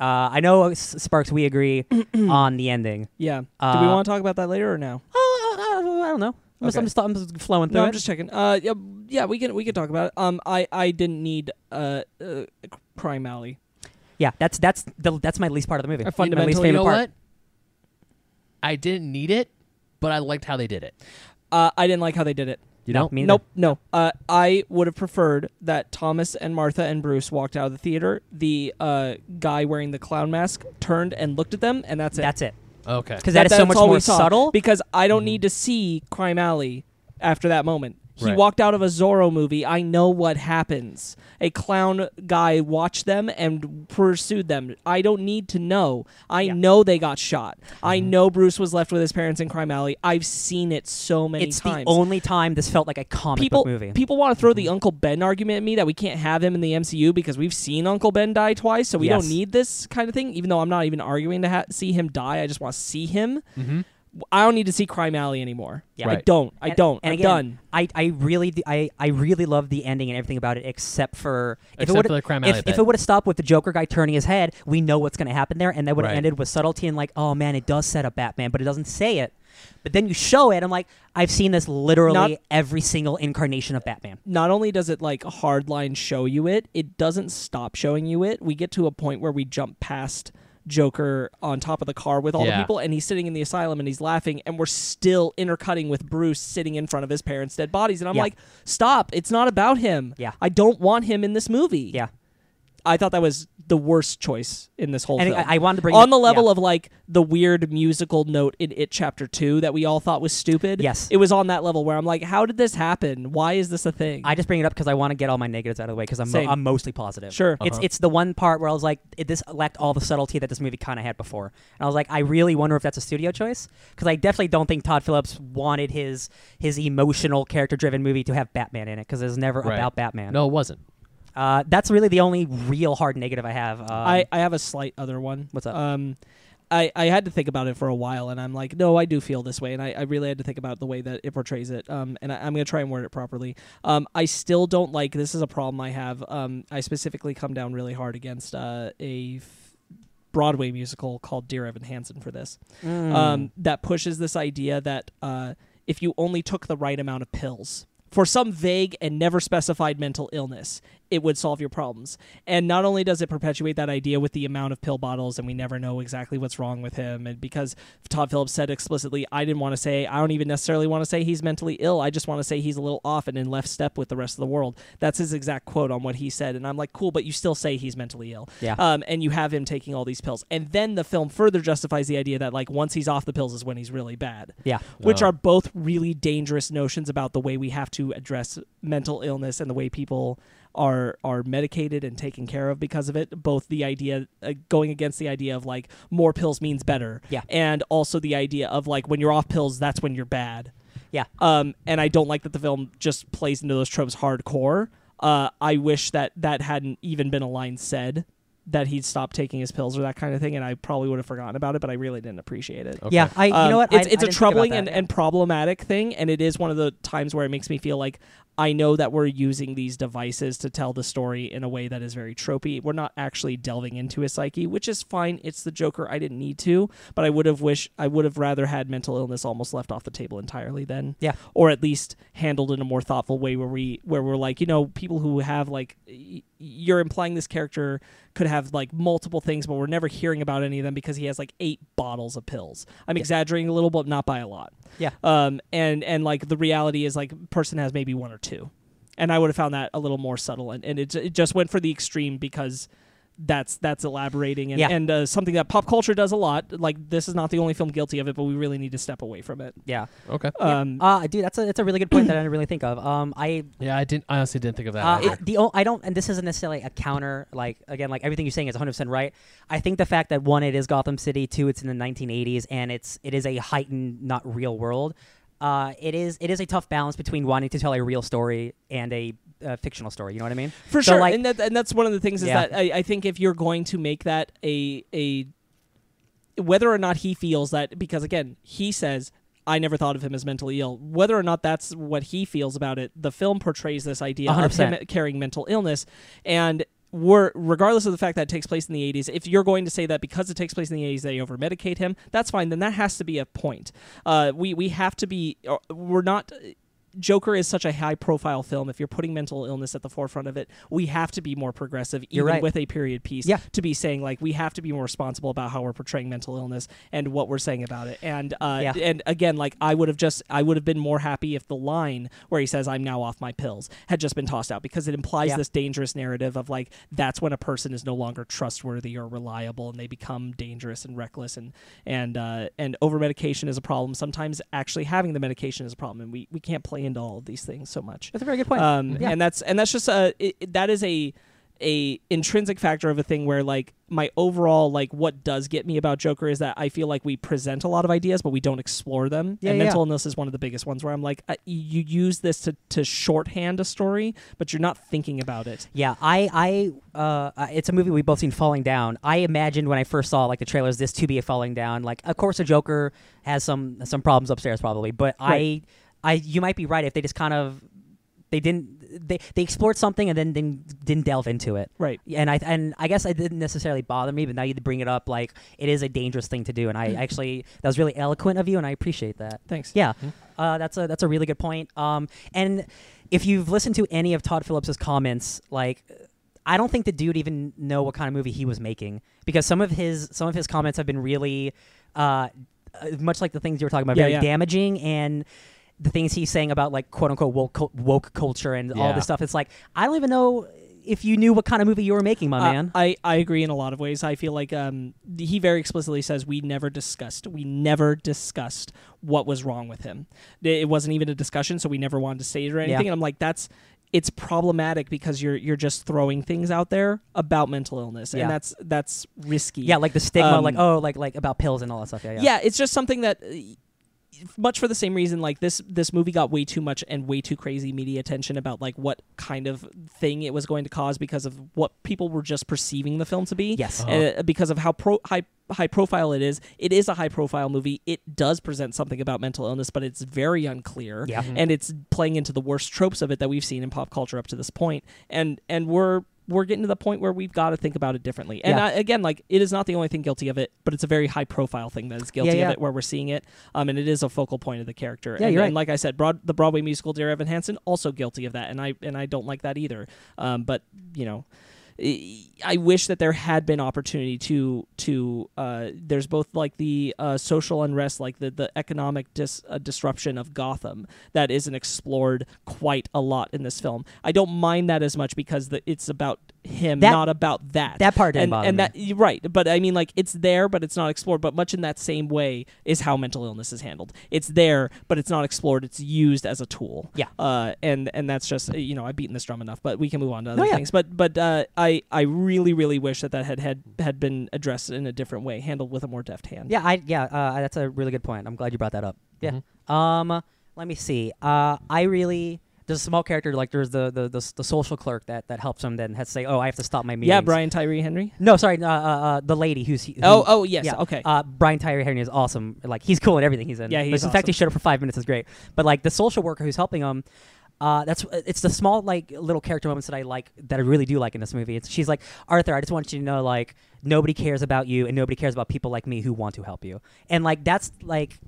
Speaker 3: Uh, I know S- Sparks. We agree on the ending.
Speaker 2: Yeah. Do we
Speaker 3: Uh,
Speaker 2: want to talk about that later or now?
Speaker 3: Oh, I, I don't know. I'm, just,
Speaker 2: Okay.
Speaker 3: I'm, just, I'm just flowing through
Speaker 2: No,
Speaker 3: it.
Speaker 2: I'm just checking. Uh, yeah, yeah, we can we can talk about it. Um, I I didn't need uh, uh crime alley.
Speaker 3: yeah, that's that's the, that's my least part of the movie.
Speaker 2: I
Speaker 3: my least
Speaker 2: fundamentally-
Speaker 3: favorite
Speaker 1: you know
Speaker 3: part.
Speaker 1: what? I didn't need it, but I liked how they did it.
Speaker 2: Uh, I didn't like how they did it.
Speaker 1: You know?
Speaker 3: Me neither.
Speaker 2: Nope, no. Uh, I would have preferred that Thomas and Martha and Bruce walked out of the theater. The uh, guy wearing the clown mask turned and looked at them, and that's it.
Speaker 3: That's it.
Speaker 1: Okay.
Speaker 3: Because that is so
Speaker 2: that's
Speaker 3: much
Speaker 2: all we
Speaker 3: more
Speaker 2: saw,
Speaker 3: subtle.
Speaker 2: Because I
Speaker 3: Mm-hmm.
Speaker 2: don't need to see Crime Alley after that moment. He
Speaker 1: Right.
Speaker 2: walked out of a Zorro movie. I know what happens. A clown guy watched them and pursued them. I don't need to know. I
Speaker 3: Yeah.
Speaker 2: know they got shot. I
Speaker 3: Mm-hmm.
Speaker 2: know Bruce was left with his parents in Crime Alley. I've seen it so many
Speaker 3: it's
Speaker 2: times.
Speaker 3: the only time this felt like a comic
Speaker 2: people
Speaker 3: book movie. Mm-hmm.
Speaker 2: people want to throw the Uncle Ben argument at me that we can't have him in the MCU because we've seen Uncle Ben die twice, so we
Speaker 3: Yes.
Speaker 2: don't need this kind of thing. Even though I'm not even arguing to ha- see him die, I just want to see him.
Speaker 1: Mm-hmm.
Speaker 2: I don't need to see Crime Alley anymore.
Speaker 3: Yeah.
Speaker 2: I
Speaker 1: Right.
Speaker 2: don't. I
Speaker 3: And-
Speaker 2: don't.
Speaker 3: and
Speaker 2: I'm
Speaker 3: again,
Speaker 2: done.
Speaker 3: I, I really d- I, I really love the ending and everything about it except for if
Speaker 1: Except
Speaker 3: it would
Speaker 1: for the crime alley
Speaker 3: if,
Speaker 1: bit.
Speaker 3: if it would have stopped with the Joker guy turning his head, we know what's going to happen there, and that would have
Speaker 1: Right.
Speaker 3: ended with subtlety and like, oh man, it does set up Batman, but it doesn't say it. But then you show it. I'm like, I've seen this literally
Speaker 2: Not-
Speaker 3: every single incarnation of Batman.
Speaker 2: Not only does it like hardline show you it, it doesn't stop showing you it. We get to a point where we jump past Joker on top of the car with all
Speaker 1: Yeah.
Speaker 2: the people, and he's sitting in the asylum and he's laughing, and we're still intercutting with Bruce sitting in front of his parents' dead bodies. And I'm
Speaker 3: Yeah.
Speaker 2: like, stop, it's not about him.
Speaker 3: Yeah.
Speaker 2: I don't want him in this movie.
Speaker 3: Yeah,
Speaker 2: I thought that was the worst choice in this whole
Speaker 3: and
Speaker 2: film.
Speaker 3: I, I wanted to bring
Speaker 2: on the level
Speaker 3: yeah.
Speaker 2: of like the weird musical note in It Chapter Two that we all thought was stupid.
Speaker 3: Yes.
Speaker 2: it was on that level where I'm like, how did this happen? Why is this a thing?
Speaker 3: I just bring it up because I want to get all my negatives out of the way because I'm, mo-
Speaker 2: Same.
Speaker 3: I'm mostly positive.
Speaker 2: Sure.
Speaker 3: It's it's the one part where I was like, it, this lacked all the subtlety that this movie kind of had before, and I was like, I really wonder if that's a studio choice because I definitely don't think Todd Phillips wanted his his emotional character driven movie to have Batman in it because it's never
Speaker 1: Right.
Speaker 3: about Batman.
Speaker 1: No, it wasn't.
Speaker 3: Uh, that's really the only real hard negative I have. Um,
Speaker 2: I, I have a slight other one.
Speaker 3: What's up?
Speaker 2: Um, I, I had to think about it for a while, and I'm like, no, I do feel this way, and I, I really had to think about the way that it portrays it. Um, and I, I'm gonna try and word it properly. Um, I still don't like. This is a problem I have. Um, I specifically come down really hard against uh, a f- Broadway musical called Dear Evan Hansen for this.
Speaker 3: mm.
Speaker 2: Um, that pushes this idea that uh, if you only took the right amount of pills for some vague and never specified mental illness, it would solve your problems. And not only does it perpetuate that idea with the amount of pill bottles, and we never know exactly what's wrong with him, and because Todd Phillips said explicitly, I didn't want to say, I don't even necessarily want to say he's mentally ill. I just want to say he's a little off and in left step with the rest of the world. That's his exact quote on what he said. And I'm like, cool, but you still say he's mentally ill.
Speaker 3: Yeah.
Speaker 2: Um, and you have him taking all these pills. And then the film further justifies the idea that, like, once he's off the pills is when he's really bad
Speaker 3: yeah.
Speaker 2: which
Speaker 1: Oh.
Speaker 2: are both really dangerous notions about the way we have to address mental illness and the way people are are medicated and taken care of because of it both the idea uh, going against the idea of like more pills means better
Speaker 3: Yeah.
Speaker 2: and also the idea of like when you're off pills that's when you're bad
Speaker 3: Yeah.
Speaker 2: Um, and I don't like that the film just plays into those tropes hardcore. Uh, I wish that that hadn't even been a line said that he'd stopped taking his pills or that kind of thing, and I probably would have forgotten about it, but I really didn't appreciate it.
Speaker 1: Okay.
Speaker 3: Yeah, I. You
Speaker 2: Um,
Speaker 3: know what? I-
Speaker 2: It's, it's
Speaker 3: I didn't
Speaker 2: a
Speaker 3: think about
Speaker 2: troubling
Speaker 3: that.
Speaker 2: and, and problematic thing, and it is one of the times where it makes me feel like I know that we're using these devices to tell the story in a way that is very tropey. We're not actually delving into his psyche, which is fine. It's the Joker. I didn't need to, but I would have wished I would have rather had mental illness almost left off the table entirely. Then,
Speaker 3: Yeah.
Speaker 2: or at least handled in a more thoughtful way, where we where we're like, you know, people who have like, y- you're implying this character could have like multiple things, but we're never hearing about any of them because he has like eight bottles of pills. I'm exaggerating a little, but not by a lot.
Speaker 3: Yeah.
Speaker 2: Um. And and like the reality is like person has maybe one or two, and I would have found that a little more subtle, and and it, ju- it just went for the extreme because. That's that's elaborating and,
Speaker 3: Yeah.
Speaker 2: and uh, something that pop culture does a lot. Like this is not the only film guilty of it, but we really need to step away from it.
Speaker 3: Yeah.
Speaker 1: Okay.
Speaker 2: Um,
Speaker 3: Uh, dude, that's a that's a really good point that I didn't really think of. Um, I
Speaker 1: Yeah, I didn't. I honestly didn't think of that.
Speaker 3: Uh,
Speaker 1: either.
Speaker 3: it, the o- I don't, and this isn't necessarily a counter. Like again, like everything you're saying is 100 percent right. I think the fact that one, it is Gotham City. Two, it's in the 1980s, and it's it is a heightened, not real world. Uh, it is it is a tough balance between wanting to tell a real story and a uh, fictional story. You know what I mean?
Speaker 2: for
Speaker 3: So,
Speaker 2: sure
Speaker 3: like-
Speaker 2: and, that, and that's one of the things is
Speaker 3: Yeah.
Speaker 2: that I, I think if you're going to make that a a whether or not he feels that because again he says i never thought of him as mentally ill whether or not that's what he feels about it the film portrays this idea of him
Speaker 3: 100%.
Speaker 2: carrying mental illness and we're, regardless of the fact that it takes place in the 80s if you're going to say that because it takes place in the 80s they over medicate him that's fine then that has to be a point uh, we, we have to be uh, we're not Joker is such a high profile film. If you're putting mental illness at the forefront of it, we have to be more progressive, even
Speaker 3: You're right.
Speaker 2: with a period piece,
Speaker 3: Yeah.
Speaker 2: to be saying like we have to be more responsible about how we're portraying mental illness and what we're saying about it. And uh,
Speaker 3: Yeah.
Speaker 2: and again, like I would have just I would have been more happy if the line where he says I'm now off my pills had just been tossed out because it implies
Speaker 3: Yeah.
Speaker 2: this dangerous narrative of like that's when a person is no longer trustworthy or reliable and they become dangerous and reckless and and uh, and over medication is a problem. Sometimes actually having the medication is a problem, and we we can't play into all of these things so much.
Speaker 3: that's a very good point.
Speaker 2: Um,
Speaker 3: Yeah.
Speaker 2: and that's and that's just a it, it- that is a a intrinsic factor of a thing where like my overall like what does get me about Joker is that I feel like we present a lot of ideas but we don't explore them.
Speaker 3: Yeah,
Speaker 2: and
Speaker 3: yeah,
Speaker 2: mental illness is one of the biggest ones where I'm like I, you use this to to shorthand a story but you're not thinking about it.
Speaker 3: Yeah, I, I, uh, uh, it's a movie we've both seen falling down. I imagined when I first saw like the trailers, this to be a falling down. Like, of course, the Joker has some some problems upstairs probably, but
Speaker 2: Right.
Speaker 3: I, I, you might be right if they just kind of, they didn't, they they explored something and then didn't, didn't delve into it.
Speaker 2: Right.
Speaker 3: And I and I guess it didn't necessarily bother me, but now you bring it up, like it is a dangerous thing to do, and I actually that was really eloquent of you, and I appreciate that.
Speaker 2: Thanks.
Speaker 3: Yeah, uh, that's a that's a really good point. Um, and if you've listened to any of Todd Phillips's comments, like I don't think the dude even know what kind of movie he was making because some of his some of his comments have been really, uh, uh, much like the things you were talking about,
Speaker 2: Yeah,
Speaker 3: very
Speaker 2: yeah.
Speaker 3: damaging and. The things he's saying about like quote unquote woke, cul- woke culture and all
Speaker 1: Yeah.
Speaker 3: this stuff. It's like I don't even know if you knew what kind of movie you were making, my
Speaker 2: Uh,
Speaker 3: man.
Speaker 2: I, I agree in a lot of ways. I feel like um, he very explicitly says we never discussed, we never discussed what was wrong with him. Th- It wasn't even a discussion, so we never wanted to say it or anything. And I'm like, that's it's problematic because you're you're just throwing things out there about mental illness,
Speaker 3: Yeah.
Speaker 2: and that's that's risky.
Speaker 3: yeah, like the stigma,
Speaker 2: um,
Speaker 3: like oh, like like about pills and all that stuff. Yeah, yeah.
Speaker 2: yeah, it's just something that. uh, Much for the same reason, like this, this movie got way too much and way too crazy media attention about like what kind of thing it was going to cause because of what people were just perceiving the film to be
Speaker 3: Yes.
Speaker 2: uh, because of how pro- high high profile it is. It is a high profile movie. It does present something about mental illness, but it's very unclear.
Speaker 3: Yeah.
Speaker 2: and it's playing into the worst tropes of it that we've seen in pop culture up to this point. And and we're we're getting to the point where we've got to think about it differently. And
Speaker 3: Yeah.
Speaker 2: I, again, like it is not the only thing guilty of it, but it's a very high profile thing that is guilty
Speaker 3: yeah.
Speaker 2: of it, where we're seeing it. Um, and it is a focal point of the character.
Speaker 3: Yeah,
Speaker 2: and,
Speaker 3: you're
Speaker 2: and
Speaker 3: right.
Speaker 2: like I said, broad, the Broadway musical Dear Evan Hansen also guilty of that, and I and I don't like that either. Um, but you know, I wish that there had been opportunity to to uh, there's both like the uh, social unrest, like the the economic dis, uh, disruption of Gotham that isn't explored quite a lot in this film. I don't mind that as much because the, it's about him,
Speaker 3: That-
Speaker 2: not about that.
Speaker 3: that part didn't
Speaker 2: and,
Speaker 3: bother
Speaker 2: and
Speaker 3: me.
Speaker 2: that you're right, but I mean like it's there, but it's not explored. But much in that same way is how mental illness is handled. It's there, but it's not explored. It's used as a tool.
Speaker 3: Yeah.
Speaker 2: Uh, and and that's just you know I've beaten this drum enough, but we can move on to other
Speaker 3: yeah.
Speaker 2: things. But but uh, I I really really wish that that had had had been addressed in a different way, handled with a more deft hand. Mm-hmm.
Speaker 3: Yeah, I yeah, uh, that's a really good point. I'm glad you brought that up. Yeah. Um, Let me see. Uh, I really there's a small character like there's the the, the, the social clerk that, that helps him then has to say oh I have to stop my meetings.
Speaker 2: Yeah, Brian Tyree Henry.
Speaker 3: No, sorry, uh, uh, uh, the lady who's who,
Speaker 2: Oh, oh, yes, okay.
Speaker 3: Uh, Brian Tyree Henry is awesome. Like he's cool in everything he's in.
Speaker 2: Yeah,
Speaker 3: Like,
Speaker 2: he's
Speaker 3: In fact, he
Speaker 2: awesome.
Speaker 3: showed up for five minutes is great. But like the social worker who's helping him. Uh, that's it's the small like little character moments that I like that I really do like in this movie. It's she's like Arthur, I just want you to know like nobody cares about you and nobody cares about people like me who want to help you. And like that's like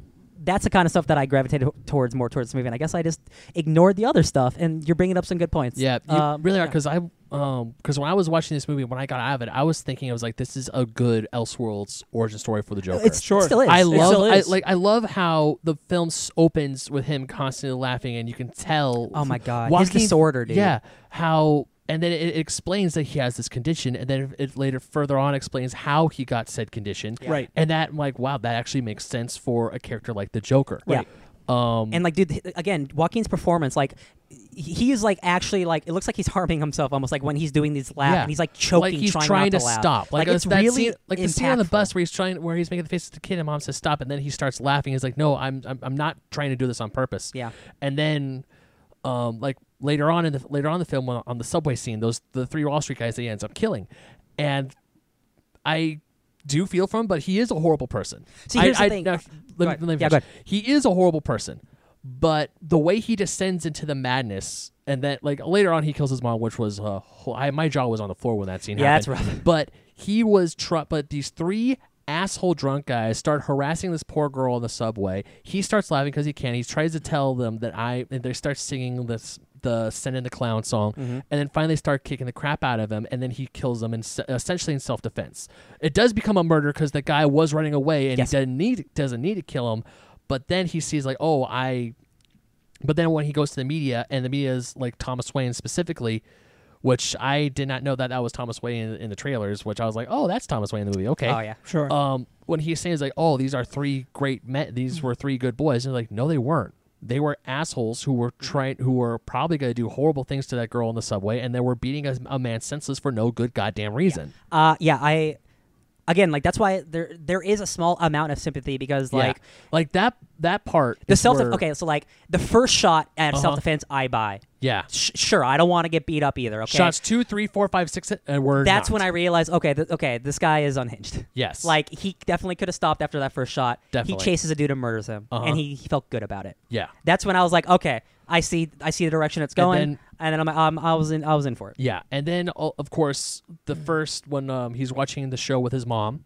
Speaker 3: that's the kind of stuff that I gravitated towards more towards this movie. And I guess I just ignored the other stuff. And you're bringing up some good points.
Speaker 1: Yeah, you
Speaker 3: Um,
Speaker 1: really are.
Speaker 3: yeah.
Speaker 1: Because I, um, because when I was watching this movie, when I got out of it, I was thinking I was like, this is a good Elseworlds origin story for the Joker.
Speaker 3: It's
Speaker 2: Sure.
Speaker 3: still is.
Speaker 1: I
Speaker 3: It's
Speaker 1: love,
Speaker 2: still
Speaker 1: I,
Speaker 2: is.
Speaker 1: like, I love how the film s- opens with him constantly laughing, and you can tell.
Speaker 3: Oh my God.
Speaker 1: Joaquin-
Speaker 3: His disorder, dude.
Speaker 1: Yeah, how. And then it explains that he has this condition, and then it later further on explains how he got said condition.
Speaker 2: Right.
Speaker 1: And that, I'm like, wow, that actually makes sense for a character like the Joker.
Speaker 3: Yeah.
Speaker 1: Um,
Speaker 3: And like, dude, h- again, Joaquin's performance, like, he- he is like actually like it looks like he's harming himself almost like when he's doing these laughs
Speaker 1: Yeah.
Speaker 3: and he's like choking,
Speaker 1: like he's
Speaker 3: trying,
Speaker 1: trying,
Speaker 3: not
Speaker 1: to,
Speaker 3: laugh.
Speaker 1: stop. Like,
Speaker 3: it's
Speaker 1: that
Speaker 3: really
Speaker 1: scene, like the scene on the
Speaker 3: impactful.
Speaker 1: bus where he's trying, where he's making the face at the kid, and mom says stop, and then he starts laughing. He's like, "No, I'm, I'm, I'm not trying to do this on purpose."
Speaker 3: Yeah.
Speaker 1: And then, um, like later on in the later on in the film, when- on the subway scene, those the three Wall Street guys that he ends up killing, and I do feel for him, but he is a horrible person.
Speaker 3: See,
Speaker 1: I-
Speaker 3: here's the
Speaker 1: I-
Speaker 3: thing.
Speaker 1: now, let, me, let
Speaker 3: ahead.
Speaker 1: me
Speaker 3: Yeah, go
Speaker 1: finish. He is a horrible person, but the way he descends into the madness, and then like later on, he kills his mom, which was uh, ho- I, my jaw was on the floor when that scene
Speaker 3: Yeah, that's
Speaker 1: happened. But he was tr- but these three asshole drunk guys start harassing this poor girl on the subway. He starts laughing because he can. He tries to tell them that I. And they start singing this the "Send in the Clown" song,
Speaker 3: Mm-hmm.
Speaker 1: and then finally start kicking the crap out of him, and then he kills them in, se- essentially in self defense. It does become a murder because the guy was running away and
Speaker 3: Yes.
Speaker 1: he doesn't need doesn't need to kill him. But then he sees like, oh, I but then when he goes to the media, and the media is like Thomas Wayne specifically, which I did not know that that was Thomas Wayne in, in the trailers, which I was like, oh, that's Thomas Wayne in the movie. Okay.
Speaker 3: Oh yeah.
Speaker 2: Sure.
Speaker 1: Um, when he's saying, it's like, oh, these are three great men, these were three good boys. And they're like, no, they weren't. They were assholes who were trying, who were probably going to do horrible things to that girl on the subway, and they were beating a, a man senseless for no good goddamn reason.
Speaker 3: Uh, yeah. I again like that's why there there is a small amount of sympathy because like
Speaker 1: Yeah. like that that part.
Speaker 3: the
Speaker 1: is
Speaker 3: self
Speaker 1: where-
Speaker 3: okay so like the first shot at
Speaker 1: Uh-huh.
Speaker 3: self defense I buy.
Speaker 1: Yeah.
Speaker 3: Sh- sure, I don't want to get beat up either. Okay.
Speaker 1: Shots two, three, four, five, six, uh, and we're.
Speaker 3: that's
Speaker 1: knocked.
Speaker 3: when I realized okay th- okay this guy is unhinged.
Speaker 1: Yes.
Speaker 3: Like he definitely could have stopped after that first shot.
Speaker 1: Definitely.
Speaker 3: He chases a dude and murders him,
Speaker 1: Uh-huh.
Speaker 3: and he, he felt good about it.
Speaker 1: Yeah.
Speaker 3: That's when I was like, okay, I see, I see the direction it's
Speaker 1: And
Speaker 3: going,
Speaker 1: then-
Speaker 3: and then, I'm, um, I was in, I was in for it.
Speaker 1: Yeah, and then o- of course the first when um, he's watching the show with his mom,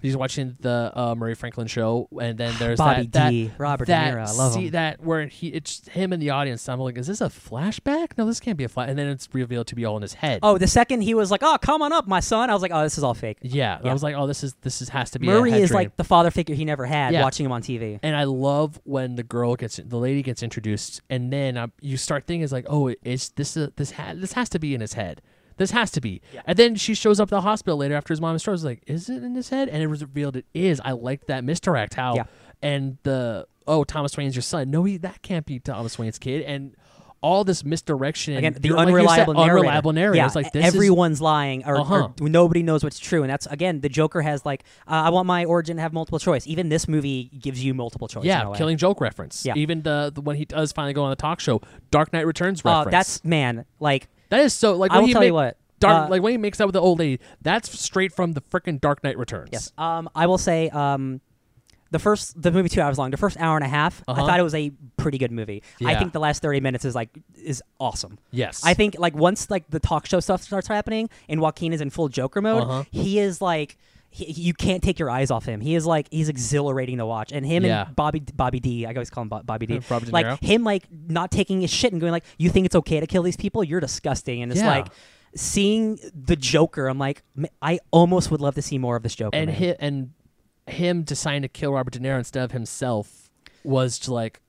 Speaker 1: he's watching the uh, Murray Franklin show, and then there's
Speaker 3: Bobby
Speaker 1: that,
Speaker 3: D,
Speaker 1: that
Speaker 3: Robert De
Speaker 1: that
Speaker 3: Niro, I love
Speaker 1: see
Speaker 3: him.
Speaker 1: that where he it's him in the audience. and I'm like, is this a flashback? No, this can't be a flash. And then it's revealed to be all in his head.
Speaker 3: Oh, the second he was like, oh, come on up, my son. I was like, oh, this is all fake.
Speaker 1: yeah, and I was like, oh, this is this is, has to be
Speaker 3: Murray
Speaker 1: a head
Speaker 3: is
Speaker 1: dream.
Speaker 3: like the father figure he never had,
Speaker 1: Yeah.
Speaker 3: watching him on TV.
Speaker 1: And I love when the girl gets the lady gets introduced, and then um, you start thinking is like, oh, it's this uh, this ha- this has to be in his head. This has to be. And then she shows up at the hospital later after his mom is is like, is it in his head? And it was revealed it is. I liked that misdirect. How
Speaker 3: Yeah.
Speaker 1: and the oh Thomas Wayne's your son. No, he that can't be Thomas Wayne's kid. And all this misdirection
Speaker 3: Again,
Speaker 1: and
Speaker 3: the
Speaker 1: you're- like you said,
Speaker 3: unreliable narrator.
Speaker 1: unreliable narrator.
Speaker 3: Yeah,
Speaker 1: It's like
Speaker 3: e-
Speaker 1: this is
Speaker 3: everyone's lying, or,
Speaker 1: Uh-huh.
Speaker 3: or nobody knows what's true, and that's again the Joker has like, uh, I want my origin to have multiple choice. Even this movie gives you multiple choice. in
Speaker 1: yeah,
Speaker 3: a way.
Speaker 1: killing joke reference.
Speaker 3: Yeah.
Speaker 1: Even the, the when he does finally go on the talk show, Dark Knight Returns
Speaker 3: Oh,
Speaker 1: reference.
Speaker 3: that's man, like
Speaker 1: That is so like
Speaker 3: I
Speaker 1: when
Speaker 3: will
Speaker 1: he
Speaker 3: tell you
Speaker 1: make-
Speaker 3: what,
Speaker 1: Dark
Speaker 3: uh,
Speaker 1: like when he makes that with the old lady, that's straight from the freaking Dark Knight Returns.
Speaker 3: Yes. Um, I will say, um, the first the movie two hours long. The first hour and a half,
Speaker 1: Uh-huh.
Speaker 3: I thought it was a pretty good movie. I
Speaker 1: Yeah.
Speaker 3: think the last thirty minutes is like is awesome.
Speaker 1: Yes.
Speaker 3: I think like once like the talk show stuff starts happening and Joaquin is in full Joker mode,
Speaker 1: Uh-huh.
Speaker 3: he is like. He, he- you can't take your eyes off him. He is like he's exhilarating to watch, and him
Speaker 1: Yeah.
Speaker 3: and Bobby Bobby D. I always call him Bo- Bobby D.
Speaker 1: Uh, Robert De
Speaker 3: like
Speaker 1: Niro.
Speaker 3: him, like not taking his shit and going like, "You think it's okay to kill these people? You're disgusting." And it's
Speaker 1: Yeah.
Speaker 3: like seeing the Joker. I'm like, "Ma- I almost would love to see more of this Joker.
Speaker 1: and
Speaker 3: man."
Speaker 1: him and him deciding to kill Robert De Niro instead of himself was like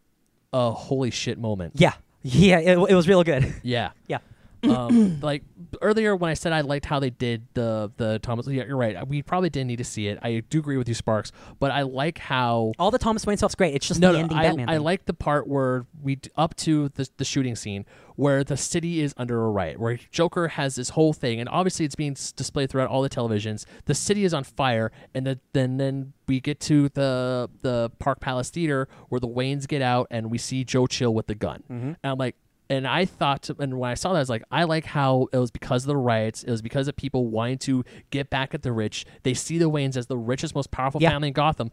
Speaker 1: a holy shit moment.
Speaker 3: Yeah, yeah, it, it was real good.
Speaker 1: Yeah.
Speaker 3: yeah,
Speaker 1: um, like earlier when I said I liked how they did the the Thomas. Yeah, you're right. We probably didn't need to see it. I do agree with you, Sparks. But I like how
Speaker 3: All the Thomas Wayne stuff's great. It's just
Speaker 1: no,
Speaker 3: the
Speaker 1: no,
Speaker 3: ending
Speaker 1: I,
Speaker 3: Batman.
Speaker 1: I
Speaker 3: thing.
Speaker 1: like the part where we d- up to the, the shooting scene where the city is under a riot, where Joker has this whole thing, and obviously it's being s- displayed throughout all the televisions. The city is on fire, and the, then then we get to the the Park Palace Theater where the Waynes get out, and we see Joe Chill with the gun, and I'm like. And I thought, to- and when I saw that, I was like, I like how it was because of the riots. It was because of people wanting to get back at the rich. They see the Waynes as the richest, most powerful
Speaker 3: Yeah. Uh-huh.
Speaker 1: family in Gotham.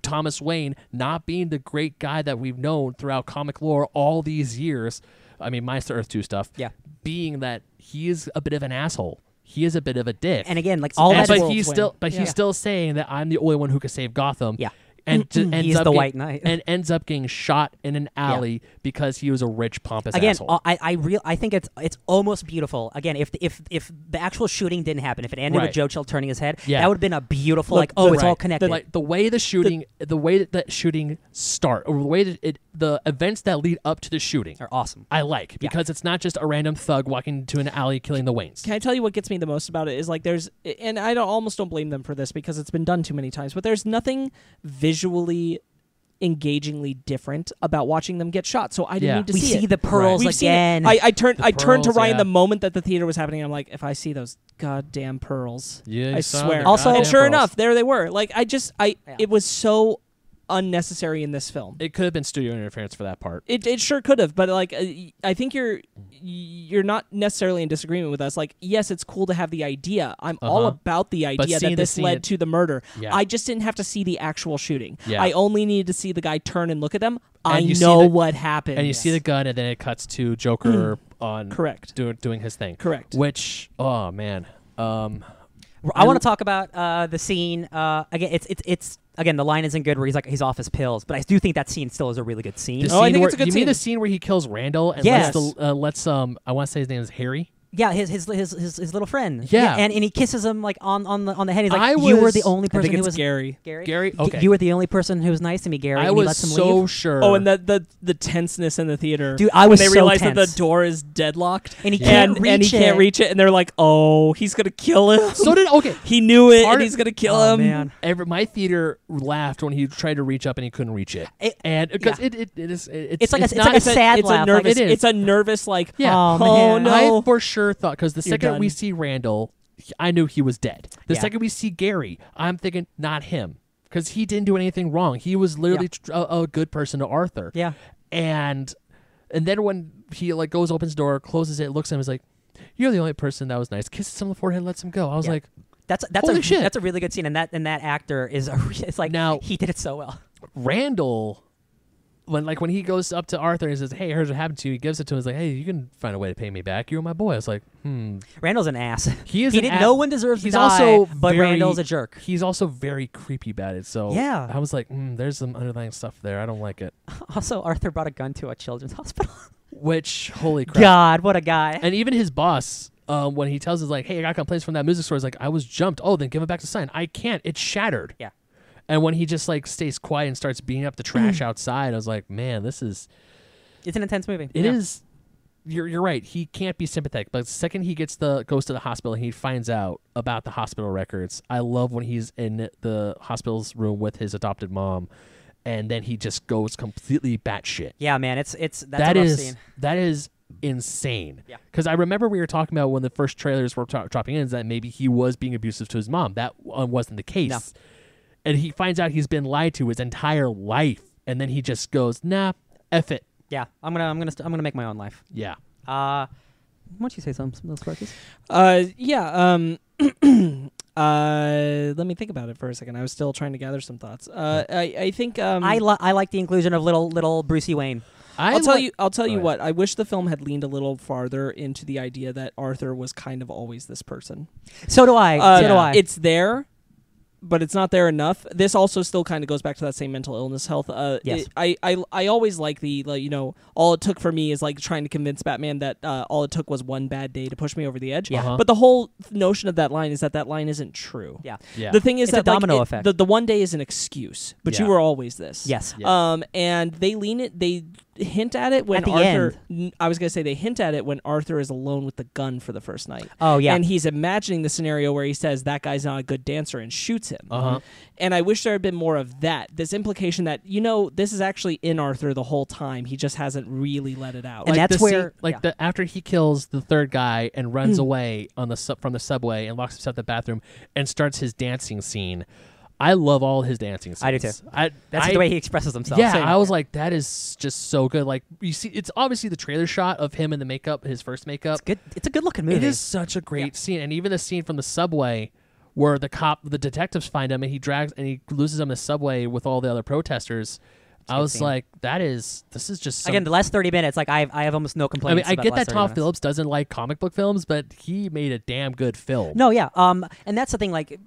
Speaker 1: Thomas Wayne not being the great guy that we've known throughout comic lore all these years. I mean, minus the Earth 2 stuff.
Speaker 3: Yeah.
Speaker 1: Being that he is a bit of an asshole. He is a bit of a dick.
Speaker 3: and again, like all
Speaker 1: And-
Speaker 3: that.
Speaker 1: but
Speaker 3: is-
Speaker 1: he's still but
Speaker 2: Yeah.
Speaker 1: he's still saying that I'm the only one who can save Gotham.
Speaker 3: Yeah.
Speaker 1: And to, ends
Speaker 3: He's
Speaker 1: up
Speaker 3: the
Speaker 1: get-
Speaker 3: White Knight.
Speaker 1: and ends up getting shot in an alley because he was a rich pompous
Speaker 3: again,
Speaker 1: asshole.
Speaker 3: uh, I I real I think it's it's almost beautiful. Again, if the, if if the actual shooting didn't happen, if it ended
Speaker 1: Right.
Speaker 3: with Joe Chill turning his head,
Speaker 1: Yeah.
Speaker 3: that would have been a beautiful
Speaker 1: Look,
Speaker 3: like oh
Speaker 1: the-
Speaker 3: it's all
Speaker 1: right.
Speaker 3: connected.
Speaker 1: The, like the way the shooting, the, way that the shooting start, or the way that it, the events that lead up to the shooting,
Speaker 3: are awesome.
Speaker 1: I like because it's not just a random thug walking into an alley killing the Waynes.
Speaker 2: Can I tell you what gets me the most about it is like there's and I don't, almost don't blame them for this because it's been done too many times, but there's nothing visually engagingly different about watching them get shot. So I didn't
Speaker 1: Yeah.
Speaker 2: need to
Speaker 3: We
Speaker 2: see,
Speaker 3: see
Speaker 2: it.
Speaker 3: the pearls
Speaker 2: We've seen it.
Speaker 3: again.
Speaker 2: I, I turned
Speaker 1: The
Speaker 2: I turned to
Speaker 1: pearls,
Speaker 2: Ryan
Speaker 1: yeah.
Speaker 2: the moment that the theater was happening. I'm like, if I see those goddamn pearls,
Speaker 1: Yeah,
Speaker 2: I swear.
Speaker 3: Also-
Speaker 2: and sure
Speaker 1: pearls.
Speaker 2: enough, there they were. Like I just I
Speaker 3: Yeah.
Speaker 2: it was so unnecessary in this film.
Speaker 1: it could have been studio interference for that part.
Speaker 2: It, it sure could have, but like uh, y- I think you're you're not necessarily in disagreement with us. Like, yes, it's cool to have the idea. I'm all
Speaker 1: Uh-huh.
Speaker 2: about the idea
Speaker 1: seeing
Speaker 2: that
Speaker 1: the
Speaker 2: this
Speaker 1: scene
Speaker 2: led
Speaker 1: it-
Speaker 2: to the murder.
Speaker 1: Yeah.
Speaker 2: I just didn't have to see the actual shooting.
Speaker 1: Yeah.
Speaker 2: I only needed to see the guy turn and look at them. I
Speaker 1: you see
Speaker 2: know
Speaker 1: the-
Speaker 2: what happened.
Speaker 1: And you see the gun, and then it cuts to Joker on
Speaker 2: Hmm. Correct.
Speaker 1: doing doing his thing.
Speaker 2: Correct.
Speaker 1: Which oh man, um,
Speaker 3: I want to talk about uh, the scene uh, again. It's it's it's again the line isn't good where he's like he's off his pills, but I do think that scene still is a really good scene.
Speaker 1: the
Speaker 2: Oh, I
Speaker 1: scene
Speaker 2: think
Speaker 1: where,
Speaker 2: it's a good
Speaker 1: you mean the
Speaker 2: scene.
Speaker 1: scene where he kills Randall and
Speaker 3: Yes.
Speaker 1: lets the, uh, lets um I want to say his name is Harry.
Speaker 3: yeah, his his, his his his little friend.
Speaker 1: Yeah.
Speaker 3: and, and he kisses him like on on the on the head. He's like,
Speaker 1: I
Speaker 3: you were
Speaker 1: was-
Speaker 3: the only
Speaker 1: I
Speaker 2: I
Speaker 3: person
Speaker 2: think
Speaker 3: who
Speaker 2: it's
Speaker 3: was
Speaker 2: scary.
Speaker 3: Gary.
Speaker 1: Gary,
Speaker 3: "G-
Speaker 1: okay,
Speaker 3: You were the only person who was nice to me, Gary.
Speaker 1: I
Speaker 3: and he
Speaker 1: was
Speaker 3: lets him
Speaker 1: so
Speaker 3: leave.
Speaker 1: sure.
Speaker 2: Oh, and the, the the tenseness in the theater.
Speaker 3: Dude, I
Speaker 2: when
Speaker 3: was
Speaker 2: they
Speaker 3: so
Speaker 2: realize that
Speaker 3: tense.
Speaker 2: the door is deadlocked
Speaker 3: And he
Speaker 2: and,
Speaker 3: can't reach
Speaker 2: and he
Speaker 3: it.
Speaker 2: can't reach it, and they're like, "Oh, he's gonna kill him."
Speaker 1: so did okay.
Speaker 2: he knew it,
Speaker 1: Part
Speaker 2: and
Speaker 1: of-
Speaker 2: he's gonna kill
Speaker 3: Oh,
Speaker 2: him.
Speaker 3: man.
Speaker 1: Every, my theater laughed when he tried to reach up and he couldn't reach it,
Speaker 3: It-
Speaker 1: and because
Speaker 3: yeah.
Speaker 1: it, it, it is it's,
Speaker 3: It's like a-
Speaker 1: it's
Speaker 3: it's
Speaker 1: not
Speaker 3: like a sad
Speaker 2: it's
Speaker 3: laugh,
Speaker 2: A
Speaker 3: like-
Speaker 2: nervous,
Speaker 1: It is.
Speaker 2: It's a nervous like.
Speaker 1: Yeah.
Speaker 3: Oh,
Speaker 2: Oh,
Speaker 3: man.
Speaker 2: no.
Speaker 1: I for sure thought because the
Speaker 2: You're
Speaker 1: second we
Speaker 2: done.
Speaker 1: see Randall, he- I knew he was dead. The
Speaker 3: Yeah.
Speaker 1: second we see Gary, I'm thinking not him because he didn't do anything wrong. He was literally tr- a, a good person to Arthur.
Speaker 3: Yeah.
Speaker 1: and and then when he like goes opens the door, closes it, looks at him, is like, "You're the only person that was nice." Kisses him on the forehead, lets him go. I was
Speaker 3: Yeah.
Speaker 1: like,
Speaker 3: That's that's
Speaker 1: Holy
Speaker 3: a
Speaker 1: shit.
Speaker 3: that's a really good scene, and that and that actor is a re- it's like
Speaker 1: Now-
Speaker 3: he did it so well.
Speaker 1: Randall. When like when he goes up to Arthur and says, "Hey, here's what happened to you," he gives it to him. He's like, "Hey, you can find a way to pay me back. You were my boy." I was like, "Hmm,
Speaker 3: Randall's an ass.
Speaker 1: He is.
Speaker 3: He
Speaker 1: an
Speaker 3: didn't.
Speaker 1: ab-
Speaker 3: no one deserves
Speaker 1: He's
Speaker 3: to die.
Speaker 1: also
Speaker 3: but
Speaker 1: very-
Speaker 3: Randall's a jerk.
Speaker 1: He's also very creepy about it. So
Speaker 3: Yeah.
Speaker 1: I was like, mm, there's some underlying stuff there. I don't like it.
Speaker 3: Also, Arthur brought a gun to a children's hospital.
Speaker 1: Which holy crap!
Speaker 3: God, what a guy.
Speaker 1: And even his boss, um, when he tells us like, hey, I got complaints from that music store. He's like, I was jumped. Oh, then give it back to sign. I can't. It's shattered.
Speaker 3: Yeah.
Speaker 1: And when he just like stays quiet and starts beating up the trash outside, I was like, man, this is
Speaker 3: It's an intense movie.
Speaker 1: it is- You're you're right. He can't be sympathetic. But the second he gets the goes to the hospital and he finds out about the hospital records, I love when he's in the hospital's room with his adopted mom, and then he just goes completely batshit.
Speaker 3: Yeah, man. It's it's that's
Speaker 1: That
Speaker 3: a rough
Speaker 1: is-
Speaker 3: scene.
Speaker 1: that is insane.
Speaker 3: Yeah.
Speaker 1: Because I remember we were talking about when the first trailers were dro- dropping in is that maybe he was being abusive to his mom. That uh, wasn't the case.
Speaker 3: No.
Speaker 1: And he finds out he's been lied to his entire life, and then he just goes, "Nah, f it."
Speaker 3: Yeah, I'm gonna I'm gonna st- I'm gonna make my own life.
Speaker 1: Yeah.
Speaker 3: Uh, why don't you say something, Little Sparkies?
Speaker 2: Uh, yeah. Um, uh, let me think about it for a second. I was still trying to gather some thoughts. Uh, I, I think um,
Speaker 3: I li- I like the inclusion of little little Brucey Wayne.
Speaker 1: I
Speaker 2: I'll tell
Speaker 1: like-
Speaker 2: you. I'll tell
Speaker 1: Go
Speaker 2: you
Speaker 1: ahead.
Speaker 2: what. I wish the film had leaned a little farther into the idea that Arthur was kind of always this person.
Speaker 3: So do I.
Speaker 2: Uh,
Speaker 3: so do I.
Speaker 2: It's there, but it's not there enough. This also still kind of goes back to that same mental illness health. Uh,
Speaker 3: Yes.
Speaker 2: it- I, I I always like the like, you know all it took for me is like trying to convince Batman that uh, all it took was one bad day to push me over the edge.
Speaker 1: Yeah. Uh-huh.
Speaker 2: But the whole notion of that line is that that line isn't true.
Speaker 3: yeah.
Speaker 1: Yeah.
Speaker 2: The thing is
Speaker 3: It's a
Speaker 2: that like,
Speaker 3: domino
Speaker 2: it-
Speaker 3: effect.
Speaker 2: The, the one day is an excuse, but you
Speaker 1: Yeah.
Speaker 2: were always this.
Speaker 3: Yes.
Speaker 1: Yeah.
Speaker 2: Um, and they lean it. They hint at it when
Speaker 3: At the
Speaker 2: Arthur. n- I was gonna say they hint at it when Arthur is alone with the gun for the first night.
Speaker 3: Oh, yeah.
Speaker 2: and he's imagining the scenario where he says that guy's not a good dancer and shoots him.
Speaker 1: Uh-huh.
Speaker 2: And I wish there had been more of that. This implication that you know this is actually in Arthur the whole time. He just hasn't really let it out.
Speaker 3: And
Speaker 1: Like
Speaker 3: that's
Speaker 1: the scene-
Speaker 3: where-
Speaker 1: like
Speaker 3: yeah. Hmm.
Speaker 1: the after he kills the third guy and runs away on the sub, from the subway and locks himself in the bathroom and starts his dancing scene. I love all his dancing scenes.
Speaker 3: I do too.
Speaker 1: I,
Speaker 3: That's
Speaker 1: I,
Speaker 3: the way he expresses himself.
Speaker 1: Yeah,
Speaker 3: Same.
Speaker 1: I was like, that is just so good. Like you see, it's obviously the trailer shot of him in the makeup, his first makeup.
Speaker 3: It's good. It's a good looking movie.
Speaker 1: It is such a great scene, and even the scene from the subway where the cop, the detectives find him, and he drags and he loses him in the subway with all the other protesters. I
Speaker 3: good
Speaker 1: was
Speaker 3: scene.
Speaker 1: like, that is this is just some,
Speaker 3: Again, the last thirty minutes, like I, have, I have almost no
Speaker 1: I
Speaker 3: complaints.
Speaker 1: mean, I
Speaker 3: about
Speaker 1: get
Speaker 3: the last
Speaker 1: that
Speaker 3: 30
Speaker 1: Tom
Speaker 3: minutes.
Speaker 1: Phillips doesn't like comic book films, but he made a damn good film.
Speaker 3: No, yeah. Um, and that's the thing. Like,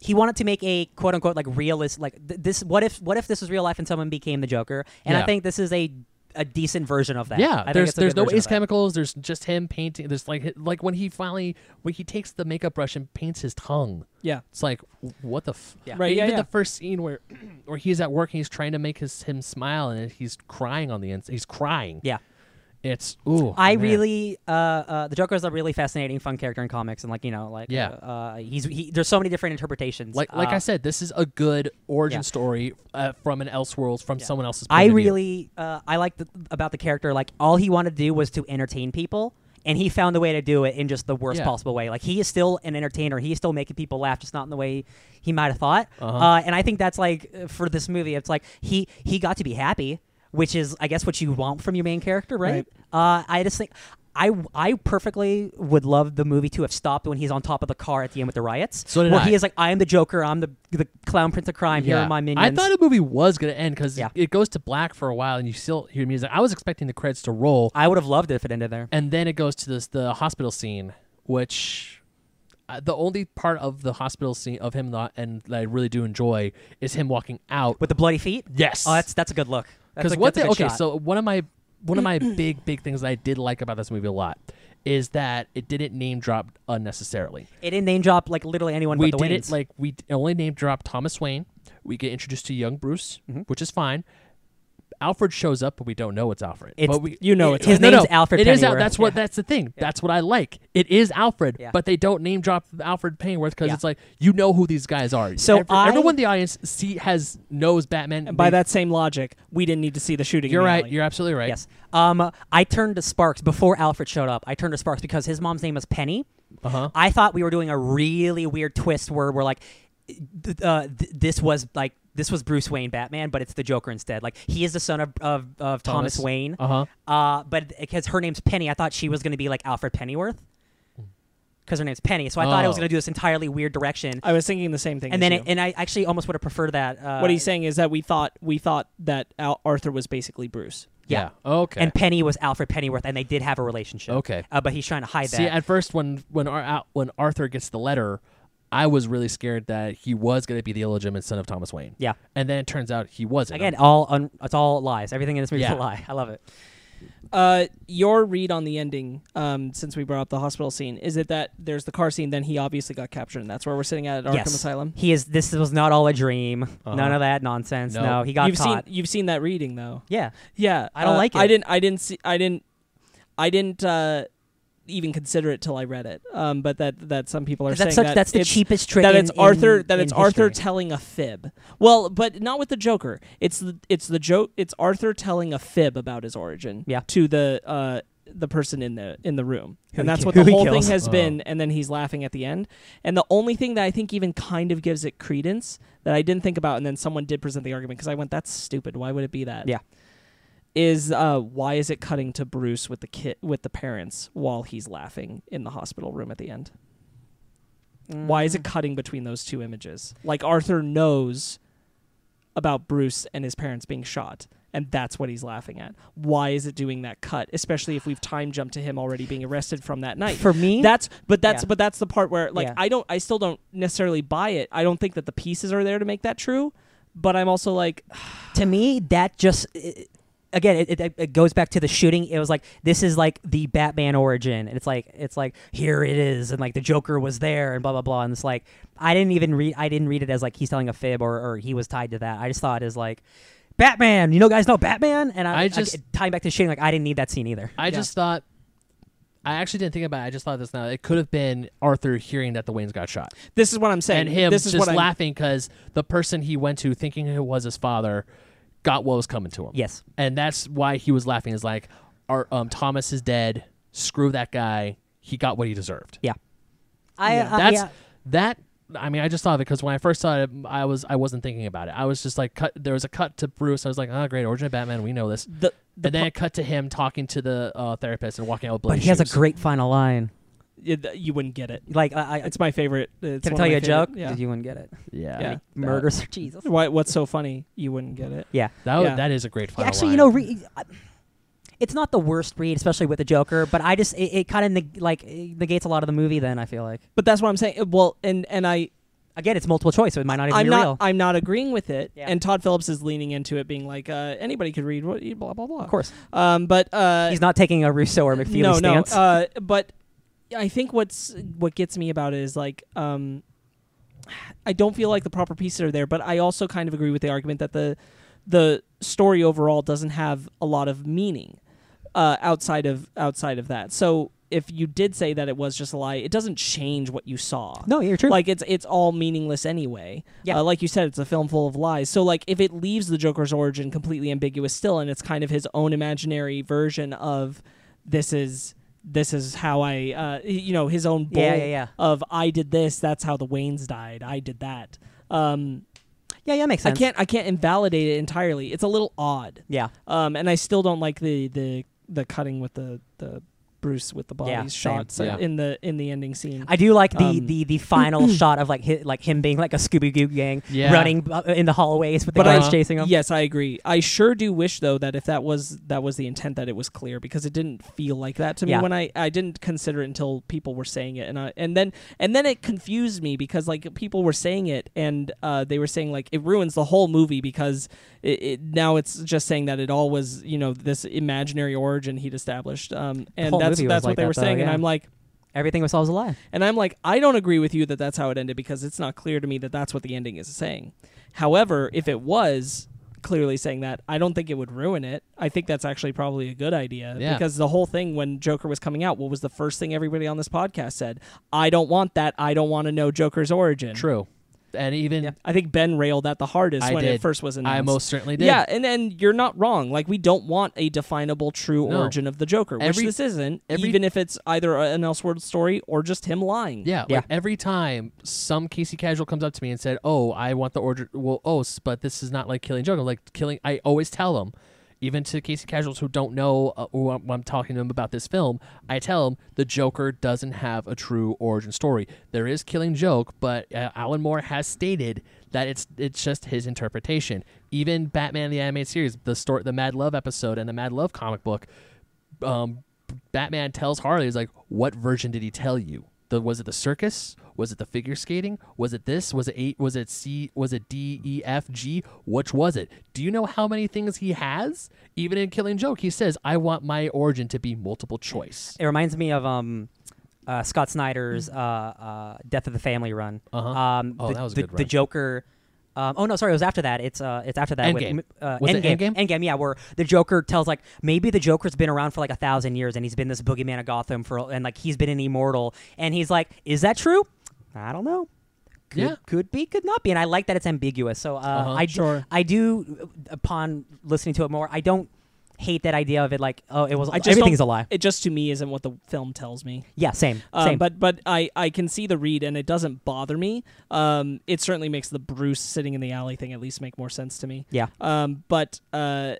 Speaker 3: he wanted to make a quote unquote like realist. Like th- this. What if? What if this was real life and someone became the Joker? And
Speaker 1: Yeah.
Speaker 3: I think this is a a decent version of that. I
Speaker 1: Yeah,
Speaker 3: think
Speaker 1: there's
Speaker 3: it's a
Speaker 1: there's
Speaker 3: good
Speaker 1: no
Speaker 3: version of
Speaker 1: Ace
Speaker 3: that.
Speaker 1: Chemicals. There's just him painting. There's like like when he finally when he takes the makeup brush and paints his tongue.
Speaker 2: yeah.
Speaker 1: It's like w- what the f-
Speaker 3: Yeah.
Speaker 2: Right,
Speaker 1: And
Speaker 2: yeah,
Speaker 1: Even
Speaker 2: yeah.
Speaker 1: the first scene where where he's at work and he's trying to make his him smile and he's crying on the ins He's crying.
Speaker 3: Yeah.
Speaker 1: It's ooh.
Speaker 3: I
Speaker 1: man.
Speaker 3: really, uh, uh, the Joker is a really fascinating, fun character in comics, and like you know, like
Speaker 1: Yeah.
Speaker 3: uh, uh, he's he, there's so many different interpretations.
Speaker 1: like like
Speaker 3: uh,
Speaker 1: I said. This is a good origin
Speaker 3: yeah.
Speaker 1: story uh, from an Elseworlds from someone else's. Point
Speaker 3: I
Speaker 1: of view.
Speaker 3: really, uh, I like the, about the character. Like all he wanted to do was to entertain people, and he found a way to do it in just the worst
Speaker 1: Yeah.
Speaker 3: possible way. Like he is still an entertainer. He is still making people laugh, just not in the way he might have thought.
Speaker 1: Uh-huh.
Speaker 3: Uh, and I think that's like uh, for this movie, it's like he he got to be happy, which is I guess what you want from your main character, right? Uh, I just think. I, I perfectly would love the movie to have stopped when he's on top of the car at the end with the riots.
Speaker 1: So did
Speaker 3: where
Speaker 1: I.
Speaker 3: he is like, I am the Joker. I'm the, the clown prince of crime. Here
Speaker 1: Yeah.
Speaker 3: are my minions.
Speaker 1: I thought the movie was gonna end because
Speaker 3: Yeah.
Speaker 1: it goes to black for a while and you still hear music. I was expecting the credits to roll
Speaker 3: I would have loved it if it ended there.
Speaker 1: and then it goes to this the hospital scene, which uh, the only part of the hospital scene of him not, and that I really do enjoy is him walking out
Speaker 3: with the bloody feet.
Speaker 1: Yes.
Speaker 3: Oh, that's that's a good look. That's
Speaker 1: because
Speaker 3: a-
Speaker 1: what
Speaker 3: that's a
Speaker 1: they,
Speaker 3: good
Speaker 1: okay,
Speaker 3: shot.
Speaker 1: so one of my one of my big big things that I did like about this movie a lot is that it didn't name drop unnecessarily.
Speaker 3: it didn't name drop like literally anyone
Speaker 1: we
Speaker 3: but the
Speaker 1: did
Speaker 3: Wayans.
Speaker 1: it like we d- only name drop Thomas Wayne. We get introduced to young Bruce,
Speaker 3: Mm-hmm.
Speaker 1: which is fine. Alfred shows up, but we don't know it's Alfred.
Speaker 3: It's-
Speaker 1: but we,
Speaker 2: You know
Speaker 3: It-
Speaker 2: it's
Speaker 3: his
Speaker 1: no,
Speaker 3: name's
Speaker 1: no,
Speaker 3: Alfred
Speaker 1: It is Al-
Speaker 3: Pennyworth.
Speaker 1: That's what.
Speaker 3: Yeah.
Speaker 1: That's the thing. That's what I like. It is Alfred,
Speaker 3: Yeah.
Speaker 1: but they don't name drop Alfred Pennyworth because
Speaker 3: Yeah.
Speaker 1: it's like you know who these guys are.
Speaker 3: So
Speaker 1: Every-
Speaker 3: I-
Speaker 1: everyone in the audience see has knows Batman.
Speaker 2: And by
Speaker 1: They-
Speaker 2: that same logic, we didn't need to see the shooting. in
Speaker 1: you're
Speaker 2: the
Speaker 1: right.
Speaker 2: alley.
Speaker 1: You're absolutely right.
Speaker 3: yes. Um, I turned to Sparks before Alfred showed up. I turned to Sparks because his mom's name is Penny.
Speaker 1: Uh huh.
Speaker 3: I thought we were doing a really weird twist where we're like, th- uh, th- this was like this was Bruce Wayne Batman, but it's the Joker instead. Like he is the son of of, of Thomas.
Speaker 1: Thomas.
Speaker 3: Wayne.
Speaker 1: Uh huh.
Speaker 3: Uh, but because her name's Penny, I thought she was going to be like Alfred Pennyworth. Because her name's Penny, so I thought it was
Speaker 1: Hmm. Oh.
Speaker 3: going to do this entirely weird direction.
Speaker 2: I was thinking the same thing.
Speaker 3: and
Speaker 2: as
Speaker 3: then
Speaker 2: you.
Speaker 3: it, and I actually almost would have preferred that. Uh,
Speaker 2: what he's saying is that we thought we thought that Al- Arthur was basically Bruce.
Speaker 3: Yeah.
Speaker 1: Okay.
Speaker 3: And Penny was Alfred Pennyworth, and they did have a relationship.
Speaker 1: Okay.
Speaker 3: Uh, but he's trying to hide
Speaker 1: See,
Speaker 3: that.
Speaker 1: at first when when Ar- Al- when Arthur gets the letter, I was really scared that he was going to be the illegitimate son of Thomas Wayne.
Speaker 3: yeah.
Speaker 1: And then it turns out he wasn't.
Speaker 3: Again, all un- it's all lies. Everything in this movie's
Speaker 1: Yeah.
Speaker 3: a lie. I love it.
Speaker 2: Uh, your read on the ending, um, since we brought up the hospital scene, is it that there's the car scene? Then he obviously got captured, and that's where we're sitting at at Arkham
Speaker 3: yes.
Speaker 2: Asylum.
Speaker 3: He is. This was not all a dream.
Speaker 2: Uh-huh.
Speaker 3: None of that nonsense.
Speaker 1: No.
Speaker 3: No, he got
Speaker 2: you've
Speaker 3: caught.
Speaker 2: seen you've seen that reading though.
Speaker 3: yeah.
Speaker 2: Yeah,
Speaker 3: I don't
Speaker 2: uh,
Speaker 3: like
Speaker 2: I
Speaker 3: it.
Speaker 2: didn't. I didn't see. I didn't. I didn't uh, even consider it till I read it. Um, but that that some people are
Speaker 3: 'Cause
Speaker 2: saying
Speaker 3: That's such.
Speaker 2: that
Speaker 3: that's the
Speaker 2: it's-
Speaker 3: cheapest trick.
Speaker 2: that
Speaker 3: in-
Speaker 2: it's Arthur.
Speaker 3: in-
Speaker 2: that it's
Speaker 3: in
Speaker 2: Arthur
Speaker 3: history.
Speaker 2: telling a fib. Well, but not with the Joker. It's the it's the joke. It's Arthur telling a fib about his origin.
Speaker 3: Yeah.
Speaker 2: To the uh the person in the in the room,
Speaker 3: Who
Speaker 2: and
Speaker 3: he
Speaker 2: that's
Speaker 3: ki-
Speaker 2: what
Speaker 3: who
Speaker 2: the
Speaker 3: he
Speaker 2: whole thing
Speaker 3: kills. Oh.
Speaker 2: has been. And then he's laughing at the end. And the only thing that I think even kind of gives it credence that I didn't think about, and then someone did present the argument because I went, "That's stupid. Why would it be that?"
Speaker 3: Yeah.
Speaker 2: Is uh, why is it cutting to Bruce with the kid with the parents while he's laughing in the hospital room at the end? Why is it
Speaker 3: Mm.
Speaker 2: cutting between those two images? Like Arthur knows about Bruce and his parents being shot, and that's what he's laughing at. Why is it doing that cut? Especially if we've time jumped to him already being arrested from that night.
Speaker 3: for me?
Speaker 2: That's but that's
Speaker 3: Yeah.
Speaker 2: but that's the part where like
Speaker 3: Yeah.
Speaker 2: I don't I still don't necessarily buy it. I don't think that the pieces are there to make that true. But I'm also like
Speaker 3: to me that just it, again it, it, it goes back to the shooting it was like this is like the batman origin and it's like it's like here it is and like the joker was there and blah blah blah and it's like i didn't even read i didn't read it as like he's telling a fib or, or he was tied to that i just thought it as like Batman. You know, guys know Batman. And I,
Speaker 1: I just-
Speaker 3: tying back to shooting. Like I didn't need that scene either.
Speaker 1: I just thought. I actually didn't think about it. I just thought this now. It could have been Arthur hearing that the Waynes got shot
Speaker 2: This is what I'm saying.
Speaker 1: and him
Speaker 2: this is
Speaker 1: just
Speaker 2: what I'm-
Speaker 1: laughing because the person he went to thinking it was his father got what was coming to him.
Speaker 3: Yes.
Speaker 1: And that's why he was laughing is like, Our, um, Thomas is dead. Screw that guy. He got what he deserved.
Speaker 3: Yeah. I. uh,
Speaker 1: That's
Speaker 3: yeah.
Speaker 1: that. I mean, I just saw it because when I first saw it, I was I wasn't thinking about it. I was just like, cut. There was a cut to Bruce. I was like, oh, great, origin of Batman. We know this.
Speaker 2: The, the
Speaker 1: and then it cut to him talking to the uh, therapist and walking out with.
Speaker 3: But
Speaker 1: bloody
Speaker 3: he has a
Speaker 1: shoes.
Speaker 3: great final line.
Speaker 2: you, you wouldn't get it.
Speaker 3: Like I. I
Speaker 2: It's my favorite. It's
Speaker 3: can I
Speaker 2: one of my
Speaker 3: tell you a
Speaker 2: favorite-
Speaker 3: joke?
Speaker 2: Yeah.
Speaker 3: Did you wouldn't get it?
Speaker 1: yeah,
Speaker 2: Yeah.
Speaker 3: Murder, Jesus.
Speaker 2: Why? What's so funny? You wouldn't get it.
Speaker 3: Yeah.
Speaker 1: That, wa-
Speaker 2: Yeah.
Speaker 1: that is a great final.
Speaker 3: Actually,
Speaker 1: line.
Speaker 3: you know, re- I- it's not the worst read, especially with the Joker. But I just it, it kind of neg- like it negates a lot of the movie. Then I feel like
Speaker 2: But that's what I'm saying. Well, and and I
Speaker 3: again, it's multiple choice, so it might not even
Speaker 2: I'm
Speaker 3: be
Speaker 2: not uh,
Speaker 3: real.
Speaker 2: I'm not agreeing with it.
Speaker 3: Yeah.
Speaker 2: And Todd Phillips is leaning into it, being like, uh, anybody could read what blah blah blah.
Speaker 3: of course,
Speaker 2: Um, but uh,
Speaker 3: he's not taking a Rousseau or McFeely
Speaker 2: no,
Speaker 3: stance.
Speaker 2: No, uh, but I think what's what gets me about it is like um, I don't feel like the proper pieces are there, but I also kind of agree with the argument that the the story overall doesn't have a lot of meaning uh, outside of outside of that. So if you did say that it was just a lie, it doesn't change what you saw.
Speaker 3: no, you're true.
Speaker 2: Like it's it's all meaningless anyway.
Speaker 3: Yeah.
Speaker 2: Uh, like you said, it's a film full of lies. So like if it leaves the Joker's origin completely ambiguous still, and it's kind of his own imaginary version of this is this is how I uh, y- you know his own bull
Speaker 3: Yeah, yeah, yeah.
Speaker 2: of I did this. That's how the Waynes died. I did that. Um,
Speaker 3: yeah, yeah, makes
Speaker 2: I
Speaker 3: sense.
Speaker 2: can't I can't invalidate it entirely. It's a little odd.
Speaker 3: Yeah,
Speaker 2: Um, and I still don't like the the the cutting with the the Bruce with the bodies
Speaker 3: Yeah, same.
Speaker 2: shots uh,
Speaker 1: Yeah.
Speaker 2: in the in the ending scene.
Speaker 3: I do like the
Speaker 2: Um,
Speaker 3: the, the final shot of like hi, like him being like a Scooby Doo gang
Speaker 1: Yeah.
Speaker 3: running uh, in the hallways with the
Speaker 2: But uh, I-
Speaker 3: guards chasing him.
Speaker 2: Yes, I agree. I sure do wish though that if that was that was the intent that it was clear because it didn't feel like that to me
Speaker 3: Yeah.
Speaker 2: when I I didn't consider it until people were saying it and I and then and then it confused me because like people were saying it and uh, they were saying like it ruins the whole movie because it, it now it's just saying that it all was you know this imaginary origin he'd established um and
Speaker 3: whole
Speaker 2: that's
Speaker 3: movie was
Speaker 2: that's what
Speaker 3: like
Speaker 2: they
Speaker 3: that,
Speaker 2: were
Speaker 3: though,
Speaker 2: saying and
Speaker 3: yeah.
Speaker 2: I'm like
Speaker 3: Everything was always a lie.
Speaker 2: and I'm like, I don't agree with you that that's how it ended because it's not clear to me that that's what the ending is saying. However, if it was clearly saying that, I don't think it would ruin it. I think that's actually probably a good idea
Speaker 1: Yeah.
Speaker 2: because the whole thing when Joker was coming out, what was the first thing everybody on this podcast said? I don't want that. I don't want to know Joker's origin.
Speaker 1: true, and even
Speaker 2: Yeah. I think Ben railed at the hardest
Speaker 1: I
Speaker 2: when it
Speaker 1: did.
Speaker 2: first was announced.
Speaker 1: I most certainly did.
Speaker 2: Yeah, and then you're not wrong. Like we don't want a definable true
Speaker 1: No.
Speaker 2: origin of the Joker, which
Speaker 1: Every-
Speaker 2: this isn't,
Speaker 1: every-
Speaker 2: even if it's either an Elseworld story or just him lying.
Speaker 1: Yeah,
Speaker 3: Yeah.
Speaker 1: like every time some Casey Casual comes up to me and said, "Oh, I want the order." Well, oh, s- but this is not like killing Joker. Like killing, I always tell them, even to Casey Casuals who don't know uh, who I'm, I'm talking to them about this film, I tell them the Joker doesn't have a true origin story. There is Killing Joke, but uh, Alan Moore has stated that it's it's just his interpretation. Even Batman the animated series, the story, the Mad Love episode, and the Mad Love comic book um, Batman tells Harley, he's like, what version did he tell you? The, was it the circus? Was it the figure skating? Was it this? Was it eight? Was it C? Was it D, E, F, G? Which was it? Do you know how many things he has? Even in Killing Joke, he says, I want my origin to be multiple choice.
Speaker 3: It reminds me of um, uh, Scott Snyder's uh, uh, Death of the Family run.
Speaker 1: Uh-huh.
Speaker 3: Um,
Speaker 1: Oh,
Speaker 3: the,
Speaker 1: that was a
Speaker 3: the,
Speaker 1: good
Speaker 3: the
Speaker 1: run.
Speaker 3: Joker. Um, oh no, sorry, it was after that. It's uh, it's after that.
Speaker 1: Endgame.
Speaker 3: With, uh,
Speaker 1: Was it
Speaker 3: Endgame,
Speaker 1: Endgame?
Speaker 3: yeah, where the Joker tells like maybe the Joker's been around for like a thousand years and he's been this boogeyman of Gotham for and like he's been an immortal and he's like, is that true? I don't know. Could,
Speaker 1: Yeah. Uh-huh.
Speaker 3: could be, could not be, and I like that it's ambiguous. So uh, I d-
Speaker 2: sure.
Speaker 3: I do upon listening to it more, I don't hate that idea of it like oh it was
Speaker 2: I just
Speaker 3: everything's a
Speaker 2: don't-
Speaker 3: lie.
Speaker 2: It just to me isn't what the film tells me.
Speaker 3: Yeah, same,
Speaker 2: Um,
Speaker 3: same.
Speaker 2: But but I, I can see the read and it doesn't bother me. Um, it certainly makes the Bruce sitting in the alley thing at least make more sense to me.
Speaker 3: Yeah.
Speaker 2: Um, but uh,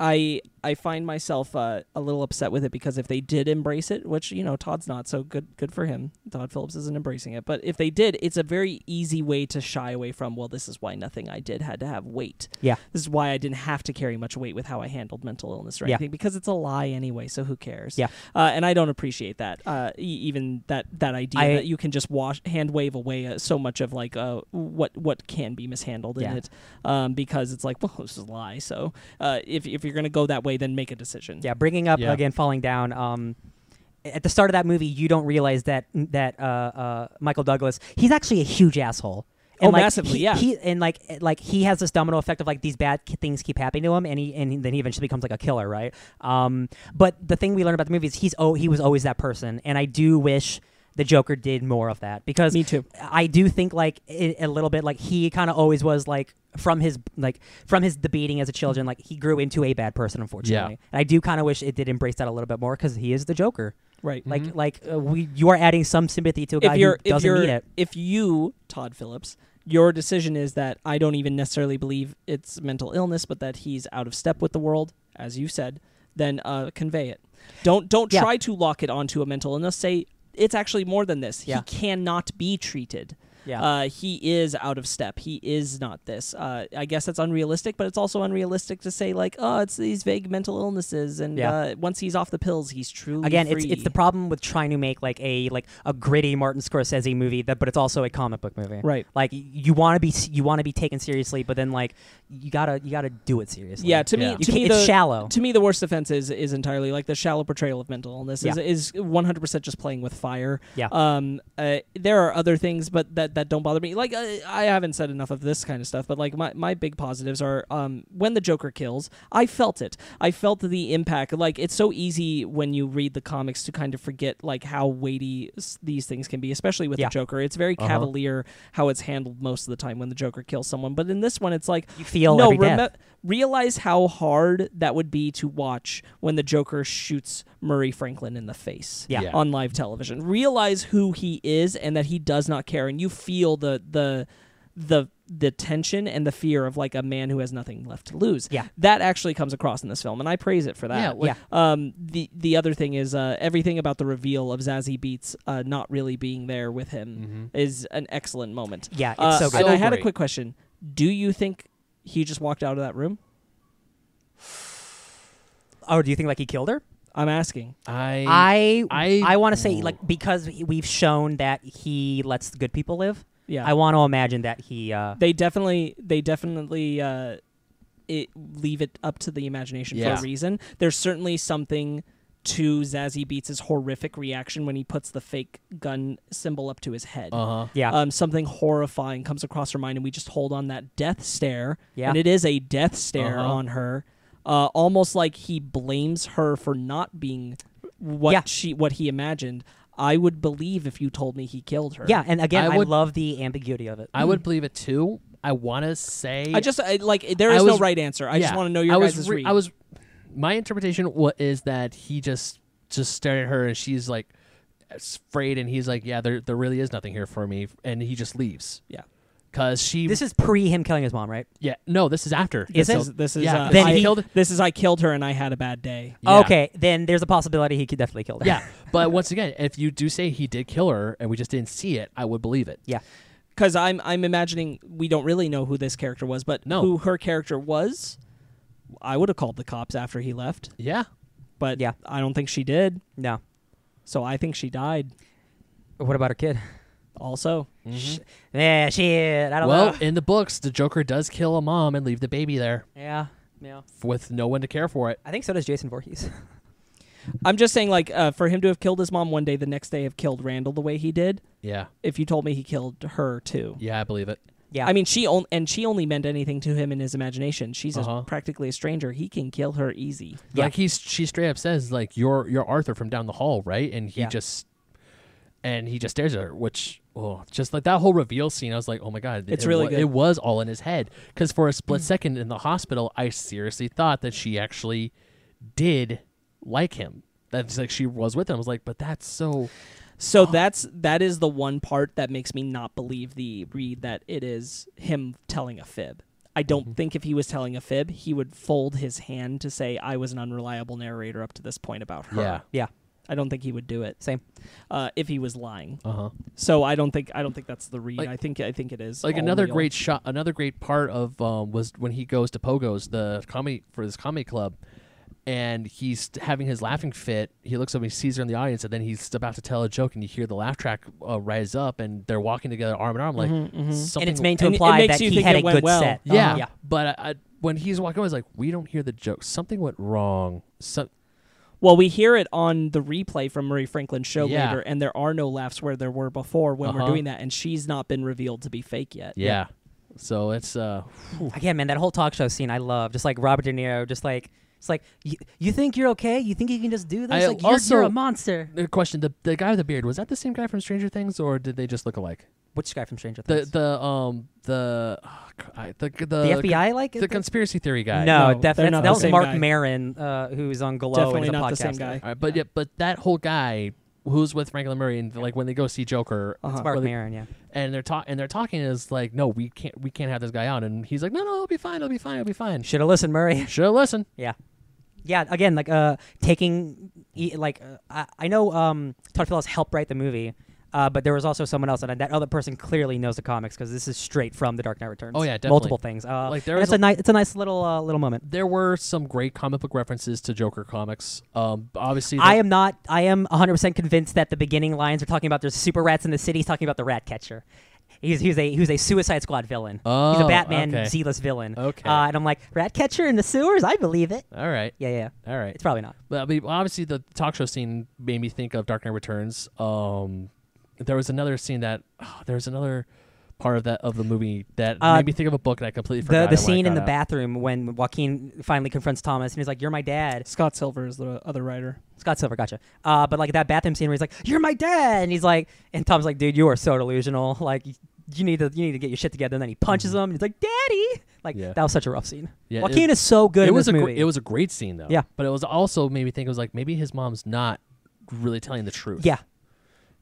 Speaker 2: I I find myself uh, a little upset with it because if they did embrace it, which you know Todd's not, so good good for him. Todd Phillips isn't embracing it, but if they did, it's a very easy way to shy away from. Well, this is why nothing I did had to have weight.
Speaker 3: Yeah.
Speaker 2: This is why I didn't have to carry much weight with how I handled mental illness or
Speaker 3: Yeah.
Speaker 2: anything because it's a lie anyway. So who cares?
Speaker 3: Yeah.
Speaker 2: Uh, and I don't appreciate that. Uh, e- even that that idea
Speaker 3: I-
Speaker 2: that you can just wash hand wave away uh, so much of like uh, what what can be mishandled in
Speaker 3: Yeah.
Speaker 2: it um, because it's like well this is a lie. So uh, if if you're gonna go that way, then make a decision.
Speaker 3: Yeah, bringing up
Speaker 1: Yeah.
Speaker 3: again falling down. Um, at the start of that movie, you don't realize that that uh, uh, Michael Douglas he's actually a huge asshole. And
Speaker 2: Oh,
Speaker 3: like,
Speaker 2: massively,
Speaker 3: he-
Speaker 2: yeah.
Speaker 3: He and like eh, like he has this domino effect of like these bad ki- things keep happening to him, and he and then he eventually becomes like a killer, right? Um, but the thing we learn about the movie is he's oh he was always that person, and I do wish the Joker did more of that because
Speaker 2: Me too.
Speaker 3: I do think like i a little bit like he kind of always was like from his like from his the beating as a children like he grew into a bad person unfortunately. And I do kind of wish it did embrace that a little bit more because he is the Joker.
Speaker 2: Right.
Speaker 3: Like like uh, we you are adding some sympathy to a guy
Speaker 2: Mm-hmm. if you're
Speaker 3: who
Speaker 2: if
Speaker 3: doesn't
Speaker 2: you're
Speaker 3: need it.
Speaker 2: if you Todd Phillips, your decision is that I don't even necessarily believe it's mental illness, but that he's out of step with the world, as you said. Then uh, convey it. Don't don't
Speaker 3: Yeah.
Speaker 2: try to lock it onto a mental illness. Say it's actually more than this.
Speaker 3: Yeah.
Speaker 2: He cannot be treated.
Speaker 3: Yeah.
Speaker 2: Uh, he is out of step. He is not this. Uh, I guess that's unrealistic, but it's also unrealistic to say like, oh, it's these vague mental illnesses, and
Speaker 3: Yeah.
Speaker 2: uh, once he's off the pills, he's truly
Speaker 3: Again,
Speaker 2: Free.
Speaker 3: it's it's the problem with trying to make like a like a gritty Martin Scorsese movie that, but it's also a comic book movie.
Speaker 2: Right.
Speaker 3: Like y- you want to be s- you want to be taken seriously, but then like you gotta you gotta do it seriously.
Speaker 2: yeah. To
Speaker 1: Yeah.
Speaker 2: me,
Speaker 3: You
Speaker 2: to
Speaker 3: can't-
Speaker 2: me,
Speaker 3: it's
Speaker 2: the-
Speaker 3: shallow.
Speaker 2: to me the worst offense is is entirely like the shallow portrayal of mental illness
Speaker 3: Yeah.
Speaker 2: is, is 100% just playing with fire
Speaker 3: Yeah.
Speaker 2: um uh, there are other things but that that don't bother me like uh, i haven't said enough of this kind of stuff but like my, my big positives are um when the joker kills i felt it i felt the impact like it's so easy when you read the comics to kind of forget like how weighty s- these things can be especially with
Speaker 3: Yeah. Uh-huh.
Speaker 2: the joker it's very cavalier how it's handled most of the time when the joker kills someone but in this one it's like
Speaker 3: you feel
Speaker 2: no,
Speaker 3: every death.
Speaker 2: remem- realize how hard that would be to watch when the Joker shoots Murray Franklin in the face
Speaker 3: Yeah.
Speaker 1: Yeah.
Speaker 2: on live television. Realize who he is and that he does not care, and you feel the the the the tension and the fear of like a man who has nothing left to lose.
Speaker 3: Yeah.
Speaker 2: that actually comes across in this film, and I praise it for that.
Speaker 1: Yeah,
Speaker 3: well-
Speaker 2: Um. The the other thing is uh, everything about the reveal of Zazie Beats uh, not really being there with
Speaker 1: Mm-hmm.
Speaker 2: him is an excellent moment.
Speaker 3: Yeah, it's
Speaker 2: Uh,
Speaker 3: so good.
Speaker 2: And I had a
Speaker 1: great.
Speaker 2: quick question. Do you think he just walked out of that room?
Speaker 3: oh, do you think like he killed her?
Speaker 2: I'm asking.
Speaker 1: I,
Speaker 3: I I,
Speaker 1: I-
Speaker 3: want to say like because he- we've shown that he lets the good people live.
Speaker 2: Yeah.
Speaker 3: I want to imagine that he. Uh,
Speaker 2: they definitely they definitely uh it leave it up to the imagination
Speaker 1: Yeah.
Speaker 2: for a reason. There's certainly something to Zazie Beats' horrific reaction when he puts the fake gun symbol up to his head.
Speaker 1: uh huh.
Speaker 3: Oh, yeah.
Speaker 2: Um, something horrifying comes across her mind, and we just hold on that death stare.
Speaker 3: Yeah.
Speaker 2: And it is a death stare
Speaker 1: Uh-huh.
Speaker 2: on her, uh, almost like he blames her for not being what
Speaker 3: Yeah.
Speaker 2: she what he imagined. I would believe if you told me he killed her.
Speaker 3: yeah. And again,
Speaker 1: I
Speaker 3: I,
Speaker 1: would-
Speaker 3: love the ambiguity of it.
Speaker 1: I would believe it too. I want to say.
Speaker 2: I just I, like there
Speaker 1: I
Speaker 2: is no
Speaker 1: was-
Speaker 2: right answer. I just
Speaker 1: Yeah.
Speaker 2: want to know your
Speaker 1: I
Speaker 2: guys'
Speaker 1: was
Speaker 2: read.
Speaker 1: I was. My interpretation wa- is that he just just stared at her and she's like s- afraid, and he's like, "Yeah, there there really is nothing here for me," and he just leaves.
Speaker 2: Yeah.
Speaker 1: Cause she.
Speaker 3: This is pre him killing his mom, right?
Speaker 1: yeah. No, this is after.
Speaker 3: Is
Speaker 2: this
Speaker 3: it?
Speaker 2: is this is
Speaker 1: Yeah.
Speaker 2: uh,
Speaker 3: Then
Speaker 2: I
Speaker 3: he-
Speaker 2: killed. This is I killed her and I had a bad day.
Speaker 1: Yeah.
Speaker 3: Okay, then there's a possibility he could definitely kill her.
Speaker 1: Yeah, but once again, if you do say he did kill her and we just didn't see it, I would believe it.
Speaker 3: yeah.
Speaker 2: because I'm I'm imagining we don't really know who this character was, but
Speaker 1: No.
Speaker 2: who her character was. I would have called the cops after he left,
Speaker 1: Yeah.
Speaker 2: but
Speaker 3: Yeah.
Speaker 2: I don't think she did.
Speaker 3: No.
Speaker 2: So I think she died.
Speaker 3: What about her kid?
Speaker 2: Also,
Speaker 3: Sh- Mm-hmm. yeah, shit. I don't
Speaker 1: Well,
Speaker 3: know.
Speaker 1: in the books, the Joker does kill a mom and leave the baby there
Speaker 3: Yeah. Yeah.
Speaker 1: f- with no one to care for it.
Speaker 3: I think so does Jason Voorhees.
Speaker 2: I'm just saying, like, uh, for him to have killed his mom one day, the next day have killed Randall the way he did.
Speaker 1: Yeah.
Speaker 2: If you told me he killed her too,
Speaker 1: Yeah, I believe it.
Speaker 3: Yeah.
Speaker 2: I mean, she on- and she only meant anything to him in his imagination. She's a-
Speaker 1: Uh-huh.
Speaker 2: practically a stranger. He can kill her easy.
Speaker 3: Yeah.
Speaker 1: Like he's she straight up says like you're you're Arthur from down the hall, right? And he
Speaker 3: Yeah.
Speaker 1: just and he just stares at her, which oh, just like that whole reveal scene, I was like, oh my god,
Speaker 2: It's
Speaker 1: it
Speaker 2: really
Speaker 1: wa-
Speaker 2: good. Mm.
Speaker 1: It was all in his head because for a split second in the hospital, I seriously thought that she actually did like him. That's like she was with him. I was like, but that's so
Speaker 2: So that's that is the one part that makes me not believe the read that it is him telling a fib. I don't
Speaker 3: Mm-hmm.
Speaker 2: think if he was telling a fib, he would fold his hand to say I was an unreliable narrator up to this point about her.
Speaker 1: Yeah.
Speaker 3: yeah.
Speaker 2: I don't think he would do it
Speaker 3: Same.
Speaker 2: uh, if he was lying.
Speaker 1: uh huh.
Speaker 2: So I don't think I don't think that's the read.
Speaker 1: Like-
Speaker 2: I think I think it is
Speaker 1: like
Speaker 2: all
Speaker 1: another
Speaker 2: real.
Speaker 1: great shot another great part of um, was when he goes to pogo's the comedy for his comedy club and he's t- having his laughing fit he looks up and he sees her in the audience and then he's about to tell a joke and you hear the laugh track uh, rise up and they're walking together arm in arm like something
Speaker 3: and it's meant to
Speaker 2: Mm-hmm, and it
Speaker 3: imply
Speaker 2: makes
Speaker 3: that
Speaker 2: you
Speaker 3: he
Speaker 2: think
Speaker 3: had
Speaker 2: it
Speaker 3: a
Speaker 2: went
Speaker 3: good
Speaker 2: well.
Speaker 3: set. Uh-huh.
Speaker 1: yeah,
Speaker 3: Yeah.
Speaker 1: but I, I, when he's walking away, I was like, we don't hear the joke. Something went wrong. So,
Speaker 2: Well, we hear it on the replay from Marie Franklin's show
Speaker 1: Yeah.
Speaker 2: later, and there are no laughs where there were before when
Speaker 1: Uh-huh.
Speaker 2: we're doing that, and she's not been revealed to be fake yet.
Speaker 1: Yeah. So it's uh
Speaker 3: Again, man, that whole talk show scene I love. Just like Robert De Niro, just like it's like you, you think you're okay? You think you can just do this?
Speaker 1: I
Speaker 3: like you're, you're
Speaker 1: also-
Speaker 3: a monster.
Speaker 1: the question the the guy with the beard was that the same guy from Stranger Things or did they just look alike?
Speaker 3: Which guy from Stranger
Speaker 1: The
Speaker 3: Things?
Speaker 1: the um the oh, c- I- the the,
Speaker 3: The FBI, like
Speaker 1: the conspiracy theory guy.
Speaker 3: no,
Speaker 2: No, they're
Speaker 3: definitely
Speaker 2: not
Speaker 3: that
Speaker 2: the
Speaker 3: was
Speaker 2: same
Speaker 3: Mark
Speaker 2: guy.
Speaker 3: Maron, uh, who's on Glow and
Speaker 2: Definitely
Speaker 3: is a
Speaker 2: not the
Speaker 3: podcaster.
Speaker 2: same guy.
Speaker 1: All right, but yeah, but that whole guy who's with Franklin Murray and like when they go see Joker,
Speaker 3: It's
Speaker 2: Uh-huh.
Speaker 3: Mark
Speaker 1: Well, they-
Speaker 3: Maron, yeah.
Speaker 1: and they're talking and they're talking is like, no, we can't we can't have this guy on, and he's like, no, no, it'll be fine, it'll be fine, it'll be fine.
Speaker 3: Should have listened, Murray.
Speaker 1: Sure, listen.
Speaker 3: Yeah, again, like uh, taking e- like uh, I, I know um, Todd Phillips helped write the movie, uh, but there was also someone else, and that other person clearly knows the comics because this is straight from The Dark Knight Returns.
Speaker 1: Oh, yeah, definitely.
Speaker 3: multiple things. Uh,
Speaker 1: Like,
Speaker 3: like
Speaker 1: there
Speaker 3: there
Speaker 1: is
Speaker 3: it's a,
Speaker 1: a-
Speaker 3: nice, it's a nice little uh, little moment.
Speaker 1: There were some great comic book references to Joker comics. Um, obviously,
Speaker 3: I
Speaker 1: the-
Speaker 3: am not. I am 100 percent convinced that the beginning lines are talking about there's super rats in the city. He's talking about the rat catcher. He's, he's a he's a Suicide Squad villain. he's
Speaker 1: Oh,
Speaker 3: a Batman
Speaker 1: okay.
Speaker 3: zealous villain.
Speaker 1: Okay.
Speaker 3: uh, and I'm like rat catcher in the sewers. I believe it.
Speaker 1: all right,
Speaker 3: Yeah, yeah.
Speaker 1: all right.
Speaker 3: It's probably not.
Speaker 1: But I mean, obviously, the talk show scene made me think of Dark Knight Returns. Um, there was another scene that there was another part of that of the movie that
Speaker 3: Uh,
Speaker 1: made me think of a book, and I completely
Speaker 3: the
Speaker 1: forgot.
Speaker 3: the
Speaker 1: it when I
Speaker 3: scene in
Speaker 1: got
Speaker 3: the
Speaker 1: out.
Speaker 3: bathroom when Joaquin finally confronts Thomas and he's like, "You're my dad."
Speaker 2: Scott Silver is the other writer.
Speaker 3: Scott Silver, gotcha. Uh, but like that bathroom scene where he's like, "You're my dad," and he's like, and Tom's like, "Dude, you are so delusional. Like, y- you need to you need to get your shit together." And then he punches him and he's like, "Daddy!" Like
Speaker 1: Mm-hmm. Yeah.
Speaker 3: that was such a rough scene.
Speaker 1: Yeah, it-
Speaker 3: Joaquin is so good.
Speaker 1: It
Speaker 3: in
Speaker 1: was
Speaker 3: this
Speaker 1: a gr-
Speaker 3: movie.
Speaker 1: it was a great scene though.
Speaker 3: Yeah.
Speaker 1: but it was also made me think it was like maybe his mom's not really telling the truth.
Speaker 3: yeah.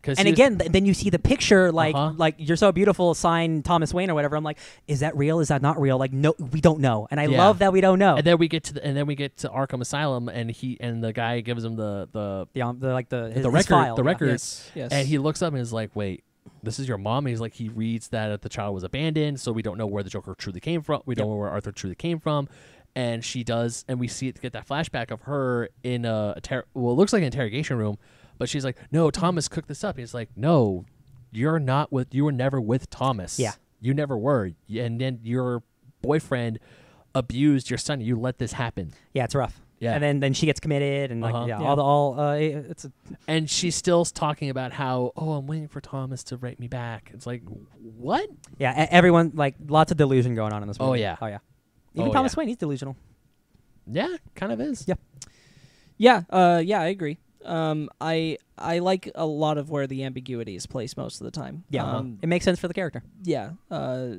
Speaker 1: 'Cause
Speaker 3: And
Speaker 1: he was-
Speaker 3: again, th- then you see the picture, like
Speaker 1: Uh-huh.
Speaker 3: like you're so beautiful, sign Thomas Wayne or whatever. I'm like, is that real? Is that not real? Like, no, we don't know. And I
Speaker 1: Yeah.
Speaker 3: love that we don't know.
Speaker 1: and then we get to the, and then we get to Arkham Asylum, and he and the guy gives him the the
Speaker 3: the, um, the like the his,
Speaker 1: the
Speaker 3: his
Speaker 1: record
Speaker 3: file,
Speaker 1: the
Speaker 3: yeah.
Speaker 1: record,
Speaker 2: Yes, yes.
Speaker 1: and he looks up and is like, wait. This is your mom. And he's like, he reads that the child was abandoned, so we don't know where the Joker truly came from. We don't know where Arthur truly came from, and she does, and we see it get that flashback of her in a inter- well, it looks like an interrogation room, but she's like, no, Thomas cooked this up. He's like, no, you're not with, you were never with Thomas.
Speaker 3: Yeah.
Speaker 1: you never were, and then your boyfriend abused your son. You let this happen.
Speaker 3: Yeah, it's rough.
Speaker 1: Yeah.
Speaker 3: And then, then she gets committed and like
Speaker 1: Uh-huh.
Speaker 3: yeah,
Speaker 2: Yeah.
Speaker 3: all the all uh, it's a,
Speaker 1: and she's still talking about how oh i'm waiting for thomas to write me back it's like what
Speaker 3: yeah, e- everyone like lots of delusion going on in this
Speaker 1: Oh,
Speaker 3: movie.
Speaker 1: yeah.
Speaker 3: Oh yeah. Even
Speaker 1: Oh,
Speaker 3: Thomas
Speaker 1: yeah.
Speaker 3: Wayne, he's delusional.
Speaker 1: yeah kind of is
Speaker 3: Yeah.
Speaker 2: Yeah, uh, yeah, I agree. Um, I I like a lot of where the ambiguity is placed most of the time.
Speaker 3: Yeah.
Speaker 1: uh-huh.
Speaker 3: well,
Speaker 2: um,
Speaker 3: it makes sense for the character.
Speaker 2: yeah. Uh,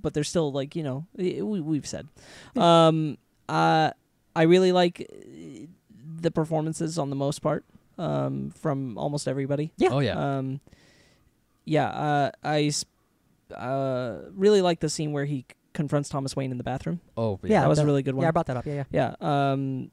Speaker 2: but they're still like you know i- we we've said. Um, uh, I really like uh, the performances on the most part um, from almost everybody.
Speaker 3: Yeah. Uh,
Speaker 1: oh yeah
Speaker 2: Um, yeah, uh, I s- uh, really like the scene where he c- confronts Thomas Wayne in the bathroom.
Speaker 1: oh
Speaker 3: Yeah,
Speaker 2: that was a
Speaker 3: that-
Speaker 2: really good one.
Speaker 3: Yeah, I brought that up. Yeah, yeah.
Speaker 2: Yeah. Um,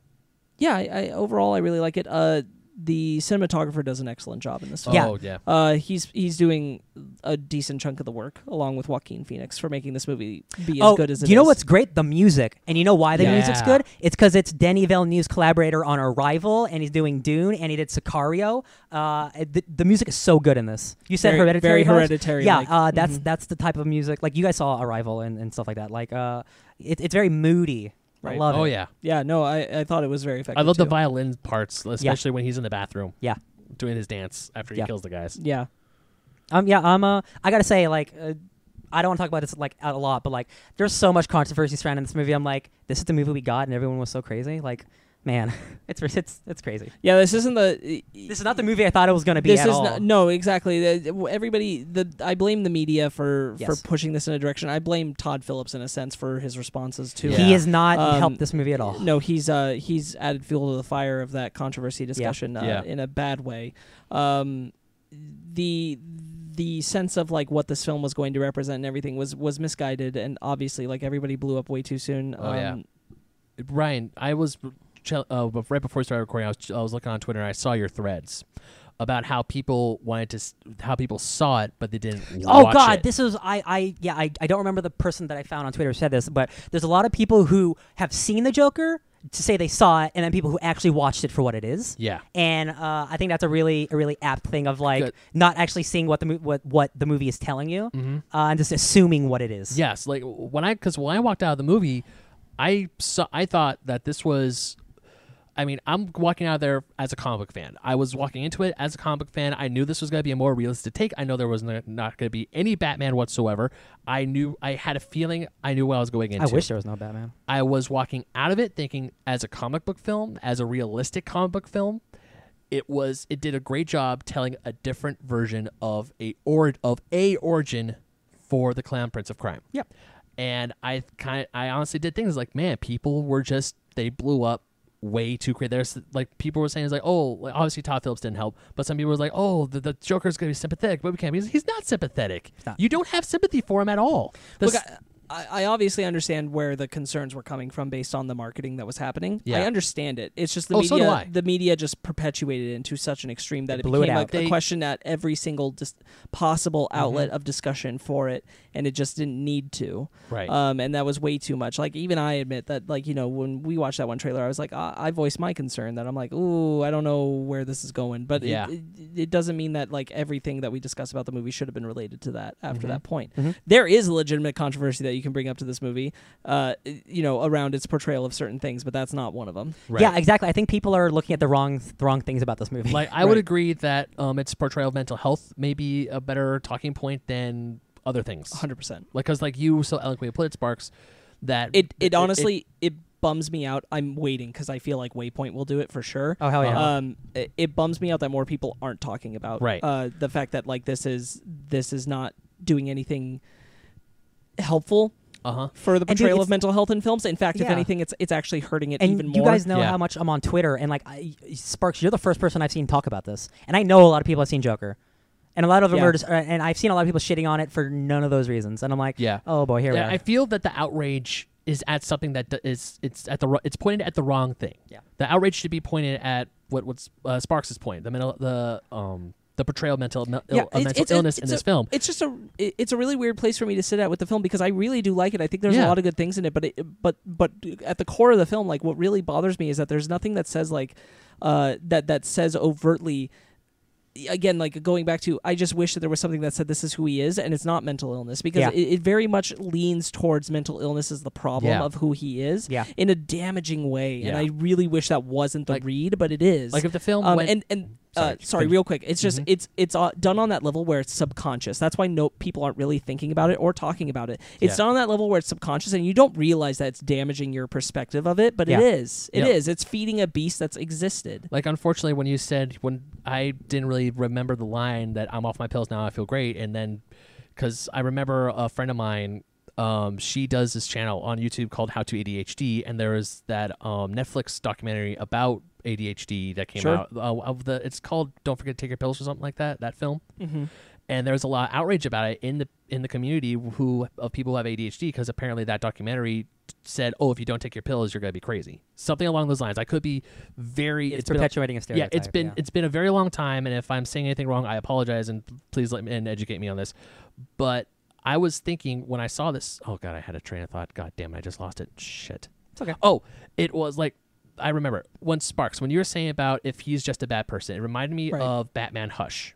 Speaker 2: yeah. I, I overall I really like it. Uh, the cinematographer does an excellent job in this film.
Speaker 3: Yeah.
Speaker 1: oh yeah
Speaker 2: Uh, he's he's doing a decent chunk of the work along with Joaquin Phoenix for making this movie be as
Speaker 3: oh,
Speaker 2: good as it
Speaker 3: you know
Speaker 2: is.
Speaker 3: what's great? The music, and you know why the music's
Speaker 1: Yeah.
Speaker 3: good? It's because it's Denny Villeneuve's collaborator on Arrival, and he's doing Dune, and he did Sicario. Uh, the, the music is so good in this. You said
Speaker 2: Very-
Speaker 3: Hereditary,
Speaker 2: very
Speaker 3: Hobbs?
Speaker 2: Hereditary,
Speaker 3: Yeah,
Speaker 2: like-
Speaker 3: uh, that's
Speaker 2: mhm.
Speaker 3: that's the type of music. Like you guys saw Arrival and, and stuff like that. Like uh, it, it's very moody. I
Speaker 2: Right.
Speaker 3: love
Speaker 1: oh
Speaker 3: it.
Speaker 1: yeah
Speaker 2: Yeah. No, I, I thought it was very effective.
Speaker 1: i love the
Speaker 2: too.
Speaker 1: violin parts especially when he's in the bathroom
Speaker 3: Yeah.
Speaker 1: doing his dance after he
Speaker 3: Yeah.
Speaker 1: kills the guys
Speaker 2: Yeah.
Speaker 3: Um, yeah, I'm. Uh, I gotta say, like, uh, I don't want to talk about this like a lot, but like, there's so much controversy surrounding this movie. I'm like, this is the movie we got, and everyone was so crazy. Like, man, it's it's it's crazy.
Speaker 2: Yeah. This isn't the.
Speaker 3: This is not the movie I thought it was gonna be
Speaker 2: this
Speaker 3: at
Speaker 2: is
Speaker 3: all.
Speaker 2: Not, no exactly The- w- everybody the i blame the media for
Speaker 3: Yes.
Speaker 2: for pushing this in a direction i blame todd phillips in a sense for his responses to
Speaker 1: Yeah.
Speaker 3: He has not
Speaker 2: Um,
Speaker 3: helped this movie at all.
Speaker 2: no he's uh he's added fuel to the fire of that controversy discussion Uh,
Speaker 1: Yeah.
Speaker 2: in a bad way um the the sense of like what this film was going to represent and everything was was misguided and obviously like everybody blew up way too soon
Speaker 1: Oh,
Speaker 2: um,
Speaker 1: yeah. ryan i was ch- uh, bef- right before we started recording I was, ch- I was looking on twitter and i saw your threads about how people wanted to s- how people saw it but they didn't
Speaker 3: Oh
Speaker 1: watch
Speaker 3: God,
Speaker 1: it.
Speaker 3: this is I I yeah I, I don't remember the person that I found on Twitter who said this, but there's a lot of people who have seen the Joker to say they saw it, and then people who actually watched it for what it is.
Speaker 1: yeah
Speaker 3: and uh, I think that's a really a really apt thing of like
Speaker 1: Good.
Speaker 3: not actually seeing what the mo- what what the movie is telling you uh, and just assuming what it is.
Speaker 1: Yes, like when I because when I walked out of the movie, I saw I thought that this was I mean, I'm walking out of there as a comic book fan. I was walking into it as a comic book fan. I knew this was going to be a more realistic take. I know there was n- not going to be any Batman whatsoever. I knew I had a feeling. I knew what I was going into.
Speaker 3: I wish there was no Batman.
Speaker 1: I was walking out of it thinking as a comic book film, as a realistic comic book film, it was it did a great job telling a different version of a or of a origin for the Clown Prince of Crime.
Speaker 3: Yep.
Speaker 1: And I kind I honestly did things like, man, people were just they blew up way too quick. There's like people were saying it's like, oh, like, obviously Todd Phillips didn't help, but some people were like, oh, the, the Joker's gonna be sympathetic, but we can't. He's, he's not sympathetic.
Speaker 3: not.
Speaker 1: You don't have sympathy for him at all. The
Speaker 2: Look,
Speaker 1: s-
Speaker 2: I, I I obviously understand where the concerns were coming from based on the marketing that was happening.
Speaker 1: Yeah.
Speaker 2: I understand it. It's just the
Speaker 1: Oh,
Speaker 2: media.
Speaker 1: so do I.
Speaker 2: The media just perpetuated it into such an extreme that it,
Speaker 3: blew it
Speaker 2: became a,
Speaker 3: out.
Speaker 2: a
Speaker 1: They-
Speaker 2: question at every single dis- possible outlet of discussion for it, and it just didn't need to.
Speaker 1: Right.
Speaker 3: uh,
Speaker 2: Um, and that was way too much. Like even I admit that. Like you know, when we watched that one trailer, I was like, "Ah, I, I voiced my concern that I'm like, ooh, I don't know where this is going. But it-
Speaker 1: Yeah.
Speaker 2: it, it doesn't mean that like everything that we discuss about the movie should have been related to that after that point. There is a legitimate controversy that you can bring up to this movie, uh, you know, around its portrayal of certain things, but that's not one of them.
Speaker 1: Right.
Speaker 3: Yeah, exactly. I think people are looking at the wrong the wrong things about this movie.
Speaker 1: Like I would agree that um, its portrayal of mental health may be a better talking point than other things.
Speaker 2: 100%.
Speaker 1: Like because like you so eloquently put it, Sparks, that
Speaker 2: It it honestly it, bums me out. I'm waiting because I feel like Waypoint will do it for sure.
Speaker 3: oh hell yeah.
Speaker 2: Um, it, it bums me out that more people aren't talking about
Speaker 1: Right.
Speaker 2: uh, the fact that like this is this is not doing anything helpful
Speaker 1: uh huh.
Speaker 2: for the
Speaker 3: And dude,
Speaker 2: portrayal
Speaker 3: it's-
Speaker 2: of mental health in films. In fact, if
Speaker 3: Yeah.
Speaker 2: anything, it's it's actually hurting it
Speaker 3: and
Speaker 2: even
Speaker 3: you
Speaker 2: more.
Speaker 3: guys know
Speaker 1: Yeah.
Speaker 3: how much I'm on Twitter, and like I, Sparks, you're the first person I've seen talk about this, and I know a lot of people have seen Joker, and a lot of them
Speaker 2: Yeah.
Speaker 3: are just, uh, and I've seen a lot of people shitting on it for none of those reasons, and I'm like,
Speaker 1: Yeah.
Speaker 3: oh boy, here
Speaker 1: Yeah,
Speaker 3: we
Speaker 1: I
Speaker 3: are.
Speaker 1: feel that the outrage is at something that d- is it's at the ro- it's pointed at the wrong thing.
Speaker 3: Yeah.
Speaker 1: The outrage should be pointed at what what's uh, Sparks' point, the mental the um the portrayal of mental Ill-
Speaker 2: Yeah,
Speaker 1: of
Speaker 2: it's-
Speaker 1: mental
Speaker 2: it's a-
Speaker 1: illness in
Speaker 2: it's
Speaker 1: this
Speaker 2: a-
Speaker 1: film.
Speaker 2: It's just a it- it's a really weird place for me to sit at with the film because I really do like it. I think there's
Speaker 1: Yeah.
Speaker 2: a lot of good things in it, but it, but but at the core of the film, like what really bothers me is that there's nothing that says like uh, that that says overtly. Again, like going back to, I just wish that there was something that said this is who he is, and it's not mental illness because
Speaker 3: Yeah.
Speaker 2: it, it very much leans towards mental illness as the problem
Speaker 1: Yeah.
Speaker 2: of who he is
Speaker 3: Yeah.
Speaker 2: in a damaging way, and
Speaker 1: Yeah.
Speaker 2: I really wish that wasn't the
Speaker 1: Like-
Speaker 2: read, but it is.
Speaker 1: Like if the film
Speaker 2: Um,
Speaker 1: went
Speaker 2: and and uh,
Speaker 1: Sorry, Mm-hmm.
Speaker 2: sorry, real quick. It's just it's it's uh, done on that level where it's subconscious. That's why no people aren't really thinking about it or talking about it. It's
Speaker 1: Yeah.
Speaker 2: done on that level where it's subconscious, and you don't realize that it's damaging your perspective of it. But
Speaker 3: Yeah.
Speaker 2: it is. It is.
Speaker 1: Yeah.
Speaker 2: It's feeding a beast that's existed.
Speaker 1: Like unfortunately, when you said when I didn't really remember the line that I'm off my pills now, I feel great, and then because I remember a friend of mine, um, she does this channel on YouTube called How to ADHD, and there is that um, Netflix documentary about ADHD that came
Speaker 2: Sure.
Speaker 1: out. Uh, of the it's called Don't Forget to Take Your Pills or something like that. That film and there was a lot of outrage about it in the in the community who of people who have ADHD because apparently that documentary said, "Oh, if you don't take your pills, you're going to be crazy." Something along those lines. I could be very.
Speaker 3: It's
Speaker 1: been a-
Speaker 3: perpetuating a
Speaker 1: Yeah, it's
Speaker 3: stereotype,
Speaker 1: been
Speaker 3: yeah.
Speaker 1: it's been a very long time, and if I'm saying anything wrong, I apologize and please let me and educate me on this. But I was thinking when I saw this. Oh God, I had a train of thought. God damn, it, I just lost it. Shit.
Speaker 3: It's okay.
Speaker 1: Oh, it was like I remember when Sparks when you were saying about if he's just a bad person. It reminded me
Speaker 2: Right.
Speaker 1: of Batman Hush.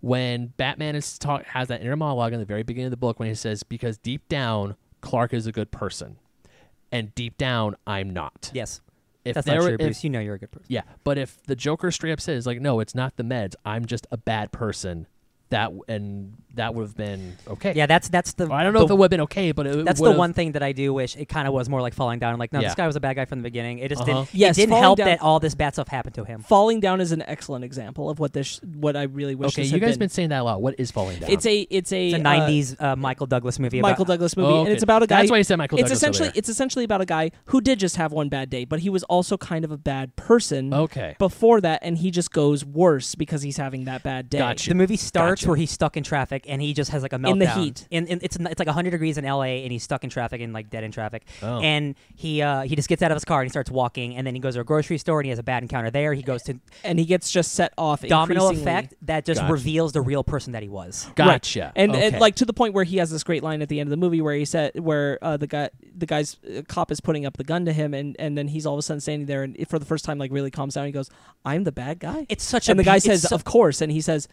Speaker 1: When Batman is talk has that inner monologue in the very beginning of the book when he says because deep down Clark is a good person and deep down I'm not.
Speaker 3: Yes,
Speaker 1: If
Speaker 3: that's
Speaker 1: there
Speaker 3: not true,
Speaker 1: if-
Speaker 3: Bruce. You know you're a good person.
Speaker 1: yeah, but if the Joker straight up says like no, it's not the meds, I'm just a bad person, that and that would have been okay.
Speaker 3: Yeah, that's that's the.
Speaker 1: I don't know if it would have been okay, but it
Speaker 3: That's the
Speaker 1: would've-
Speaker 3: one thing that I do wish it kind of was more like falling down. Like, no,
Speaker 1: Yeah.
Speaker 3: this guy was a bad guy from the beginning. It just
Speaker 1: Uh-huh.
Speaker 3: didn't.
Speaker 2: Yes,
Speaker 3: it didn't
Speaker 2: falling
Speaker 3: help
Speaker 2: down-
Speaker 3: that all this bad stuff happened to him.
Speaker 2: Falling down is an excellent example of what this what I really wish.
Speaker 1: Okay,
Speaker 2: this
Speaker 1: you
Speaker 2: had
Speaker 1: guys
Speaker 2: been.
Speaker 1: been saying that a lot. What is falling down?
Speaker 2: It's a it's a
Speaker 3: It's a
Speaker 2: uh,
Speaker 3: '90s uh, Michael Douglas movie.
Speaker 2: Michael
Speaker 3: about,
Speaker 2: Douglas movie,
Speaker 1: Oh,
Speaker 2: and
Speaker 1: okay.
Speaker 2: it's about a guy.
Speaker 1: That's why you said Michael
Speaker 2: It's
Speaker 1: Douglas
Speaker 2: essentially
Speaker 1: earlier.
Speaker 2: it's essentially about a guy who did just have one bad day, but he was also kind of a bad person.
Speaker 1: Okay.
Speaker 2: before that and he just goes worse because he's having that bad day.
Speaker 1: Gotcha.
Speaker 3: The movie starts
Speaker 1: Gotcha.
Speaker 3: where he's stuck in traffic and he just has like a meltdown
Speaker 2: In the heat.
Speaker 3: And, and it's it's like 100 degrees in LA and he's stuck in traffic and like dead in traffic.
Speaker 1: Oh.
Speaker 3: And he uh, he just gets out of his car and he starts walking and then he goes to a grocery store and he has a bad encounter there. He goes to
Speaker 2: And he gets just set off
Speaker 3: domino
Speaker 2: increasingly.
Speaker 3: effect that just
Speaker 1: Gotcha.
Speaker 3: reveals the real person that he was.
Speaker 2: Right.
Speaker 1: gotcha.
Speaker 2: And,
Speaker 1: okay.
Speaker 2: and like to the point where he has this great line at the end of the movie where he said where uh, the guy the guy's uh, cop is putting up the gun to him and and then he's all of a sudden standing there and for the first time like really calms down he goes, "I'm the bad guy."
Speaker 3: It's such a
Speaker 2: and the
Speaker 3: beau-
Speaker 2: guy
Speaker 3: it's
Speaker 2: says,
Speaker 3: so-
Speaker 2: "Of course." And he says,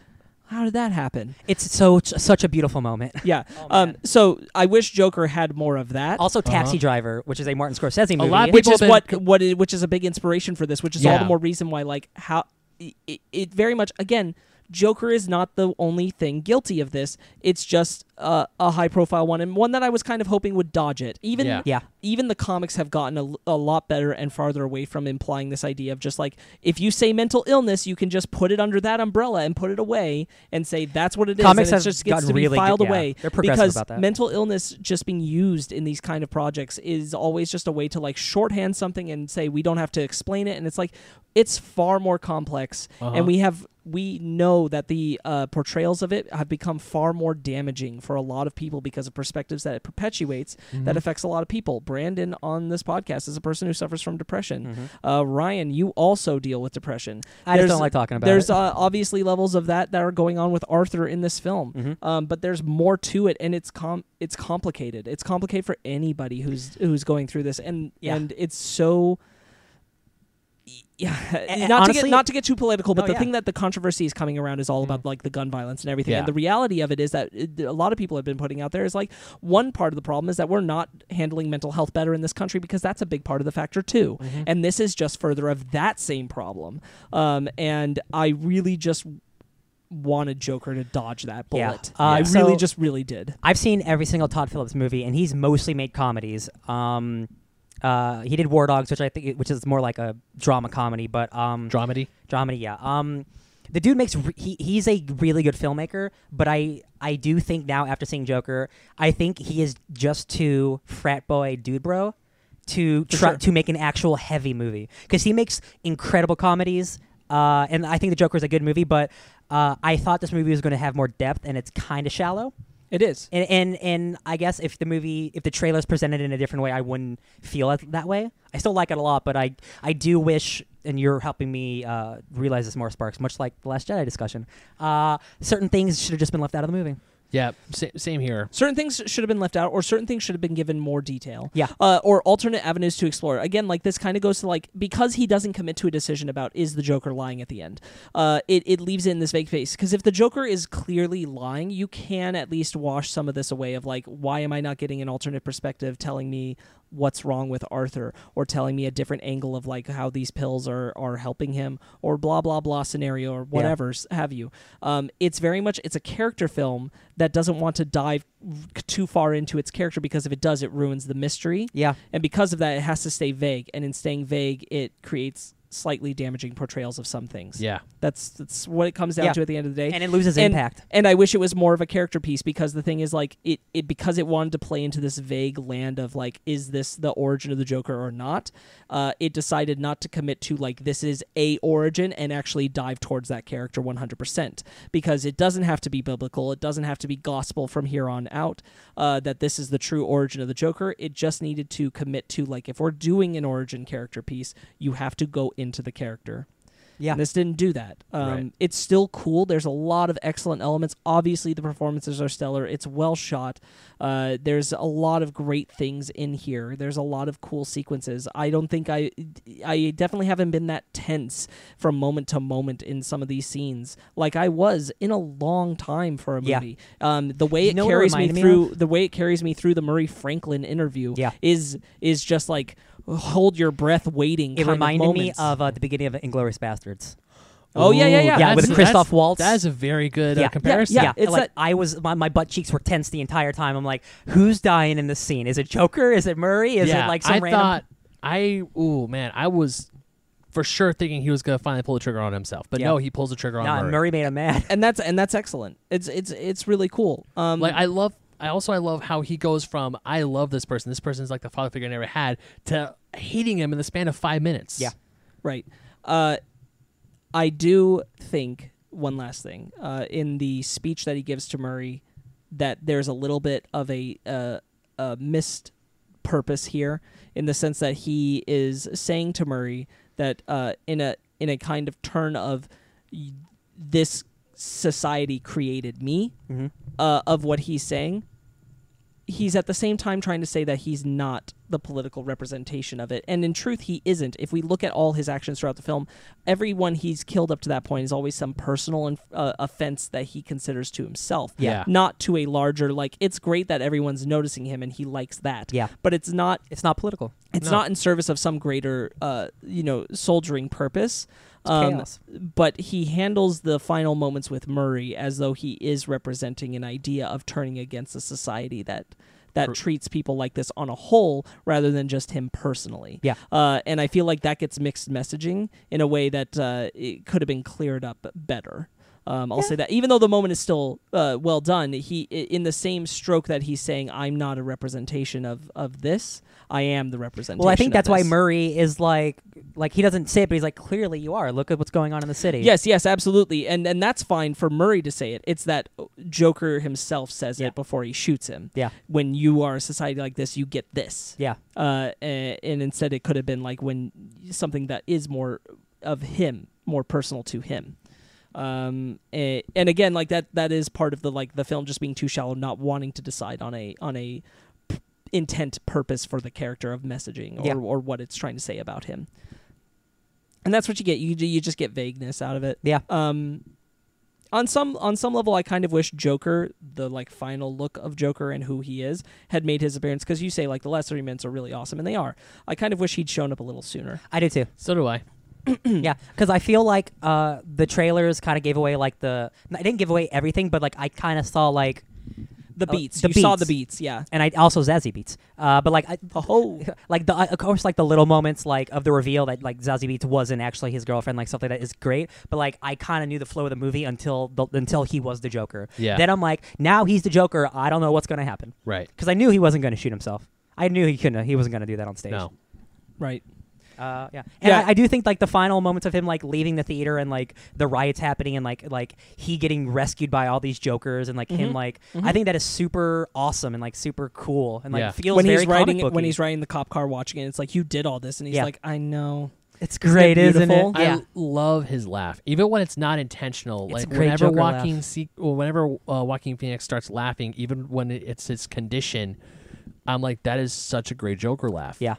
Speaker 2: How did that happen?
Speaker 3: It's so such a beautiful moment.
Speaker 2: Yeah.
Speaker 3: Oh,
Speaker 2: um,
Speaker 3: man.
Speaker 2: so I wish Joker had more of that.
Speaker 3: Also, Taxi Driver, which is a Martin Scorsese movie.
Speaker 1: lot of
Speaker 2: which
Speaker 1: people
Speaker 2: is
Speaker 1: have
Speaker 2: what
Speaker 1: been-
Speaker 2: what i- which is a big inspiration for this, which is all the
Speaker 1: Yeah.
Speaker 2: more reason why like how it, it very much again Joker is not the only thing guilty of this. It's just uh, a high profile one and one that I was kind of hoping would dodge it. Even
Speaker 1: Yeah.
Speaker 3: Yeah.
Speaker 2: even the comics have gotten a, l- a lot better and farther away from implying this idea of just like if you say mental illness, you can just put it under that umbrella and put it away and say that's what it is.
Speaker 3: Comics
Speaker 2: and
Speaker 3: have
Speaker 2: it just gets
Speaker 3: gotten
Speaker 2: to be
Speaker 3: really good-
Speaker 2: filed
Speaker 3: yeah,
Speaker 2: away
Speaker 3: they're progressive
Speaker 2: because
Speaker 3: about that.
Speaker 2: mental illness just being used in these kind of projects is always just a way to like shorthand something and say we don't have to explain it. And it's like it's far more complex,
Speaker 3: Uh-huh.
Speaker 2: and we have we know that the uh, portrayals of it have become far more damaging for a lot of people because of perspectives that it perpetuates
Speaker 3: Mm-hmm.
Speaker 2: that affects a lot of people. Brandon on this podcast is a person who suffers from depression.
Speaker 3: Mm-hmm.
Speaker 2: Uh, Ryan, you also deal with depression.
Speaker 3: I just
Speaker 2: There's-
Speaker 3: don't like talking about
Speaker 2: there's
Speaker 3: it.
Speaker 2: uh, obviously levels of that that are going on with Arthur in this film,
Speaker 3: Mm-hmm.
Speaker 2: um, but there's more to it, and it's com it's complicated. It's complicated for anybody who's who's going through this, and
Speaker 3: Yeah.
Speaker 2: and it's so. Yeah,
Speaker 3: and
Speaker 2: not to
Speaker 3: honestly-
Speaker 2: get not to get too political, but
Speaker 3: No,
Speaker 2: the
Speaker 3: yeah. Mm-hmm.
Speaker 2: thing that the controversy is coming around is all about like the gun violence and everything.
Speaker 1: Yeah.
Speaker 2: And the reality of it is that it, a lot of people have been putting out there is like one part of the problem is that we're not handling mental health better in this country because that's a big part of the factor too.
Speaker 1: Mm-hmm.
Speaker 2: And this is just further of that same problem. Um, and I really just wanted Joker to dodge that
Speaker 3: Yeah.
Speaker 2: bullet.
Speaker 3: Uh,
Speaker 2: I
Speaker 3: so-
Speaker 2: really just really did.
Speaker 3: I've seen every single Todd Phillips movie, and he's mostly made comedies. Um, uh, he did War Dogs, which I think, which is more like a drama comedy, but um,
Speaker 1: Dramedy.
Speaker 3: dramedy, yeah. Um, the dude makes re- he he's a really good filmmaker, but I I do think now after seeing Joker, I think he is just too frat boy dude bro to try
Speaker 2: sure.
Speaker 3: to make an actual heavy movie because he makes incredible comedies. Uh, and I think The Joker is a good movie, but uh, I thought this movie was going to have more depth, and it's kind of shallow.
Speaker 2: It is.
Speaker 3: And, and and I guess if the movie, if the trailers presented in a different way, I wouldn't feel it that way. I still like it a lot, but I I do wish, and you're helping me uh, realize this more, Sparks. Much like the Last Jedi discussion, uh, certain things should have just been left out of the movie.
Speaker 1: Yeah, sa- same here.
Speaker 2: certain things should have been left out or certain things should have been given more detail
Speaker 3: Yeah.
Speaker 2: uh, or alternate avenues to explore again like this kind of goes to like because he doesn't commit to a decision about is the joker lying at the end uh, it, it leaves it in this vague space because if the joker is clearly lying you can at least wash some of this away of like why am i not getting an alternate perspective telling me what's wrong with arthur or telling me a different angle of like how these pills are are helping him or blah blah blah scenario or whatever s- have you um, it's very much it's a character film that doesn't want to dive c- too far into its character because if it does it ruins the mystery
Speaker 3: Yeah,
Speaker 2: and because of that it has to stay vague and in staying vague it creates slightly damaging portrayals of some things
Speaker 1: Yeah.
Speaker 2: that's that's what it comes down
Speaker 3: Yeah.
Speaker 2: to at the end of the day
Speaker 3: and it loses
Speaker 2: and,
Speaker 3: impact.
Speaker 2: And I wish it was more of a character piece because the thing is like it, it because it wanted to play into this vague land of like is this the origin of the Joker or not? Uh, it decided not to commit to like this is a origin and actually dive towards that character 100% because it doesn't have to be biblical, it doesn't have to be gospel from here on out uh, that this is the true origin of the Joker. It just needed to commit to like if we're doing an origin character piece, you have to go into the character.
Speaker 3: Yeah.
Speaker 2: And this didn't do that. Um,
Speaker 1: Right.
Speaker 2: It's still cool. There's a lot of excellent elements. Obviously, the performances are stellar. It's well shot. Uh, there's a lot of great things in here. There's a lot of cool sequences. I don't think I, I definitely haven't been that tense from moment to moment in some of these scenes, like I was in a long time for a
Speaker 3: Yeah.
Speaker 2: movie. Um, the way
Speaker 3: You
Speaker 2: it
Speaker 3: know what it
Speaker 2: carries me
Speaker 3: reminded me
Speaker 2: through, the way it carries me through the Murray Franklin interview,
Speaker 3: Yeah.
Speaker 2: is is just like hold your breath, waiting.
Speaker 3: It
Speaker 2: kind of
Speaker 3: reminded me
Speaker 2: moments.
Speaker 3: of uh, the beginning of Inglorious Bastards.
Speaker 2: Oh yeah, yeah,
Speaker 3: Ooh,
Speaker 2: yeah.
Speaker 3: yeah, with
Speaker 1: That's-
Speaker 3: Christoph
Speaker 1: that's-
Speaker 3: Waltz.
Speaker 1: That is a very good uh,
Speaker 3: Yeah. Yeah,
Speaker 1: comparison.
Speaker 2: Yeah,
Speaker 3: Yeah,
Speaker 2: it's
Speaker 3: like
Speaker 2: that-
Speaker 3: I was, my, my butt cheeks were tense the entire time. I'm like, who's dying in this scene? Is it Joker? Is it Murray? Is
Speaker 1: Yeah,
Speaker 3: it like some
Speaker 1: I
Speaker 3: random?
Speaker 1: thought I ooh man, I was for sure thinking he was gonna finally pull the trigger on himself, but
Speaker 3: Yeah.
Speaker 1: no, he pulls the trigger on
Speaker 3: Nah,
Speaker 1: Murray.
Speaker 3: Murray made him mad.
Speaker 2: and that's and that's excellent. It's it's it's really cool. Um,
Speaker 1: Like I love, I also I love how he goes from I love this person, this person's like the father figure I never had, to hating him in the span of five minutes.
Speaker 3: Yeah.
Speaker 2: right. Uh, I do think one last thing uh, in the speech that he gives to Murray that there's a little bit of a uh, a missed purpose here in the sense that he is saying to Murray that uh, in a in a kind of turn of y- Mm-hmm. this society created me uh, of what he's saying he's at the same time trying to say that he's not the political representation of it. And in truth, he isn't. If we look at all his actions throughout the film, everyone he's killed up to that point is always some personal inf- uh, offense that he considers to himself.
Speaker 1: Yeah.
Speaker 2: Not to a larger, like, it's great that everyone's noticing him and he likes that.
Speaker 3: Yeah.
Speaker 2: But it's not
Speaker 3: It's not political.
Speaker 2: it's not in service of some greater uh, you know soldiering purpose Um,
Speaker 3: chaos.
Speaker 2: but he handles the final moments with murray as though he is representing an idea of turning against a society that that treats people like this on a whole rather than just him personally
Speaker 3: Yeah.
Speaker 2: uh, and i feel like that gets mixed messaging in a way that uh, it could have been cleared up better um, I'll say that even though the moment is still uh, well done, he i- in the same stroke that he's saying, "I'm not a representation of of this. I am the representation."
Speaker 3: Well, I think
Speaker 2: of
Speaker 3: that's why
Speaker 2: this."
Speaker 3: Murray is like, like he doesn't say it, but he's like, clearly you are. Look at what's going on in the city.
Speaker 2: Yes, yes, absolutely, and and that's fine for Murray to say it. It's that Joker himself says
Speaker 3: Yeah.
Speaker 2: it before he shoots him.
Speaker 3: Yeah.
Speaker 2: When you are a society like this, you get this.
Speaker 3: Yeah.
Speaker 2: Uh, a- and instead, it could have been like when something that is more of him, more personal to him. Um, eh, and again, like that, that is part of the like the film just being too shallow, not wanting to decide on a on a p- intent purpose for the character of messaging or
Speaker 3: Yeah.
Speaker 2: or what it's trying to say about him. And that's what you get. You you just get vagueness out of it
Speaker 3: Yeah.
Speaker 2: um on some on some level i kind of wish joker the like final look of joker and who he is had made his appearance because you say like the last 30 minutes are really awesome and they are i kind of wish he'd shown up a little sooner
Speaker 3: I do too.
Speaker 1: So do I.
Speaker 2: Hmm.
Speaker 3: yeah, because I feel like uh, the trailers kind of gave away like the. I didn't give away everything, but like I kind of saw like,
Speaker 2: the
Speaker 3: Oh,
Speaker 2: beats
Speaker 3: the
Speaker 2: Uh, you saw
Speaker 3: beats.
Speaker 2: the beats yeah
Speaker 3: and I also Zazie beats. Uh, but like I,
Speaker 2: oh
Speaker 3: like the uh, of course like the little moments like of the reveal that like Zazie Beetz wasn't actually his girlfriend like stuff like that is great but like I kind of knew the flow of the movie until the, until he was the Joker
Speaker 1: Yeah.
Speaker 3: then I'm like now he's the Joker I don't know what's gonna happen
Speaker 1: Right.
Speaker 3: because I knew he wasn't gonna shoot himself I knew he couldn't he wasn't gonna do that on stage
Speaker 1: No.
Speaker 2: right
Speaker 3: uh, yeah and
Speaker 2: Yeah.
Speaker 3: I, I do think like the final moments of him like leaving the theater and like the riots happening and like like he getting rescued by all these Jokers and like him
Speaker 2: Mm-hmm.
Speaker 3: like I think that is super awesome and like super cool and like
Speaker 1: Yeah.
Speaker 3: feels
Speaker 2: when
Speaker 3: very
Speaker 2: he's riding when
Speaker 3: comic booky.
Speaker 2: he's riding the cop car watching it it's like you did all this and he's
Speaker 3: Yeah.
Speaker 2: like i know
Speaker 3: it's
Speaker 2: that
Speaker 3: great isn't it
Speaker 2: beautiful?
Speaker 1: I
Speaker 3: yeah.
Speaker 1: love his laugh, even when it's not intentional.
Speaker 3: It's a
Speaker 1: like
Speaker 3: great
Speaker 1: whenever
Speaker 3: Joker laugh.
Speaker 1: Joaquin, Se- or whenever uh, Joaquin Phoenix starts laughing, even when it- it's his condition, I'm like, that is such a great Joker laugh.
Speaker 3: Yeah.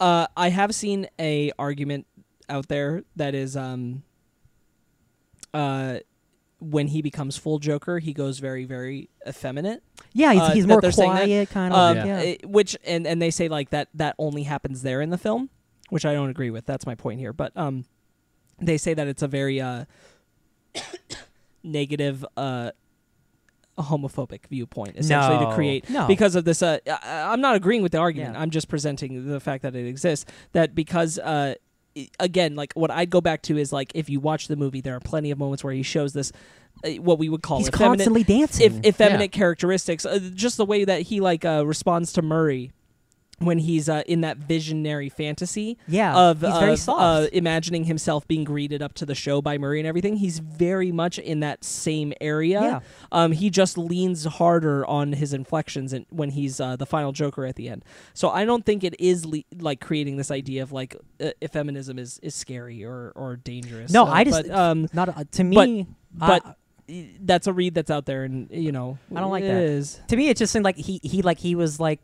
Speaker 2: Uh, I have seen a argument out there that is, um, uh, when he becomes full Joker, he goes very, very effeminate.
Speaker 3: Yeah, he's,
Speaker 2: uh,
Speaker 3: he's
Speaker 2: that
Speaker 3: more
Speaker 2: they're saying that.
Speaker 3: quiet, kind of.
Speaker 2: Um,
Speaker 3: yeah.
Speaker 2: it- which and and they say like that that only happens there in the film, which I don't agree with. That's my point here. But um, they say that it's a very uh, negative uh. homophobic viewpoint essentially
Speaker 3: No.
Speaker 2: to create
Speaker 3: No.
Speaker 2: because of this uh, I, i'm not agreeing with the argument
Speaker 3: Yeah.
Speaker 2: i'm just presenting the fact that it exists that because uh, i- again like what i'd go back to is like if you watch the movie there are plenty of moments where he shows this uh, what we would call
Speaker 3: he's
Speaker 2: effeminate
Speaker 3: constantly dancing.
Speaker 2: if, effeminate characteristics, uh, just the way that he like uh, responds to Murray when he's uh, in that visionary fantasy
Speaker 3: yeah,
Speaker 2: of,
Speaker 3: he's very
Speaker 2: of,
Speaker 3: soft.
Speaker 2: uh, imagining himself being greeted up to the show by Murray and everything. He's very much in that same area.
Speaker 3: Yeah.
Speaker 2: Um, he just leans harder on his inflections and when he's uh, the final Joker at the end. So I don't think it is le- like creating this idea of like uh, effeminism is is scary or or dangerous.
Speaker 3: no,
Speaker 2: Uh,
Speaker 3: I just
Speaker 2: but, um,
Speaker 3: not uh, to
Speaker 2: but-
Speaker 3: me.
Speaker 2: but
Speaker 3: I-
Speaker 2: that's a read that's out there, and you know
Speaker 3: I don't like
Speaker 2: it
Speaker 3: that.
Speaker 2: is.
Speaker 3: to me, it just seemed like he he like he was like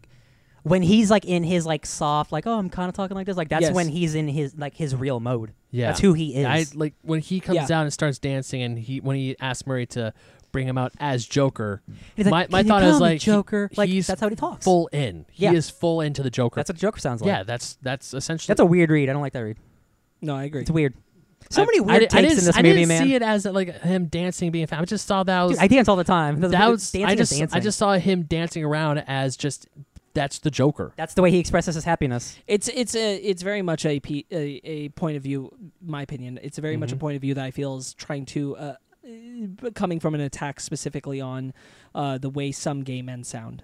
Speaker 3: when he's like in his like soft like oh I'm kind of talking like this like that's
Speaker 2: Yes.
Speaker 3: when he's in his like his real mode.
Speaker 1: Yeah.
Speaker 3: that's who he is.
Speaker 1: I like when he comes
Speaker 2: Yeah.
Speaker 1: down and starts dancing, and he when he asks Murray to bring him out as Joker.
Speaker 3: He's like,
Speaker 1: my my
Speaker 3: "Can you
Speaker 1: thought
Speaker 3: call
Speaker 1: is
Speaker 3: me
Speaker 1: like he-
Speaker 3: Joker. like
Speaker 1: he's
Speaker 3: that's how he talks.
Speaker 1: full in. He
Speaker 3: Yeah.
Speaker 1: is full into the Joker.
Speaker 3: That's what Joker sounds like.
Speaker 1: yeah, that's that's essentially.
Speaker 3: that's a weird read. I don't like that read.
Speaker 2: No, I agree.
Speaker 3: It's weird. So
Speaker 1: I-
Speaker 3: many
Speaker 1: I
Speaker 3: weird
Speaker 1: di- I
Speaker 3: takes
Speaker 1: didn't-
Speaker 3: in this
Speaker 1: I
Speaker 3: movie,
Speaker 1: didn't
Speaker 3: man.
Speaker 1: see it as like him dancing, being a fan. I just saw that was
Speaker 3: Dude, I dance all the time.
Speaker 1: that was
Speaker 3: dancing
Speaker 1: I
Speaker 3: is
Speaker 1: just
Speaker 3: dancing.
Speaker 1: I just saw him dancing around as just that's the Joker.
Speaker 3: that's the way he expresses his happiness.
Speaker 2: It's it's a it's very much a pe- a, a point of view. My opinion. It's very much a point of view that I feel is trying to. Uh, uh, coming from an attack specifically on uh, the way some gay men sound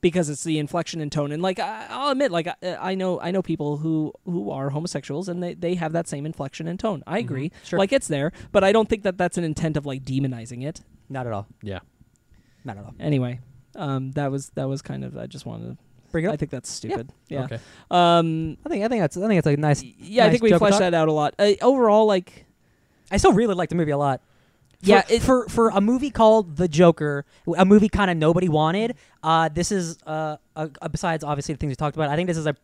Speaker 2: because it's the inflection and tone and like I, i'll admit like I, I know i know people who who are homosexuals and they, they have that same inflection and tone i agree
Speaker 3: Sure.
Speaker 2: like it's there but i don't think that that's an intent of like demonizing it
Speaker 3: Not at all.
Speaker 1: Yeah.
Speaker 3: Not at all.
Speaker 2: anyway um that was that was kind of i just wanted
Speaker 3: Bring it
Speaker 2: to
Speaker 3: up.
Speaker 2: i think that's stupid yeah,
Speaker 1: Okay.
Speaker 2: um
Speaker 3: I think I think that's I think that's a nice.
Speaker 2: yeah, I
Speaker 3: nice
Speaker 2: think we
Speaker 3: Joker
Speaker 2: fleshed
Speaker 3: talk.
Speaker 2: that out a lot. Uh, overall, like
Speaker 3: I still really like the movie a lot.
Speaker 2: Yeah,
Speaker 3: for,
Speaker 2: it-
Speaker 3: for for a movie called The Joker, a movie kind of nobody wanted. Uh, this is uh, uh, besides obviously the things we talked about. I think this is a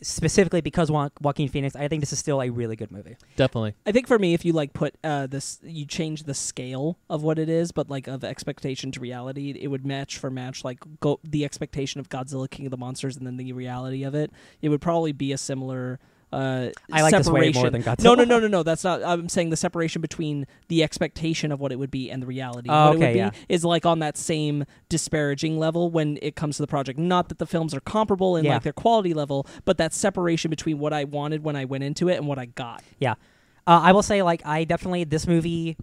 Speaker 3: specifically because Wa- Joaquin Phoenix. I think this is still a really good movie.
Speaker 1: Definitely.
Speaker 2: I think for me, if you like put uh, this, you change the scale of what it is, but like of expectation to reality, it would match for match like go the expectation of Godzilla King of the Monsters and then the reality of it. It would probably be a similar. Uh,
Speaker 3: I like this way more
Speaker 2: separation.
Speaker 3: than Godzilla.
Speaker 2: No, no, no, no, no. That's not. I'm saying the separation between the expectation of what it would be and the reality of
Speaker 3: Oh,
Speaker 2: what it would
Speaker 3: okay,
Speaker 2: be
Speaker 3: yeah.
Speaker 2: is like on that same disparaging level when it comes to the project. Not that the films are comparable in
Speaker 3: Yeah.
Speaker 2: like their quality level, but that separation between what I wanted when I went into it and what I got.
Speaker 3: Yeah. Uh, I will say, like, I definitely this movie.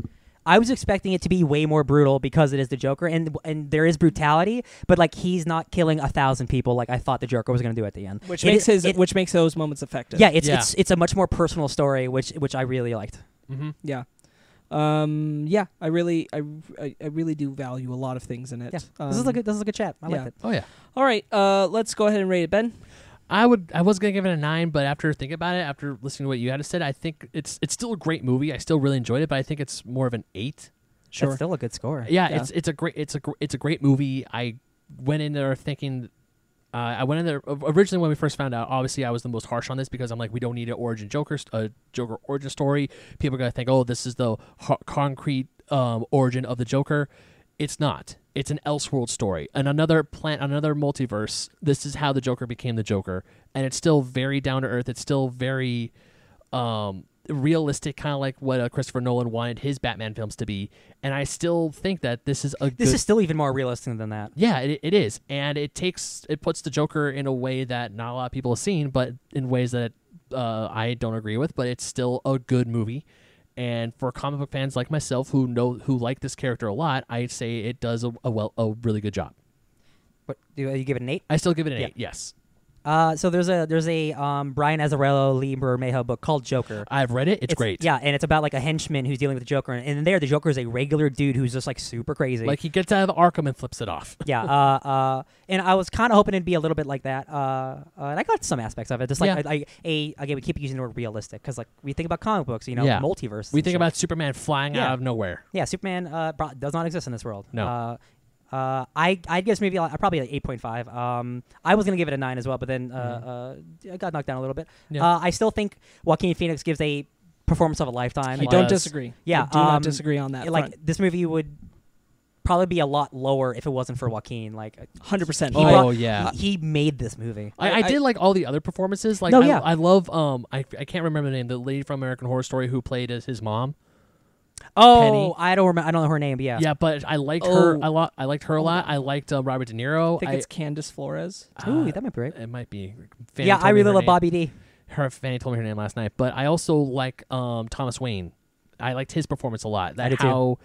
Speaker 3: I was expecting it to be way more brutal because it is the Joker, and and there is brutality, but like he's not killing a thousand people like I thought the Joker was going to do at the end.
Speaker 2: which
Speaker 3: It
Speaker 2: makes
Speaker 3: is-
Speaker 2: his
Speaker 3: it-
Speaker 2: which makes those moments effective.
Speaker 3: yeah, it's
Speaker 1: Yeah.
Speaker 3: it's it's a much more personal story, which which I really liked.
Speaker 1: Mm-hmm.
Speaker 2: yeah, um, yeah. I really, I, I, I really do value a lot of things in it.
Speaker 3: Yeah,
Speaker 2: um,
Speaker 3: this is a good this is a good chat. I
Speaker 2: yeah.
Speaker 3: liked it.
Speaker 1: Oh yeah.
Speaker 2: All right, uh, let's go ahead and rate it, Ben.
Speaker 1: I would. I was gonna give it a nine, but after thinking about it, after listening to what you had to said, I think it's it's still a great movie. I still really enjoyed it, but I think it's more of an eight.
Speaker 3: That's still a good score.
Speaker 1: Yeah,
Speaker 2: Yeah.
Speaker 1: it's it's a great it's a gr- it's a great movie. I went in there thinking. Uh, I went in there originally when we first found out. Obviously, I was the most harsh on this because I'm like, we don't need an origin Joker, st- a Joker origin story. People are gonna think, oh, this is the ho- concrete um, origin of the Joker. It's not. It's an Elseworld story, and another plant, another multiverse. This is how the Joker became the Joker, and it's still very down to earth. It's still very um, realistic, kind of like what uh, Christopher Nolan wanted his Batman films to be. And I still think that this is a
Speaker 3: This
Speaker 1: good,
Speaker 3: is still even more realistic than that.
Speaker 1: yeah, it, it is, and it takes it puts the Joker in a way that not a lot of people have seen, but in ways that uh, I don't agree with. But it's still a good movie, and for comic book fans like myself who know who like this character a lot, I say it does a, a well a really good job.
Speaker 3: But do you give it an eight?
Speaker 1: I still give it an
Speaker 3: Yeah.
Speaker 1: eight. Yes,
Speaker 3: Uh, so there's a there's a um, Brian Azzarello Lee Bermejo book called Joker.
Speaker 1: I've read it. Ah, It's, great.
Speaker 3: Yeah, and it's about like a henchman who's dealing with the Joker, and, and there the Joker is a regular dude who's just like super crazy.
Speaker 1: like he gets out of Arkham and flips it off.
Speaker 3: yeah, uh, uh, and I was kind of hoping it'd be a little bit like that. Uh, uh, and I got some aspects of it, just like
Speaker 1: Yeah.
Speaker 3: I, I, a again we keep using the word realistic because like we think about comic books, you know,
Speaker 1: Yeah.
Speaker 3: multiverse.
Speaker 1: We
Speaker 3: and
Speaker 1: think
Speaker 3: shit.
Speaker 1: about Superman flying
Speaker 3: Yeah.
Speaker 1: out of nowhere.
Speaker 3: yeah, Superman uh, bro- does not exist in this world.
Speaker 1: No.
Speaker 3: Uh, uh, I I guess maybe like, probably like eight point five. Um, I was gonna give it a nine as well, but then uh, uh, I got knocked down a little bit.
Speaker 1: Yeah.
Speaker 3: Uh, I still think Joaquin Phoenix gives a performance of a lifetime.
Speaker 2: I
Speaker 3: Like,
Speaker 2: don't
Speaker 1: Plus-
Speaker 2: disagree.
Speaker 3: Yeah,
Speaker 2: I do
Speaker 3: um,
Speaker 2: not disagree on that.
Speaker 3: like this movie would probably be a lot lower if it wasn't for Joaquin. Like
Speaker 2: hundred percent.
Speaker 3: he
Speaker 1: Oh,
Speaker 3: brought-
Speaker 1: yeah.
Speaker 3: he, he made this movie.
Speaker 1: I, I,
Speaker 2: I- I-
Speaker 1: did like all the other performances. Like
Speaker 3: No,
Speaker 1: I,
Speaker 3: yeah.
Speaker 1: I love um I, I can't remember the name, the lady from American Horror Story who played as his mom.
Speaker 3: Oh,
Speaker 1: Penny.
Speaker 3: I don't remember. I don't know her name. But yeah,
Speaker 1: Yeah, but I liked her
Speaker 2: Oh.
Speaker 1: a lot. I liked her a lot. I liked uh, Robert De Niro.
Speaker 2: I think
Speaker 1: I-
Speaker 2: it's Candace Flores.
Speaker 3: Ooh,
Speaker 1: uh,
Speaker 3: that might be right.
Speaker 1: it might be. Fanny
Speaker 3: Yeah,
Speaker 1: told
Speaker 3: I
Speaker 1: me
Speaker 3: really
Speaker 1: her
Speaker 3: love
Speaker 1: name.
Speaker 3: Bobby D.
Speaker 1: Her Fanny told me her name last night, but I also like um Thomas Wayne. I liked his performance a lot. That
Speaker 3: did too.
Speaker 1: how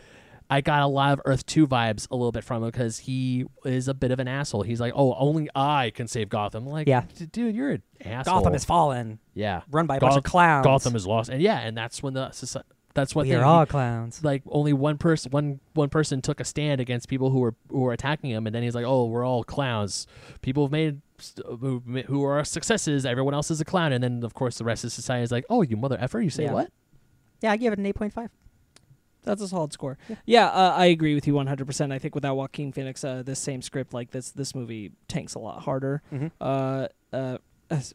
Speaker 1: I got a lot of Earth Two vibes a little bit from him because he is a bit of an asshole. He's like, oh, only I can save Gotham. Like,
Speaker 3: Yeah.
Speaker 1: "D- dude, you're an asshole.
Speaker 3: Gotham is fallen,
Speaker 1: yeah.
Speaker 3: run by a bunch
Speaker 1: Goth-
Speaker 3: of clowns.
Speaker 1: Gotham is lost, and yeah, and that's when the soci- that's what
Speaker 3: we
Speaker 1: they
Speaker 3: are all clowns.
Speaker 1: like only one person one one person took a stand against people who were who were attacking him, and then he's like, oh, we're all clowns. People have made st- who ma- who are successes. Everyone else is a clown, and then of course the rest of society is like, oh, you mother effer, you say
Speaker 3: Yeah.
Speaker 1: what?
Speaker 3: Yeah, I give it an eight point five.
Speaker 2: That's a solid score. Yeah, uh, I agree with you 100%. I think without Joaquin Phoenix, uh, this same script, like this, this movie tanks a lot harder.
Speaker 3: Mhm.
Speaker 2: Uh, uh,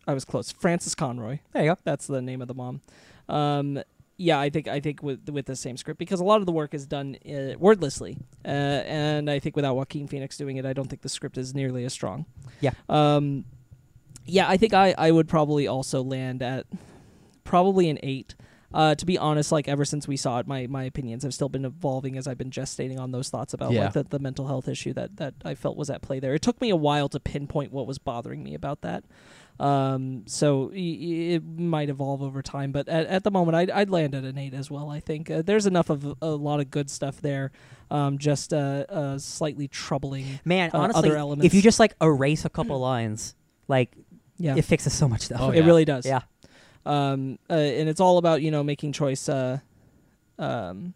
Speaker 2: I was close. Francis Conroy.
Speaker 3: There you go.
Speaker 2: That's the name of the mom. Um, yeah, I think I think with with the same script because a lot of the work is done uh, wordlessly, uh, and I think without Joaquin Phoenix doing it, I don't think the script is nearly as strong.
Speaker 3: Yeah.
Speaker 2: Um, yeah, I think I I would probably also land at probably an eight. Uh, to be honest, like ever since we saw it, my, my opinions have still been evolving as I've been gestating on those thoughts about
Speaker 1: Yeah.
Speaker 2: like the, the mental health issue that, that I felt was at play there. It took me a while to pinpoint what was bothering me about that. Um, so y- y- it might evolve over time, but at, at the moment, I'd, I'd land at an eight as well. I think uh, there's enough of a lot of good stuff there. Um, just uh, uh, slightly troubling.
Speaker 3: Man,
Speaker 2: Uh,
Speaker 3: honestly,
Speaker 2: other elements. Mm.
Speaker 3: if you just like erase a couple lines, like
Speaker 2: Yeah,
Speaker 3: it fixes so much stuff.
Speaker 1: Oh,
Speaker 2: it
Speaker 1: yeah.
Speaker 2: really does.
Speaker 3: Yeah.
Speaker 2: Um, uh, and it's all about you know making choice. Uh, um,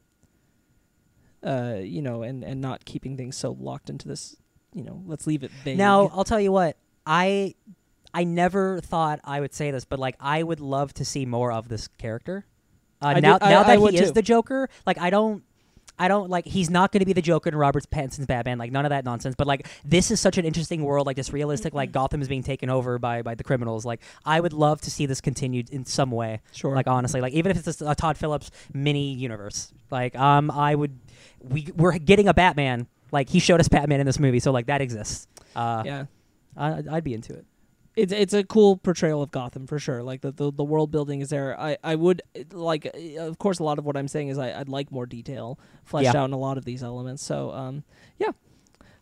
Speaker 2: uh, you know, and and not keeping things so locked into this. You know, let's leave it vague.
Speaker 3: Now I'll tell you what I I never thought I would say this, but like I would love to see more of this character. Uh,
Speaker 2: I
Speaker 3: now
Speaker 2: did- I-
Speaker 3: now
Speaker 2: I
Speaker 3: that
Speaker 2: would
Speaker 3: he is
Speaker 2: too.
Speaker 3: the Joker, like I don't I don't like. He's not going to be the Joker in Robert Pattinson's Batman. Like none of that nonsense. But like this is such an interesting world. Like this realistic. Like Gotham is being taken over by by the criminals. Like I would love to see this continued in some way.
Speaker 2: Sure.
Speaker 3: Like honestly, like even if it's a, a Todd Phillips mini universe. Like um, I would. We we're getting a Batman. Like he showed us Batman in this movie, so like that exists. Uh,
Speaker 2: yeah.
Speaker 3: I, I'd be into it.
Speaker 2: it's it's a cool portrayal of Gotham for sure. Like the the, the world building is there. I I would like uh, of course a lot of what I'm saying is I, I'd like more detail fleshed
Speaker 3: Yeah.
Speaker 2: out in a lot of these elements. So um yeah.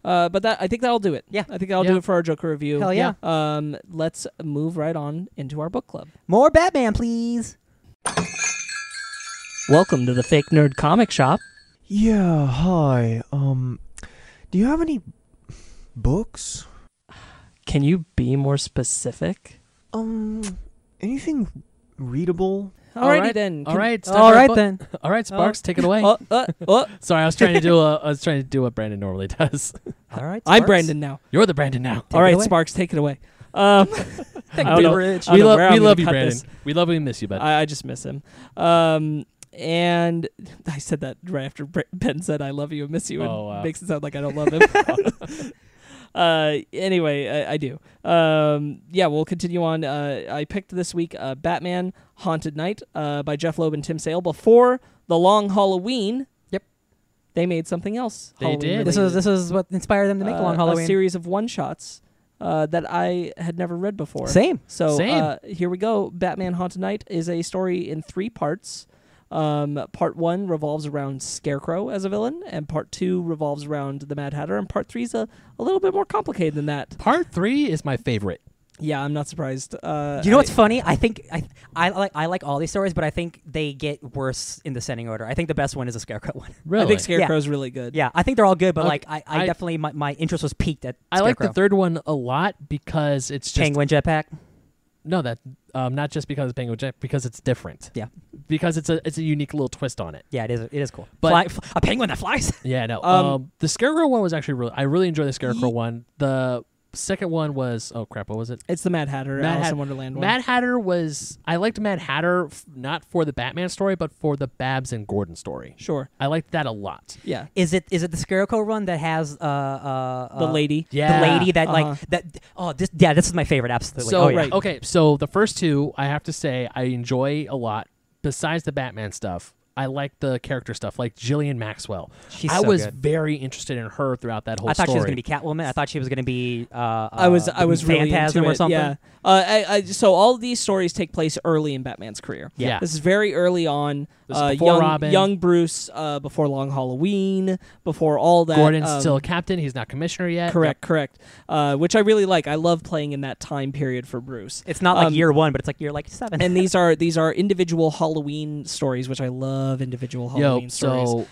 Speaker 2: Uh, but that I think that'll do it.
Speaker 3: Yeah.
Speaker 2: I think that'll do
Speaker 1: Yeah.
Speaker 2: it for our Joker review.
Speaker 3: Hell yeah.
Speaker 2: Um, let's move right on into our book club.
Speaker 3: More Batman, please.
Speaker 2: Welcome to the Fake Nerd Comic Shop.
Speaker 5: Yeah, hi. Um, do you have any books?
Speaker 2: Can you be more specific?
Speaker 5: Um, anything readable?
Speaker 2: Alrighty
Speaker 1: right.
Speaker 2: then.
Speaker 1: All
Speaker 2: Can-
Speaker 1: right, step
Speaker 3: All
Speaker 1: right
Speaker 3: right
Speaker 1: bu-
Speaker 3: then.
Speaker 1: All right, Sparks, take it away.
Speaker 2: Oh, uh, oh.
Speaker 1: Sorry, I was trying to do a, I was trying to do what Brandon normally does.
Speaker 3: All right.
Speaker 2: I'm
Speaker 3: Sparks.
Speaker 2: Brandon now.
Speaker 1: You're the Brandon now.
Speaker 3: Take
Speaker 2: All
Speaker 3: it
Speaker 2: right,
Speaker 3: away.
Speaker 2: Sparks, take it away. Um, I don't
Speaker 3: we
Speaker 2: know.
Speaker 3: rich.
Speaker 2: I don't
Speaker 1: We
Speaker 2: know
Speaker 1: love
Speaker 2: where
Speaker 1: we
Speaker 2: I'm gonna
Speaker 1: love you,
Speaker 2: cut
Speaker 1: Brandon.
Speaker 2: this.
Speaker 1: We love we miss you, bud.
Speaker 2: I, I just miss him. Um, and I said that right after Br- Ben said, "I love you and miss you," and
Speaker 1: Oh, wow.
Speaker 2: makes it sound like I don't love him. uh, anyway, I, I do. Um, yeah, we'll continue on. Uh, I picked this week uh, Batman: Haunted Night uh, by Jeff Loeb and Tim Sale before the Long Halloween.
Speaker 3: Yep.
Speaker 2: they made something else.
Speaker 1: They
Speaker 2: Halloween
Speaker 1: did.
Speaker 3: This
Speaker 2: related
Speaker 3: was this was what inspired them to make
Speaker 2: uh,
Speaker 3: the long Halloween.
Speaker 2: a series of one shots uh, that I had never read before.
Speaker 3: Same.
Speaker 2: So
Speaker 1: Same.
Speaker 2: Uh, here we go. Batman Haunted Night is a story in three parts. Um, part one revolves around Scarecrow as a villain, and part two revolves around the Mad Hatter, and part three's a, a little bit more complicated than that.
Speaker 1: Part three is my favorite.
Speaker 2: Yeah, I'm not surprised. Uh,
Speaker 3: You know
Speaker 2: I-
Speaker 3: what's funny? I think I, I like I like all these stories, but I think they get worse in descending order. I think the best one is the Scarecrow one.
Speaker 1: Really,
Speaker 2: I think Scarecrow's really good.
Speaker 3: Yeah, I think they're all good, but
Speaker 1: Okay,
Speaker 3: like I, I,
Speaker 1: I-
Speaker 3: definitely my, my interest was peaked at
Speaker 1: I like the
Speaker 3: Scarecrow.
Speaker 1: third one a lot because it's just
Speaker 3: penguin jetpack.
Speaker 1: no that um, not just because it's Penguin Jack because it's different.
Speaker 3: Yeah.
Speaker 1: because it's a it's a unique little twist on it.
Speaker 3: Yeah, it is it is cool.
Speaker 1: But-
Speaker 3: Fly, f- a penguin that flies.
Speaker 1: Yeah, no.
Speaker 2: Um,
Speaker 1: Um, the Scarecrow one was actually really I really enjoyed the Scarecrow
Speaker 2: Ye-
Speaker 1: one. The second one was oh crap, what was it?
Speaker 2: It's the Mad Hatter,
Speaker 1: Mad
Speaker 2: Alice in
Speaker 1: Hat-
Speaker 2: Wonderland one.
Speaker 1: Mad Hatter was I liked Mad Hatter f- not for the Batman story but for the Babs and Gordon story.
Speaker 2: sure.
Speaker 1: I liked that a lot.
Speaker 2: Yeah.
Speaker 3: Is it is it the Scarecrow run that has uh uh,
Speaker 2: The
Speaker 3: uh,
Speaker 2: lady.
Speaker 1: Yeah.
Speaker 3: the lady that
Speaker 2: Uh-huh.
Speaker 3: like that oh this yeah this is my favorite absolutely
Speaker 1: So
Speaker 3: oh, yeah.
Speaker 2: right.
Speaker 1: okay, so the first two I have to say I enjoy a lot. Besides the Batman stuff, I like the character stuff, like Jillian Maxwell.
Speaker 3: She's
Speaker 1: I
Speaker 3: so
Speaker 1: was
Speaker 3: good.
Speaker 1: very interested in her throughout that whole
Speaker 3: I thought
Speaker 1: story.
Speaker 3: she was gonna be Catwoman. I thought she was gonna be uh, uh
Speaker 2: I was I was really
Speaker 3: Phantasm
Speaker 2: into
Speaker 3: or
Speaker 2: it,
Speaker 3: something.
Speaker 2: Yeah. Uh, I, I, so all these stories take place early in Batman's career.
Speaker 1: Yeah.
Speaker 2: This is very early on.
Speaker 1: This is
Speaker 2: uh,
Speaker 1: before
Speaker 2: young,
Speaker 1: Robin.
Speaker 2: young Bruce, uh, before Long Halloween, before all that.
Speaker 1: Gordon's
Speaker 2: um,
Speaker 1: still captain. He's not commissioner yet.
Speaker 2: correct, correct. Uh, which I really like. I love playing in that time period for Bruce.
Speaker 3: It's not like
Speaker 2: Um,
Speaker 3: year one, but it's like year like seven.
Speaker 2: and these are these are individual Halloween stories, which I love. Individual Halloween
Speaker 1: Yo,
Speaker 2: stories.
Speaker 1: so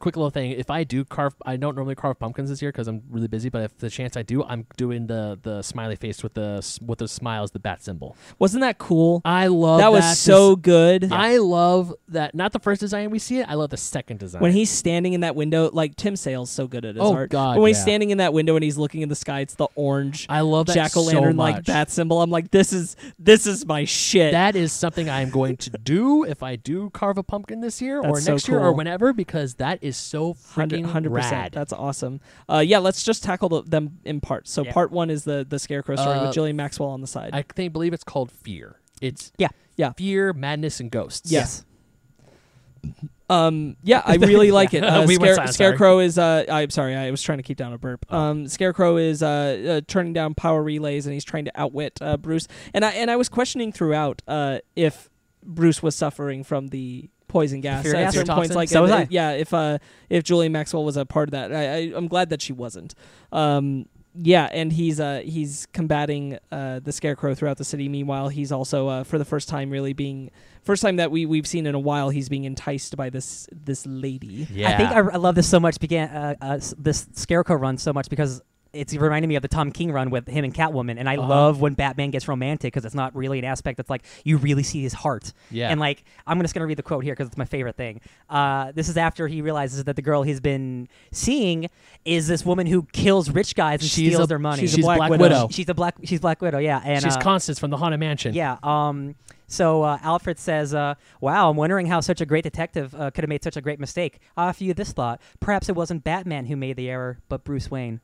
Speaker 1: quick little thing. If I do carve, I don't normally carve pumpkins this year because I'm really busy. But if the chance I do, I'm doing the the smiley face with the s- with the smile as the bat symbol.
Speaker 2: Wasn't that cool?
Speaker 1: I love
Speaker 2: that
Speaker 1: that,
Speaker 2: was
Speaker 1: des-
Speaker 2: so good.
Speaker 1: I love that. Not the first design we see it. I love the second design.
Speaker 2: When he's standing in that window, like Tim Sale's so good at his
Speaker 1: Oh,
Speaker 2: art.
Speaker 1: God,
Speaker 2: But when he's
Speaker 1: yeah.
Speaker 2: standing in that window and he's looking in the sky, it's the orange
Speaker 1: I love that
Speaker 2: jack o'
Speaker 1: so
Speaker 2: lantern like
Speaker 1: much.
Speaker 2: bat symbol. I'm like, this is this is my shit.
Speaker 1: That is something I am going to do if I do carve a pumpkin this year or
Speaker 2: That's so
Speaker 1: next year or
Speaker 2: cool.
Speaker 1: whenever because that is so freaking
Speaker 2: 100
Speaker 1: rad.
Speaker 2: percent. That's awesome. Uh, yeah, let's just tackle the, them in parts. So
Speaker 3: Yeah.
Speaker 2: part one is the the scarecrow story
Speaker 1: Uh,
Speaker 2: with Jillian Maxwell on the side.
Speaker 1: I think believe it's called fear. It's
Speaker 3: Yeah.
Speaker 2: Yeah.
Speaker 1: fear, madness, and ghosts.
Speaker 2: Yeah. Um, yeah, I really like it. Uh,
Speaker 1: We went
Speaker 2: Scare-
Speaker 1: silent, sorry.
Speaker 2: Scarecrow is. Uh, I'm sorry, I was trying to keep down a burp. Um, Scarecrow is uh, uh, turning down power relays, and he's trying to outwit uh, Bruce. And I and I was questioning throughout uh, if Bruce was suffering from the poison gas
Speaker 3: fear
Speaker 2: at
Speaker 3: gas?
Speaker 2: certain
Speaker 1: Fear
Speaker 2: points.
Speaker 1: toxin?
Speaker 2: Like,
Speaker 3: So was
Speaker 2: uh,
Speaker 3: I.
Speaker 2: yeah, if uh, if Julian Maxwell was a part of that, I, I, I'm glad that she wasn't. Um, yeah, and he's uh, he's combating uh, the Scarecrow throughout the city. Meanwhile, he's also uh, for the first time really being first time that we we've seen in a while he's being enticed by this this lady.
Speaker 1: Yeah.
Speaker 3: I think I, I love this so much. Began uh, uh, s- this Scarecrow run so much because it's reminding me of the Tom King run with him and Catwoman, and I
Speaker 1: Uh-huh.
Speaker 3: love when Batman gets romantic because it's not really an aspect that's like you really see his heart.
Speaker 1: Yeah.
Speaker 3: And like I'm just gonna read the quote here because it's my favorite thing. Uh, this is after he realizes that the girl he's been seeing is this woman who kills rich guys and
Speaker 1: She's
Speaker 3: steals
Speaker 1: a-
Speaker 3: their money.
Speaker 1: she's a She's Black Black Widow. Widow.
Speaker 3: She's a black. She's Black Widow. Yeah. And
Speaker 1: she's
Speaker 3: uh,
Speaker 1: Constance from the Haunted Mansion.
Speaker 3: yeah. Um, So uh, Alfred says, uh, "Wow, I'm wondering how such a great detective uh, could have made such a great mistake. Ah, I offer you this thought: perhaps it wasn't Batman who made the error, but Bruce Wayne."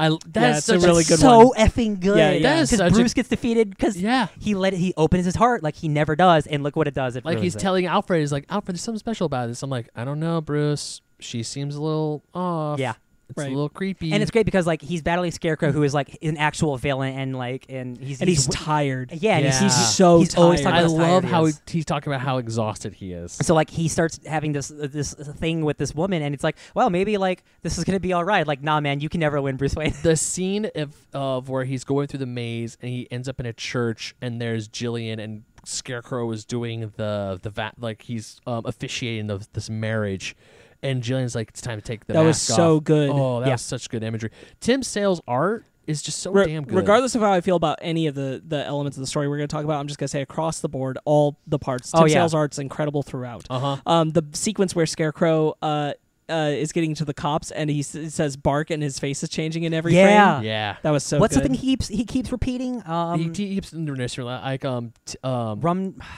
Speaker 1: I that
Speaker 2: Yeah,
Speaker 1: is
Speaker 2: it's a
Speaker 1: such
Speaker 2: really good
Speaker 3: so
Speaker 2: one.
Speaker 3: effing good.
Speaker 2: Yeah, yeah. That
Speaker 1: is
Speaker 3: Because
Speaker 1: such a-
Speaker 3: Bruce gets defeated because
Speaker 1: Yeah.
Speaker 3: he let it, he opens his heart like he never does, and look what it does. It
Speaker 1: like he's
Speaker 3: ruins it.
Speaker 1: telling Alfred, he's like, Alfred, there's something special about this. I'm like, I don't know, Bruce. She seems a little off.
Speaker 3: Yeah.
Speaker 1: it's
Speaker 2: Right.
Speaker 1: a little creepy.
Speaker 3: and it's great because like he's battling Scarecrow, who is like an actual villain, and like and he's
Speaker 2: and he's
Speaker 3: wi-
Speaker 2: tired.
Speaker 3: yeah, and he's,
Speaker 1: Yeah.
Speaker 3: he's
Speaker 2: so
Speaker 3: he's always
Speaker 2: tired.
Speaker 1: I
Speaker 3: talking about how
Speaker 1: love
Speaker 3: tired he
Speaker 1: how
Speaker 3: is.
Speaker 1: he's talking about how exhausted he is.
Speaker 3: So like he starts having this uh, this thing with this woman, and it's like, well, maybe like this is gonna be all right. Like, nah, man, you can never win, Bruce Wayne.
Speaker 1: the scene of, of where he's going through the maze and he ends up in a church and there's Jillian and Scarecrow is doing the the va- like he's um, officiating the, this marriage and Jillian's like it's time to take the
Speaker 2: That was
Speaker 1: mask
Speaker 2: so
Speaker 1: off."
Speaker 2: good.
Speaker 1: oh that
Speaker 3: Yeah.
Speaker 1: was such good imagery Tim Sale's art is just so
Speaker 2: Re-
Speaker 1: damn good
Speaker 2: Regardless of how I feel about any of the, the elements of the story we're going to talk about, I'm just going to say across the board, all the parts. Tim
Speaker 3: Oh, yeah.
Speaker 2: Sale's art's incredible throughout.
Speaker 1: uh huh
Speaker 2: Um, the sequence where Scarecrow uh, uh, is getting to the cops and he s- says bark and his face is changing in every
Speaker 3: Yeah.
Speaker 2: frame.
Speaker 1: yeah
Speaker 2: That was so
Speaker 3: What's
Speaker 2: good.
Speaker 3: the thing he keeps he keeps repeating? Um,
Speaker 1: he keeps introducing like um t- um
Speaker 3: rum.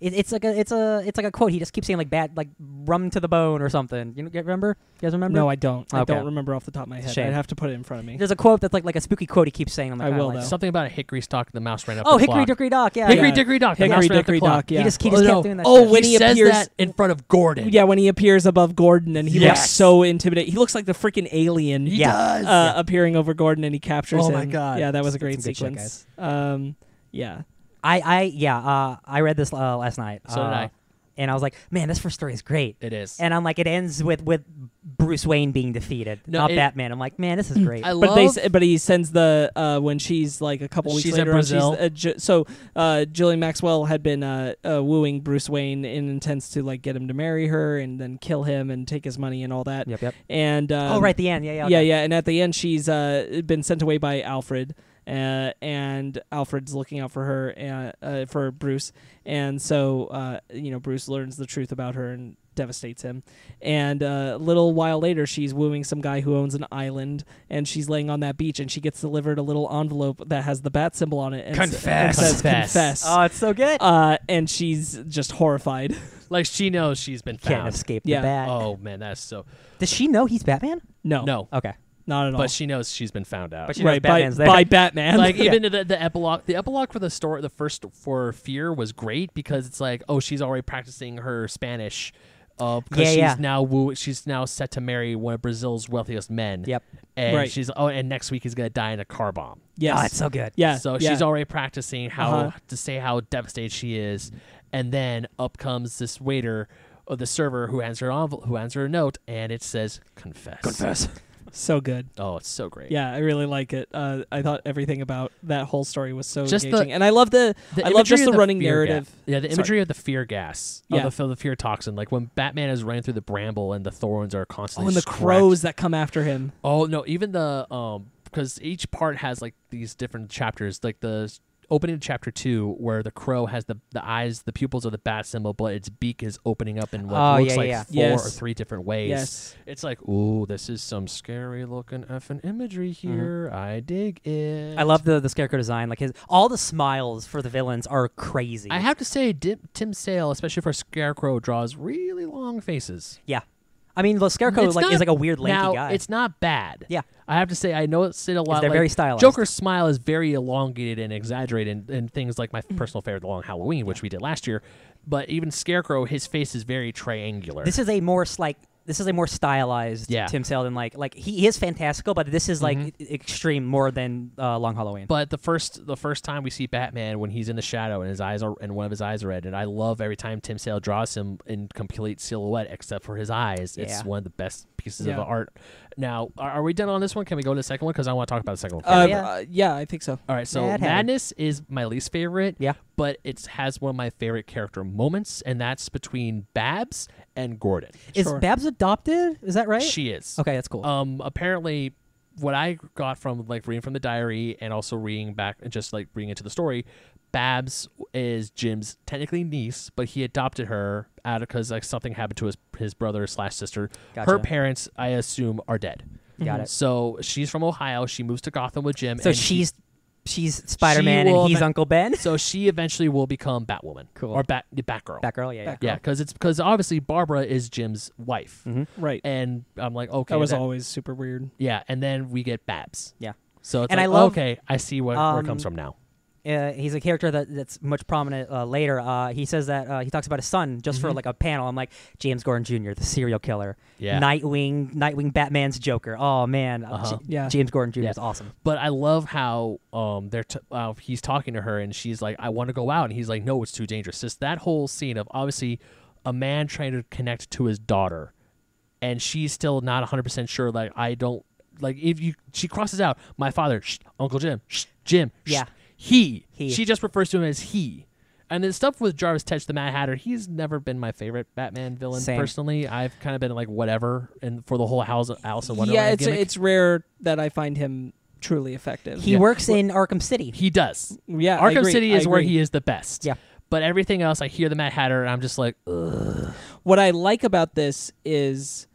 Speaker 3: It, it's like a it's a it's like a quote. He just keeps saying like bad like rum to the bone or something. You know- remember? You guys remember?
Speaker 2: No, I don't. I
Speaker 3: Okay.
Speaker 2: don't remember off the top of my head.
Speaker 3: Shame.
Speaker 2: I'd have to put it in front of me.
Speaker 3: There's a quote that's like like a spooky quote he keeps saying. I'm like,
Speaker 2: I
Speaker 3: "Ah,
Speaker 2: will,
Speaker 3: like-
Speaker 2: though.
Speaker 1: something about a hickory stock the mouse ran up
Speaker 3: Oh,
Speaker 1: the
Speaker 3: hickory
Speaker 1: clock.
Speaker 3: dickory dock. Yeah,
Speaker 1: hickory
Speaker 3: yeah.
Speaker 1: dickory dock the
Speaker 2: Hickory
Speaker 1: mouse ran up the
Speaker 2: Dickory
Speaker 1: clock.
Speaker 2: Dock. Yeah.
Speaker 3: He just he
Speaker 1: oh,
Speaker 3: just
Speaker 1: no.
Speaker 3: kept doing that.
Speaker 1: oh
Speaker 3: shit.
Speaker 1: when
Speaker 2: He
Speaker 1: he,
Speaker 2: says
Speaker 1: says
Speaker 2: that-
Speaker 1: that in front of Gordon
Speaker 2: yeah, when he appears above Gordon and he looks
Speaker 3: Yes.
Speaker 2: so intimidating. He looks like the freaking alien.
Speaker 1: He
Speaker 3: Yeah.
Speaker 1: does.
Speaker 2: uh, appearing over Gordon and he captures
Speaker 3: Oh
Speaker 2: him.
Speaker 3: my God.
Speaker 2: Yeah, that was a great
Speaker 3: That's some good shit,
Speaker 2: sequence. um, yeah,
Speaker 3: I I yeah uh, I read this uh, last night.
Speaker 1: So did
Speaker 3: uh,
Speaker 1: I.
Speaker 3: And I was like, man, this first story is great.
Speaker 1: it is
Speaker 3: And I'm like, it ends with with Bruce Wayne being defeated,
Speaker 1: No,
Speaker 3: not
Speaker 1: it- Mm,
Speaker 3: Batman. I'm like, man, this is great.
Speaker 1: I love
Speaker 2: but they s- but he sends the uh, when she's like a couple weeks
Speaker 1: She's in
Speaker 2: later. on,
Speaker 1: Brazil.
Speaker 2: uh, Ju- so uh, Jillian Maxwell had been uh, uh, wooing Bruce Wayne in intents to like get him to marry her and then kill him and take his money and all that.
Speaker 3: yep, yep.
Speaker 2: And um,
Speaker 3: oh, right, the end. Yeah, yeah.
Speaker 2: yeah,
Speaker 3: okay.
Speaker 2: yeah. And at the end, she's uh, been sent away by Alfred, uh, and Alfred's looking out for her and uh, for Bruce, and so uh, you know Bruce learns the truth about her and devastates him. And uh, a little while later, she's wooing some guy who owns an island, and she's laying on that beach, and she gets delivered a little envelope that has the bat symbol on it. And s-
Speaker 1: Confess.
Speaker 2: and says,
Speaker 1: Confess.
Speaker 2: confess.
Speaker 3: Oh, it's so good.
Speaker 2: uh, and she's just horrified.
Speaker 1: like she knows she's been
Speaker 3: Can't
Speaker 1: found.
Speaker 3: escape
Speaker 2: Yeah.
Speaker 3: the bat.
Speaker 1: Oh man, that's so
Speaker 3: Does she know he's Batman?
Speaker 2: no,
Speaker 1: no.
Speaker 3: Okay.
Speaker 2: not at all.
Speaker 1: But she knows she's been found out.
Speaker 3: But she knows
Speaker 2: right by,
Speaker 3: Batman's there.
Speaker 2: by Batman.
Speaker 1: like
Speaker 3: Yeah.
Speaker 1: even the, the epilogue, the epilogue for the story, the first for Fear was great because it's like, oh, she's already practicing her Spanish, uh, because
Speaker 3: Yeah,
Speaker 1: she's
Speaker 3: yeah.
Speaker 1: now woo, she's now set to marry one of Brazil's wealthiest men.
Speaker 3: Yep.
Speaker 1: And
Speaker 2: Right.
Speaker 1: she's oh, and next week he's gonna die in a car bomb.
Speaker 2: yes,
Speaker 3: Oh, it's so good.
Speaker 2: yeah.
Speaker 1: So
Speaker 2: yeah.
Speaker 1: she's already practicing how
Speaker 2: Uh-huh.
Speaker 1: to say how devastated she is, and then up comes this waiter. Or the server who hands her envel- who hands her a note and it says confess. Confess.
Speaker 2: so good.
Speaker 1: Oh, it's so great.
Speaker 2: Yeah, I really like it. Uh, I thought everything about that whole story was so
Speaker 1: Just the-
Speaker 2: engaging, and I love the,
Speaker 1: The
Speaker 2: I love
Speaker 1: imagery
Speaker 2: just
Speaker 1: of
Speaker 2: the, running
Speaker 1: fear
Speaker 2: narrative.
Speaker 1: ga- yeah, the
Speaker 2: Sorry.
Speaker 1: imagery of the fear gas.
Speaker 2: Yeah.
Speaker 1: Of the, of the fear toxin. Like when Batman is running through the bramble and the thorns are
Speaker 2: Oh,
Speaker 1: constantly.
Speaker 2: and the
Speaker 1: scratch-
Speaker 2: crows that come after him.
Speaker 1: Oh no! Even the um, because each part has like these different chapters. Like the s- opening of chapter two, where the crow has the the eyes, the pupils of the bat symbol, but its beak is opening up in what
Speaker 3: Oh,
Speaker 1: looks
Speaker 3: yeah,
Speaker 1: like
Speaker 3: yeah.
Speaker 1: four or
Speaker 2: Yes.
Speaker 1: three different ways.
Speaker 2: Yes,
Speaker 1: It's like, ooh, this is some scary looking effing imagery here. I dig it.
Speaker 3: Mm-hmm. I love the the scarecrow design. Like his all the smiles for the villains are crazy.
Speaker 1: I have to say, Di- Tim Sale, especially for Scarecrow, draws really long faces.
Speaker 3: yeah. I mean, the scarecrow
Speaker 1: It's
Speaker 3: like is
Speaker 1: not-
Speaker 3: like a weird lanky
Speaker 1: now,
Speaker 3: guy.
Speaker 1: It's not bad.
Speaker 3: Yeah.
Speaker 1: I have to say, I know it's in a lot.
Speaker 3: they're
Speaker 1: like,
Speaker 3: very stylized.
Speaker 1: Joker's smile is very elongated and exaggerated, and, and things like my
Speaker 3: Mm.
Speaker 1: personal favorite, The Long Halloween, which we did last year. But even Scarecrow, his face is very triangular.
Speaker 3: this is a more s- like this is a more stylized
Speaker 1: Yeah. Mm-hmm.
Speaker 3: Tim Sale than like like he is fantastical, but this is like e- extreme more than uh, Long Halloween.
Speaker 1: but the first the first time we see Batman when he's in the shadow and his eyes are and one of his eyes are red and I love every time Tim Sale draws him in complete silhouette except for his eyes.
Speaker 3: Yeah.
Speaker 1: It's one of the best pieces
Speaker 2: Yeah.
Speaker 1: of art. Now, are, are we done on this one? Can we go to the second one because I want to talk about the second one.
Speaker 2: Uh,
Speaker 3: yeah.
Speaker 2: uh, yeah, I think so.
Speaker 1: All right, so
Speaker 3: Mad Hatter.
Speaker 1: Madness is my least favorite.
Speaker 3: Yeah.
Speaker 1: but it has one of my favorite character moments, and that's between Babs and Gordon.
Speaker 3: is
Speaker 2: sure.
Speaker 3: Babs adopted? Is that right?
Speaker 1: She is
Speaker 3: okay, that's cool.
Speaker 1: um apparently what i got from like reading from the diary and also reading back and just like reading into the story babs is jim's technically niece but he adopted her out of because like something happened to his his brother slash sister her
Speaker 3: Gotcha.
Speaker 1: parents i assume are dead
Speaker 3: Got it.
Speaker 1: so she's from ohio she moves to gotham with jim
Speaker 3: So
Speaker 1: and she-
Speaker 3: she's she's Spider Man
Speaker 1: will
Speaker 3: and he's
Speaker 1: ma-
Speaker 3: Uncle Ben.
Speaker 1: so she eventually will become Batwoman,
Speaker 3: Cool.
Speaker 1: or Bat Batgirl.
Speaker 3: Batgirl, yeah, yeah.
Speaker 1: Yeah, because it's because obviously Barbara is Jim's wife,
Speaker 3: Mm.
Speaker 2: Right.
Speaker 1: and I'm like, okay,
Speaker 2: that was
Speaker 1: that-
Speaker 2: always super weird.
Speaker 1: Yeah, and then we get Babs.
Speaker 3: Yeah.
Speaker 1: So it's
Speaker 3: And
Speaker 1: like,
Speaker 3: I love-
Speaker 1: okay, I see where, where it comes
Speaker 3: um,
Speaker 1: from now.
Speaker 3: uh, he's a character that, that's much prominent uh, later. Uh, he says that uh, he talks about his son just
Speaker 1: Mm-hmm.
Speaker 3: for like a panel. I'm like James Gordon Jr., the serial killer,
Speaker 1: Yeah.
Speaker 3: Nightwing, Nightwing, Batman's Joker. Oh man, Uh,
Speaker 1: Uh-huh.
Speaker 3: J-
Speaker 2: Yeah.
Speaker 3: James Gordon Jr.
Speaker 1: Yeah.
Speaker 3: is awesome.
Speaker 1: But I love how um they're t- uh, he's talking to her and she's like, I want to go out, and he's like, No, it's too dangerous. Just that whole scene of obviously a man trying to connect to his daughter, and she's still not 100 percent sure. Like I don't like if you she crosses out my father, shh, Uncle Jim, shh, Jim, shh,
Speaker 3: Yeah.
Speaker 1: he.
Speaker 3: He.
Speaker 1: She just refers to him as he. And the stuff with Jarvis Tetch, the Mad Hatter, he's never been my favorite Batman villain.
Speaker 3: Same.
Speaker 1: Personally, I've kind of been like whatever, and for the whole House Alice in Wonderland
Speaker 2: Yeah, it's
Speaker 1: gimmick.
Speaker 2: it's rare that I find him truly effective.
Speaker 3: He
Speaker 1: Yeah.
Speaker 3: works in Arkham City.
Speaker 1: he does.
Speaker 2: yeah, I
Speaker 1: Arkham
Speaker 2: agree,
Speaker 1: City
Speaker 2: I
Speaker 1: is where
Speaker 2: agree.
Speaker 1: he is the best.
Speaker 3: Yeah.
Speaker 1: But everything else, I hear the Mad Hatter, and I'm just like, ugh.
Speaker 2: What I like about this is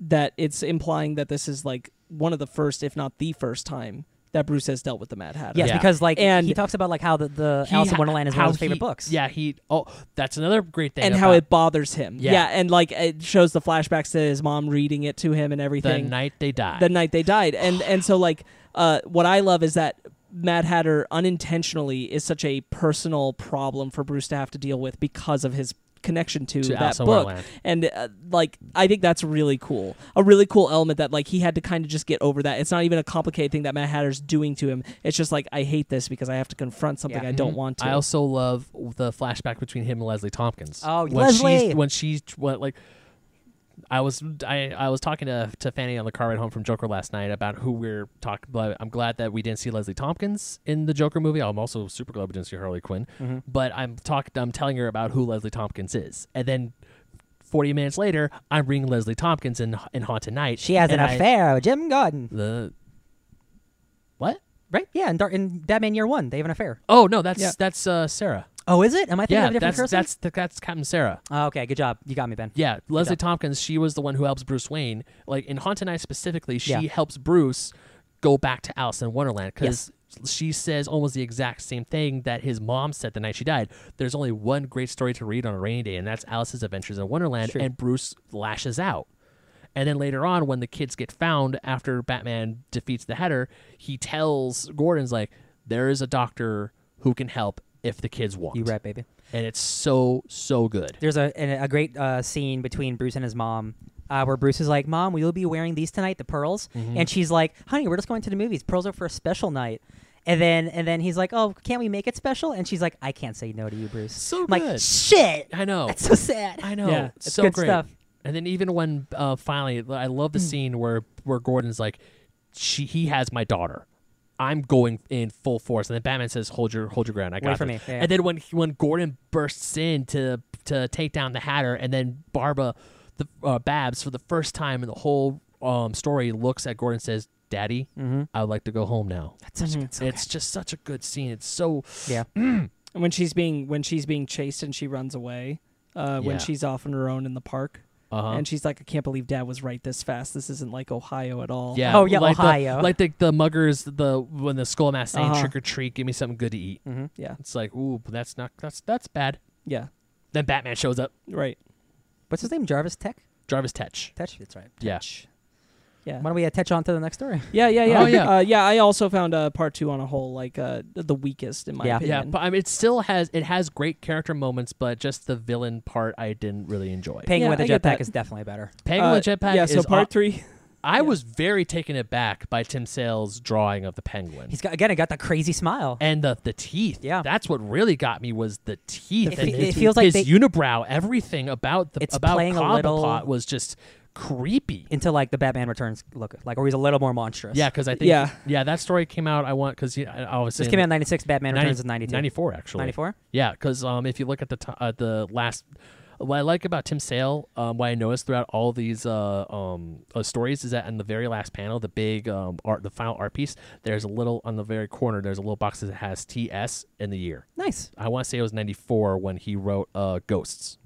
Speaker 2: that it's implying that this is like one of the first, if not the first time, that Bruce has dealt with the Mad Hatter.
Speaker 3: Yes,
Speaker 1: Yeah.
Speaker 3: because like
Speaker 2: And
Speaker 3: he talks about like how the, the
Speaker 1: he
Speaker 3: Alice in
Speaker 1: ha-
Speaker 3: Wonderland is one
Speaker 1: how
Speaker 3: of his favorite
Speaker 1: he-
Speaker 3: books.
Speaker 1: Yeah, he. Oh, that's another great thing.
Speaker 2: and how
Speaker 1: about
Speaker 2: it bothers him.
Speaker 1: Yeah.
Speaker 2: and like it shows the flashbacks to his mom reading it to him and
Speaker 1: the
Speaker 2: everything.
Speaker 1: night they die.
Speaker 2: the night they died. And and so like uh, what I love is that Mad Hatter unintentionally is such a personal problem for Bruce to have to deal with because of his connection to,
Speaker 1: To
Speaker 2: that
Speaker 1: Alice in
Speaker 2: book.
Speaker 1: Wonderland.
Speaker 2: And uh, like I think that's really cool. A really cool element that like he had to kind of just get over that. It's not even a complicated thing that Mad Hatter's doing to him. It's just like I hate this because I have to confront something
Speaker 3: Yeah.
Speaker 2: I don't want to.
Speaker 1: Mm-hmm. I also love the flashback between him and Leslie Tompkins.
Speaker 3: Oh,
Speaker 1: when
Speaker 3: Leslie!
Speaker 1: She's, when she's what like. I was I, I was talking to, to Fanny on the car ride home from Joker last night about who we're talking. But I'm glad that we didn't see Leslie Tompkins in the Joker movie. I'm also super glad we didn't see Harley Quinn.
Speaker 3: Mm-hmm.
Speaker 1: But I'm talking I'm telling her about who Leslie Tompkins is, and then 40 minutes later, I'm reading Leslie Tompkins in in Haunted Night.
Speaker 3: she has an
Speaker 1: and I-
Speaker 3: affair with Jim Gordon.
Speaker 1: The what?
Speaker 3: Right? Yeah, in, Dar- in Batman Year One, they have an affair.
Speaker 1: Oh no, that's
Speaker 2: Yeah.
Speaker 1: that's uh, Sarah.
Speaker 3: Oh, is it? Am I thinking
Speaker 1: yeah,
Speaker 3: of a different
Speaker 1: that's
Speaker 3: person?
Speaker 1: that's the, that's Captain Sarah.
Speaker 3: oh, okay, good job. You got me, Ben.
Speaker 1: Yeah, Leslie
Speaker 3: job.
Speaker 1: Tompkins. She was the one who helps Bruce Wayne. Like in Haunted Night specifically, she
Speaker 3: Yeah.
Speaker 1: helps Bruce go back to Alice in Wonderland
Speaker 3: Yes.
Speaker 1: because she says almost the exact same thing that his mom said the night she died. There's only one great story to read on a rainy day, and that's Alice's Adventures in Wonderland.
Speaker 3: Sure.
Speaker 1: And Bruce lashes out. And then later on, when the kids get found after Batman defeats the Hatter, he tells Gordon's like, "There is a doctor who can help if the kids want."
Speaker 3: You right, baby.
Speaker 1: And it's so so good.
Speaker 3: there's a an, a great uh, scene between Bruce and his mom. Uh, where Bruce is like, "Mom, will you be wearing these tonight, the pearls?" And she's like, "Honey, we're just going to the movies. Pearls are for a special night." And then and then he's like, "Oh, can't we make it special?" And she's like, "I can't say no to you, Bruce."
Speaker 1: So
Speaker 3: I'm like,
Speaker 1: good.
Speaker 3: "Shit,
Speaker 1: I know.
Speaker 3: that's so sad."
Speaker 1: I know.
Speaker 2: Yeah,
Speaker 3: it's
Speaker 1: so
Speaker 3: good
Speaker 1: great.
Speaker 3: stuff. Hmm.
Speaker 1: And then even when uh, finally, I love the scene where where Gordon's like, she he has my daughter. I'm going in full force, and then Batman says, "Hold your hold your ground. I got
Speaker 3: for
Speaker 1: this."
Speaker 3: me. Yeah, yeah.
Speaker 1: And then when he- when Gordon bursts in to to take down the Hatter, and then Barbara, the uh, Babs for the first time in the whole um, story looks at Gordon and says, "Daddy, I would like to go home now."
Speaker 3: That's such a good song.
Speaker 1: It's just such a good scene. It's so
Speaker 3: Yeah,
Speaker 2: and when she's being when she's being chased and she runs away, uh,
Speaker 1: Yeah.
Speaker 2: when she's off on her own in the park.
Speaker 1: uh
Speaker 2: And she's like, I can't believe Dad was right this fast. This isn't like Ohio at all.
Speaker 1: Yeah.
Speaker 3: Oh, yeah,
Speaker 1: like the-
Speaker 3: Ohio.
Speaker 1: like the the muggers, the when the skull mask saying
Speaker 2: Uh-huh.
Speaker 1: trick or treat, give me something good to eat.
Speaker 2: Yeah.
Speaker 1: It's like, ooh, but that's not that's that's bad.
Speaker 2: Yeah.
Speaker 1: Then Batman shows up,
Speaker 2: Right.
Speaker 3: what's his name? Jarvis Tech?
Speaker 1: Jarvis Tetch.
Speaker 3: Tetch? That's right.
Speaker 1: Yeah.
Speaker 2: Yeah.
Speaker 3: Why don't we uh, Tetch on to the next story?
Speaker 2: Yeah. Yeah. Yeah.
Speaker 1: Oh, yeah.
Speaker 2: Uh, yeah. I also found uh, part two on a whole like uh, the weakest in my
Speaker 3: Yeah.
Speaker 1: Yeah,
Speaker 2: opinion.
Speaker 1: but I mean, it still has it has great character moments, but just the villain part I didn't really enjoy.
Speaker 3: Penguin
Speaker 2: I
Speaker 3: with
Speaker 2: get
Speaker 3: a jetpack
Speaker 2: that.
Speaker 3: is definitely better.
Speaker 1: Penguin with
Speaker 2: Uh,
Speaker 1: Jetpack
Speaker 2: Yeah.
Speaker 1: is
Speaker 2: So part
Speaker 1: aw-
Speaker 2: three.
Speaker 1: I
Speaker 2: yeah.
Speaker 1: was very taken aback by Tim Sale's drawing of the penguin.
Speaker 3: He's got again, he got the crazy smile.
Speaker 1: and the the teeth.
Speaker 3: Yeah.
Speaker 1: that's what really got me was the teeth.
Speaker 3: It
Speaker 1: and
Speaker 3: fe-
Speaker 1: his,
Speaker 3: it feels like
Speaker 1: his
Speaker 3: they-
Speaker 1: unibrow. Everything about the
Speaker 3: It's
Speaker 1: about
Speaker 3: playing a
Speaker 1: Cobblepot
Speaker 3: little-
Speaker 1: was just creepy.
Speaker 3: Into like the Batman Returns look, like where he's a little more monstrous.
Speaker 1: Yeah, because I think
Speaker 2: Yeah.
Speaker 1: that story came out. I want because I I was
Speaker 3: this
Speaker 1: in
Speaker 3: came out in '96. Batman
Speaker 1: 90
Speaker 3: Returns is '92.
Speaker 1: 94 actually
Speaker 3: 94?
Speaker 1: Yeah, because um if you look at the t- uh, the last. What I like about Tim Sale, um, what I noticed throughout all these uh, um, uh, stories, is that in the very last panel, the big um, art, the final art piece, there's a little on the very corner. There's a little box that has TS and the year.
Speaker 3: Nice.
Speaker 1: I want to say it was '94 when he wrote uh, Ghosts,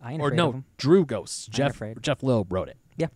Speaker 3: I ain't
Speaker 1: or
Speaker 3: afraid of
Speaker 1: no,
Speaker 3: him.
Speaker 1: drew Ghosts. Jeff
Speaker 3: afraid.
Speaker 1: Jeff Loeb wrote it.
Speaker 3: Yeah.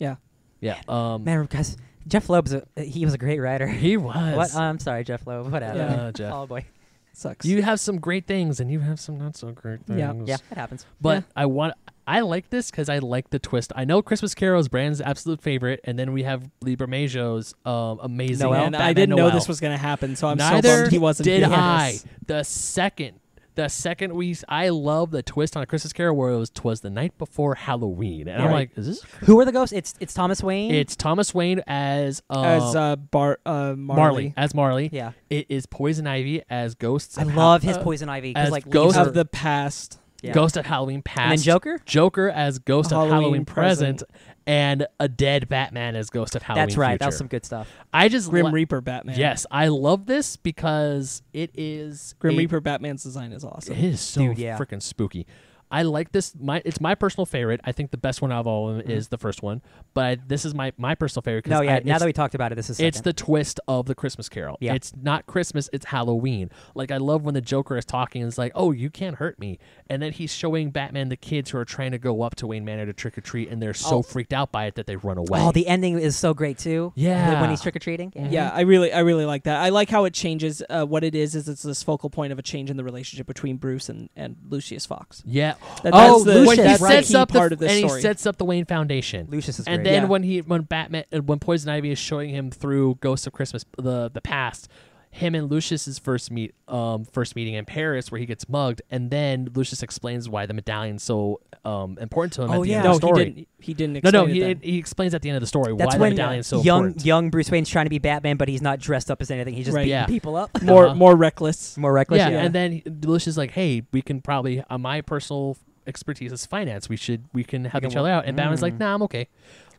Speaker 2: Yeah.
Speaker 1: Yeah. Um,
Speaker 3: Man, guys, Jeff Loeb's a, he was a great writer.
Speaker 1: He was.
Speaker 3: What? I'm sorry, Jeff Loeb. Whatever.
Speaker 1: Yeah, Jeff.
Speaker 3: Oh boy.
Speaker 2: Sucks.
Speaker 1: You have some great things, and you have some not so great things.
Speaker 2: Yeah.
Speaker 3: Yeah, it happens.
Speaker 1: But I want. I like this because I like the twist. I know Christmas Carol's Brand's absolute favorite, and then we have Libra Majo's um, amazing.
Speaker 2: Noel, and
Speaker 1: Batman
Speaker 2: I didn't know
Speaker 1: Noel.
Speaker 2: this was going to happen, so I'm so
Speaker 1: Neither
Speaker 2: bummed he wasn't.
Speaker 1: did
Speaker 2: here.
Speaker 1: I. The second, the second we, s- I love the twist on a Christmas Carol where it was "Twas the night before Halloween," and I'm
Speaker 3: Right.
Speaker 1: like, "Is this?"
Speaker 3: Who are the ghosts? It's it's Thomas Wayne.
Speaker 1: It's Thomas Wayne as um,
Speaker 2: As uh, Bar uh, Marley.
Speaker 1: Marley. as Marley.
Speaker 3: yeah.
Speaker 1: It is Poison Ivy as Ghosts.
Speaker 3: I
Speaker 1: of Ha-
Speaker 3: love his
Speaker 1: uh,
Speaker 3: poison ivy
Speaker 1: as
Speaker 3: because like leaves
Speaker 1: ghosts
Speaker 3: her-
Speaker 2: of the past.
Speaker 3: yeah.
Speaker 1: Ghost of Halloween Past.
Speaker 3: and then Joker.
Speaker 1: Joker as Ghost
Speaker 2: Halloween
Speaker 1: of Halloween
Speaker 2: Present.
Speaker 1: Present, and a dead Batman as Ghost of Halloween.
Speaker 3: That's right. That
Speaker 1: Future.
Speaker 3: was some good stuff.
Speaker 1: I just
Speaker 2: Grim
Speaker 1: lo-
Speaker 2: Reaper Batman.
Speaker 1: Yes, I love this because it is
Speaker 2: Grim
Speaker 1: a-
Speaker 2: Reaper Batman's design is awesome.
Speaker 1: It is so
Speaker 3: Dude, yeah.
Speaker 1: freaking spooky. I like this. My it's my personal favorite. I think the best one out of all of them is the first one, but I, this is my my personal favorite. 'cause
Speaker 3: Mm-hmm. No, yeah.
Speaker 1: I-
Speaker 3: now
Speaker 1: it's-
Speaker 3: that we talked about it, this is
Speaker 1: it's
Speaker 3: second.
Speaker 1: the twist of the Christmas Carol.
Speaker 3: Yeah.
Speaker 1: It's not Christmas, it's Halloween. Like I love when the Joker is talking and it's like, "Oh, you can't hurt me." And then he's showing Batman the kids who are trying to go up to Wayne Manor to trick or treat and they're so
Speaker 3: Oh.
Speaker 1: freaked out by it that they run away.
Speaker 3: oh the ending is so great too.
Speaker 1: Yeah. Mm-hmm.
Speaker 3: when he's trick or treating.
Speaker 2: Yeah, I really, I really like that. I like how it changes. Uh, what it is is it's this focal point of a change in the relationship between Bruce and, and Lucius Fox.
Speaker 1: yeah.
Speaker 2: That-
Speaker 1: oh,
Speaker 2: that's the-
Speaker 1: when he
Speaker 2: that's the
Speaker 1: sets
Speaker 2: key
Speaker 1: up the,
Speaker 2: part of this
Speaker 1: and he
Speaker 2: story.
Speaker 1: sets up the Wayne Foundation.
Speaker 3: Lucius is
Speaker 1: and
Speaker 3: great.
Speaker 1: then
Speaker 2: Yeah.
Speaker 1: when he when Batman uh, when Poison Ivy is showing him through Ghosts of Christmas the the past, him and Lucius's first meet um first meeting in Paris where he gets mugged, and then Lucius explains why the medallion's so um important to him. at the end
Speaker 2: Oh, no,
Speaker 1: of the story.
Speaker 2: he didn't. He didn't.
Speaker 1: No,
Speaker 2: Explain
Speaker 1: no, he,
Speaker 2: it then.
Speaker 1: he explains at the end of the story
Speaker 3: That's
Speaker 1: why
Speaker 3: when
Speaker 1: the medallion's so
Speaker 3: young
Speaker 1: important.
Speaker 3: young Bruce Wayne's trying to be Batman, but he's not dressed up as anything. He's just
Speaker 2: Right.
Speaker 3: beating
Speaker 1: Yeah.
Speaker 3: people up.
Speaker 2: more
Speaker 1: Uh-huh.
Speaker 2: more reckless.
Speaker 3: More reckless.
Speaker 1: yeah, and then he- Lucius is like, hey, we can probably uh, my personal expertise is finance. We should we can help
Speaker 3: can
Speaker 1: each other out. And Batman's like,
Speaker 3: Mm.
Speaker 1: nah, I'm okay.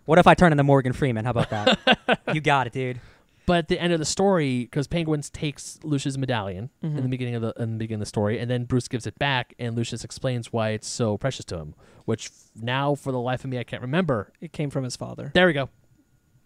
Speaker 3: What if I turn into Morgan Freeman? How about that? you got it, dude.
Speaker 1: But at the end of the story, because Penguins takes Lucius' medallion
Speaker 2: Mm-hmm.
Speaker 1: in the beginning of the in the beginning of the story, and then Bruce gives it back, and Lucius explains why it's so precious to him. Which f- now, for the life of me, I can't remember.
Speaker 2: It came from his father.
Speaker 1: There we go.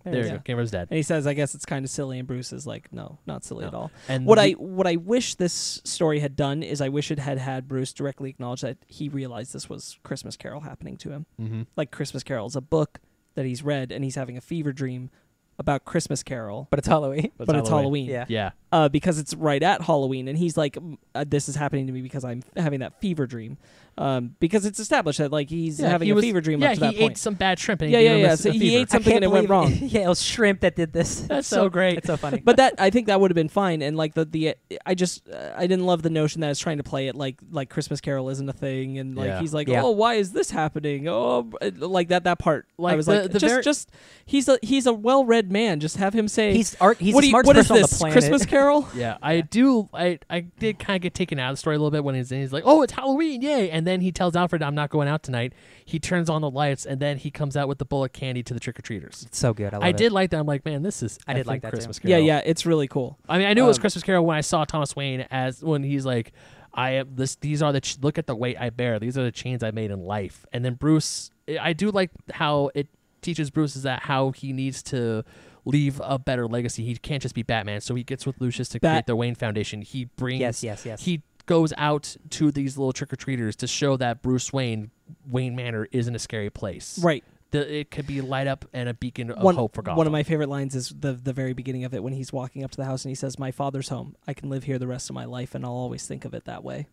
Speaker 2: There
Speaker 1: There,
Speaker 2: we
Speaker 1: we
Speaker 2: go.
Speaker 1: go. Cameron's dead.
Speaker 2: And he says, "I guess it's kind of silly." And Bruce is like, "No, not silly
Speaker 1: No. Mm-hmm.
Speaker 2: at all."
Speaker 1: And
Speaker 2: What
Speaker 1: the-
Speaker 2: I what I wish this story had done is I wish it had had Bruce directly acknowledge that he realized this was Christmas Carol happening to him.
Speaker 3: Mm-hmm.
Speaker 1: Mhm.
Speaker 2: Like Christmas Carol is a book that he's read and he's having a fever dream about Christmas Carol,
Speaker 3: But it's Halloween.
Speaker 2: but, it's Halloween.
Speaker 3: Yeah.
Speaker 1: Yeah,
Speaker 2: uh, because it's right at Halloween, and he's like, "Mm, uh, "This is happening to me because I'm having that fever dream," um, because it's established that like he's
Speaker 1: yeah
Speaker 2: having
Speaker 1: he
Speaker 2: a
Speaker 1: was-
Speaker 2: fever dream
Speaker 1: Yeah,
Speaker 2: up to
Speaker 1: he ate
Speaker 2: that point.
Speaker 1: some bad shrimp. And
Speaker 2: Yeah,
Speaker 1: it gave
Speaker 2: yeah,
Speaker 1: him
Speaker 2: yeah.
Speaker 1: A,
Speaker 2: So
Speaker 1: a
Speaker 2: he
Speaker 1: fever.
Speaker 2: ate something
Speaker 3: I can't
Speaker 2: and it went
Speaker 3: believe-
Speaker 2: wrong.
Speaker 3: yeah, it was shrimp that did this.
Speaker 1: That's so great.
Speaker 3: It's so funny.
Speaker 2: But that I think that would have been fine, and like the the I just uh, I didn't love the notion that it's trying to play it like like Christmas Carol isn't a thing, and like
Speaker 1: Yeah.
Speaker 2: he's like,
Speaker 3: Yeah.
Speaker 2: "Oh, why is this happening?" Oh, b- uh, like that that part. I
Speaker 1: Like,
Speaker 2: was
Speaker 1: the-
Speaker 2: like,
Speaker 1: the
Speaker 2: just
Speaker 1: very-
Speaker 2: just he's a he's a well read man. Just have him say,
Speaker 3: he's art. He's
Speaker 2: "What
Speaker 3: the
Speaker 2: do you,
Speaker 3: smartest
Speaker 2: what is
Speaker 3: person
Speaker 2: this
Speaker 3: on the planet.
Speaker 2: Christmas Carol?"
Speaker 1: Yeah, I do. I I did kind of get taken out of the story a little bit when he's he's like, "Oh, it's Halloween, yay!" And then he tells Alfred, "I'm not going out tonight." He turns on the lights, and then he comes out with the bowl of candy to the trick or treaters.
Speaker 3: so good. I, love
Speaker 1: I
Speaker 3: it.
Speaker 1: did like that. I'm like, man, this is
Speaker 3: I did
Speaker 1: effing
Speaker 3: like that too.
Speaker 1: Christmas
Speaker 2: Yeah,
Speaker 1: Carol.
Speaker 2: yeah, it's really cool.
Speaker 1: I mean, I knew it was
Speaker 2: Um,
Speaker 1: Christmas Carol when I saw Thomas Wayne as when he's like, "I am this. These are the ch- look at the weight I bear. These are the chains I made in life." And then Bruce, I- I do like how it teaches Bruce is that how he needs to leave a better legacy. He can't just be Batman, so he gets with Lucius to
Speaker 2: Bat-
Speaker 1: create the Wayne Foundation. He brings
Speaker 3: Yes, yes, yes.
Speaker 1: he goes out to these little trick or treaters to show that Bruce Wayne, Wayne Manor, isn't a scary place.
Speaker 2: Right.
Speaker 1: That it could be light up and a beacon of
Speaker 2: one,
Speaker 1: hope for Gotham.
Speaker 2: One of my favorite lines is the the very beginning of it when he's walking up to the house and he says, "My father's home. I can live here the rest of my life, and I'll always think of it that way."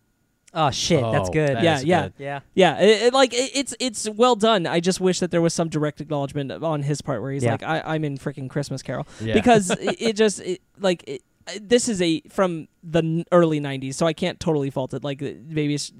Speaker 3: oh shit, that's
Speaker 1: Oh,
Speaker 3: good.
Speaker 1: that
Speaker 2: Yeah,
Speaker 1: is
Speaker 2: yeah.
Speaker 1: good.
Speaker 3: yeah.
Speaker 2: Yeah, it, it- like it, it's it's well done. I just wish that there was some direct acknowledgement on his part where he's
Speaker 3: Yeah.
Speaker 2: like, I, "I'm in freaking Christmas Carol,"
Speaker 1: Yeah.
Speaker 2: because it, it just it, like. It, this is a from the n- early '90s, so I can't totally fault it. Like maybe it's,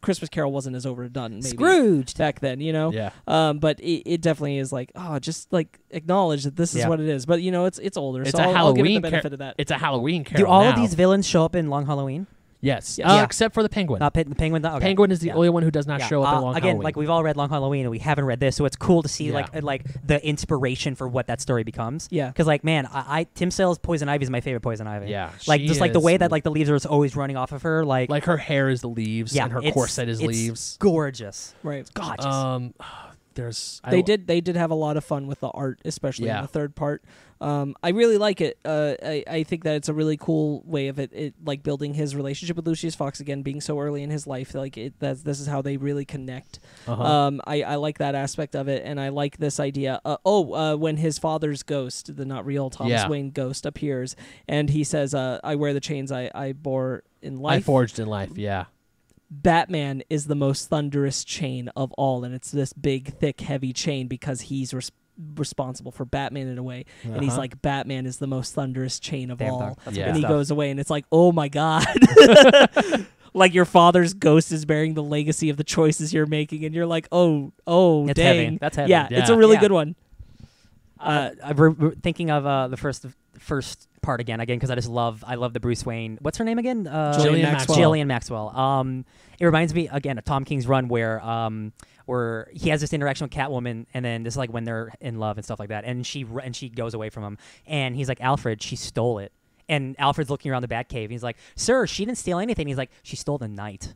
Speaker 2: Christmas Carol wasn't as overdone. Maybe
Speaker 3: Scrooged.
Speaker 2: back then, you know.
Speaker 1: yeah.
Speaker 2: Um, but it, it definitely is like, oh, just like acknowledge that this is
Speaker 3: Yeah.
Speaker 2: what it is. But you know, it's it's older,
Speaker 1: It's
Speaker 2: so
Speaker 1: a
Speaker 2: I'll, I'll give it the
Speaker 1: Halloween char-
Speaker 2: benefit of that.
Speaker 1: It's a Halloween Carol.
Speaker 3: Do all of
Speaker 1: now.
Speaker 3: these villains show up in Long Halloween?
Speaker 1: Yes.
Speaker 2: Yes.
Speaker 1: Uh,
Speaker 3: Yeah.
Speaker 1: Except for the penguin.
Speaker 3: Not Pit- the Penguin. Not, okay.
Speaker 1: Penguin is the
Speaker 3: Yeah.
Speaker 1: only one who does not
Speaker 3: Yeah.
Speaker 1: show up
Speaker 3: Uh,
Speaker 1: in Long
Speaker 3: again,
Speaker 1: Halloween.
Speaker 3: like we've all read Long Halloween and we haven't read this, so it's cool to see
Speaker 1: Yeah.
Speaker 3: like uh, like the inspiration for what that story becomes.
Speaker 2: Yeah.
Speaker 3: Because like man, I, I Tim Sale's Poison Ivy is my favorite Poison Ivy.
Speaker 1: yeah,
Speaker 3: Like
Speaker 1: she
Speaker 3: just like the
Speaker 1: is-
Speaker 3: way that like the leaves are just always running off of her. Like
Speaker 1: like her hair is the leaves
Speaker 3: yeah,
Speaker 1: and her
Speaker 3: it's-
Speaker 1: corset is
Speaker 3: it's
Speaker 1: leaves.
Speaker 3: Gorgeous.
Speaker 2: right.
Speaker 3: Gorgeous.
Speaker 1: Um, there's I
Speaker 2: they
Speaker 1: l-
Speaker 2: did they did have a lot of fun with the art especially
Speaker 1: Yeah.
Speaker 2: in the third part um, i really like it uh, I, I think that it's a really cool way of it, it like building his relationship with lucius fox again being so early in his life like it that's, this is how they really connect
Speaker 1: Uh-huh.
Speaker 3: uh,
Speaker 2: um, I, I like that aspect of it and i like this idea uh, oh uh, when his father's ghost the not real thomas
Speaker 1: Yeah.
Speaker 2: wayne ghost appears and he says uh, i wear the chains i, I bore
Speaker 1: I
Speaker 2: in life
Speaker 1: forged in life. Yeah.
Speaker 2: Batman is the most thunderous chain of all, and it's this big, thick, heavy chain because he's res- responsible for Batman in a way, and he's
Speaker 1: Uh-huh.
Speaker 2: like, Batman is the most thunderous chain of
Speaker 3: Damn
Speaker 2: all,
Speaker 3: dog. That's
Speaker 1: Yeah.
Speaker 2: and
Speaker 3: good
Speaker 2: he
Speaker 3: stuff.
Speaker 2: goes away, and it's like, oh my god. Like your father's ghost is bearing the legacy of the choices you're making, and you're like, oh, oh,
Speaker 3: That's
Speaker 2: dang,
Speaker 3: heavy. That's heavy.
Speaker 2: Yeah, it's a
Speaker 1: Yeah.
Speaker 2: really
Speaker 3: Yeah.
Speaker 2: good one.
Speaker 3: Uh, I'm re- re- thinking of uh, the first first part again again because I just love I love the Bruce Wayne. What's her name again? Uh,
Speaker 1: Jillian Maxwell.
Speaker 3: Jillian Maxwell. Um, it reminds me again of Tom King's Run where um where he has this interaction with Catwoman and then this is like when they're in love and stuff like that and she r- and she goes away from him and he's like Alfred she stole it and Alfred's looking around the Batcave and he's like Sir she didn't steal anything he's like she stole the night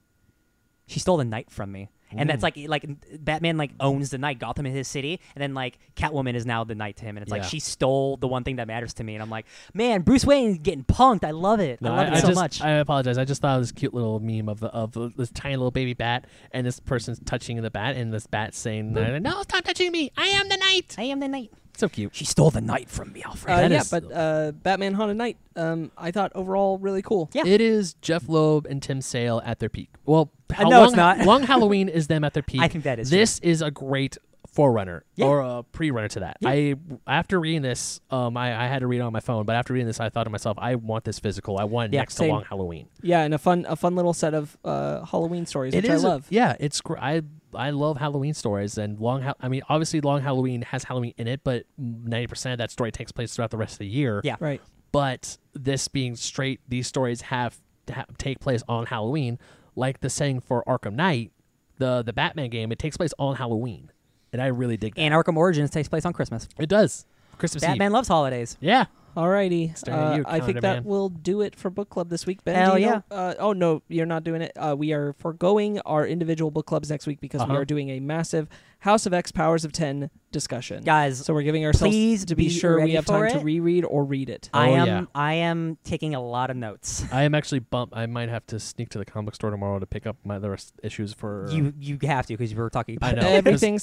Speaker 3: she stole the night from me. And that's like
Speaker 1: Mm.
Speaker 3: like Batman like owns the night. Gotham is his city, and then like Catwoman is now the night to him. And it's like
Speaker 1: Yeah.
Speaker 3: she stole the one thing that matters to me. And I'm like, man, Bruce Wayne is getting punked. I love it. I love it so
Speaker 1: just,
Speaker 3: much.
Speaker 1: I apologize. I just thought of this cute little meme of the of the- this tiny little baby bat, and this person's touching the bat, and this bat saying, "No, stop touching me! I am the knight."
Speaker 3: I am the night.
Speaker 1: So cute.
Speaker 3: She stole the night from me, Alfred.
Speaker 2: Uh,
Speaker 1: that
Speaker 2: yeah,
Speaker 1: is-
Speaker 2: but uh, Batman Haunted Night, um, I thought overall really cool.
Speaker 3: Yeah.
Speaker 1: It is Jeff Loeb and Tim Sale at their peak. Well, how
Speaker 3: Uh, no,
Speaker 1: long,
Speaker 3: it's not.
Speaker 1: long Halloween is them at their peak.
Speaker 3: I think that is true.
Speaker 1: This is a great forerunner
Speaker 3: Yeah.
Speaker 1: or a pre-runner to that. I after reading this, um, I, I had to read it on my phone, but after reading this, I thought to myself, I want this physical. I want it
Speaker 3: Yeah,
Speaker 1: next
Speaker 2: same.
Speaker 1: to Long Halloween.
Speaker 2: Yeah, and a fun, a fun little set of uh, Halloween stories,
Speaker 1: It
Speaker 2: which
Speaker 1: is.
Speaker 2: I love.
Speaker 1: Yeah, it's gr- I I love Halloween stories and long. Ha- I mean, obviously, Long Halloween has Halloween in it, but ninety percent of that story takes place throughout the rest of the year.
Speaker 3: Yeah.
Speaker 2: Right.
Speaker 1: but this being straight, these stories have, ha take place on Halloween, like the saying for Arkham Knight, the the Batman game. It takes place on Halloween, and I really dig that.
Speaker 3: and Arkham Origins takes place on Christmas.
Speaker 1: it does Christmas
Speaker 3: Batman
Speaker 1: Eve.
Speaker 3: loves holidays.
Speaker 1: Yeah,
Speaker 2: Alrighty,
Speaker 1: Staring at
Speaker 2: uh,
Speaker 1: you,
Speaker 2: I think
Speaker 1: calendar
Speaker 2: that
Speaker 1: man.
Speaker 2: will do it for book club this week. Ben, do
Speaker 3: Hell
Speaker 2: you know-
Speaker 3: yeah.
Speaker 2: uh, oh no, you're not doing it. Uh, we are foregoing our individual book clubs next week because we
Speaker 1: Uh-huh.
Speaker 2: are doing a massive House of X Powers of Ten discussion.
Speaker 3: Guys,
Speaker 2: So we're giving ourselves
Speaker 3: Please
Speaker 2: to be,
Speaker 3: be
Speaker 2: sure we
Speaker 3: ready
Speaker 2: have
Speaker 3: for
Speaker 2: time to
Speaker 3: it.
Speaker 2: reread or read it.
Speaker 3: I
Speaker 1: Oh,
Speaker 3: am
Speaker 1: yeah.
Speaker 3: I am taking a lot of notes.
Speaker 1: I am actually bump. I might have to sneak to the comic store tomorrow to pick up my the rest issues for
Speaker 3: You you have to because we were talking
Speaker 1: I
Speaker 3: about
Speaker 1: know.
Speaker 3: it.
Speaker 2: Everything's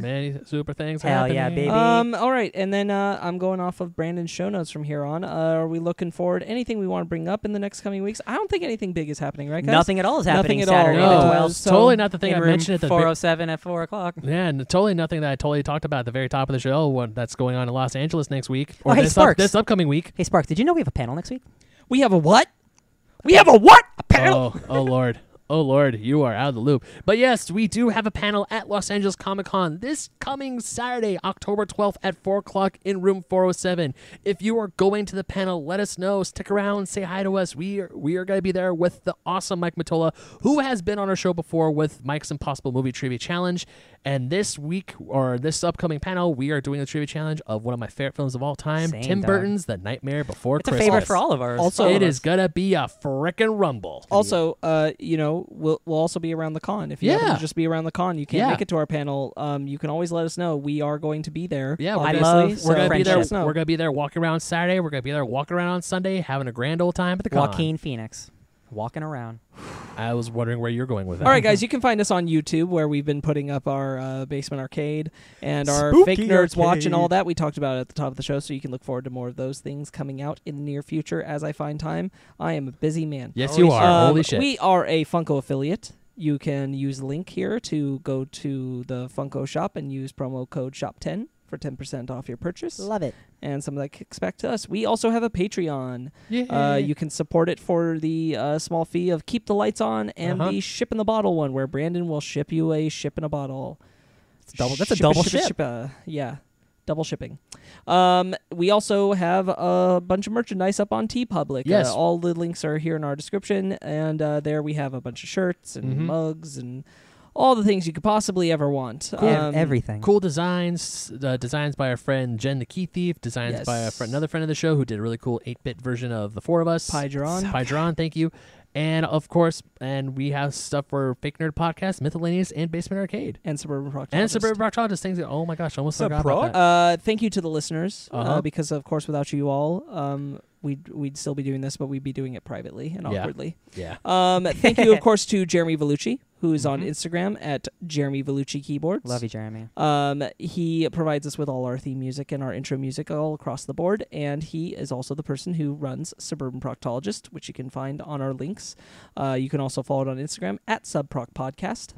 Speaker 1: many super things.
Speaker 3: Hell yeah,
Speaker 1: happening.
Speaker 3: baby.
Speaker 2: Um, all right, and then uh, I'm going off of Brandon's show notes from here on. Uh, are we looking forward? Anything we want to bring up in the next coming weeks? I don't think anything big is happening, right, guys?
Speaker 3: Nothing at all is happening
Speaker 2: Nothing at all.
Speaker 3: Saturday
Speaker 1: No,
Speaker 3: the
Speaker 2: Uh,
Speaker 1: well,
Speaker 3: 12th.
Speaker 1: it's
Speaker 2: so
Speaker 1: totally not the thing
Speaker 3: in
Speaker 1: I
Speaker 3: room
Speaker 1: mentioned at the. Be-
Speaker 3: 407 at 4 o'clock.
Speaker 1: yeah, and totally nothing that I totally talked about at the very top of the show. What that's going on in Los Angeles next week or
Speaker 3: Oh, hey,
Speaker 1: this, up,
Speaker 3: Sparks.
Speaker 1: this upcoming week.
Speaker 3: Hey, Sparks, did you know we have a panel next week?
Speaker 2: We have a what? We have a what? A panel.
Speaker 1: Oh, oh Lord. Oh Lord, you are out of the loop. But yes, we do have a panel at Los Angeles Comic Con this coming Saturday, October 12th at 4 o'clock in room 407. If you are going to the panel, let us know. Stick around, say hi to us. We are, we are going to be there with the awesome Mike Matola, who has been on our show before with Mike's Impossible Movie Trivia Challenge. And this week, or this upcoming panel, we are doing the trivia challenge of one of my favorite films of all time,
Speaker 3: Same,
Speaker 1: Tim
Speaker 3: dog.
Speaker 1: Burton's The Nightmare Before
Speaker 3: It's a
Speaker 1: Christmas.
Speaker 3: favorite for all of ours.
Speaker 2: Also-
Speaker 3: All of
Speaker 1: It
Speaker 3: us.
Speaker 1: is going to be a frickin' rumble.
Speaker 2: Also, uh, you know, we'll we'll also be around the con. If you happen
Speaker 1: Yeah.
Speaker 2: to just be around the con, you can't
Speaker 1: Yeah.
Speaker 2: make it to our panel. Um, you can always let us know. We are going to be there.
Speaker 1: Yeah, we're
Speaker 2: obviously,
Speaker 1: gonna-
Speaker 3: love-
Speaker 2: so
Speaker 1: We're gonna be there.
Speaker 2: let us know.
Speaker 1: We're gonna be there walking around Saturday. We're gonna be there walking around on Sunday, having a grand old time at the con.
Speaker 3: Joaquin Phoenix walking around.
Speaker 1: I was wondering where you're going with that.
Speaker 2: All right, guys, you can find us on YouTube where we've been putting up our uh, basement arcade and our
Speaker 5: Spooky
Speaker 2: fake nerds watch and all
Speaker 5: arcade.
Speaker 2: that. We talked about it at the top of the show, so you can look forward to more of those things coming out in the near future as I find time. I am a busy man.
Speaker 1: Yes, you are.
Speaker 2: Um,
Speaker 1: Holy shit.
Speaker 2: We are a Funko affiliate. You can use the link here to go to the Funko shop and use promo code SHOP10 for 10% off your purchase
Speaker 3: Love it.
Speaker 2: and some of that kicks back to us. We also have a Patreon.
Speaker 1: yeah.
Speaker 2: Uh, you can support it for the uh, small fee of keep the lights on and
Speaker 1: Uh-huh.
Speaker 2: the ship in the bottle one, where Brandon will ship you a ship in a bottle. It's
Speaker 3: double- that's a double ship.
Speaker 2: uh, yeah, double shipping. Um, we also have a bunch of merchandise up on T Public. Uh,
Speaker 1: Yes.
Speaker 2: all the links are here in our description, and uh, there we have a bunch of shirts and
Speaker 1: Mhm.
Speaker 3: Mm-hmm.
Speaker 2: mugs and all the things you could possibly ever want. Um,
Speaker 3: everything.
Speaker 1: cool designs. Uh, designs by our friend Jen the Key Thief. Designs by a
Speaker 2: Yes.
Speaker 1: friend, another friend of the show who did a really cool eight bit version of the four of us.
Speaker 2: Pydron.
Speaker 1: Pydron, thank you. And of course, and we have stuff for Fake Nerd Podcast, Mythalenius, and Basement Arcade.
Speaker 2: and suburban rock.
Speaker 1: And
Speaker 2: Digest.
Speaker 1: Suburban Proctologist things. that- Oh my gosh, I almost forgot about that.
Speaker 2: Uh, thank you to the listeners, uh
Speaker 1: Uh-huh.
Speaker 2: because of course, without you all, um, we'd we'd still be doing this, but we'd be doing it privately and
Speaker 1: Yeah.
Speaker 2: awkwardly.
Speaker 1: yeah.
Speaker 2: Um, thank you, of course, to Jeremy Vellucci, who is on Instagram at Jeremy Vellucci Keyboards.
Speaker 3: Love you, Jeremy.
Speaker 2: Um, he provides us with all our theme music and our intro music all across the board, and he is also the person who runs Suburban Proctologist, which you can find on our links. Uh, you can also follow it on Instagram at SubProc Podcast.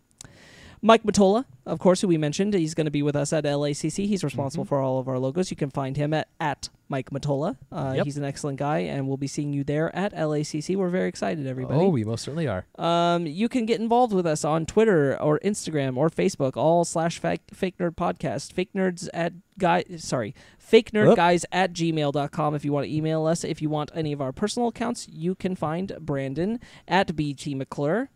Speaker 2: Mike Matola, of course, who we mentioned, he's going to be with us at LACC.
Speaker 1: Mm-hmm.
Speaker 2: He's responsible for all of our logos. You can find him at, at Mike Matola. Uh,
Speaker 1: Yep.
Speaker 2: He's an excellent guy, and we'll be seeing you there at LACC. We're very excited, everybody.
Speaker 1: Oh, we most certainly are.
Speaker 2: Um, you can get involved with us on Twitter or Instagram or Facebook, all slash fake, fake nerd podcast. Fake nerds at guy sorry, fake nerd
Speaker 5: Whoop.
Speaker 2: guys at gmail.com if you want to email us. If you want any of our personal accounts, you can find Brandon at BT McClure.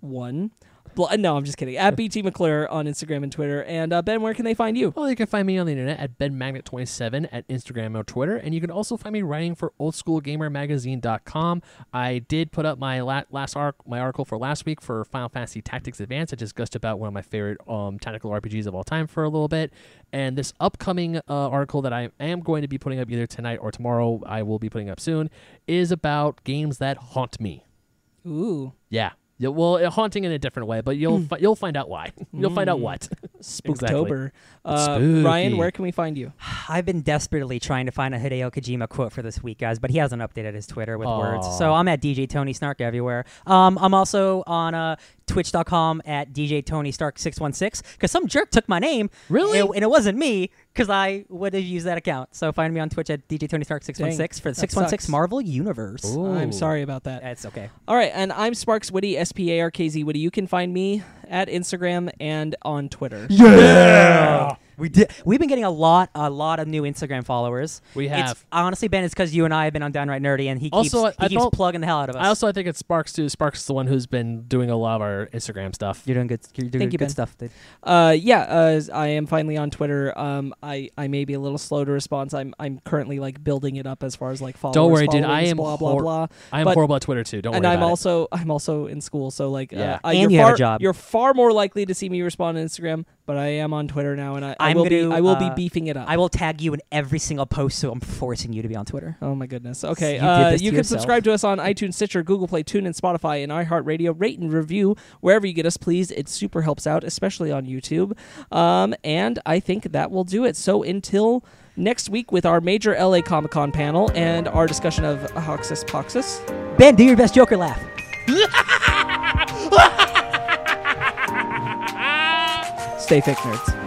Speaker 2: One. Bl- No, I'm just kidding. At BT McClure on Instagram and Twitter. And uh, Ben, where can they find you?
Speaker 1: Well, you can find me on the internet at benmagnet27 at Instagram or Twitter, and you can also find me writing for oldschoolgamermagazine.com. I did put up my la- last arc, my article for last week for Final Fantasy Tactics Advance. I just gushed about one of my favorite um, tactical RPGs of all time for a little bit, and this upcoming uh, article that I am going to be putting up either tonight or tomorrow, I will be putting up soon, is about games that haunt me.
Speaker 2: Ooh.
Speaker 1: Yeah. Yeah, well, uh, haunting in a different way, but
Speaker 3: Hmm.
Speaker 1: you'll fi- you'll find out why. You'll find out what.
Speaker 2: Spooktober. Uh,
Speaker 1: Spooky.
Speaker 2: Ryan, where can we find you?
Speaker 3: I've been desperately trying to find a Hideo Kojima quote for this week, guys, but he hasn't updated his Twitter with words. So
Speaker 1: Aw.
Speaker 3: I'm at DJ Tony Snark everywhere. Um, I'm also on uh, Twitch.com at DJ Tony Stark six one six because some jerk took my name.
Speaker 1: Really?
Speaker 3: And, and it wasn't me because I would have used that account. So find me on Twitch at DJ Tony Stark six one six for the
Speaker 2: that
Speaker 3: six one six
Speaker 2: sucks.
Speaker 3: Marvel Universe.
Speaker 2: I'm
Speaker 1: Ooh.
Speaker 2: sorry about that.
Speaker 3: It's okay.
Speaker 2: All right, and I'm Sparks Witty, S P A R K Z Witty. You can find me at Instagram and on Twitter.
Speaker 3: We did. We've been getting a lot, a lot of new Instagram followers.
Speaker 1: We
Speaker 3: It's,
Speaker 1: have.
Speaker 3: honestly, Ben, it's because you and I have been on Downright Nerdy, and he
Speaker 1: Also,
Speaker 3: keeps,
Speaker 1: I- I
Speaker 3: he keeps
Speaker 1: felt-
Speaker 3: plugging the hell out of us.
Speaker 1: I also I think it's Sparks too. Sparks is the one who's been doing a lot of our Instagram stuff.
Speaker 3: You're doing good. You're doing
Speaker 2: Thank you,
Speaker 3: good
Speaker 2: Ben.
Speaker 3: stuff. Dude.
Speaker 2: Uh, yeah, uh, I am finally on Twitter. Um, I, I may be a little slow to response. I'm I'm currently like building it up as far as like followers.
Speaker 1: worry, dude, I
Speaker 2: followings,
Speaker 1: am
Speaker 2: blah blah
Speaker 1: hor-
Speaker 2: blah.
Speaker 1: I am
Speaker 2: But-
Speaker 1: horrible at Twitter too. Don't
Speaker 2: and
Speaker 1: worry
Speaker 2: I'm
Speaker 1: about
Speaker 2: also I'm also in school, so like
Speaker 1: Yeah.
Speaker 2: uh, uh,
Speaker 3: And
Speaker 2: you're
Speaker 3: you
Speaker 2: far,
Speaker 3: have a job.
Speaker 2: You're far more likely to see me respond on Instagram, but I am on Twitter now, and I, I
Speaker 3: I'm
Speaker 2: will be
Speaker 3: gonna,
Speaker 2: I will be
Speaker 3: uh,
Speaker 2: beefing
Speaker 1: Oh.
Speaker 2: it up.
Speaker 3: I will tag you in every single post, so I'm forcing you to be on Twitter.
Speaker 2: Oh my goodness. Okay. You,
Speaker 3: You did
Speaker 2: uh,
Speaker 3: this to
Speaker 2: you can
Speaker 3: yourself.
Speaker 2: subscribe to us on iTunes, Stitcher, Google Play, TuneIn, Spotify, and iHeartRadio. Rate and review wherever you get us, please. It super helps out, especially on YouTube. Um, and I think that will do it. So until next week with our major LA Comic Con panel and our discussion of Hoxus Poxus.
Speaker 3: Ben, do your best Joker laugh.
Speaker 2: Stay thick, nerds.